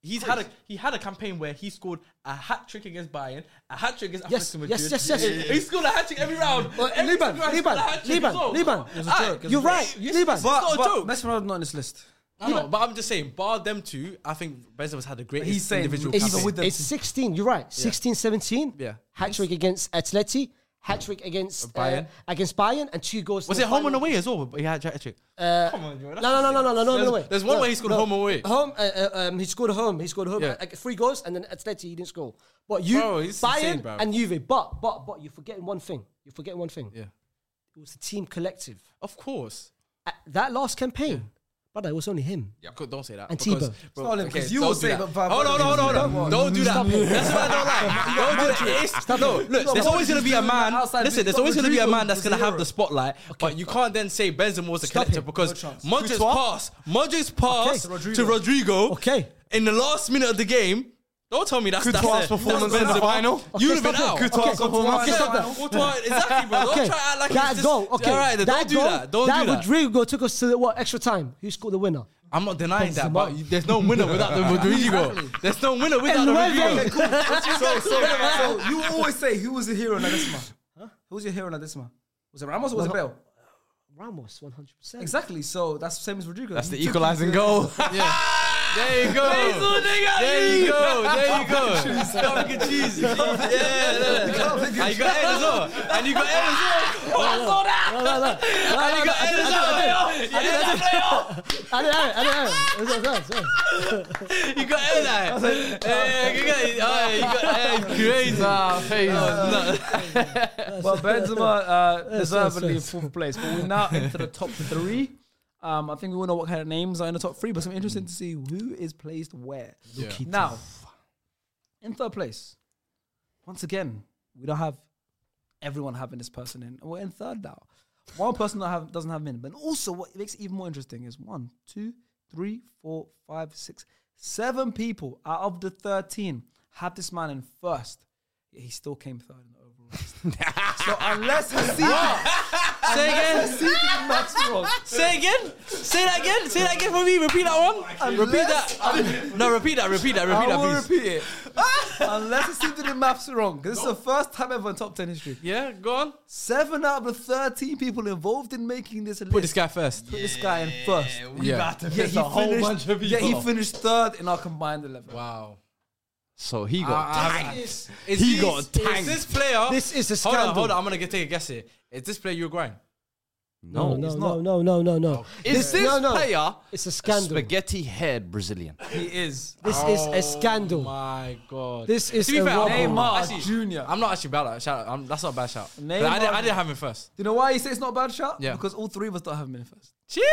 [SPEAKER 2] He's had a he had a campaign where he scored a hat trick against Bayern, a hat trick against
[SPEAKER 3] Yes,
[SPEAKER 2] Atletico
[SPEAKER 3] yes,
[SPEAKER 2] Madrid.
[SPEAKER 3] yes, yes.
[SPEAKER 2] He scored a hat trick every round.
[SPEAKER 3] Well,
[SPEAKER 2] Every
[SPEAKER 3] Liban,
[SPEAKER 2] single round he
[SPEAKER 3] Liban,
[SPEAKER 2] scored a hat-trick
[SPEAKER 3] Liban,
[SPEAKER 2] as well.
[SPEAKER 3] Liban. It
[SPEAKER 1] was a joke, it was
[SPEAKER 3] You're
[SPEAKER 1] a joke.
[SPEAKER 3] right, Liban.
[SPEAKER 2] It's
[SPEAKER 1] But,
[SPEAKER 2] not a
[SPEAKER 1] but
[SPEAKER 2] joke.
[SPEAKER 1] Messi and Ronaldo not in this list.
[SPEAKER 2] I know, but I'm just saying, bar them two, I think Benzema's had the greatest
[SPEAKER 1] he's saying
[SPEAKER 2] individual
[SPEAKER 1] even
[SPEAKER 2] campaign.
[SPEAKER 1] with the-
[SPEAKER 3] It's 16. You're right. 16, 17.
[SPEAKER 2] Yeah.
[SPEAKER 3] Hat trick against Atleti. Hat trick against Bayern.
[SPEAKER 2] Bayern.
[SPEAKER 3] against Bayern and two goals. in
[SPEAKER 2] Was
[SPEAKER 3] the
[SPEAKER 2] it home and
[SPEAKER 3] final.
[SPEAKER 2] away as well? But he had a hat trick. Come on, Joe.
[SPEAKER 3] No, no, no, no, no, no, no,
[SPEAKER 2] There's-
[SPEAKER 3] no way.
[SPEAKER 2] there's one
[SPEAKER 3] no,
[SPEAKER 2] way he scored home and away.
[SPEAKER 3] Home, uh, uh, um, he scored home. He scored home.
[SPEAKER 2] Yeah.
[SPEAKER 3] Uh, three goals and then Atleti he didn't score. But you,
[SPEAKER 2] Bro, it's
[SPEAKER 3] Bayern
[SPEAKER 2] insane, bro.
[SPEAKER 3] and Juve. But but but you're forgetting one thing. You're forgetting one thing.
[SPEAKER 2] Yeah.
[SPEAKER 3] It was the team collective.
[SPEAKER 2] Of course.
[SPEAKER 3] At that last campaign, brother, it was only him.
[SPEAKER 2] Co- Don't say that.
[SPEAKER 3] And
[SPEAKER 2] because-
[SPEAKER 3] Tebow.
[SPEAKER 2] bro,
[SPEAKER 1] It's not Olympics. You
[SPEAKER 2] don't
[SPEAKER 1] will
[SPEAKER 2] do
[SPEAKER 1] say
[SPEAKER 2] that.
[SPEAKER 1] that Valverde
[SPEAKER 2] Hold on, hold on,
[SPEAKER 1] didn't
[SPEAKER 2] hold on. Don't do that.
[SPEAKER 3] Stop it.
[SPEAKER 2] That's what I don't like. Don't do that. It's- No, look, there's always going to be a man.
[SPEAKER 1] Outside
[SPEAKER 2] Listen, there's
[SPEAKER 1] Victor
[SPEAKER 2] always going to be a
[SPEAKER 1] Rodrigo
[SPEAKER 2] man that's
[SPEAKER 1] was
[SPEAKER 2] going
[SPEAKER 1] a
[SPEAKER 2] to have
[SPEAKER 1] hero.
[SPEAKER 2] the spotlight, but you can't then say Benzema was a
[SPEAKER 3] Stop
[SPEAKER 2] collector
[SPEAKER 3] it.
[SPEAKER 2] because
[SPEAKER 1] No chance.
[SPEAKER 2] Modric's
[SPEAKER 1] Courtois?
[SPEAKER 2] pass, Modric's pass
[SPEAKER 3] Okay.
[SPEAKER 2] to Rodrigo
[SPEAKER 3] Okay.
[SPEAKER 2] in the last minute of the game Don't tell me that's
[SPEAKER 4] Courtois'
[SPEAKER 2] that's it.
[SPEAKER 4] performance
[SPEAKER 2] that's
[SPEAKER 4] in the
[SPEAKER 2] Benzema.
[SPEAKER 4] final.
[SPEAKER 2] You'd have been
[SPEAKER 3] stop
[SPEAKER 2] out.
[SPEAKER 3] it.
[SPEAKER 4] Courtois'
[SPEAKER 3] Okay,
[SPEAKER 4] performance.
[SPEAKER 3] okay, stop that.
[SPEAKER 2] Courtois, exactly, bro. Don't
[SPEAKER 3] Okay,
[SPEAKER 2] try to act like
[SPEAKER 3] that
[SPEAKER 2] it's just,
[SPEAKER 3] goal. Okay,
[SPEAKER 2] All right, then don't do
[SPEAKER 3] goal-
[SPEAKER 2] that. Don't do that.
[SPEAKER 3] Rodrigo took us to the what extra time. Who scored the winner?
[SPEAKER 8] I'm not denying that,
[SPEAKER 3] Benzema.
[SPEAKER 8] but you- there's no winner without the Rodrigo. There's no winner without the
[SPEAKER 3] Lueve. [LAUGHS]
[SPEAKER 8] Rodrigo.
[SPEAKER 1] so, so, so you always say who was the hero in Nadesma? Huh? Who was your hero in Nadesma? Was it Ramos or was it Bale?
[SPEAKER 3] Ramos, one hundred percent.
[SPEAKER 1] Exactly. So that's the same as Rodrigo.
[SPEAKER 4] That's the equalizing goal.
[SPEAKER 2] There you go. There you go. There you go. Stomach and cheese. Yeah, yeah. And you got Ed as well. And you got Ed as well.
[SPEAKER 1] Oh,
[SPEAKER 3] No, no, no.
[SPEAKER 2] And you got Ed as well.
[SPEAKER 3] I didn't have it. I didn't have it. It was- it was- it was-
[SPEAKER 2] You got Ed like. Hey, you got Ed. Oh, You got Ed. Crazy.
[SPEAKER 4] [LAUGHS]
[SPEAKER 2] Nah,
[SPEAKER 1] But Benzema uh, deservedly
[SPEAKER 3] yes.
[SPEAKER 1] fourth place. But we're now into the top three. Um, I think we all know what kind of names are in the top three, but it's interesting to see who is placed where. Now, in third place, once again, we don't have everyone having this person in. We're in third now. One person not have, doesn't have him in. But also, what makes it even more interesting is one, two, three, four, five, six, seven people out of the 13 have this man in first. Yet he still came third in the overall. list. so unless Hasib,
[SPEAKER 2] Say again.
[SPEAKER 1] Hasib max
[SPEAKER 2] [LAUGHS]
[SPEAKER 1] wrong.
[SPEAKER 2] Say again. Say that again. Say that again for me. Repeat that one. repeat that. No, repeat that. Repeat that. Repeat
[SPEAKER 1] I
[SPEAKER 2] that,
[SPEAKER 1] will
[SPEAKER 2] please.
[SPEAKER 1] repeat
[SPEAKER 2] [LAUGHS]
[SPEAKER 1] it. Unless Hasib did the maths wrong. 'cause This is the first time ever in top 10 history.
[SPEAKER 2] Yeah, go on.
[SPEAKER 1] Seven out of the 13 people involved in making this list
[SPEAKER 2] Put this guy first.
[SPEAKER 1] put this guy in first.
[SPEAKER 2] Yeah.
[SPEAKER 1] Yeah, he finished, yeah, he finished third in our combined 11.
[SPEAKER 2] Wow.
[SPEAKER 4] So he got
[SPEAKER 2] Ah, Is
[SPEAKER 4] He
[SPEAKER 2] this-
[SPEAKER 4] got
[SPEAKER 2] Is
[SPEAKER 4] tanked.
[SPEAKER 2] this player?
[SPEAKER 3] This is a
[SPEAKER 2] Hold on, hold
[SPEAKER 3] scandal.
[SPEAKER 2] on. I'm gonna get, take a guess here. Is this player Uruguayan?
[SPEAKER 3] No, no, no, no, no, no, no.
[SPEAKER 4] Is this
[SPEAKER 3] no, no.
[SPEAKER 4] player
[SPEAKER 3] It's a scandal.
[SPEAKER 4] spaghetti haired Brazilian?
[SPEAKER 1] He is.
[SPEAKER 3] This is a scandal.
[SPEAKER 2] Oh My God.
[SPEAKER 3] This is
[SPEAKER 2] to be
[SPEAKER 3] a
[SPEAKER 2] fair,
[SPEAKER 3] rock
[SPEAKER 2] I'm-
[SPEAKER 1] Neymar
[SPEAKER 2] actually,
[SPEAKER 1] Junior.
[SPEAKER 2] I'm not actually bad at that. shout. out. I'm, that's not a bad shout. But I,
[SPEAKER 1] Neymar-
[SPEAKER 2] didn't, I didn't have him first.
[SPEAKER 1] Do you know why he say it's not a bad shot?
[SPEAKER 2] Yeah.
[SPEAKER 1] Because all three of us don't have him in first.
[SPEAKER 2] Cheers.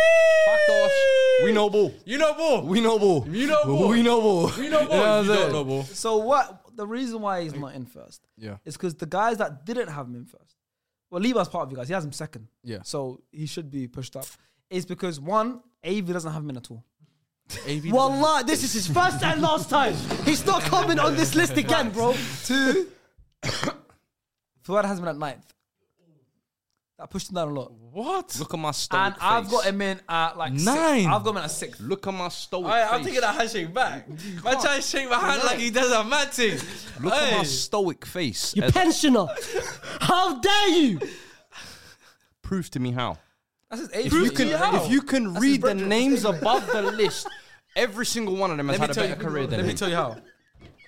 [SPEAKER 4] We know ball.
[SPEAKER 2] You know ball.
[SPEAKER 4] We know ball.
[SPEAKER 2] You know ball.
[SPEAKER 4] We know ball.
[SPEAKER 2] You know ball.
[SPEAKER 4] You know what I'm
[SPEAKER 2] you don't
[SPEAKER 4] saying?
[SPEAKER 2] know ball.
[SPEAKER 1] So what? The reason why he's not in first
[SPEAKER 2] Yeah.
[SPEAKER 1] is because the guys that didn't have him in first, well, Levi's part of you guys. He has him second.
[SPEAKER 2] Yeah.
[SPEAKER 1] So he should be pushed up. It's because one, Avi doesn't have him in at all.
[SPEAKER 2] AV
[SPEAKER 3] Wallah, Ah, this is his first and last time. He's not coming on this list again, bro.
[SPEAKER 1] Two, [COUGHS] Fuad has him in at ninth. That pushed him down a lot.
[SPEAKER 2] What?
[SPEAKER 4] Look at my stoic
[SPEAKER 1] And I've
[SPEAKER 4] face.
[SPEAKER 1] got him in at like
[SPEAKER 2] Nine.
[SPEAKER 1] Sixth. I've got him in at sixth.
[SPEAKER 4] Look at my stoic
[SPEAKER 2] Hey,
[SPEAKER 4] face.
[SPEAKER 2] I'm taking that
[SPEAKER 1] [LAUGHS]
[SPEAKER 2] handshake back. Man trying to shake my hand like he does a mad thing.
[SPEAKER 4] Look at my
[SPEAKER 2] Hey.
[SPEAKER 4] stoic face.
[SPEAKER 3] You [LAUGHS]
[SPEAKER 4] as
[SPEAKER 3] pensioner. How dare you?
[SPEAKER 4] proof to me how.
[SPEAKER 1] That's his age.
[SPEAKER 4] If you can, if you can
[SPEAKER 1] That's his
[SPEAKER 4] read the
[SPEAKER 1] brethren, that's
[SPEAKER 4] names
[SPEAKER 1] his brethren.
[SPEAKER 4] above the list, every single one of them has had a better career than
[SPEAKER 2] Let me
[SPEAKER 4] him.
[SPEAKER 2] tell you how.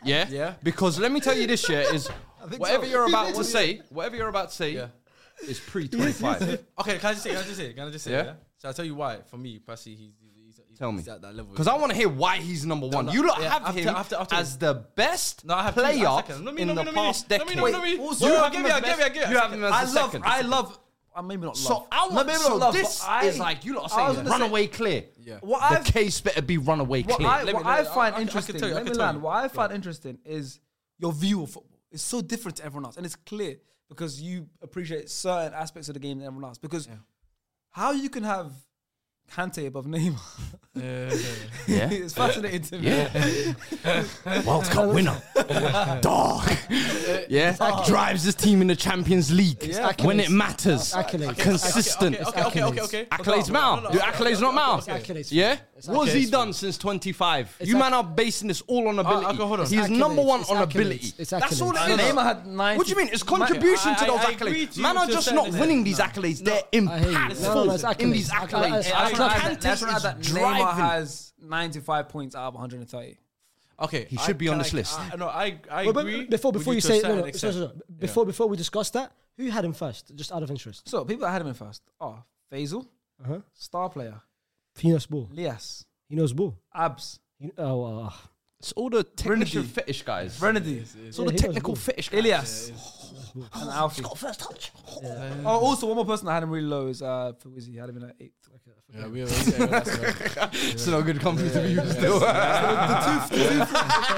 [SPEAKER 4] Yeah?
[SPEAKER 2] Yeah.
[SPEAKER 4] Because let me tell you this year is whatever
[SPEAKER 1] so.
[SPEAKER 4] you're about to say, whatever you're about to say
[SPEAKER 2] Yeah.
[SPEAKER 4] is pre 25.
[SPEAKER 2] Okay, can I just say? Can I just say? Can I just say?
[SPEAKER 4] Yeah?
[SPEAKER 2] Yeah. So I tell you why. For me, Percy, he's, he's, he's,
[SPEAKER 4] Tell me.
[SPEAKER 2] he's at that level.
[SPEAKER 4] Because I want to hear why he's number one.
[SPEAKER 2] no,
[SPEAKER 4] You don't
[SPEAKER 2] yeah,
[SPEAKER 4] have
[SPEAKER 2] after-
[SPEAKER 4] him
[SPEAKER 2] after- after-
[SPEAKER 4] as the best
[SPEAKER 2] No, I have two- I have
[SPEAKER 4] player
[SPEAKER 2] second. Let me-
[SPEAKER 4] in
[SPEAKER 2] let me-
[SPEAKER 4] the
[SPEAKER 2] let me-
[SPEAKER 4] past
[SPEAKER 2] let me-
[SPEAKER 4] decade.
[SPEAKER 2] let me- let me-
[SPEAKER 4] Also,
[SPEAKER 2] You
[SPEAKER 4] you
[SPEAKER 2] have
[SPEAKER 4] have
[SPEAKER 2] him
[SPEAKER 4] him
[SPEAKER 2] as
[SPEAKER 4] as
[SPEAKER 2] best-
[SPEAKER 4] best-
[SPEAKER 2] you have
[SPEAKER 4] you have him
[SPEAKER 2] him
[SPEAKER 4] as
[SPEAKER 1] I
[SPEAKER 4] the
[SPEAKER 1] love,
[SPEAKER 4] second.
[SPEAKER 1] I love, I maybe not love.
[SPEAKER 4] So I
[SPEAKER 1] No,
[SPEAKER 4] want
[SPEAKER 1] maybe
[SPEAKER 4] so
[SPEAKER 1] not love,
[SPEAKER 4] this
[SPEAKER 1] but I-
[SPEAKER 4] is like you lot are
[SPEAKER 1] I was
[SPEAKER 4] saying
[SPEAKER 1] gonna
[SPEAKER 4] runaway clear.
[SPEAKER 2] Yeah.
[SPEAKER 1] What
[SPEAKER 4] the
[SPEAKER 1] I've-
[SPEAKER 4] case better be runaway
[SPEAKER 1] What
[SPEAKER 4] clear.
[SPEAKER 1] I,
[SPEAKER 4] Let
[SPEAKER 1] what
[SPEAKER 4] me-
[SPEAKER 1] I
[SPEAKER 2] I-
[SPEAKER 1] find
[SPEAKER 2] I- I can tell you,
[SPEAKER 1] interesting,
[SPEAKER 2] I
[SPEAKER 1] let
[SPEAKER 2] can
[SPEAKER 1] me
[SPEAKER 2] tell
[SPEAKER 1] land.
[SPEAKER 2] you.
[SPEAKER 1] What I find interesting is your view of football. It's so different to everyone else, and it's clear because you appreciate certain aspects of the game than everyone else. Because how you can have Kante above Neymar [LAUGHS]
[SPEAKER 4] yeah.
[SPEAKER 1] is fascinating to me.
[SPEAKER 4] World Cup winner. Dog. Yeah. Drives his team in the Champions League. When it matters.
[SPEAKER 3] Accolades.
[SPEAKER 4] Consistent.
[SPEAKER 2] Okay, okay, okay, okay.
[SPEAKER 4] Accolades
[SPEAKER 2] No,
[SPEAKER 4] matter.
[SPEAKER 2] no, no,
[SPEAKER 4] Do
[SPEAKER 2] okay,
[SPEAKER 4] accolades
[SPEAKER 2] okay,
[SPEAKER 4] not
[SPEAKER 2] okay,
[SPEAKER 4] matter?
[SPEAKER 3] okay. Accolades.
[SPEAKER 4] Yeah?
[SPEAKER 3] It's
[SPEAKER 4] What's he
[SPEAKER 3] accolades.
[SPEAKER 4] done since 25?
[SPEAKER 3] It's
[SPEAKER 4] You
[SPEAKER 3] acc- Uh,
[SPEAKER 4] man are basing this all on ability.
[SPEAKER 2] okay, hold on.
[SPEAKER 4] He's
[SPEAKER 3] Accolades.
[SPEAKER 4] number one
[SPEAKER 3] It's
[SPEAKER 4] on
[SPEAKER 3] accolades.
[SPEAKER 4] ability.
[SPEAKER 3] It's
[SPEAKER 4] That's all
[SPEAKER 3] accolades.
[SPEAKER 4] it is.
[SPEAKER 1] Neymar had 90.
[SPEAKER 4] What do you mean? It's contribution to
[SPEAKER 2] I-
[SPEAKER 4] those
[SPEAKER 2] I agree
[SPEAKER 4] accolades.
[SPEAKER 2] to you
[SPEAKER 4] Man are
[SPEAKER 2] to a
[SPEAKER 4] just
[SPEAKER 2] certain
[SPEAKER 4] not
[SPEAKER 2] extent.
[SPEAKER 4] winning these accolades. They're
[SPEAKER 3] hear you. No, no, it's
[SPEAKER 4] impactful in these
[SPEAKER 3] accolades. I- I-
[SPEAKER 4] accolades.
[SPEAKER 3] I-
[SPEAKER 1] Let's not add that-
[SPEAKER 4] Kante
[SPEAKER 1] let's not add that
[SPEAKER 4] is
[SPEAKER 1] Neymar
[SPEAKER 4] driving.
[SPEAKER 1] has 95 points out of 130.
[SPEAKER 2] Okay,
[SPEAKER 4] He should be on
[SPEAKER 2] can
[SPEAKER 4] this list.
[SPEAKER 2] I, no, I, I
[SPEAKER 3] Wait, but
[SPEAKER 2] agree.
[SPEAKER 3] before
[SPEAKER 2] with
[SPEAKER 3] before you
[SPEAKER 2] to a
[SPEAKER 3] say no,
[SPEAKER 2] certain
[SPEAKER 3] no, sorry,
[SPEAKER 2] extent.
[SPEAKER 3] sorry, sorry. before before we discuss that, who had him first? Just out of interest.
[SPEAKER 1] So people that had him in first are Faisal,
[SPEAKER 3] Uh-huh.
[SPEAKER 1] star player,
[SPEAKER 3] He knows ball.
[SPEAKER 1] Lias,
[SPEAKER 3] He knows ball.
[SPEAKER 1] Abs,
[SPEAKER 3] He, oh, uh,
[SPEAKER 4] It's all the technical
[SPEAKER 1] Renegade.
[SPEAKER 4] fetish guys.
[SPEAKER 1] Renedy,
[SPEAKER 4] It's all the
[SPEAKER 3] Yeah, he knows
[SPEAKER 4] technical
[SPEAKER 3] ball.
[SPEAKER 4] fetish guys.
[SPEAKER 1] Ilias, and Alfie.
[SPEAKER 4] First touch.
[SPEAKER 1] Oh, also one more person that had him really low is uh, Fawzi. He had him in at eighth.
[SPEAKER 4] [LAUGHS]
[SPEAKER 1] [LAUGHS]
[SPEAKER 2] Yeah, we- we- yeah, that's right.
[SPEAKER 4] It's not a good company to be with
[SPEAKER 3] [LAUGHS]
[SPEAKER 4] still.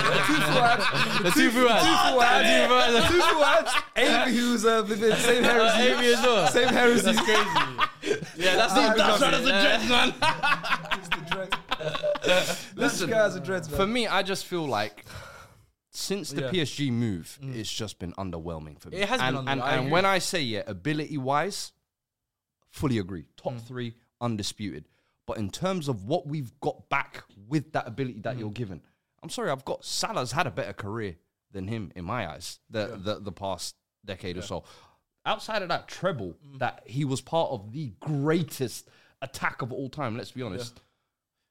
[SPEAKER 2] The two who had.
[SPEAKER 1] The two who had Amy, who's uh, living same heresy,
[SPEAKER 2] Amy as well.
[SPEAKER 1] same heresy.
[SPEAKER 2] That's crazy. Yeah, that's not that's not as a joke.
[SPEAKER 4] man.
[SPEAKER 1] Listen, guys are dreads,
[SPEAKER 4] For
[SPEAKER 1] man.
[SPEAKER 4] me, I just feel like since the
[SPEAKER 2] Yeah.
[SPEAKER 4] PSG move, it's just been underwhelming for me.
[SPEAKER 2] It has been
[SPEAKER 4] and, and,
[SPEAKER 2] underwhelming, I
[SPEAKER 4] and when I say yeah, ability wise, fully agree. Top three, undisputed. But in terms of what we've got back with that ability that you're given, I'm sorry, I've got Salah's had a better career than him in my eyes the the, the past decade or so. Outside of that treble, that he was part of the greatest attack of all time. Let's be honest. Uh,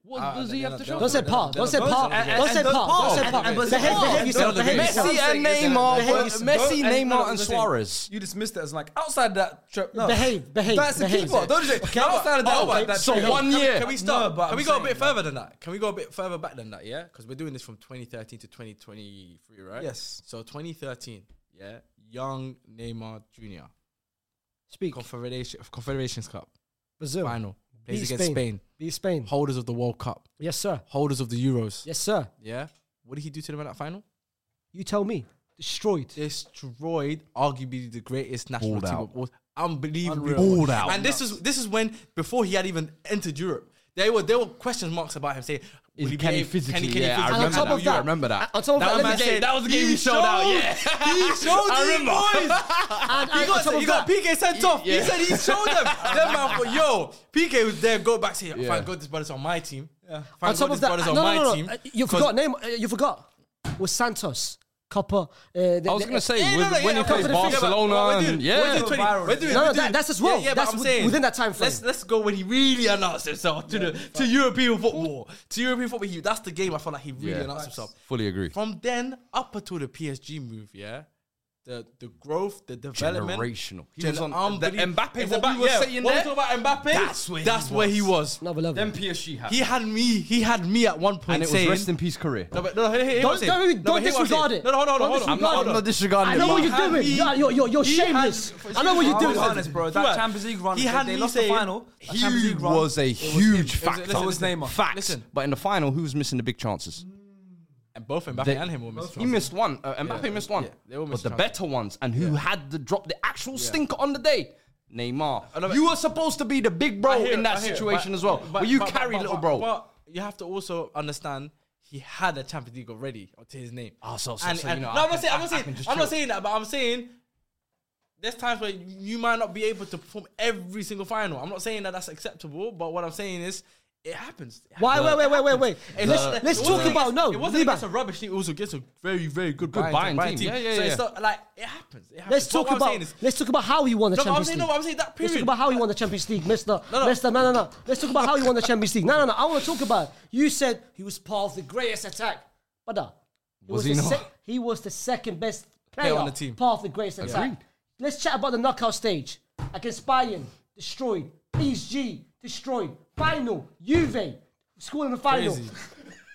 [SPEAKER 4] What does he have to show?
[SPEAKER 3] Don't say part. Don't say part. Don't say
[SPEAKER 1] and-
[SPEAKER 3] part. Don't
[SPEAKER 1] and-
[SPEAKER 3] say part.
[SPEAKER 1] and- and-
[SPEAKER 3] Behave behave yourself.
[SPEAKER 2] and-
[SPEAKER 3] Behave
[SPEAKER 2] and-
[SPEAKER 3] yourself.
[SPEAKER 4] Messi and Neymar, were- Messi, Neymar, and
[SPEAKER 1] listen,
[SPEAKER 4] Suarez.
[SPEAKER 1] You dismissed it as like outside that trip. No.
[SPEAKER 3] Behave, behave,
[SPEAKER 1] That's the
[SPEAKER 3] behave.
[SPEAKER 1] keeper. Don't you say outside of that,
[SPEAKER 2] Oh, okay.
[SPEAKER 1] that
[SPEAKER 4] So
[SPEAKER 1] trip.
[SPEAKER 4] one
[SPEAKER 2] Can we-
[SPEAKER 4] year.
[SPEAKER 2] Can we stop?
[SPEAKER 1] No, but
[SPEAKER 2] can we
[SPEAKER 1] I'm
[SPEAKER 2] go a
[SPEAKER 1] saying,
[SPEAKER 2] bit further than that? Can we go a bit further back than that? Yeah, because we're doing this from 2013 to 2023, right?
[SPEAKER 1] Yes.
[SPEAKER 2] So 2013, yeah, young Neymar Junior,
[SPEAKER 3] Speak.
[SPEAKER 2] Confederation Confederations Cup
[SPEAKER 3] Brazil.
[SPEAKER 2] final plays
[SPEAKER 3] Beat
[SPEAKER 2] against Spain.
[SPEAKER 3] Spain. Beat Spain.
[SPEAKER 2] holders of the World Cup,
[SPEAKER 3] Yes, sir.
[SPEAKER 2] holders of the Euros.
[SPEAKER 3] Yes, sir.
[SPEAKER 2] Yeah, what did he do to them at that final?
[SPEAKER 3] You tell me. Destroyed.
[SPEAKER 2] destroyed arguably the greatest national
[SPEAKER 4] Balled
[SPEAKER 2] team
[SPEAKER 4] out.
[SPEAKER 2] of all. Unbelievable.
[SPEAKER 4] Balled out.
[SPEAKER 2] And this is this is when before he had even entered Europe, there were there were question marks about him saying, will
[SPEAKER 4] Is-
[SPEAKER 2] he
[SPEAKER 4] can he
[SPEAKER 2] be able-
[SPEAKER 4] physically-
[SPEAKER 2] can
[SPEAKER 4] yeah, I
[SPEAKER 2] physically
[SPEAKER 4] remember
[SPEAKER 2] handle
[SPEAKER 4] that.
[SPEAKER 2] Europe?
[SPEAKER 4] I remember that.
[SPEAKER 3] On top of
[SPEAKER 2] That
[SPEAKER 3] that, let
[SPEAKER 2] was my
[SPEAKER 3] me
[SPEAKER 2] game.
[SPEAKER 3] say.
[SPEAKER 2] That was the game he showed out. Yeah, [LAUGHS] he showed.
[SPEAKER 4] I
[SPEAKER 2] these
[SPEAKER 4] remember.
[SPEAKER 2] boys.
[SPEAKER 3] And- and
[SPEAKER 2] He
[SPEAKER 3] on
[SPEAKER 2] got,
[SPEAKER 3] top
[SPEAKER 2] he
[SPEAKER 3] of
[SPEAKER 2] got
[SPEAKER 3] that,
[SPEAKER 2] PK sent off. He
[SPEAKER 4] yeah.
[SPEAKER 2] said he showed them. them man, were- yo, PK was there. Go back. Say,
[SPEAKER 4] Yeah.
[SPEAKER 2] thank God this brother's on my team. Yeah.
[SPEAKER 3] on top
[SPEAKER 2] Thank God
[SPEAKER 3] of
[SPEAKER 2] this
[SPEAKER 3] that,
[SPEAKER 2] brother's
[SPEAKER 3] no,
[SPEAKER 2] on
[SPEAKER 3] no,
[SPEAKER 2] my
[SPEAKER 3] no,
[SPEAKER 2] team.
[SPEAKER 3] no. You
[SPEAKER 2] 'Cause-
[SPEAKER 3] forgot name. uh, You forgot. Was Santos, Copper. uh,
[SPEAKER 4] I was gonna say with, when he
[SPEAKER 2] yeah,
[SPEAKER 4] played
[SPEAKER 2] but- yeah, but
[SPEAKER 4] Barcelona,
[SPEAKER 2] we're doing-
[SPEAKER 4] and, yeah,
[SPEAKER 2] we're doing 20
[SPEAKER 1] Viral.
[SPEAKER 2] we're doing-
[SPEAKER 3] No, no,
[SPEAKER 2] we're
[SPEAKER 3] that-
[SPEAKER 2] doing-
[SPEAKER 3] that's as well.
[SPEAKER 2] Yeah, yeah,
[SPEAKER 3] That's
[SPEAKER 2] but I'm
[SPEAKER 3] wi-
[SPEAKER 2] saying
[SPEAKER 3] within that time frame.
[SPEAKER 2] Let's let's go when he really announced himself to the to European football, to European football. He, that's the game I felt like he really
[SPEAKER 4] Yeah.
[SPEAKER 2] announced himself.
[SPEAKER 4] fully agree.
[SPEAKER 2] From then up until the PSG move, yeah, the the growth, the development,
[SPEAKER 4] Generational. He
[SPEAKER 2] Gen-
[SPEAKER 4] was on the
[SPEAKER 2] unbelievable.
[SPEAKER 4] Mbappe,
[SPEAKER 2] It's
[SPEAKER 4] what we
[SPEAKER 2] about-
[SPEAKER 4] were saying
[SPEAKER 2] what
[SPEAKER 4] there,
[SPEAKER 2] we talking about Mbappe.
[SPEAKER 4] that's where he
[SPEAKER 2] that's where he was.
[SPEAKER 3] Another level.
[SPEAKER 4] Then PSG had,
[SPEAKER 2] He had me. He had me at one point
[SPEAKER 4] and it was
[SPEAKER 2] saying,
[SPEAKER 4] rest in peace career.
[SPEAKER 2] No, but no, here- here- here
[SPEAKER 3] Don't-
[SPEAKER 2] what I'm saying.
[SPEAKER 3] don't-
[SPEAKER 2] No,
[SPEAKER 3] don't
[SPEAKER 2] but here what I'm
[SPEAKER 3] disregard
[SPEAKER 2] saying.
[SPEAKER 3] it.
[SPEAKER 2] No, no, hold on,
[SPEAKER 3] Don't
[SPEAKER 2] hold on. I'm not-
[SPEAKER 3] disregard
[SPEAKER 2] hold
[SPEAKER 3] it.
[SPEAKER 4] I'm
[SPEAKER 2] on.
[SPEAKER 4] not disregarding.
[SPEAKER 3] I know
[SPEAKER 4] it,
[SPEAKER 3] what
[SPEAKER 4] man.
[SPEAKER 3] you're doing.
[SPEAKER 2] he-
[SPEAKER 3] You're, you're, you're, you're
[SPEAKER 2] he had-
[SPEAKER 3] shameless. I know what you're
[SPEAKER 1] I'll
[SPEAKER 3] doing.
[SPEAKER 1] be honest, bro. That
[SPEAKER 2] Stuart,
[SPEAKER 1] Champions League run,
[SPEAKER 2] he
[SPEAKER 1] they-
[SPEAKER 2] had
[SPEAKER 1] they
[SPEAKER 2] me
[SPEAKER 1] lost the
[SPEAKER 2] saying-
[SPEAKER 1] final. That
[SPEAKER 4] He
[SPEAKER 1] Champions League run-
[SPEAKER 4] was a huge
[SPEAKER 2] him. It was-
[SPEAKER 4] factor.
[SPEAKER 2] listen,
[SPEAKER 1] That was
[SPEAKER 2] listen.
[SPEAKER 1] Neymar.
[SPEAKER 4] Facts.
[SPEAKER 2] Listen.
[SPEAKER 4] But in the final, who was missing the big chances?
[SPEAKER 2] And both Mbappe
[SPEAKER 4] They-
[SPEAKER 2] and him were missed.
[SPEAKER 4] He missed one. Uh, Mbappe missed one.
[SPEAKER 2] yeah, they all
[SPEAKER 4] but
[SPEAKER 2] missed
[SPEAKER 4] the
[SPEAKER 2] chances.
[SPEAKER 4] better ones, and who had the drop, the actual stinker on the day. Neymar,
[SPEAKER 2] love it.
[SPEAKER 4] you were supposed to be the big
[SPEAKER 2] I
[SPEAKER 4] bro
[SPEAKER 2] hear
[SPEAKER 4] in
[SPEAKER 2] it,
[SPEAKER 4] that
[SPEAKER 2] I hear it,
[SPEAKER 4] situation
[SPEAKER 2] but-
[SPEAKER 4] as well.
[SPEAKER 2] but-
[SPEAKER 4] But you
[SPEAKER 2] but-
[SPEAKER 4] carry
[SPEAKER 2] but-
[SPEAKER 4] little
[SPEAKER 2] but-
[SPEAKER 4] bro.
[SPEAKER 2] But you have to also understand he had a Champions League already to his name.
[SPEAKER 4] Ah, so- so-
[SPEAKER 2] And-
[SPEAKER 4] so,
[SPEAKER 2] and-
[SPEAKER 4] you know,
[SPEAKER 2] no, I'm
[SPEAKER 4] I
[SPEAKER 2] not
[SPEAKER 4] can-
[SPEAKER 2] saying I'm not
[SPEAKER 4] I- I
[SPEAKER 2] saying
[SPEAKER 4] can just
[SPEAKER 2] I'm
[SPEAKER 4] chill.
[SPEAKER 2] not saying that, but I'm saying there's times where you might not be able to perform every single final. I'm not saying that that's acceptable, but what I'm saying is. It happens. It
[SPEAKER 3] Why-
[SPEAKER 2] happens.
[SPEAKER 3] wait,
[SPEAKER 2] It
[SPEAKER 3] wait, wait, wait,
[SPEAKER 2] happens.
[SPEAKER 3] wait.
[SPEAKER 2] It
[SPEAKER 3] Let's-
[SPEAKER 2] wasn't-
[SPEAKER 3] let's
[SPEAKER 2] it
[SPEAKER 3] talk
[SPEAKER 2] wasn't
[SPEAKER 3] about-
[SPEAKER 2] against-
[SPEAKER 3] no,
[SPEAKER 2] It wasn't
[SPEAKER 3] Liban.
[SPEAKER 2] against a rubbish team. It was against a very, very good,
[SPEAKER 4] Good
[SPEAKER 2] Bayern,
[SPEAKER 4] Bayern team. Yeah, yeah,
[SPEAKER 2] so it's
[SPEAKER 4] yeah.
[SPEAKER 2] not like it happens. It happens.
[SPEAKER 3] Let's
[SPEAKER 2] But
[SPEAKER 3] talk
[SPEAKER 2] what I'm saying
[SPEAKER 3] about
[SPEAKER 2] is-
[SPEAKER 3] let's talk about how he won the
[SPEAKER 2] No, but I'm
[SPEAKER 3] Champions
[SPEAKER 2] saying
[SPEAKER 3] League.
[SPEAKER 2] no. I'm saying that
[SPEAKER 3] Let's
[SPEAKER 2] period.
[SPEAKER 3] talk about how he won the Champions League, Mister.
[SPEAKER 2] No, no.
[SPEAKER 3] Mister, no, no, no. Let's talk about how he won the Champions League. No, no, no. I want to talk about. You said he was part of the greatest attack, but uh,
[SPEAKER 4] Was he
[SPEAKER 3] the
[SPEAKER 4] not?
[SPEAKER 3] he was the second best player
[SPEAKER 2] on the team.
[SPEAKER 3] Part of the greatest attack.
[SPEAKER 4] Agreed.
[SPEAKER 3] Let's chat about the knockout stage against Bayern, destroyed. PSG destroyed. Final, Juve scoring the final.
[SPEAKER 4] [LAUGHS]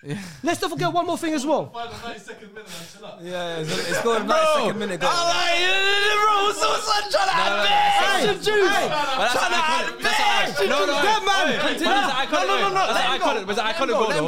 [SPEAKER 2] Crazy.
[SPEAKER 3] Let's not forget one more thing as well.
[SPEAKER 1] Yeah, it's, it's got a 90 second minute goal.
[SPEAKER 3] Hey, hey,
[SPEAKER 2] But that's iconic. That's iconic. No, no,
[SPEAKER 3] Dead man.
[SPEAKER 2] wait, wait, wait. But that's an iconic. No, no, no. That's an iconic. It's an iconic goal.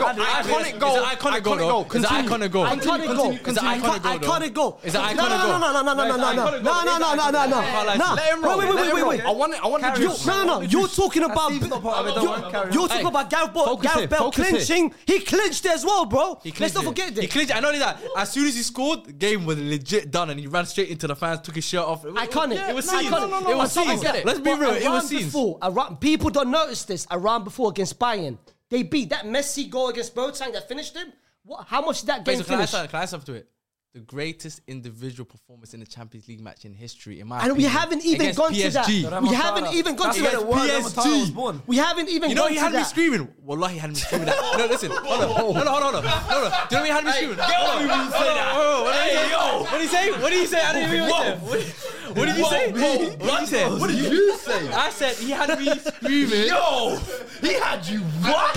[SPEAKER 4] Let him go.
[SPEAKER 2] though.
[SPEAKER 4] Iconic goal.
[SPEAKER 2] It's an iconic goal.
[SPEAKER 4] Iconic
[SPEAKER 2] though.
[SPEAKER 4] goal.
[SPEAKER 2] It's an iconic goal.
[SPEAKER 3] Iconic goal.
[SPEAKER 2] It's an iconic goal.
[SPEAKER 3] Iconic goal.
[SPEAKER 2] though. It's an iconic
[SPEAKER 3] No, no,
[SPEAKER 2] goal.
[SPEAKER 3] no, no, no, no, no, no, no, no, no, no, no, no, no, no. Nah.
[SPEAKER 4] Let him roll.
[SPEAKER 3] Wait, wait,
[SPEAKER 4] Let
[SPEAKER 3] wait,
[SPEAKER 4] him
[SPEAKER 3] wait,
[SPEAKER 4] roll.
[SPEAKER 3] wait.
[SPEAKER 4] I want. I want the
[SPEAKER 3] You're,
[SPEAKER 4] juice.
[SPEAKER 3] no, no, no. You're talking about
[SPEAKER 1] Steve's not part of it, don't worry,
[SPEAKER 3] you're,
[SPEAKER 1] carry on.
[SPEAKER 3] you're talking about Gareth Bale,
[SPEAKER 4] focus here,
[SPEAKER 3] Gareth Bale
[SPEAKER 4] focus here.
[SPEAKER 3] clinching. He clinched it as well, bro.
[SPEAKER 2] He
[SPEAKER 3] Let's
[SPEAKER 2] clinched
[SPEAKER 3] not
[SPEAKER 2] it.
[SPEAKER 3] forget
[SPEAKER 2] He
[SPEAKER 3] this.
[SPEAKER 2] clinched. it. I know that. As soon as he scored, the game was legit done, and he ran straight into the fans, took his shirt off. It was-
[SPEAKER 3] Iconic.
[SPEAKER 2] It was
[SPEAKER 3] No,
[SPEAKER 2] scenes.
[SPEAKER 3] no, no, no,
[SPEAKER 2] It was
[SPEAKER 3] no, no,
[SPEAKER 2] scenes.
[SPEAKER 3] I get it.
[SPEAKER 2] Let's be
[SPEAKER 3] But
[SPEAKER 2] real. It
[SPEAKER 3] around
[SPEAKER 2] was scenes.
[SPEAKER 3] Before, around, people don't notice this. Around before against Bayern, they beat that Messi goal against Boateng that finished him. What, how much did that
[SPEAKER 2] Wait,
[SPEAKER 3] game
[SPEAKER 2] so can I
[SPEAKER 3] finish?
[SPEAKER 2] add- can I add something to it? The greatest individual performance in a Champions League match in history, in my
[SPEAKER 3] And we
[SPEAKER 2] opinion,
[SPEAKER 3] haven't even
[SPEAKER 2] against
[SPEAKER 3] gone to that.
[SPEAKER 2] PSG.
[SPEAKER 3] We haven't even gone
[SPEAKER 1] That's
[SPEAKER 3] to
[SPEAKER 1] where
[SPEAKER 3] that.
[SPEAKER 1] the word
[SPEAKER 2] PSG.
[SPEAKER 1] Ramatara was born.
[SPEAKER 3] We haven't even
[SPEAKER 2] You know,
[SPEAKER 3] gone
[SPEAKER 2] he
[SPEAKER 3] to
[SPEAKER 2] had me
[SPEAKER 3] that.
[SPEAKER 2] screaming. Wallah, he had me screaming. That. No, listen. Hold on. Hold on, hold on. Hold on. Do you know what he had me screaming? Get off me when you say that. What did he say? What did he say? I didn't even hear him. What did you say? What did you say? What did you say? I said he had me screaming.
[SPEAKER 4] Yo, he had you what?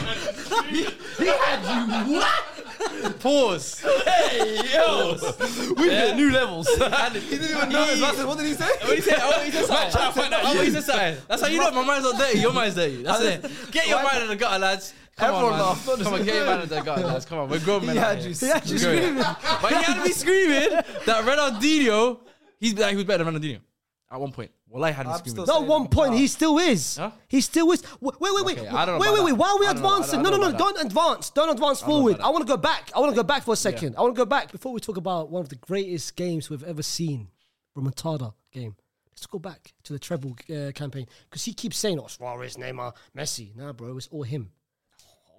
[SPEAKER 4] he, he had you what?
[SPEAKER 2] Pause.
[SPEAKER 4] Hey, yo, we've hit
[SPEAKER 1] [LAUGHS]
[SPEAKER 4] new levels.
[SPEAKER 2] He didn't even
[SPEAKER 1] No, that's- What did he say?
[SPEAKER 2] What did he say? Oh, he
[SPEAKER 1] [LAUGHS]
[SPEAKER 2] said something. Oh, he said something. That's how you know my mind's not dirty. Your mind's dirty. That's it. Get your mind in the gutter, lads. Come on,
[SPEAKER 1] Everyone
[SPEAKER 2] man.
[SPEAKER 1] laughed, honestly.
[SPEAKER 2] Come on, get your mind in the gutter, lads. Come on, we're grown men. out
[SPEAKER 1] had
[SPEAKER 2] here.
[SPEAKER 1] you
[SPEAKER 2] We're
[SPEAKER 1] screaming.
[SPEAKER 2] grown. But he had me screaming that Ronaldinho. He's like, he was better than Ronaldinho.
[SPEAKER 4] At one point, well, I had me
[SPEAKER 1] I'm
[SPEAKER 4] screaming.
[SPEAKER 1] still
[SPEAKER 3] Not one point. He still is.
[SPEAKER 4] Huh?
[SPEAKER 3] He still is. Wait, wait, wait,
[SPEAKER 4] Okay,
[SPEAKER 3] wait,
[SPEAKER 4] I don't know
[SPEAKER 3] wait,
[SPEAKER 4] about
[SPEAKER 3] wait, wait.
[SPEAKER 4] that.
[SPEAKER 3] Why are we
[SPEAKER 4] I don't know- I don't-
[SPEAKER 3] advancing?
[SPEAKER 4] I
[SPEAKER 3] No, no,
[SPEAKER 4] don't know
[SPEAKER 3] no.
[SPEAKER 4] about
[SPEAKER 3] Don't advance. Don't advance
[SPEAKER 4] know
[SPEAKER 3] forward.
[SPEAKER 4] about
[SPEAKER 3] I want to go back. I want to go back for a second. I want to go back before we talk about one of the greatest games we've ever seen, Remontada game. Let's go back to the treble uh, campaign because he keeps saying, "Oh, Suarez, Neymar, Messi." Nah, bro, it's all him.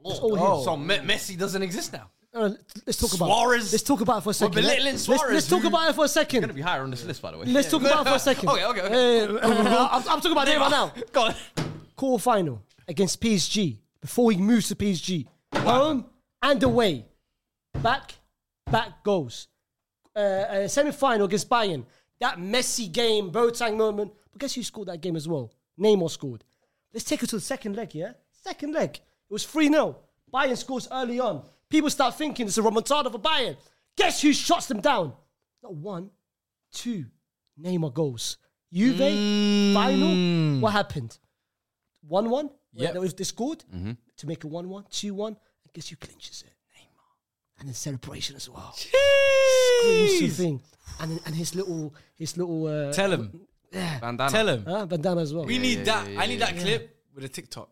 [SPEAKER 3] It's all him.
[SPEAKER 4] So Me- Messi doesn't exist now.
[SPEAKER 3] No, no, let's talk about
[SPEAKER 4] Oh. Suarez.
[SPEAKER 3] It. Let's talk about it for a second. Let-
[SPEAKER 4] belittling
[SPEAKER 3] let's,
[SPEAKER 4] Suarez,
[SPEAKER 3] let's talk
[SPEAKER 4] who-
[SPEAKER 3] about it for a
[SPEAKER 4] Gonna
[SPEAKER 3] second.
[SPEAKER 4] be higher on this list, by the way.
[SPEAKER 3] Let's talk about it for a second.
[SPEAKER 4] [LAUGHS] Okay, okay, okay.
[SPEAKER 3] Uh,
[SPEAKER 4] [LAUGHS]
[SPEAKER 3] I'm, I'm talking about it right now
[SPEAKER 4] Go on.
[SPEAKER 3] quarter final against PSG before he moves to PSG. Home and away. Back, back goes. Uh, uh, Semi final against Bayern. That messy game, Boateng moment. But guess who scored that game as well? Neymar scored. Let's take it to the second leg, yeah? Second leg. It was 3 0. Bayern scores early on. People start thinking it's a remontada for Bayern. Guess who shuts them down? Not one, two. Neymar goals. Juve,
[SPEAKER 8] Mm.
[SPEAKER 3] final. What happened? one one. Yeah,
[SPEAKER 1] Yep.
[SPEAKER 3] that was they scored
[SPEAKER 8] Mm-hmm.
[SPEAKER 3] to make it one one, two one. I guess who clinches it? Neymar, and then celebration as well. Screams the thing, and and his little his little uh,
[SPEAKER 8] Tell him.
[SPEAKER 4] Bandana.
[SPEAKER 8] Tell him.
[SPEAKER 3] uh, bandana as well.
[SPEAKER 8] We need that. I need that clip with a TikTok.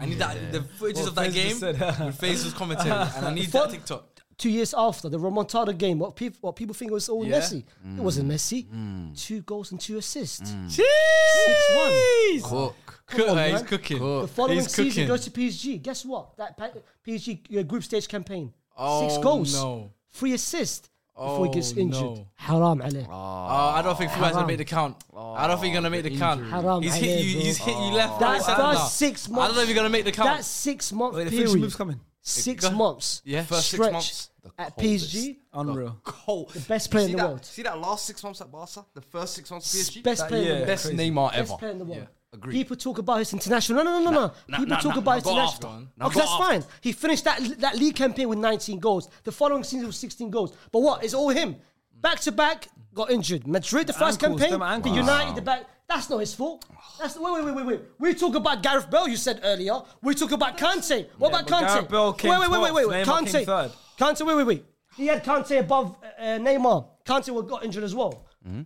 [SPEAKER 8] I need that the footages of that
[SPEAKER 1] Faze just
[SPEAKER 8] game
[SPEAKER 1] said.
[SPEAKER 8] with Fazel's commentary, and I need that TikTok.
[SPEAKER 3] Two years after the Remontada game, what people what people think was all
[SPEAKER 8] Yeah. Mm.
[SPEAKER 3] Messi, it wasn't Messi. Two goals and two assists.
[SPEAKER 8] Jeez!
[SPEAKER 4] Cook.
[SPEAKER 8] Cook,
[SPEAKER 3] on,
[SPEAKER 8] uh, he's
[SPEAKER 3] man.
[SPEAKER 8] cooking.
[SPEAKER 3] The following
[SPEAKER 8] he's
[SPEAKER 3] season
[SPEAKER 8] cooking.
[SPEAKER 3] goes to PSG. Guess what? That pa- PSG uh, group stage campaign. Six goals,
[SPEAKER 8] Oh, no.
[SPEAKER 3] three assists before he gets
[SPEAKER 8] Oh,
[SPEAKER 3] injured.
[SPEAKER 8] no.
[SPEAKER 3] Haram Ali.
[SPEAKER 8] Oh, I don't think Fuad's gonna
[SPEAKER 3] Haram.
[SPEAKER 8] make the count. I don't think he's gonna make the count.
[SPEAKER 3] Haram,
[SPEAKER 8] He's
[SPEAKER 3] I
[SPEAKER 8] hit
[SPEAKER 3] know,
[SPEAKER 8] you.
[SPEAKER 3] bro.
[SPEAKER 8] He's hit you left.
[SPEAKER 3] That's
[SPEAKER 8] right,
[SPEAKER 3] that's
[SPEAKER 8] center.
[SPEAKER 3] six
[SPEAKER 8] I don't
[SPEAKER 3] months.
[SPEAKER 8] know if you're gonna make the count.
[SPEAKER 3] That six month
[SPEAKER 1] Wait, the
[SPEAKER 3] period.
[SPEAKER 1] finishing move's coming.
[SPEAKER 3] Six
[SPEAKER 8] Go-
[SPEAKER 3] months.
[SPEAKER 8] Yeah. First
[SPEAKER 4] six
[SPEAKER 3] stretch
[SPEAKER 4] months, the
[SPEAKER 3] at
[SPEAKER 4] coldest.
[SPEAKER 3] PSG.
[SPEAKER 4] [LAUGHS]
[SPEAKER 1] Unreal.
[SPEAKER 4] Cold.
[SPEAKER 3] The best player
[SPEAKER 4] see
[SPEAKER 3] in the
[SPEAKER 4] that,
[SPEAKER 3] world.
[SPEAKER 4] See that last six months at Barca? The first six months at PSG?
[SPEAKER 3] Best
[SPEAKER 1] That-
[SPEAKER 3] player in
[SPEAKER 1] yeah.
[SPEAKER 3] the world.
[SPEAKER 4] Best Neymar ever.
[SPEAKER 3] Best player in the world.
[SPEAKER 4] agreed.
[SPEAKER 3] People talk about his international. No, no, no, no, no.
[SPEAKER 4] nah,
[SPEAKER 3] People
[SPEAKER 4] nah,
[SPEAKER 3] talk
[SPEAKER 4] nah,
[SPEAKER 3] about his
[SPEAKER 4] nah, go
[SPEAKER 3] international.
[SPEAKER 4] after him. Nah,
[SPEAKER 3] Okay,
[SPEAKER 4] go
[SPEAKER 3] that's
[SPEAKER 4] after.
[SPEAKER 3] fine. He finished that that league campaign with 19 goals. The following season was 16 goals. But what? It's all him. Back to back, got injured. Madrid, the first
[SPEAKER 1] ankles, them
[SPEAKER 3] campaign. The
[SPEAKER 1] ankles.
[SPEAKER 3] United, the back. That's not his fault. That's wait, wait, wait, wait, wait. We talk about Gareth Bell. You said earlier. We talk about Kante. What
[SPEAKER 1] Yeah, but
[SPEAKER 3] about Kante?
[SPEAKER 1] Gareth Bell came
[SPEAKER 3] wait, wait, wait, wait, wait,
[SPEAKER 1] 12th,
[SPEAKER 3] wait.
[SPEAKER 1] Neymar came
[SPEAKER 3] Kante.
[SPEAKER 1] third.
[SPEAKER 3] Kante, wait, wait, wait. He had Kante above uh, Neymar. Kante was- got injured as well.
[SPEAKER 4] Mm-hmm.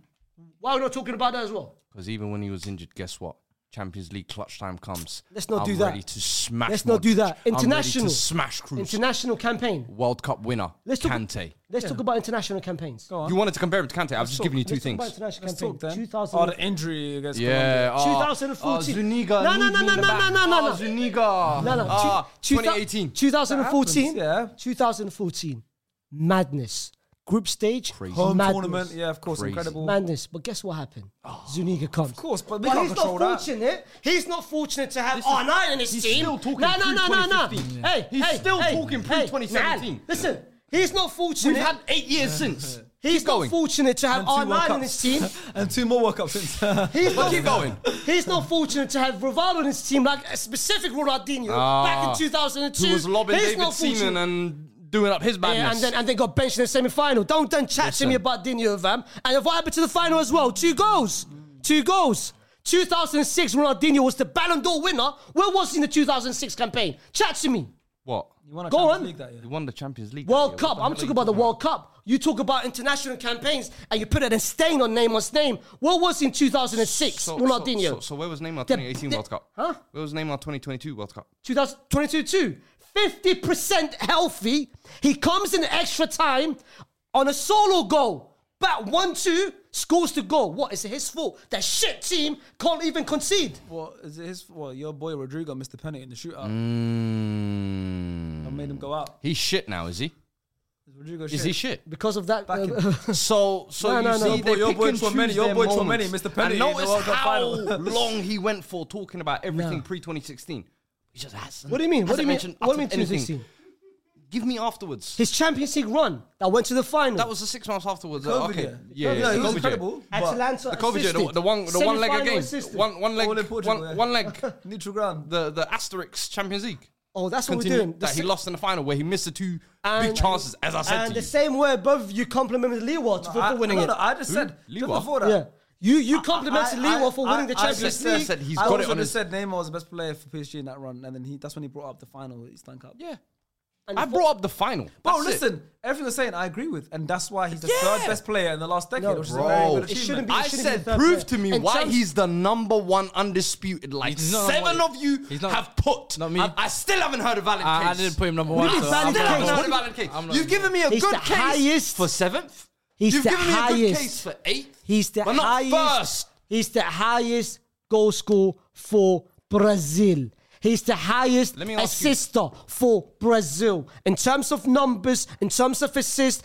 [SPEAKER 3] Why are we not talking about that as well?
[SPEAKER 4] Because even when he was injured, guess what? Champions League clutch time comes.
[SPEAKER 3] Let's not
[SPEAKER 4] I'm
[SPEAKER 3] do that.
[SPEAKER 4] Ready to smash.
[SPEAKER 3] Let's not do
[SPEAKER 4] Modric.
[SPEAKER 3] that.
[SPEAKER 4] I'm ready to
[SPEAKER 3] International.
[SPEAKER 4] smash Cruz.
[SPEAKER 3] International campaign.
[SPEAKER 4] World Cup winner.
[SPEAKER 3] Let's talk.
[SPEAKER 4] Kante.
[SPEAKER 3] Let's talk about international campaigns. Go on.
[SPEAKER 4] You wanted to compare him to Kante. I've just given you two
[SPEAKER 3] Let's talk about
[SPEAKER 4] things.
[SPEAKER 3] international
[SPEAKER 1] Let's talk
[SPEAKER 3] campaign.
[SPEAKER 1] then.
[SPEAKER 3] 2000
[SPEAKER 1] Oh, the injury against
[SPEAKER 4] Yeah.
[SPEAKER 1] Colombia.
[SPEAKER 4] oh,
[SPEAKER 3] 2014.
[SPEAKER 4] Oh, Zuniga.
[SPEAKER 3] No, no,
[SPEAKER 4] lead
[SPEAKER 3] no,
[SPEAKER 4] me
[SPEAKER 3] no,
[SPEAKER 4] in the
[SPEAKER 3] no,
[SPEAKER 4] back.
[SPEAKER 3] no, no, no.
[SPEAKER 4] Oh, Zuniga.
[SPEAKER 3] No, no.
[SPEAKER 4] Ah,
[SPEAKER 3] two- two thou-
[SPEAKER 4] 2018.
[SPEAKER 3] 2014.
[SPEAKER 1] That happens, yeah.
[SPEAKER 3] 2014. Madness. Group stage. Crazy.
[SPEAKER 1] Home
[SPEAKER 3] madness.
[SPEAKER 1] tournament. Yeah, of course.
[SPEAKER 4] Crazy.
[SPEAKER 1] Incredible.
[SPEAKER 3] Madness. But guess what happened?
[SPEAKER 4] Ah,
[SPEAKER 3] Zuniga comes. Of
[SPEAKER 1] course, but we can't
[SPEAKER 3] he's
[SPEAKER 1] control
[SPEAKER 3] not
[SPEAKER 1] that.
[SPEAKER 3] fortunate. He's not fortunate to have R9 in his
[SPEAKER 4] he's
[SPEAKER 3] team.
[SPEAKER 4] still talking
[SPEAKER 3] no, no, no, no, no.
[SPEAKER 4] pre-2015.
[SPEAKER 3] Hey,
[SPEAKER 4] He's
[SPEAKER 3] hey,
[SPEAKER 4] still
[SPEAKER 3] hey,
[SPEAKER 4] talking
[SPEAKER 3] hey,
[SPEAKER 4] pre-2017.
[SPEAKER 3] Nah, listen, he's not fortunate.
[SPEAKER 4] We've had eight years since.
[SPEAKER 3] He's not
[SPEAKER 4] going.
[SPEAKER 3] fortunate to have
[SPEAKER 1] And two World
[SPEAKER 3] R9 in his
[SPEAKER 1] Cups.
[SPEAKER 4] [LAUGHS]
[SPEAKER 3] team.
[SPEAKER 1] and two more World Cups since.
[SPEAKER 3] He's
[SPEAKER 4] But
[SPEAKER 3] not,
[SPEAKER 4] keep going.
[SPEAKER 3] he's not fortunate to have Rivaldo in his team, like a specific Ronaldinho back in
[SPEAKER 4] Ah,
[SPEAKER 3] 2002.
[SPEAKER 4] Who was lobbing
[SPEAKER 3] he's
[SPEAKER 4] David
[SPEAKER 3] not
[SPEAKER 4] Seaman
[SPEAKER 3] fortunate.
[SPEAKER 4] and doing up his
[SPEAKER 3] Yeah, and
[SPEAKER 4] badness.
[SPEAKER 3] then and then got benched in the semi final. Don't then chat to me about Dinho, fam. And what happened to the final as well? Two goals. Two goals. 2006 Ronaldinho was the Ballon d'Or winner. Where was he in the 2006 campaign? Chat to me.
[SPEAKER 4] what?
[SPEAKER 1] You won a
[SPEAKER 3] Go
[SPEAKER 1] Champions
[SPEAKER 3] on.
[SPEAKER 1] League that year.
[SPEAKER 4] He won the Champions League.
[SPEAKER 3] World
[SPEAKER 4] that year. What
[SPEAKER 3] Cup.
[SPEAKER 4] the
[SPEAKER 3] I'm
[SPEAKER 4] hell are
[SPEAKER 3] talking
[SPEAKER 4] you
[SPEAKER 3] about the World Cup. You talk about international campaigns and you put a stain on Neymar's name. What was he in 2006
[SPEAKER 4] So,
[SPEAKER 3] Ronaldinho?
[SPEAKER 4] So, so, so where was Neymar 2018
[SPEAKER 3] the-
[SPEAKER 4] World Cup?
[SPEAKER 3] Huh?
[SPEAKER 4] Where was Neymar 2022 World Cup?
[SPEAKER 3] 2022 too. 50% healthy. He comes in extra time on a solo goal. Back 1 2, scores the goal. What is it his fault? That shit team can't even concede.
[SPEAKER 1] Well, is it his? Well, your boy Rodrigo missed the penalty in the shootout
[SPEAKER 4] Mm.
[SPEAKER 1] and made him go out.
[SPEAKER 4] He's shit now, is he?
[SPEAKER 1] Is Rodrigo
[SPEAKER 4] Is
[SPEAKER 1] shit?
[SPEAKER 4] he shit?
[SPEAKER 3] Because of that.
[SPEAKER 1] Back
[SPEAKER 3] uh,
[SPEAKER 4] [LAUGHS] So, so
[SPEAKER 3] No,
[SPEAKER 4] you
[SPEAKER 3] no, no.
[SPEAKER 4] see,
[SPEAKER 3] Your
[SPEAKER 4] they
[SPEAKER 1] boy- your
[SPEAKER 4] pick
[SPEAKER 1] boy
[SPEAKER 4] and
[SPEAKER 1] Tchouameni,
[SPEAKER 4] choose
[SPEAKER 1] your
[SPEAKER 4] their
[SPEAKER 1] boy Tchouameni
[SPEAKER 4] moments.
[SPEAKER 1] missed the penalty in
[SPEAKER 4] And
[SPEAKER 1] the
[SPEAKER 4] notice
[SPEAKER 1] World Cup
[SPEAKER 3] [LAUGHS]
[SPEAKER 4] how
[SPEAKER 1] final.
[SPEAKER 4] long he went for talking about everything
[SPEAKER 3] No.
[SPEAKER 4] pre 2016. He just hasn't.
[SPEAKER 3] what do you mean? What
[SPEAKER 4] hasn't
[SPEAKER 3] do you mean?
[SPEAKER 4] mentioned-
[SPEAKER 3] What do you mean
[SPEAKER 4] uttered anything.
[SPEAKER 3] 2016?
[SPEAKER 4] Give me afterwards.
[SPEAKER 3] His Champions League run that went to the final.
[SPEAKER 4] That was the six months afterwards.
[SPEAKER 1] COVID
[SPEAKER 4] okay.
[SPEAKER 1] year.
[SPEAKER 4] Yeah,
[SPEAKER 1] No,
[SPEAKER 4] yeah,
[SPEAKER 1] he was
[SPEAKER 4] the COVID year.
[SPEAKER 1] incredible. but
[SPEAKER 3] Atalanta
[SPEAKER 4] The COVID year, the, the one, the one leg
[SPEAKER 3] Semi-final
[SPEAKER 4] game,
[SPEAKER 3] assisted.
[SPEAKER 4] one, one leg,
[SPEAKER 1] All in Portugal, yeah.
[SPEAKER 4] one, one leg. [LAUGHS]
[SPEAKER 1] Neutral ground.
[SPEAKER 4] The the Asterix Champions League.
[SPEAKER 3] Oh, that's what
[SPEAKER 4] Continue-
[SPEAKER 3] we're doing. The
[SPEAKER 4] that he
[SPEAKER 3] se-
[SPEAKER 4] lost in the final where he missed the two big
[SPEAKER 3] And-
[SPEAKER 4] chances, as I said
[SPEAKER 3] And
[SPEAKER 4] to
[SPEAKER 3] the
[SPEAKER 4] you.
[SPEAKER 3] same way above you complimented Leeward for,
[SPEAKER 1] I,
[SPEAKER 3] for winning
[SPEAKER 1] no,
[SPEAKER 3] it.
[SPEAKER 1] no, I just said just
[SPEAKER 4] Liwa?
[SPEAKER 1] before that.
[SPEAKER 3] yeah. You you complimented
[SPEAKER 1] I- I-
[SPEAKER 3] Leeward for
[SPEAKER 1] I-
[SPEAKER 3] winning the
[SPEAKER 1] I
[SPEAKER 3] Champions
[SPEAKER 1] said-
[SPEAKER 3] League.
[SPEAKER 4] said he's
[SPEAKER 1] I
[SPEAKER 4] got it
[SPEAKER 1] also
[SPEAKER 4] on
[SPEAKER 1] just
[SPEAKER 4] his.
[SPEAKER 1] said Neymar was the best player for PSG in that run, and then he that's when he brought up the final. He stank up.
[SPEAKER 4] Yeah.
[SPEAKER 3] And
[SPEAKER 4] I
[SPEAKER 3] the
[SPEAKER 4] brought up the final.
[SPEAKER 1] Bro,
[SPEAKER 4] That's it.
[SPEAKER 1] listen, everything you're saying, I agree with, and that's why he's the third best player in the last decade,
[SPEAKER 3] No,
[SPEAKER 1] which is a
[SPEAKER 3] bro.
[SPEAKER 1] very good
[SPEAKER 3] It
[SPEAKER 1] achievement.
[SPEAKER 3] shouldn't be-
[SPEAKER 4] I
[SPEAKER 3] shouldn't be
[SPEAKER 4] said,
[SPEAKER 3] the third
[SPEAKER 4] prove
[SPEAKER 3] player.
[SPEAKER 4] to me
[SPEAKER 3] And
[SPEAKER 4] why
[SPEAKER 3] Chelsea-
[SPEAKER 4] he's the number one undisputed. Like
[SPEAKER 2] He's not
[SPEAKER 4] seven
[SPEAKER 2] one.
[SPEAKER 4] of you
[SPEAKER 2] He's not-
[SPEAKER 4] have put.
[SPEAKER 2] Not me.
[SPEAKER 4] I, I still haven't heard a valid
[SPEAKER 2] I, I
[SPEAKER 4] case.
[SPEAKER 2] didn't put him number one.
[SPEAKER 3] did
[SPEAKER 2] so
[SPEAKER 4] I
[SPEAKER 3] valid
[SPEAKER 2] I'm
[SPEAKER 4] still haven't
[SPEAKER 3] case.
[SPEAKER 4] heard
[SPEAKER 2] not-
[SPEAKER 4] a valid case.
[SPEAKER 2] I'm not-
[SPEAKER 4] You've given me a
[SPEAKER 3] He's
[SPEAKER 4] good
[SPEAKER 3] the
[SPEAKER 4] case
[SPEAKER 3] highest.
[SPEAKER 4] for seventh.
[SPEAKER 3] He's
[SPEAKER 4] You've
[SPEAKER 3] the
[SPEAKER 4] given me a good
[SPEAKER 3] highest.
[SPEAKER 4] case for eighth.
[SPEAKER 3] He's the
[SPEAKER 4] but
[SPEAKER 3] highest.
[SPEAKER 4] not first.
[SPEAKER 3] He's the highest goal scorer for Brazil. He's the highest
[SPEAKER 4] Let me ask you-
[SPEAKER 3] assister for Brazil in terms of numbers, in terms of assists.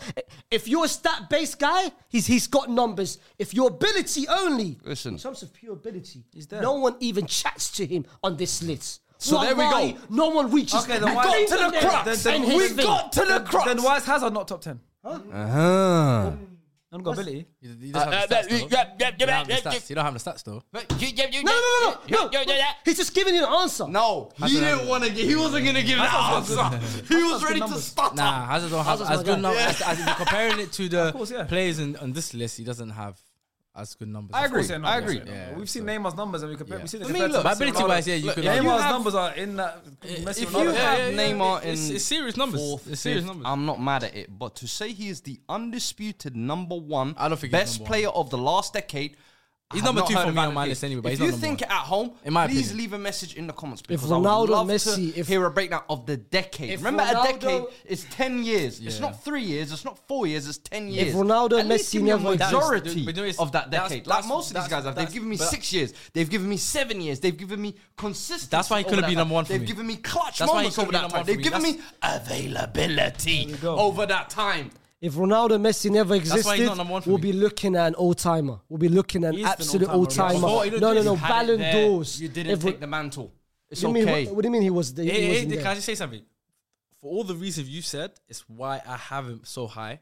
[SPEAKER 3] If you're a stat-based guy, he's he's got numbers. If your ability only,
[SPEAKER 4] Listen.
[SPEAKER 3] in terms of pure ability, no one even chats to him on this list.
[SPEAKER 4] So there we
[SPEAKER 3] Wallahi,
[SPEAKER 4] go.
[SPEAKER 3] No one reaches.
[SPEAKER 1] Okay, then
[SPEAKER 3] We
[SPEAKER 1] why-
[SPEAKER 3] got
[SPEAKER 1] to the
[SPEAKER 3] there
[SPEAKER 1] crux.
[SPEAKER 3] and
[SPEAKER 1] Then- then
[SPEAKER 3] his
[SPEAKER 1] we
[SPEAKER 3] thing.
[SPEAKER 4] got to the crux.
[SPEAKER 1] Then why is Hazard not top 10?
[SPEAKER 4] Uh-huh.
[SPEAKER 1] Haven't got ability.
[SPEAKER 2] He doesn't have the stats, though. He don't have the stats. He don't have the stats though.
[SPEAKER 3] No, no, no, no, no. He's just giving you an answer.
[SPEAKER 4] No, he didn't want to. He wasn't gonna give that answer. He was ready to
[SPEAKER 1] numbers.
[SPEAKER 4] stutter.
[SPEAKER 2] Nah, Hazard don't have
[SPEAKER 3] Hazard's
[SPEAKER 2] as
[SPEAKER 3] my
[SPEAKER 2] good
[SPEAKER 3] guy.
[SPEAKER 2] numbers. As, as if you're comparing
[SPEAKER 1] [LAUGHS]
[SPEAKER 2] it to the
[SPEAKER 1] course, yeah.
[SPEAKER 2] players in, on this list, he doesn't have as good numbers.
[SPEAKER 1] I
[SPEAKER 2] Of
[SPEAKER 1] agree.
[SPEAKER 2] course, yeah.
[SPEAKER 4] I agree.
[SPEAKER 2] Yeah,
[SPEAKER 1] We've seen
[SPEAKER 2] so-
[SPEAKER 1] Neymar's numbers and we compare.
[SPEAKER 2] Yeah.
[SPEAKER 1] We see the
[SPEAKER 4] I mean, look,
[SPEAKER 2] But ability-wise, yeah, you
[SPEAKER 4] Look,
[SPEAKER 2] could
[SPEAKER 4] if
[SPEAKER 2] argue.
[SPEAKER 4] you
[SPEAKER 1] Neymar's
[SPEAKER 4] have-
[SPEAKER 1] numbers are in that. Messi
[SPEAKER 2] If
[SPEAKER 1] Ronaldo.
[SPEAKER 2] you have
[SPEAKER 4] yeah, yeah. Neymar
[SPEAKER 2] it's,
[SPEAKER 4] in
[SPEAKER 2] it's serious numbers.
[SPEAKER 4] fourth,
[SPEAKER 2] it's serious
[SPEAKER 4] fifth,
[SPEAKER 2] numbers.
[SPEAKER 4] I'm not mad at it, but to say he is the undisputed number one
[SPEAKER 2] I don't think he's
[SPEAKER 4] best
[SPEAKER 2] number one.
[SPEAKER 4] player of the last decade. I
[SPEAKER 2] He's
[SPEAKER 4] have
[SPEAKER 2] number
[SPEAKER 4] not
[SPEAKER 2] two
[SPEAKER 4] heard
[SPEAKER 2] for
[SPEAKER 4] a
[SPEAKER 2] me on
[SPEAKER 4] valid
[SPEAKER 2] my
[SPEAKER 4] case.
[SPEAKER 2] list anyway, but
[SPEAKER 4] if
[SPEAKER 2] he's
[SPEAKER 4] you
[SPEAKER 2] not number
[SPEAKER 4] think
[SPEAKER 2] one.
[SPEAKER 4] at home,
[SPEAKER 2] In my
[SPEAKER 4] please
[SPEAKER 2] opinion.
[SPEAKER 4] leave a message in the comments
[SPEAKER 3] If
[SPEAKER 4] because I would
[SPEAKER 3] Ronaldo,
[SPEAKER 4] love
[SPEAKER 3] Messi,
[SPEAKER 4] to
[SPEAKER 3] if-
[SPEAKER 4] hear a breakdown of the decade.
[SPEAKER 3] if
[SPEAKER 4] Remember, a
[SPEAKER 3] Ronaldo-
[SPEAKER 4] decade is ten years. It's
[SPEAKER 2] Yeah.
[SPEAKER 4] not three years. It's not four years. It's ten years.
[SPEAKER 3] Ronaldo,
[SPEAKER 4] At least
[SPEAKER 3] Messi
[SPEAKER 4] give me a
[SPEAKER 3] never existed.
[SPEAKER 4] majority
[SPEAKER 2] But no, it's-
[SPEAKER 4] of that
[SPEAKER 2] that's-
[SPEAKER 4] decade.
[SPEAKER 2] that's-
[SPEAKER 4] Like most of these
[SPEAKER 2] that's-
[SPEAKER 4] guys have, they've
[SPEAKER 2] that's-
[SPEAKER 4] given me
[SPEAKER 2] but-
[SPEAKER 4] six years. They've given me seven years. They've given me consistency.
[SPEAKER 2] That's why he
[SPEAKER 4] over
[SPEAKER 2] couldn't
[SPEAKER 4] that
[SPEAKER 2] be
[SPEAKER 4] time.
[SPEAKER 2] number one for
[SPEAKER 4] They've
[SPEAKER 2] me.
[SPEAKER 4] given me clutch
[SPEAKER 2] That's why he
[SPEAKER 4] moments over
[SPEAKER 2] couldn't be
[SPEAKER 4] that
[SPEAKER 2] number
[SPEAKER 4] time.
[SPEAKER 2] one
[SPEAKER 4] They've
[SPEAKER 2] for me.
[SPEAKER 4] given me availability
[SPEAKER 1] go.
[SPEAKER 4] over that time.
[SPEAKER 3] If Ronaldo Messi never
[SPEAKER 2] That's why he's
[SPEAKER 3] existed,
[SPEAKER 2] not number one for
[SPEAKER 3] we'll be
[SPEAKER 2] me.
[SPEAKER 3] looking at an all timer. We'll be looking at an
[SPEAKER 1] He is an
[SPEAKER 3] absolute all
[SPEAKER 1] all-timer,
[SPEAKER 3] timer.
[SPEAKER 1] yeah.
[SPEAKER 4] Oh, you
[SPEAKER 3] No, no,
[SPEAKER 4] didn't
[SPEAKER 3] no.
[SPEAKER 4] have it
[SPEAKER 3] Ballon
[SPEAKER 4] there.
[SPEAKER 3] d'Ors.
[SPEAKER 4] You didn't
[SPEAKER 3] If-
[SPEAKER 4] take the mantle. It's
[SPEAKER 3] You mean-
[SPEAKER 4] okay.
[SPEAKER 3] What, what do you mean he was? The, he
[SPEAKER 2] Hey, hey,
[SPEAKER 3] wasn't
[SPEAKER 2] hey,
[SPEAKER 3] there?
[SPEAKER 2] can I just say something? For all the reasons you've said, it's why I have him so high.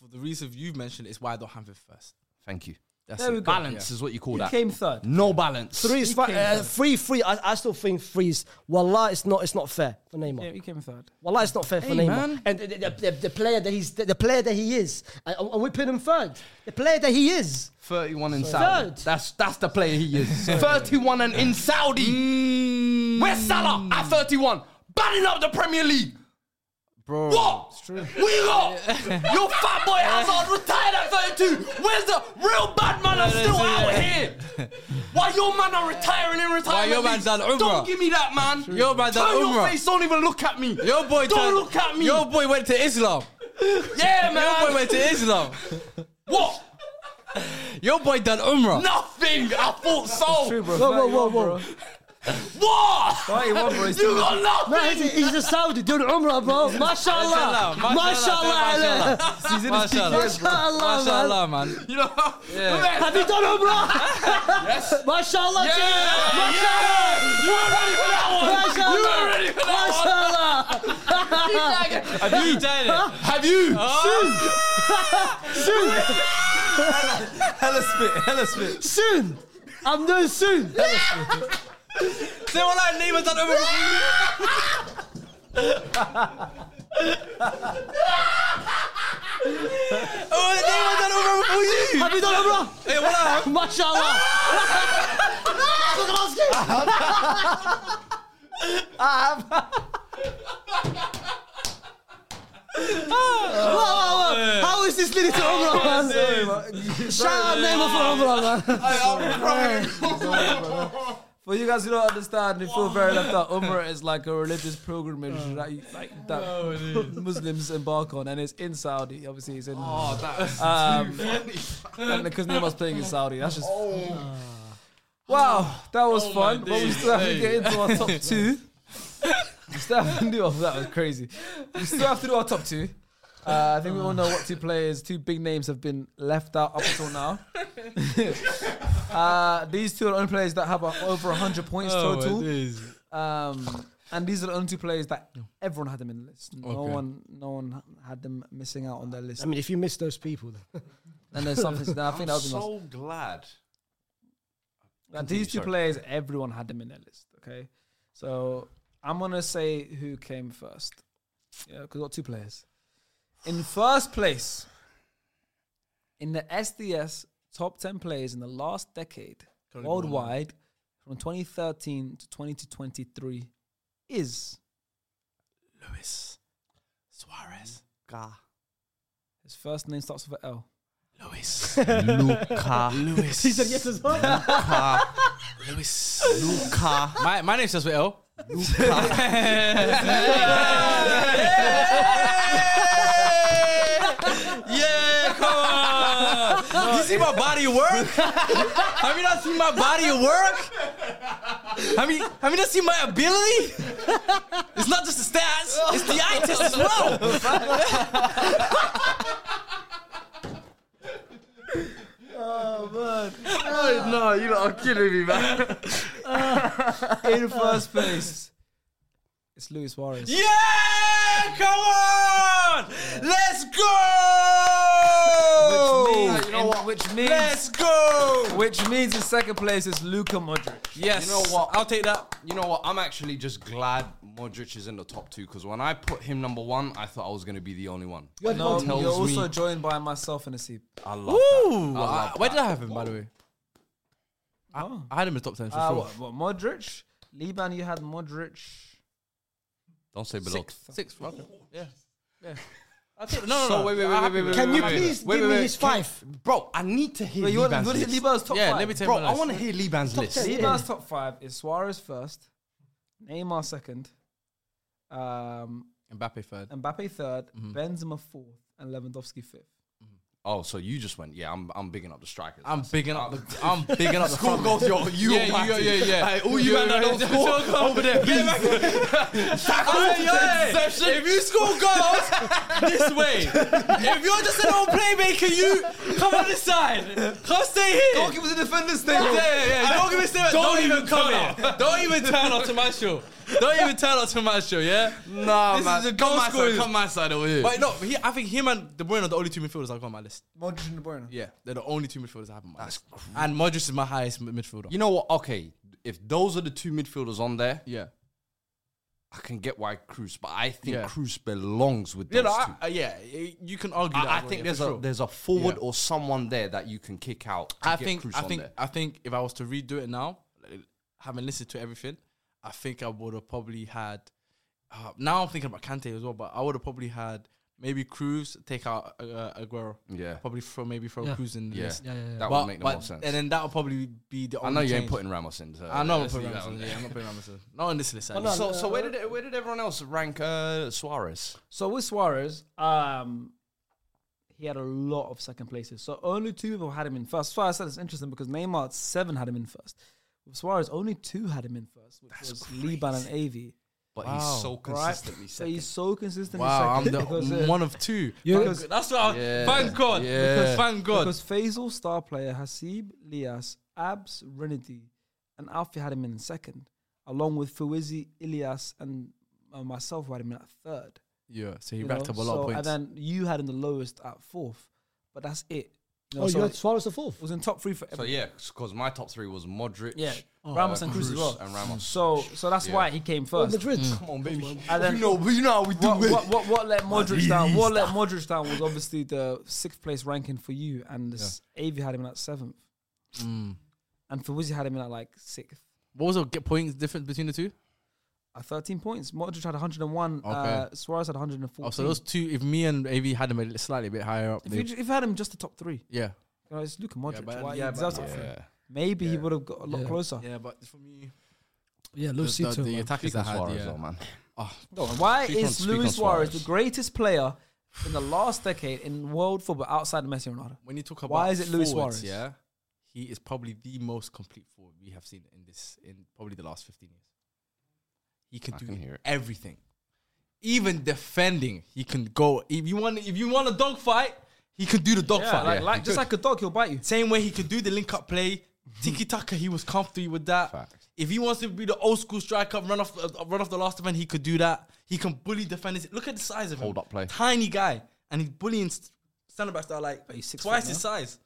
[SPEAKER 2] For the reasons you've mentioned, it's why I don't have him first.
[SPEAKER 4] Thank you.
[SPEAKER 2] That's
[SPEAKER 1] There
[SPEAKER 2] it.
[SPEAKER 1] we go.
[SPEAKER 4] Balance is what you call
[SPEAKER 1] He
[SPEAKER 4] that.
[SPEAKER 1] came third.
[SPEAKER 4] No balance.
[SPEAKER 3] Three is fine. Uh, three, three. I, I still think threes. Wallah, it's not. It's not fair for Neymar.
[SPEAKER 1] Yeah, he came third.
[SPEAKER 3] Wallah, it's not fair for
[SPEAKER 4] Hey,
[SPEAKER 3] Neymar.
[SPEAKER 4] man.
[SPEAKER 3] And the, the, the, the player that he's, the, the player that he is, and, and we put him third. The player that he is.
[SPEAKER 4] 31 in Saudi.
[SPEAKER 3] Third.
[SPEAKER 4] That's that's the player he is. 31 and in Saudi. Where's Salah at 31? Batting up the Premier League.
[SPEAKER 2] Bro.
[SPEAKER 4] What? We got your fat boy Hazard retired at 32. Where's the real bad man? I'm
[SPEAKER 2] Yeah,
[SPEAKER 4] still
[SPEAKER 2] that's
[SPEAKER 4] out
[SPEAKER 2] it,
[SPEAKER 4] here. Why your man are retiring in retirement?
[SPEAKER 2] your man's
[SPEAKER 4] leagues?
[SPEAKER 2] done
[SPEAKER 4] Don't
[SPEAKER 2] Umrah.
[SPEAKER 4] give me that, man.
[SPEAKER 2] Your man done
[SPEAKER 4] Turn your
[SPEAKER 2] Umrah.
[SPEAKER 4] face. Don't even look at me.
[SPEAKER 2] Your boy
[SPEAKER 4] Don't
[SPEAKER 2] turned-
[SPEAKER 4] look at me.
[SPEAKER 2] Your boy went to Islam.
[SPEAKER 4] yeah,
[SPEAKER 2] Your boy
[SPEAKER 4] man.
[SPEAKER 2] went to [LAUGHS] Islam.
[SPEAKER 4] What?
[SPEAKER 2] Your boy done Umrah.
[SPEAKER 4] Nothing. I thought so.
[SPEAKER 1] True, bro.
[SPEAKER 3] Whoa, whoa,
[SPEAKER 1] 31,
[SPEAKER 3] whoa,
[SPEAKER 1] bro.
[SPEAKER 3] whoa.
[SPEAKER 1] 31, bro.
[SPEAKER 4] What?
[SPEAKER 1] He's
[SPEAKER 4] [LAUGHS] You
[SPEAKER 1] still-
[SPEAKER 4] got
[SPEAKER 3] No,
[SPEAKER 4] nothing.
[SPEAKER 3] he's, he's a Saudi. Do the Umrah, bro. Mashallah.
[SPEAKER 2] Mashallah, mashallah,
[SPEAKER 3] Mashallah.
[SPEAKER 1] He's in [LAUGHS] his peak
[SPEAKER 2] Mashallah.
[SPEAKER 1] years, bro.
[SPEAKER 3] Mashallah.
[SPEAKER 2] Mashallah, man.
[SPEAKER 4] You know, yeah.
[SPEAKER 3] Have you done Umrah? Mashallah.
[SPEAKER 4] Yeah,
[SPEAKER 3] Jay.
[SPEAKER 4] yeah. You were ready for that one.
[SPEAKER 3] Mashallah.
[SPEAKER 4] You were ready for that one.
[SPEAKER 3] Mashallah.
[SPEAKER 2] Have you done it?
[SPEAKER 4] Have you?
[SPEAKER 1] [LAUGHS] Hella spit. Hella spit.
[SPEAKER 3] Soon. I'm doing soon.
[SPEAKER 2] Say what I name is done
[SPEAKER 1] [LAUGHS]
[SPEAKER 2] Umrah.
[SPEAKER 1] Oh,
[SPEAKER 3] Have you done Umrah?
[SPEAKER 2] Hey, what I
[SPEAKER 3] Mashallah. Wow, wow, wow. How is this leading to Umrah, man? Shout out Neymar
[SPEAKER 2] [LAUGHS]
[SPEAKER 3] for Umrah, man.
[SPEAKER 1] For you guys who don't understand, you feel very left out. Umrah is like a religious
[SPEAKER 2] [LAUGHS]
[SPEAKER 1] pilgrimage
[SPEAKER 2] Oh.
[SPEAKER 1] that, you, like, that Muslims embark on, and it's in Saudi. Obviously, it's in. Oh, that's um, Because Neymar's playing in Saudi. That's just. Wow, that was fun. But we still have to get into our top two. we still have to do. Oh, that was crazy. We still have to do our top two. Uh, I think we all know what two players, two big names have been left out up until now. [LAUGHS] uh, these two are the only players that have uh, over 100 points
[SPEAKER 2] Oh,
[SPEAKER 1] total. Um, and these are the only two players that everyone had them in the list. No
[SPEAKER 2] Okay.
[SPEAKER 1] one, no one had them missing out on their list.
[SPEAKER 3] I mean, if you miss those people, then.
[SPEAKER 1] and [LAUGHS] then something. then I think that was so
[SPEAKER 4] glad.
[SPEAKER 1] these two players. Everyone had them in their list. Okay, so I'm gonna say who came first. Yeah, because got two players. In first place, in the SDS top ten players in the last decade
[SPEAKER 2] Can't even
[SPEAKER 1] worldwide, from 2013 to 2023, is
[SPEAKER 2] Lewis.
[SPEAKER 8] Suarez.
[SPEAKER 1] His first name starts with an L.
[SPEAKER 8] Luis.
[SPEAKER 2] Luca.
[SPEAKER 8] Luis.
[SPEAKER 3] He said [LAUGHS] yes as well.
[SPEAKER 8] Luis.
[SPEAKER 2] Luca.
[SPEAKER 8] My, my name starts with L.
[SPEAKER 2] [LAUGHS] Yeah, come on. you see my body of work? [LAUGHS] have you not seen my body of work? Have you, have you not seen my ability? It's not just the stats, it's the eye test as well. Oh,
[SPEAKER 4] no, you lot are kidding
[SPEAKER 2] [LAUGHS]
[SPEAKER 4] me, man.
[SPEAKER 1] In first place, it's Luis Suarez.
[SPEAKER 2] Yeah, come on. Let's go.
[SPEAKER 1] Which means, which means,
[SPEAKER 2] Let's go.
[SPEAKER 1] which means in second place is Luka Modric.
[SPEAKER 2] Yes.
[SPEAKER 4] You know what?
[SPEAKER 2] I'll take that.
[SPEAKER 4] You know what? I'm actually just glad Modric is in the top two because when I put him number one, I thought I was going to be the only one.
[SPEAKER 1] No,
[SPEAKER 4] That tells
[SPEAKER 1] you're also
[SPEAKER 4] me-
[SPEAKER 1] joined by myself and Nasib.
[SPEAKER 4] I love
[SPEAKER 2] Ooh,
[SPEAKER 4] that. I love
[SPEAKER 2] I- where
[SPEAKER 4] that.
[SPEAKER 2] did I have him, by the way? I,
[SPEAKER 1] Oh.
[SPEAKER 2] I had him in the top 10 for
[SPEAKER 1] Uh,
[SPEAKER 2] sure.
[SPEAKER 1] what, what, Modric? Liban, you had Modric.
[SPEAKER 4] Don't say below.
[SPEAKER 2] Sixth. Sixth, okay. Yeah. Yeah. I think, no, no,
[SPEAKER 4] So,
[SPEAKER 2] no.
[SPEAKER 4] wait, wait,
[SPEAKER 2] I
[SPEAKER 4] wait,
[SPEAKER 2] have
[SPEAKER 4] wait,
[SPEAKER 2] him
[SPEAKER 4] wait,
[SPEAKER 2] in-
[SPEAKER 3] Can you
[SPEAKER 4] wait,
[SPEAKER 3] please
[SPEAKER 4] wait,
[SPEAKER 3] give
[SPEAKER 4] wait,
[SPEAKER 3] me
[SPEAKER 4] wait.
[SPEAKER 3] his five?
[SPEAKER 4] Bro, I need to hear
[SPEAKER 1] Wait, you want
[SPEAKER 4] Liban's
[SPEAKER 1] to
[SPEAKER 4] list.
[SPEAKER 1] Liban's top
[SPEAKER 2] Yeah,
[SPEAKER 1] five?
[SPEAKER 2] let me take
[SPEAKER 4] Bro,
[SPEAKER 2] my
[SPEAKER 4] I
[SPEAKER 2] list.
[SPEAKER 4] want to hear Liban's list.
[SPEAKER 3] ten.
[SPEAKER 1] Liban's top five is Suarez first, Neymar second, um,
[SPEAKER 2] Mbappe third.
[SPEAKER 1] Mbappe 3rd
[SPEAKER 4] Mm-hmm.
[SPEAKER 1] Benzema fourth, and Lewandowski fifth.
[SPEAKER 4] Oh, so you just went, yeah, I'm, I'm bigging up the strikers.
[SPEAKER 2] I'm [LAUGHS] bigging up the. I'm [LAUGHS] bigging up the.
[SPEAKER 4] Score
[SPEAKER 2] front,
[SPEAKER 4] goals,
[SPEAKER 2] man.
[SPEAKER 4] yo, you
[SPEAKER 2] Yeah,
[SPEAKER 4] almighty.
[SPEAKER 2] yeah, yeah, yeah.
[SPEAKER 4] Hey, all you man that don't score,
[SPEAKER 2] over there. [LAUGHS] Get back. I said, yo, hey, If you score goals this way, if you're just an old playmaker, you come on this side. Come stay here.
[SPEAKER 1] Goalkeepers and defenders stay
[SPEAKER 2] Yeah,
[SPEAKER 1] there.
[SPEAKER 2] yeah, yeah. Don't give me statement. Don't, even come here. Don't even turn up to my show. Don't even turn up to my show, yeah?
[SPEAKER 4] Nah,
[SPEAKER 2] This
[SPEAKER 4] man.
[SPEAKER 2] is a
[SPEAKER 4] come
[SPEAKER 2] goal
[SPEAKER 4] my
[SPEAKER 2] scorer.
[SPEAKER 4] side, come my side over here.
[SPEAKER 2] But no, he, I think him and De Bruyne are the only two midfielders I've got on my list.
[SPEAKER 1] Modric and De Bruyne.
[SPEAKER 2] Yeah, they're the only two midfielders I have on my list. And Modric is my highest mid- midfielder.
[SPEAKER 4] you know what? Okay, if those are the two midfielders on there,
[SPEAKER 2] yeah.
[SPEAKER 4] I can get why Cruz, but I think
[SPEAKER 2] Yeah.
[SPEAKER 4] Cruz belongs with
[SPEAKER 2] Yeah,
[SPEAKER 4] those
[SPEAKER 2] no,
[SPEAKER 4] two.
[SPEAKER 2] I, uh, yeah, y- you can argue that.
[SPEAKER 4] I, I
[SPEAKER 2] as well,
[SPEAKER 4] think
[SPEAKER 2] yeah,
[SPEAKER 4] there's
[SPEAKER 2] for
[SPEAKER 4] a
[SPEAKER 2] sure.
[SPEAKER 4] there's a forward
[SPEAKER 2] Yeah.
[SPEAKER 4] or someone there that you can kick out. to
[SPEAKER 2] I
[SPEAKER 4] get
[SPEAKER 2] think
[SPEAKER 4] Cruz
[SPEAKER 2] I
[SPEAKER 4] on
[SPEAKER 2] think
[SPEAKER 4] there.
[SPEAKER 2] I think if I was to redo it now, like, having listened to everything, I think I would have probably had. Uh, now I'm thinking about Kante as well, but I would have probably had maybe Cruz take out uh, Aguero.
[SPEAKER 4] Yeah.
[SPEAKER 2] probably throw maybe throw
[SPEAKER 3] Yeah.
[SPEAKER 2] Cruz in the
[SPEAKER 4] yeah,
[SPEAKER 2] list.
[SPEAKER 3] yeah, yeah.
[SPEAKER 2] But-
[SPEAKER 4] that would make the
[SPEAKER 2] but-
[SPEAKER 4] most sense.
[SPEAKER 2] And then that would probably be the.
[SPEAKER 4] I
[SPEAKER 2] Only
[SPEAKER 4] know you ain't
[SPEAKER 2] change.
[SPEAKER 4] putting Ramos in. So
[SPEAKER 2] I know I'm
[SPEAKER 4] let's
[SPEAKER 2] putting
[SPEAKER 4] leave that
[SPEAKER 2] Ramos in.
[SPEAKER 4] one
[SPEAKER 2] Yeah,
[SPEAKER 4] there.
[SPEAKER 2] I'm not putting Ramos in. Not on this list. at
[SPEAKER 3] Oh, no,
[SPEAKER 2] least.
[SPEAKER 4] So so where did it, where did everyone else rank uh, Suarez?
[SPEAKER 1] So with Suarez, um, he had a lot of second places. So only two people had him in first. Suarez said it's interesting because Neymar at seven had him in first. With Suarez, only two had him in first, which was Liban and Avi.
[SPEAKER 4] But
[SPEAKER 2] Wow.
[SPEAKER 4] he's so
[SPEAKER 1] Right?
[SPEAKER 4] consistently
[SPEAKER 1] So
[SPEAKER 4] second.
[SPEAKER 1] he's so consistently
[SPEAKER 2] Wow, I'm
[SPEAKER 1] second. [LAUGHS]
[SPEAKER 2] the
[SPEAKER 1] because, uh,
[SPEAKER 2] one of two.
[SPEAKER 3] You-
[SPEAKER 2] Thank- That's what. I,
[SPEAKER 4] Yeah.
[SPEAKER 2] Thank God.
[SPEAKER 4] Yeah.
[SPEAKER 2] Because thank God.
[SPEAKER 1] Because Faisal, star player, Hasib, Lias, Abs, Renity, and Alfie had him in second, along with Fuizi, Ilias, and uh, myself who had him in at third.
[SPEAKER 2] yeah. So he
[SPEAKER 1] you
[SPEAKER 2] racked
[SPEAKER 1] know?
[SPEAKER 2] up a lot
[SPEAKER 1] So-
[SPEAKER 2] of points.
[SPEAKER 1] And then you had him the lowest at fourth, but that's it. You know,
[SPEAKER 3] Oh,
[SPEAKER 1] so
[SPEAKER 3] you had
[SPEAKER 1] it
[SPEAKER 3] Suarez the fourth.
[SPEAKER 1] was in top three for
[SPEAKER 4] so
[SPEAKER 1] every
[SPEAKER 4] yeah, because my top three was Modric. uh,
[SPEAKER 1] Yeah.
[SPEAKER 4] Oh,
[SPEAKER 1] Ramos and Cruz as well.
[SPEAKER 4] and Ramos. Mm.
[SPEAKER 1] So, so that's
[SPEAKER 4] Yeah.
[SPEAKER 1] why he came
[SPEAKER 3] Oh,
[SPEAKER 1] first.
[SPEAKER 3] Madrid.
[SPEAKER 4] Come on, baby.
[SPEAKER 1] And then-
[SPEAKER 4] you know, you know how we do
[SPEAKER 1] [LAUGHS]
[SPEAKER 2] [LAUGHS]
[SPEAKER 1] what,
[SPEAKER 4] it.
[SPEAKER 1] what, what, what let Modric down? What let Modric down was obviously the sixth place ranking for you, and this Avi had him in at seventh,
[SPEAKER 2] Mm.
[SPEAKER 1] and Fuizi had him in at like sixth.
[SPEAKER 2] What was the get points difference between the two?
[SPEAKER 1] Uh, 13 points. Modric had 101. Uh,
[SPEAKER 2] Okay.
[SPEAKER 1] Suarez had 104.
[SPEAKER 2] Oh, so those two. If me and Av had him a li- slightly bit higher up,
[SPEAKER 1] If
[SPEAKER 2] they-
[SPEAKER 1] you, ju- if you had him just the top three,
[SPEAKER 2] yeah,
[SPEAKER 1] you know, it's Luka Modric.
[SPEAKER 2] but-
[SPEAKER 1] Why he
[SPEAKER 2] yeah,
[SPEAKER 1] deserves
[SPEAKER 2] but-
[SPEAKER 1] top three.
[SPEAKER 4] Yeah.
[SPEAKER 1] Maybe he would have got a lot
[SPEAKER 3] Yeah.
[SPEAKER 1] closer.
[SPEAKER 2] yeah, but for me,
[SPEAKER 3] Yeah,
[SPEAKER 2] the,
[SPEAKER 3] Lucito.
[SPEAKER 2] the, the
[SPEAKER 3] man.
[SPEAKER 2] attackers
[SPEAKER 4] Speaking
[SPEAKER 2] that
[SPEAKER 4] of
[SPEAKER 2] had,
[SPEAKER 4] Suarez,
[SPEAKER 2] yeah.
[SPEAKER 4] though, man.
[SPEAKER 1] Go on. Why
[SPEAKER 4] Speak on-
[SPEAKER 1] is
[SPEAKER 4] speak
[SPEAKER 1] Luis
[SPEAKER 4] on
[SPEAKER 1] Suarez
[SPEAKER 4] Suarez.
[SPEAKER 1] the greatest player in the last decade in world football outside of Messi and Ronaldo?
[SPEAKER 2] when you talk about
[SPEAKER 1] Why is it Luis
[SPEAKER 2] forwards,
[SPEAKER 1] Suarez?
[SPEAKER 2] Yeah, he is probably the most complete forward we have seen in this in probably the last fifteen years. He can
[SPEAKER 4] I
[SPEAKER 2] do
[SPEAKER 4] can hear it.
[SPEAKER 2] everything, even defending. He can go if you want. If you want a dog fight, he can do the dog
[SPEAKER 1] Yeah,
[SPEAKER 2] fight.
[SPEAKER 1] like,
[SPEAKER 4] Yeah,
[SPEAKER 1] like
[SPEAKER 4] he
[SPEAKER 1] just
[SPEAKER 4] could.
[SPEAKER 1] like a dog, he'll bite you.
[SPEAKER 2] Same way he could do the link up play. Tiki Taka, he was comfortable with that.
[SPEAKER 4] Facts.
[SPEAKER 2] If he wants to be the old school striker, run off, uh, run off the last event, he could do that. He can bully defenders. Look at the size of him.
[SPEAKER 4] Hold up play.
[SPEAKER 2] Tiny guy, and he's bullying s- centre backs that are like
[SPEAKER 1] he's six
[SPEAKER 2] twice
[SPEAKER 1] foot
[SPEAKER 2] his
[SPEAKER 1] now.
[SPEAKER 2] size.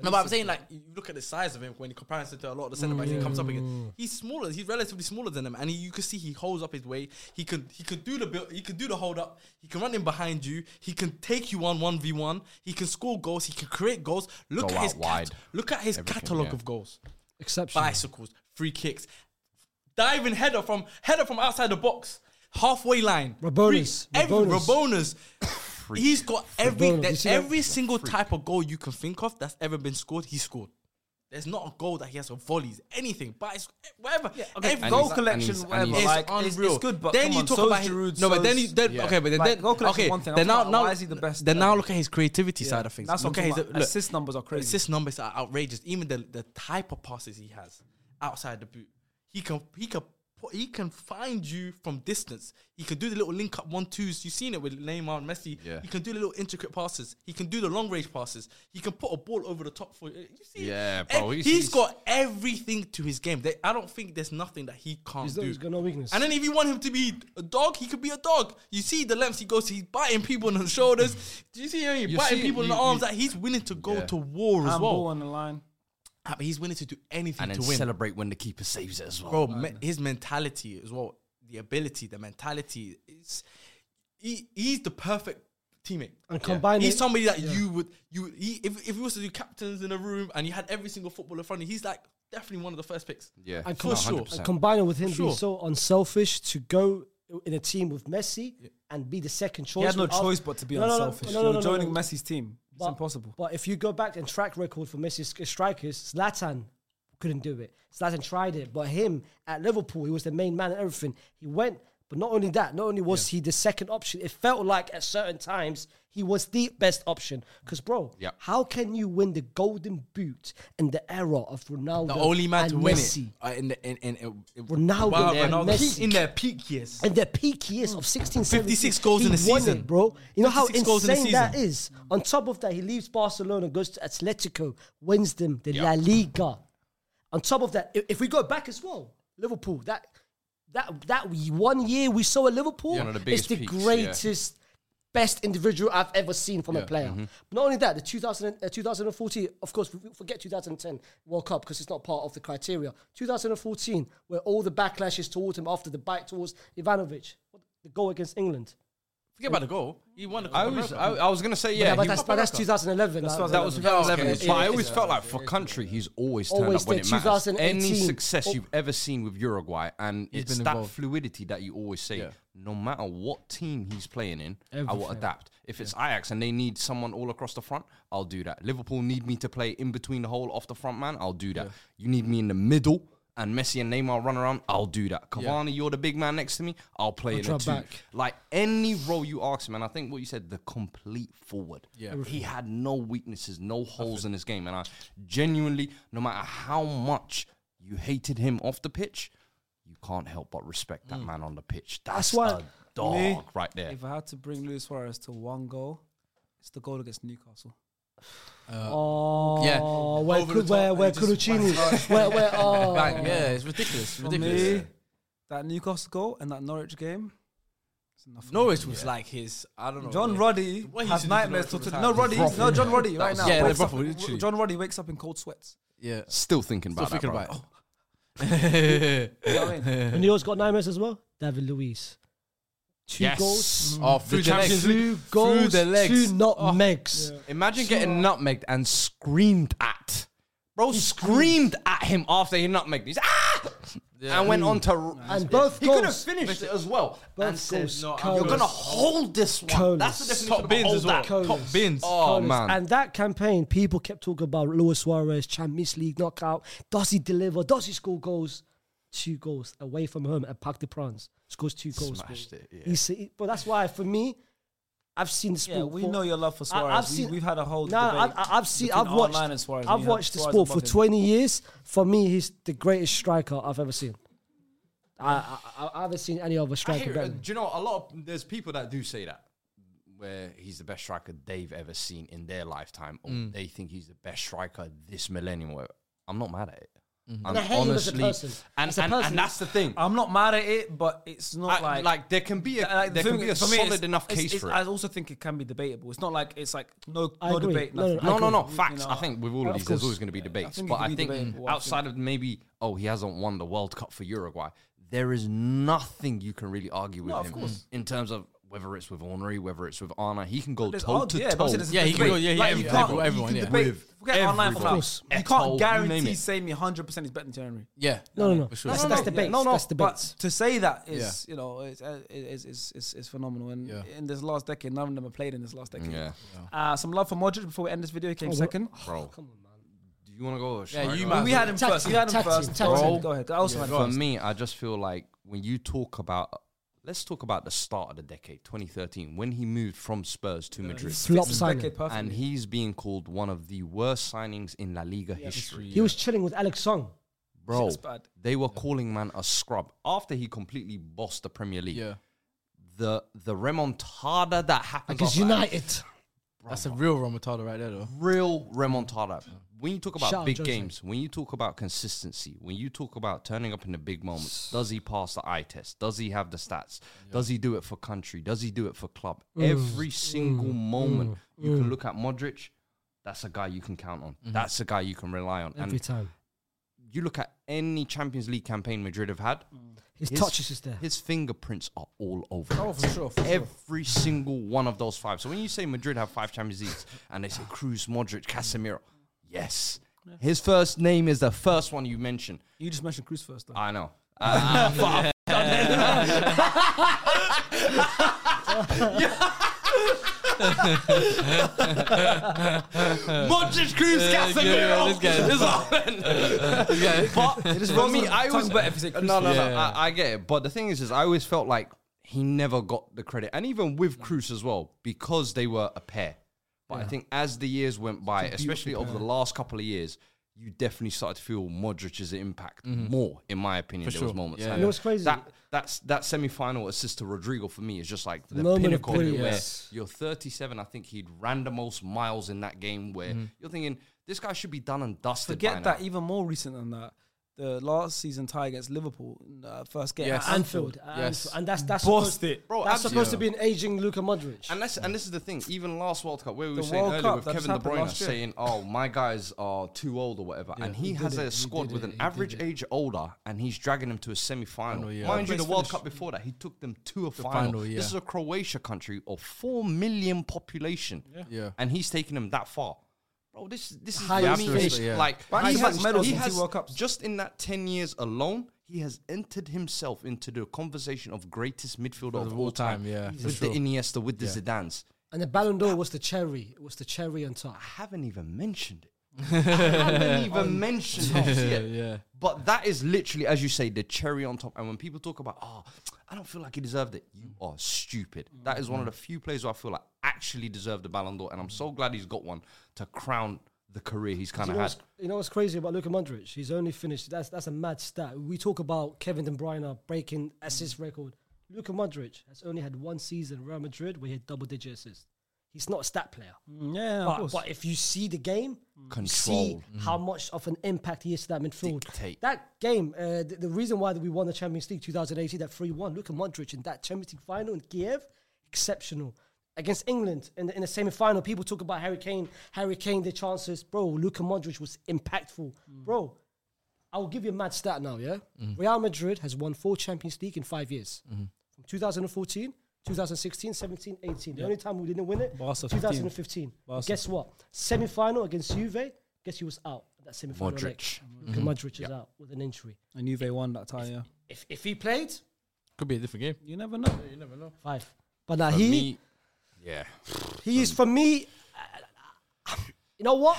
[SPEAKER 2] No, but I'm saying like you look at the size of him when you compare him to a lot of the centre backs he comes up against. He's smaller. He's relatively smaller than them, and he, you can see he holds up his way. He can he can do the build, he can do the hold up. He can run in behind you. He can take you on one v one. He can score goals. He can create goals. Look
[SPEAKER 4] Go
[SPEAKER 2] at
[SPEAKER 4] out
[SPEAKER 2] his cat-
[SPEAKER 4] wide.
[SPEAKER 2] look at his
[SPEAKER 4] Everything,
[SPEAKER 2] catalogue
[SPEAKER 4] yeah.
[SPEAKER 2] of goals:
[SPEAKER 3] Exception.
[SPEAKER 2] bicycles, free kicks, diving header from header from outside the box. halfway line.
[SPEAKER 3] Rabonis,
[SPEAKER 2] Free- Every
[SPEAKER 3] Rabonis.
[SPEAKER 2] Rabonis. He's got every
[SPEAKER 3] Rabonis, you
[SPEAKER 2] that,
[SPEAKER 3] see that?
[SPEAKER 2] every single type of goal you can think of that's ever been scored. He scored. There's not a goal that he has of volleys, anything, but it's eh, whatever. Every
[SPEAKER 4] And
[SPEAKER 1] goal
[SPEAKER 4] he's-
[SPEAKER 1] collection,
[SPEAKER 4] and he's- and
[SPEAKER 1] whatever.
[SPEAKER 4] he's-
[SPEAKER 1] like, it's, it's good, but
[SPEAKER 2] then
[SPEAKER 1] come
[SPEAKER 2] you
[SPEAKER 1] on,
[SPEAKER 2] talk
[SPEAKER 1] so's
[SPEAKER 2] about his,
[SPEAKER 1] Giroud,
[SPEAKER 2] no, but
[SPEAKER 1] so's-
[SPEAKER 2] then you then
[SPEAKER 4] Yeah.
[SPEAKER 2] okay, but then,
[SPEAKER 1] Like,
[SPEAKER 2] then
[SPEAKER 1] goal collection
[SPEAKER 2] okay,
[SPEAKER 1] is one thing. I'm
[SPEAKER 2] then now
[SPEAKER 1] talking about
[SPEAKER 2] now
[SPEAKER 1] why is he the best?
[SPEAKER 2] Then
[SPEAKER 1] Like-
[SPEAKER 2] now look at his creativity side of things.
[SPEAKER 1] That's what
[SPEAKER 2] look
[SPEAKER 1] I'm
[SPEAKER 2] at his
[SPEAKER 1] talking about.
[SPEAKER 2] look,
[SPEAKER 1] Assist numbers are crazy.
[SPEAKER 2] Assist numbers are outrageous. Even the the type of passes he has outside the boot, he can he can put, he can find you from distance. He can do the little link up one twos. You've seen it with Neymar and Messi.
[SPEAKER 4] Yeah.
[SPEAKER 2] He can do the little intricate passes. He can do the long range passes. He can put a ball over the top for you. You see, it?
[SPEAKER 4] Yeah,
[SPEAKER 2] Eh,
[SPEAKER 4] bro, he's-
[SPEAKER 2] he's
[SPEAKER 4] he's-
[SPEAKER 2] got everything to his game. They, I don't think there's nothing that he can't
[SPEAKER 3] He's
[SPEAKER 2] do.
[SPEAKER 3] not- he's got no weakness.
[SPEAKER 2] And then if you want him to be a dog, he could be a dog. You see the lengths he goes to, he's biting people on the shoulders. Do you see him? He's
[SPEAKER 4] You
[SPEAKER 2] biting
[SPEAKER 4] see-
[SPEAKER 2] people in
[SPEAKER 4] you-
[SPEAKER 2] the arms.
[SPEAKER 4] you-
[SPEAKER 2] like he's willing to go
[SPEAKER 4] Yeah.
[SPEAKER 2] to war as
[SPEAKER 1] And
[SPEAKER 2] well.
[SPEAKER 1] ball on the line.
[SPEAKER 2] Ah, but he's willing to do anything
[SPEAKER 4] and
[SPEAKER 2] to
[SPEAKER 4] then
[SPEAKER 2] win.
[SPEAKER 4] celebrate when the keeper saves it as well.
[SPEAKER 3] Oh,
[SPEAKER 2] Bro, me- his mentality as well, the ability, the mentality. It's, he, he's the perfect teammate.
[SPEAKER 3] And combine
[SPEAKER 2] He's
[SPEAKER 3] it-
[SPEAKER 2] somebody that you would you he, if if he was to do captains in a room and you had every single footballer in front of you, he's like definitely one of the first picks.
[SPEAKER 4] yeah,
[SPEAKER 3] And
[SPEAKER 2] For sure.
[SPEAKER 3] And
[SPEAKER 4] 100%.
[SPEAKER 3] combine it with him being
[SPEAKER 2] Sure.
[SPEAKER 3] so unselfish to go in a team with Messi and be the second choice.
[SPEAKER 1] He had no
[SPEAKER 3] without-
[SPEAKER 1] choice but to be
[SPEAKER 3] No, no, no,
[SPEAKER 1] unselfish.
[SPEAKER 3] no, no,
[SPEAKER 1] You're
[SPEAKER 3] no, no,
[SPEAKER 1] joining
[SPEAKER 3] no.
[SPEAKER 1] Messi's team. It's
[SPEAKER 3] But-
[SPEAKER 1] impossible.
[SPEAKER 3] But if you go back and track record for Messi's sk- strikers, Zlatan couldn't do it. Zlatan tried it, but him at Liverpool, he was the main man and everything. He went, but not only that, not only was he the second option, it felt like at certain times he was the best option. Because, bro,
[SPEAKER 4] Yeah.
[SPEAKER 3] how can you win the Golden Boot in the era of Ronaldo
[SPEAKER 2] The only man
[SPEAKER 3] and
[SPEAKER 2] to win
[SPEAKER 3] Messi?
[SPEAKER 2] it uh, in the in, in, in, in
[SPEAKER 3] Ronaldo
[SPEAKER 2] Wow,
[SPEAKER 3] and
[SPEAKER 2] Ronaldo.
[SPEAKER 3] Messi.
[SPEAKER 2] in their peak years.
[SPEAKER 3] in their peak years of 16,
[SPEAKER 2] 56
[SPEAKER 3] 17,
[SPEAKER 2] goals
[SPEAKER 3] he
[SPEAKER 2] in a
[SPEAKER 3] won
[SPEAKER 2] season.
[SPEAKER 3] it, bro. You know how
[SPEAKER 2] 56 goals in a
[SPEAKER 3] insane that
[SPEAKER 2] season.
[SPEAKER 3] is. On top of that, he leaves Barcelona, goes to Atletico, wins them the La Liga. On top of that, i- if we go back as well, Liverpool that that that we- one year we saw at Liverpool
[SPEAKER 4] Yeah, one of the
[SPEAKER 3] it's
[SPEAKER 4] biggest
[SPEAKER 3] the
[SPEAKER 4] peaks, yeah.
[SPEAKER 3] greatest. Best individual I've ever seen from a player.
[SPEAKER 4] Mm-hmm.
[SPEAKER 3] Not only that, the 2000, and- uh, 2014, of course, we- we forget 2010 World Cup because it's not part of the criteria. 2014, where all the backlashes towards him after the bite towards Ivanovic, the goal against England.
[SPEAKER 2] Forget about the goal. He won the
[SPEAKER 4] I
[SPEAKER 2] Copa
[SPEAKER 4] was,
[SPEAKER 2] America.
[SPEAKER 4] I, I was gonna say yeah,
[SPEAKER 3] Yeah, but
[SPEAKER 4] he-
[SPEAKER 3] that's, but that's 2011. That's
[SPEAKER 4] that was 2011.
[SPEAKER 3] Yeah,
[SPEAKER 4] but
[SPEAKER 3] yeah,
[SPEAKER 4] I
[SPEAKER 3] yeah.
[SPEAKER 4] always felt like for country, he's always turned
[SPEAKER 3] Always
[SPEAKER 4] up when
[SPEAKER 3] there,
[SPEAKER 4] it matters.
[SPEAKER 3] 2018.
[SPEAKER 4] Any success
[SPEAKER 3] Oh.
[SPEAKER 4] you've ever seen with Uruguay, and it's
[SPEAKER 2] been
[SPEAKER 4] that
[SPEAKER 2] involved.
[SPEAKER 4] fluidity that you always say.
[SPEAKER 2] Yeah.
[SPEAKER 4] No matter what team he's playing in, I will
[SPEAKER 3] Everything.
[SPEAKER 4] adapt. If it's Ajax and they need someone all across the front, I'll do that. Liverpool need me to play in between the whole off the front man, I'll do that. You need me in the middle. And Messi and Neymar run around, I'll do that. Cavani, you're the big man next to me, I'll play in
[SPEAKER 3] drop
[SPEAKER 4] a two.
[SPEAKER 3] back.
[SPEAKER 4] Like any role you ask him, and I think what you said, the complete forward. Yeah. He had no weaknesses, no holes in his game. And I genuinely, no matter how much you hated him off the pitch, you can't help but respect that man on the pitch. That's,
[SPEAKER 3] That's why-
[SPEAKER 4] a dog
[SPEAKER 1] Me,
[SPEAKER 4] right there.
[SPEAKER 1] If I had to bring Luis Suarez to one goal, it's the goal against Newcastle.
[SPEAKER 3] Oh,
[SPEAKER 9] Yeah.
[SPEAKER 3] Where,
[SPEAKER 2] Over
[SPEAKER 3] Ku-
[SPEAKER 2] the top
[SPEAKER 3] where,
[SPEAKER 2] and
[SPEAKER 3] where
[SPEAKER 2] just
[SPEAKER 3] Culucini? [LAUGHS] where, where,
[SPEAKER 9] [LAUGHS]
[SPEAKER 3] oh.
[SPEAKER 9] Bang, yeah, it's ridiculous,
[SPEAKER 1] For
[SPEAKER 9] ridiculous.
[SPEAKER 1] me, that Newcastle goal and that Norwich game, it's enough. for me.
[SPEAKER 2] Norwich was like his. I don't know.
[SPEAKER 1] John
[SPEAKER 2] like,
[SPEAKER 1] Roddy
[SPEAKER 2] what he
[SPEAKER 1] has
[SPEAKER 2] used to do to
[SPEAKER 1] nightmares.
[SPEAKER 2] Norwich
[SPEAKER 1] Till
[SPEAKER 2] all the
[SPEAKER 1] today.
[SPEAKER 2] time.
[SPEAKER 1] no, Roddy. No, John Roddy. Right now.
[SPEAKER 2] yeah, the
[SPEAKER 1] wakes up-
[SPEAKER 2] brothel, literally.
[SPEAKER 1] John Roddy wakes up in cold sweats. Oh,
[SPEAKER 2] [LAUGHS] Yeah.
[SPEAKER 4] Still thinking about
[SPEAKER 2] Still
[SPEAKER 4] that.
[SPEAKER 2] thinking about it.
[SPEAKER 1] You know what I mean?
[SPEAKER 3] And you always got nightmares as well? David Luiz. Two
[SPEAKER 4] Yes. Mm.
[SPEAKER 3] goals.
[SPEAKER 1] Mm.
[SPEAKER 2] Oh, through the legs.
[SPEAKER 3] Two goals.
[SPEAKER 2] Through the legs.
[SPEAKER 3] Two
[SPEAKER 4] Oh.
[SPEAKER 3] nutmegs.
[SPEAKER 4] bro. Imagine getting nutmegged and screamed at. Bro screamed at him after he nutmegged. He's ah! And went on to.
[SPEAKER 2] Mm.
[SPEAKER 3] And both
[SPEAKER 4] he could have
[SPEAKER 3] goals.
[SPEAKER 4] finished it as well.
[SPEAKER 3] Both
[SPEAKER 4] and said,
[SPEAKER 3] goals.
[SPEAKER 4] no, I'm-
[SPEAKER 3] Colas.
[SPEAKER 4] you're going to hold this one. That's
[SPEAKER 3] Colas.
[SPEAKER 4] the definition
[SPEAKER 2] Top
[SPEAKER 4] of a
[SPEAKER 2] bins as
[SPEAKER 4] hold
[SPEAKER 2] well.
[SPEAKER 4] that.
[SPEAKER 3] Colas.
[SPEAKER 2] Top bins.
[SPEAKER 4] Oh,
[SPEAKER 3] Honest.
[SPEAKER 4] man.
[SPEAKER 3] And that campaign, people kept talking about Luis Suarez, Champions League knockout. Does he deliver? Does he score goals? Two goals away from home at Parc des Princes. Scores two goals.
[SPEAKER 4] Smashed it, yeah.
[SPEAKER 3] He's, he- but that's why, for me, I've seen the sport.
[SPEAKER 1] Yeah, we
[SPEAKER 3] for-
[SPEAKER 1] know your love for
[SPEAKER 3] I-
[SPEAKER 1] Suarez.
[SPEAKER 3] I've
[SPEAKER 1] We-
[SPEAKER 3] seen-
[SPEAKER 1] we've had a whole
[SPEAKER 3] No, I,
[SPEAKER 1] debate
[SPEAKER 3] I- I've seen.
[SPEAKER 1] between
[SPEAKER 3] I've
[SPEAKER 1] our
[SPEAKER 3] watched.
[SPEAKER 1] line and Suarez, and
[SPEAKER 3] I've
[SPEAKER 1] you had
[SPEAKER 3] watched the
[SPEAKER 1] Suarez
[SPEAKER 3] sport for
[SPEAKER 1] above him.
[SPEAKER 3] 20 years. For me, he's the greatest striker I've ever seen. I, I, I haven't seen any other
[SPEAKER 4] I
[SPEAKER 3] striker
[SPEAKER 4] hear, uh,
[SPEAKER 3] better.
[SPEAKER 4] do you know a lot of there's people that do say that where he's the best striker they've ever seen in their lifetime or
[SPEAKER 2] Mm.
[SPEAKER 4] they think he's the best striker this millennium Well, i'm not mad at it
[SPEAKER 2] Mm-hmm.
[SPEAKER 4] I'm
[SPEAKER 3] I hate him as a person.
[SPEAKER 4] and,
[SPEAKER 3] As a
[SPEAKER 4] and,
[SPEAKER 3] person.
[SPEAKER 4] and that's the thing
[SPEAKER 1] I'm not mad at it, but it's not
[SPEAKER 4] I-
[SPEAKER 1] like
[SPEAKER 4] like, there can be a
[SPEAKER 1] Uh, like, the
[SPEAKER 4] there can
[SPEAKER 1] thing
[SPEAKER 4] be a
[SPEAKER 1] is, for me,
[SPEAKER 4] solid
[SPEAKER 1] it's-
[SPEAKER 4] enough
[SPEAKER 1] it's-
[SPEAKER 4] case
[SPEAKER 1] it's-
[SPEAKER 4] for it
[SPEAKER 1] I also think it can be debatable. It's not like it's like no,
[SPEAKER 3] I
[SPEAKER 1] no
[SPEAKER 3] agree.
[SPEAKER 1] debate.
[SPEAKER 3] No, no,
[SPEAKER 1] nothing.
[SPEAKER 3] I
[SPEAKER 4] no, no, no.
[SPEAKER 1] You
[SPEAKER 4] Facts.
[SPEAKER 1] know,
[SPEAKER 4] I think with all of,
[SPEAKER 3] Of
[SPEAKER 4] these, there's
[SPEAKER 3] course.
[SPEAKER 4] always going to be debates.
[SPEAKER 1] think it
[SPEAKER 4] but
[SPEAKER 1] can
[SPEAKER 4] I
[SPEAKER 1] be
[SPEAKER 4] think
[SPEAKER 1] debatable, I
[SPEAKER 4] outside of maybe, oh, he hasn't won the World Cup for Uruguay. There is nothing you can really argue with
[SPEAKER 1] No, of
[SPEAKER 4] him
[SPEAKER 1] course.
[SPEAKER 4] in terms of whether it's with Ornery, whether it's with Arna, he can go
[SPEAKER 1] There's
[SPEAKER 4] toe
[SPEAKER 1] odds,
[SPEAKER 4] to
[SPEAKER 1] yeah, but I
[SPEAKER 4] toe.
[SPEAKER 1] said there's-
[SPEAKER 2] Yeah, he can
[SPEAKER 1] Wait,
[SPEAKER 2] go. Yeah, yeah,
[SPEAKER 1] like, you
[SPEAKER 2] everyone,
[SPEAKER 1] can't-
[SPEAKER 2] everyone, everyone,
[SPEAKER 1] you
[SPEAKER 2] yeah.
[SPEAKER 1] can debate- Forget online for
[SPEAKER 4] everyone.
[SPEAKER 1] now. You
[SPEAKER 3] Of
[SPEAKER 4] course.
[SPEAKER 1] can't
[SPEAKER 4] Eto'o, you name
[SPEAKER 1] guarantee
[SPEAKER 4] it.
[SPEAKER 1] say me 100% he's better than Henry.
[SPEAKER 2] Yeah.
[SPEAKER 3] No, no, no.
[SPEAKER 2] For sure.
[SPEAKER 3] That's,
[SPEAKER 1] No,
[SPEAKER 3] that's
[SPEAKER 1] no,
[SPEAKER 3] debates.
[SPEAKER 1] No, no,
[SPEAKER 3] that's
[SPEAKER 1] but
[SPEAKER 3] debates.
[SPEAKER 1] to say that is,
[SPEAKER 2] Yeah.
[SPEAKER 1] you know, it's, uh, it's, it's, it's, it's phenomenal. And
[SPEAKER 2] Yeah.
[SPEAKER 1] in this last decade, none of them have played in this last decade.
[SPEAKER 4] Yeah,
[SPEAKER 1] Uh, some love for Modric before we end this video. He came
[SPEAKER 3] Oh,
[SPEAKER 1] second.
[SPEAKER 4] bro.
[SPEAKER 3] Come on, man.
[SPEAKER 4] Do you want to go? Or should
[SPEAKER 2] Yeah,
[SPEAKER 4] I
[SPEAKER 2] you
[SPEAKER 4] go?
[SPEAKER 2] might-
[SPEAKER 1] We had him
[SPEAKER 3] Tactic,
[SPEAKER 1] first. We had him
[SPEAKER 3] tactic,
[SPEAKER 1] first.
[SPEAKER 3] tactic.
[SPEAKER 1] Go
[SPEAKER 4] Bro.
[SPEAKER 1] ahead. Go ahead. I also had him
[SPEAKER 4] For
[SPEAKER 1] first.
[SPEAKER 4] me, I just feel like when you talk about, let's talk about the start of the decade, 2013, when he moved from Spurs to Madrid,
[SPEAKER 3] Flop
[SPEAKER 1] This
[SPEAKER 3] signing.
[SPEAKER 1] decade perfectly.
[SPEAKER 4] and he's being called one of the worst signings in La Liga history.
[SPEAKER 3] He was chilling with Alex Song.
[SPEAKER 4] Bro,
[SPEAKER 1] Shit's bad.
[SPEAKER 4] they were calling man a scrub after he completely bossed the Premier League.
[SPEAKER 2] Yeah.
[SPEAKER 4] The the remontada that happened
[SPEAKER 3] Because United.
[SPEAKER 2] That's a real Romatada right there,
[SPEAKER 4] [LAUGHS]
[SPEAKER 2] though.
[SPEAKER 4] real remontada. When you talk about
[SPEAKER 3] Shout out
[SPEAKER 4] big
[SPEAKER 3] Jose.
[SPEAKER 4] games, when you talk about consistency, when you talk about turning up in the big
[SPEAKER 3] [SIGHS]
[SPEAKER 4] moments, does he pass the eye test? Does he have the stats? Does he do it for country? Does he do it for club?
[SPEAKER 3] Mm.
[SPEAKER 4] Every single moment you can look at Modric, that's a guy you can count on. That's a guy you can rely on.
[SPEAKER 3] Mm-hmm. Every
[SPEAKER 4] and
[SPEAKER 3] time.
[SPEAKER 4] you look at any Champions League campaign Madrid have had,
[SPEAKER 3] His, touch is just there.
[SPEAKER 4] His fingerprints are all over.
[SPEAKER 1] Oh,
[SPEAKER 4] it.
[SPEAKER 1] for sure, for sure.
[SPEAKER 4] Every single one of those five. So when you say Madrid have five Champions Leagues and they say Cruz, Modric, Casemiro, yes. His first name is the first one you mention.
[SPEAKER 1] You just mentioned Cruz first, though.
[SPEAKER 4] I know. Uh, fuck. Modric, Cruz,
[SPEAKER 2] yeah,
[SPEAKER 4] Casemiro.
[SPEAKER 2] this guy-
[SPEAKER 4] It's [LAUGHS] all- But for me, I always
[SPEAKER 1] better if you say Cruz
[SPEAKER 4] no, no, no.
[SPEAKER 2] Yeah.
[SPEAKER 4] I, I get it, but the thing is, is I always felt like he never got the credit, and even with Cruz as well, because they were a pair. But I think as the years went by, especially over the last couple of years, you definitely started to feel Modric's impact more, in my opinion. there was
[SPEAKER 2] sure.
[SPEAKER 4] moments.
[SPEAKER 2] Yeah.
[SPEAKER 4] like
[SPEAKER 3] You know what's crazy?
[SPEAKER 4] That that's that semi-final assist to Rodrigo for me is just like the
[SPEAKER 3] Moment of
[SPEAKER 4] pinnacle of it
[SPEAKER 3] brilliance.
[SPEAKER 4] where you're 37. I think he'd ran the most miles in that game. Where you're thinking this guy should be done and
[SPEAKER 1] Mm.
[SPEAKER 4] dusted. by
[SPEAKER 1] Forget
[SPEAKER 4] now.
[SPEAKER 1] that, even more recent than that. The last season tie against Liverpool, uh, first game
[SPEAKER 2] Yes.
[SPEAKER 1] at Anfield.
[SPEAKER 3] Anfield.
[SPEAKER 2] Yes.
[SPEAKER 3] Anfield. And that's that's
[SPEAKER 1] Bossed
[SPEAKER 3] supposed,
[SPEAKER 1] it.
[SPEAKER 4] Bro,
[SPEAKER 3] that's
[SPEAKER 4] abs-
[SPEAKER 3] supposed to
[SPEAKER 2] yeah.
[SPEAKER 3] be an aging Luka Modric.
[SPEAKER 4] And that's and this is the thing. Even last World Cup, where we were
[SPEAKER 1] The
[SPEAKER 4] saying
[SPEAKER 1] World
[SPEAKER 4] earlier
[SPEAKER 1] Cup
[SPEAKER 4] with
[SPEAKER 1] that just
[SPEAKER 4] Kevin De
[SPEAKER 1] happened
[SPEAKER 4] Bruyne
[SPEAKER 1] last year.
[SPEAKER 4] saying, "Oh, my guys are too old or whatever," and he, has a squad with an average age older, and he's dragging them to a semi-final.
[SPEAKER 2] Final, yeah.
[SPEAKER 4] Mind you,
[SPEAKER 2] Place
[SPEAKER 4] the World
[SPEAKER 2] finish.
[SPEAKER 4] Cup before that, he took them to a final.
[SPEAKER 2] final, yeah.
[SPEAKER 4] This is a Croatia country of four million population,
[SPEAKER 2] Yeah.
[SPEAKER 4] and he's taking them that far. Bro, this this is
[SPEAKER 3] Highest
[SPEAKER 4] I mean,
[SPEAKER 2] finish,
[SPEAKER 4] it's
[SPEAKER 2] yeah.
[SPEAKER 4] like
[SPEAKER 1] But
[SPEAKER 4] he
[SPEAKER 1] he's
[SPEAKER 4] has,
[SPEAKER 1] had medals
[SPEAKER 4] he
[SPEAKER 1] in two
[SPEAKER 4] has-
[SPEAKER 1] World Cups.
[SPEAKER 4] just in that ten years alone. He has entered himself into the conversation of greatest midfielder of
[SPEAKER 2] of
[SPEAKER 4] all
[SPEAKER 2] all
[SPEAKER 4] time.
[SPEAKER 2] time, yeah, for
[SPEAKER 4] with
[SPEAKER 2] sure.
[SPEAKER 4] the Iniesta, with the Zidanes.
[SPEAKER 3] And the Ballon d'Or was the cherry. It was the cherry on top.
[SPEAKER 4] I haven't even mentioned
[SPEAKER 2] [LAUGHS]
[SPEAKER 4] it. I haven't even mentioned it yet.
[SPEAKER 2] Um, yeah.
[SPEAKER 4] But that is literally, as you say, the cherry on top. And when people talk about, oh, I don't feel like he deserved it, you are stupid. That is one of the few players who I feel like actually deserved the Ballon d'Or. And I'm so glad he's got one to crown the career he's kind
[SPEAKER 3] You
[SPEAKER 4] of
[SPEAKER 3] know,
[SPEAKER 4] had.
[SPEAKER 3] what's, you know what's crazy about Luka Modric? He's only finished. That's that's a mad stat. We talk about Kevin De Bruyne breaking assist record. Luka Modric has only had one season at Real Madrid where he had double digit assists. He's not a stat player,
[SPEAKER 1] Yeah, of
[SPEAKER 3] but,
[SPEAKER 1] course.
[SPEAKER 3] but if you see the game, you see
[SPEAKER 4] Control.
[SPEAKER 3] how much of an impact he is to that midfield.
[SPEAKER 4] Dictate.
[SPEAKER 3] That game, uh, the, the reason why we won the Champions League 2018, that 3 1, Luka Modric in that Champions League final in Kiev, exceptional. Against England in the, in the semi final, people talk about Harry Kane, Harry Kane, their chances. Bro, Luka Modric was impactful.
[SPEAKER 1] Mm.
[SPEAKER 3] Bro, I will give you a mad stat now, yeah?
[SPEAKER 4] Mm.
[SPEAKER 3] Real Madrid has won four Champions League in five years.
[SPEAKER 4] Mm-hmm.
[SPEAKER 3] From 2014, 2016, 17, 18. The only time we didn't win it,
[SPEAKER 1] Barca
[SPEAKER 3] 2015. Guess what? Semi-final against Juve, guess he was out at that semi-final. leg.
[SPEAKER 4] Modric. Mm-hmm.
[SPEAKER 3] Luka Modric is out with an injury.
[SPEAKER 1] and Juve won that tie, yeah.
[SPEAKER 3] If, if he played,
[SPEAKER 2] Could be a different game.
[SPEAKER 1] You never know.
[SPEAKER 3] five. But now
[SPEAKER 4] For
[SPEAKER 3] he,
[SPEAKER 4] me, yeah.
[SPEAKER 3] he is, for me, [SIGHS] uh, you know what?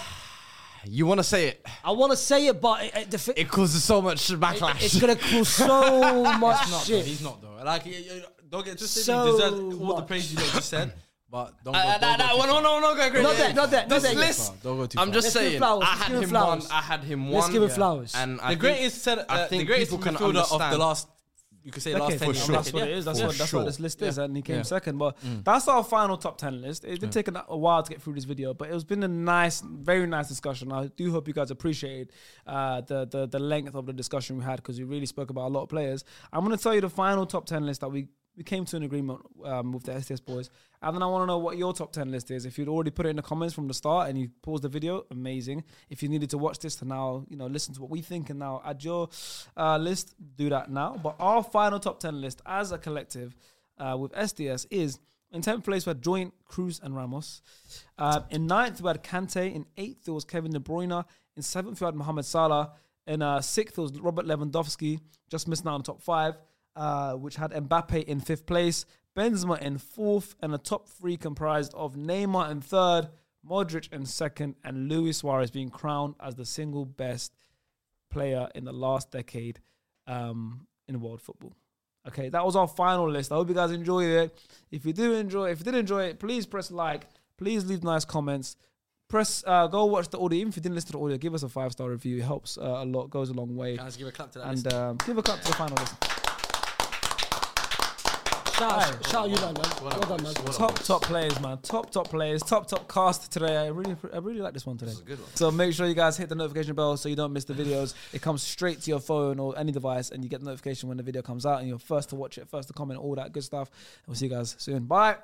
[SPEAKER 4] You want to say it?
[SPEAKER 3] I want to say it, but it, it, the fi-
[SPEAKER 4] It causes so much backlash.
[SPEAKER 3] it's going to cause so much
[SPEAKER 2] Not, though,
[SPEAKER 3] shit.
[SPEAKER 2] he's not though. Like, you- you- don't get just
[SPEAKER 3] So
[SPEAKER 2] so deserve all
[SPEAKER 3] much.
[SPEAKER 2] the praise you lot just said, but don't.
[SPEAKER 4] [LAUGHS] Uh, [LAUGHS]
[SPEAKER 2] go, don't
[SPEAKER 4] nah, nah,
[SPEAKER 2] go
[SPEAKER 4] well,
[SPEAKER 2] too
[SPEAKER 4] no, no, no, go crazy.
[SPEAKER 3] Not that- not that- not
[SPEAKER 4] This
[SPEAKER 3] that yet.
[SPEAKER 4] list,
[SPEAKER 2] Don't go too
[SPEAKER 4] I'm
[SPEAKER 2] far.
[SPEAKER 4] just
[SPEAKER 3] Let's give him
[SPEAKER 4] saying.
[SPEAKER 3] flowers,
[SPEAKER 4] I
[SPEAKER 3] let's
[SPEAKER 4] had
[SPEAKER 3] give him
[SPEAKER 4] him one.
[SPEAKER 3] flowers.
[SPEAKER 4] I had him one.
[SPEAKER 3] Let's give him flowers.
[SPEAKER 4] And
[SPEAKER 2] far.
[SPEAKER 4] I
[SPEAKER 2] The greatest set.
[SPEAKER 4] think,
[SPEAKER 2] Uh,
[SPEAKER 4] I think
[SPEAKER 2] the greatest
[SPEAKER 4] people can
[SPEAKER 2] midfielder of
[SPEAKER 4] understand.
[SPEAKER 2] the last. You could say last
[SPEAKER 1] Decade.
[SPEAKER 2] ten years.
[SPEAKER 4] sure.
[SPEAKER 1] That's what it is. That's,
[SPEAKER 4] For
[SPEAKER 1] what, that's
[SPEAKER 4] sure.
[SPEAKER 1] what this list is.
[SPEAKER 2] Yeah.
[SPEAKER 1] And he came
[SPEAKER 2] Yeah. Mm.
[SPEAKER 1] second. But that's our final top 10 list. It's been taking a while to get through this video, but it's been a nice, very nice discussion. I do hope you guys appreciated uh, the, the, the length of the discussion we had because we really spoke about a lot of players. I'm going to tell you the final top 10 list that we. We came to an agreement um, with the STS boys, and then I want to know what your top ten list is. If you'd already put it in the comments from the start and you paused the video, amazing. If you needed to watch this to now, you know, listen to what we think and now add your uh, list, do that now. But our final top ten list as a collective, uh, with SDS is in 10th place we had Joint, Cruz, and Ramos. Um, in 9th we had Kante. In 8th it was Kevin De Bruyne. In 7th we had Mohamed Salah. In uh, 6th it was Robert Lewandowski, just missed out on top 5, uh, which had Mbappe in 5th place, Benzema in 4th, and a top 3 comprised of Neymar in 3rd, Modric in 2nd, and Luis Suarez being crowned as the single best player in the last decade um, in world football. Okay, that was our final list. I hope you guys enjoyed it. If you do enjoy, if you did enjoy it, please press like. Please leave nice comments. Press uh, go watch the audio. Even if you didn't listen to the audio, give us a five star review. It helps uh, a lot, goes a long way.
[SPEAKER 8] Guys, give a clap to that.
[SPEAKER 4] uh,
[SPEAKER 1] And
[SPEAKER 8] list.
[SPEAKER 1] um, give a clap to the final list.
[SPEAKER 3] Shout, out- shout out you, man. Well done, man.
[SPEAKER 1] top top players, man. Top top players. Top top cast today. I really I really like this one today. So make sure you guys hit the notification bell so you don't miss the videos. it comes straight to your phone or any device, and you get the notification when the video comes out, and you're first to watch it, first to comment, all that good stuff. And we'll see you guys soon. Bye.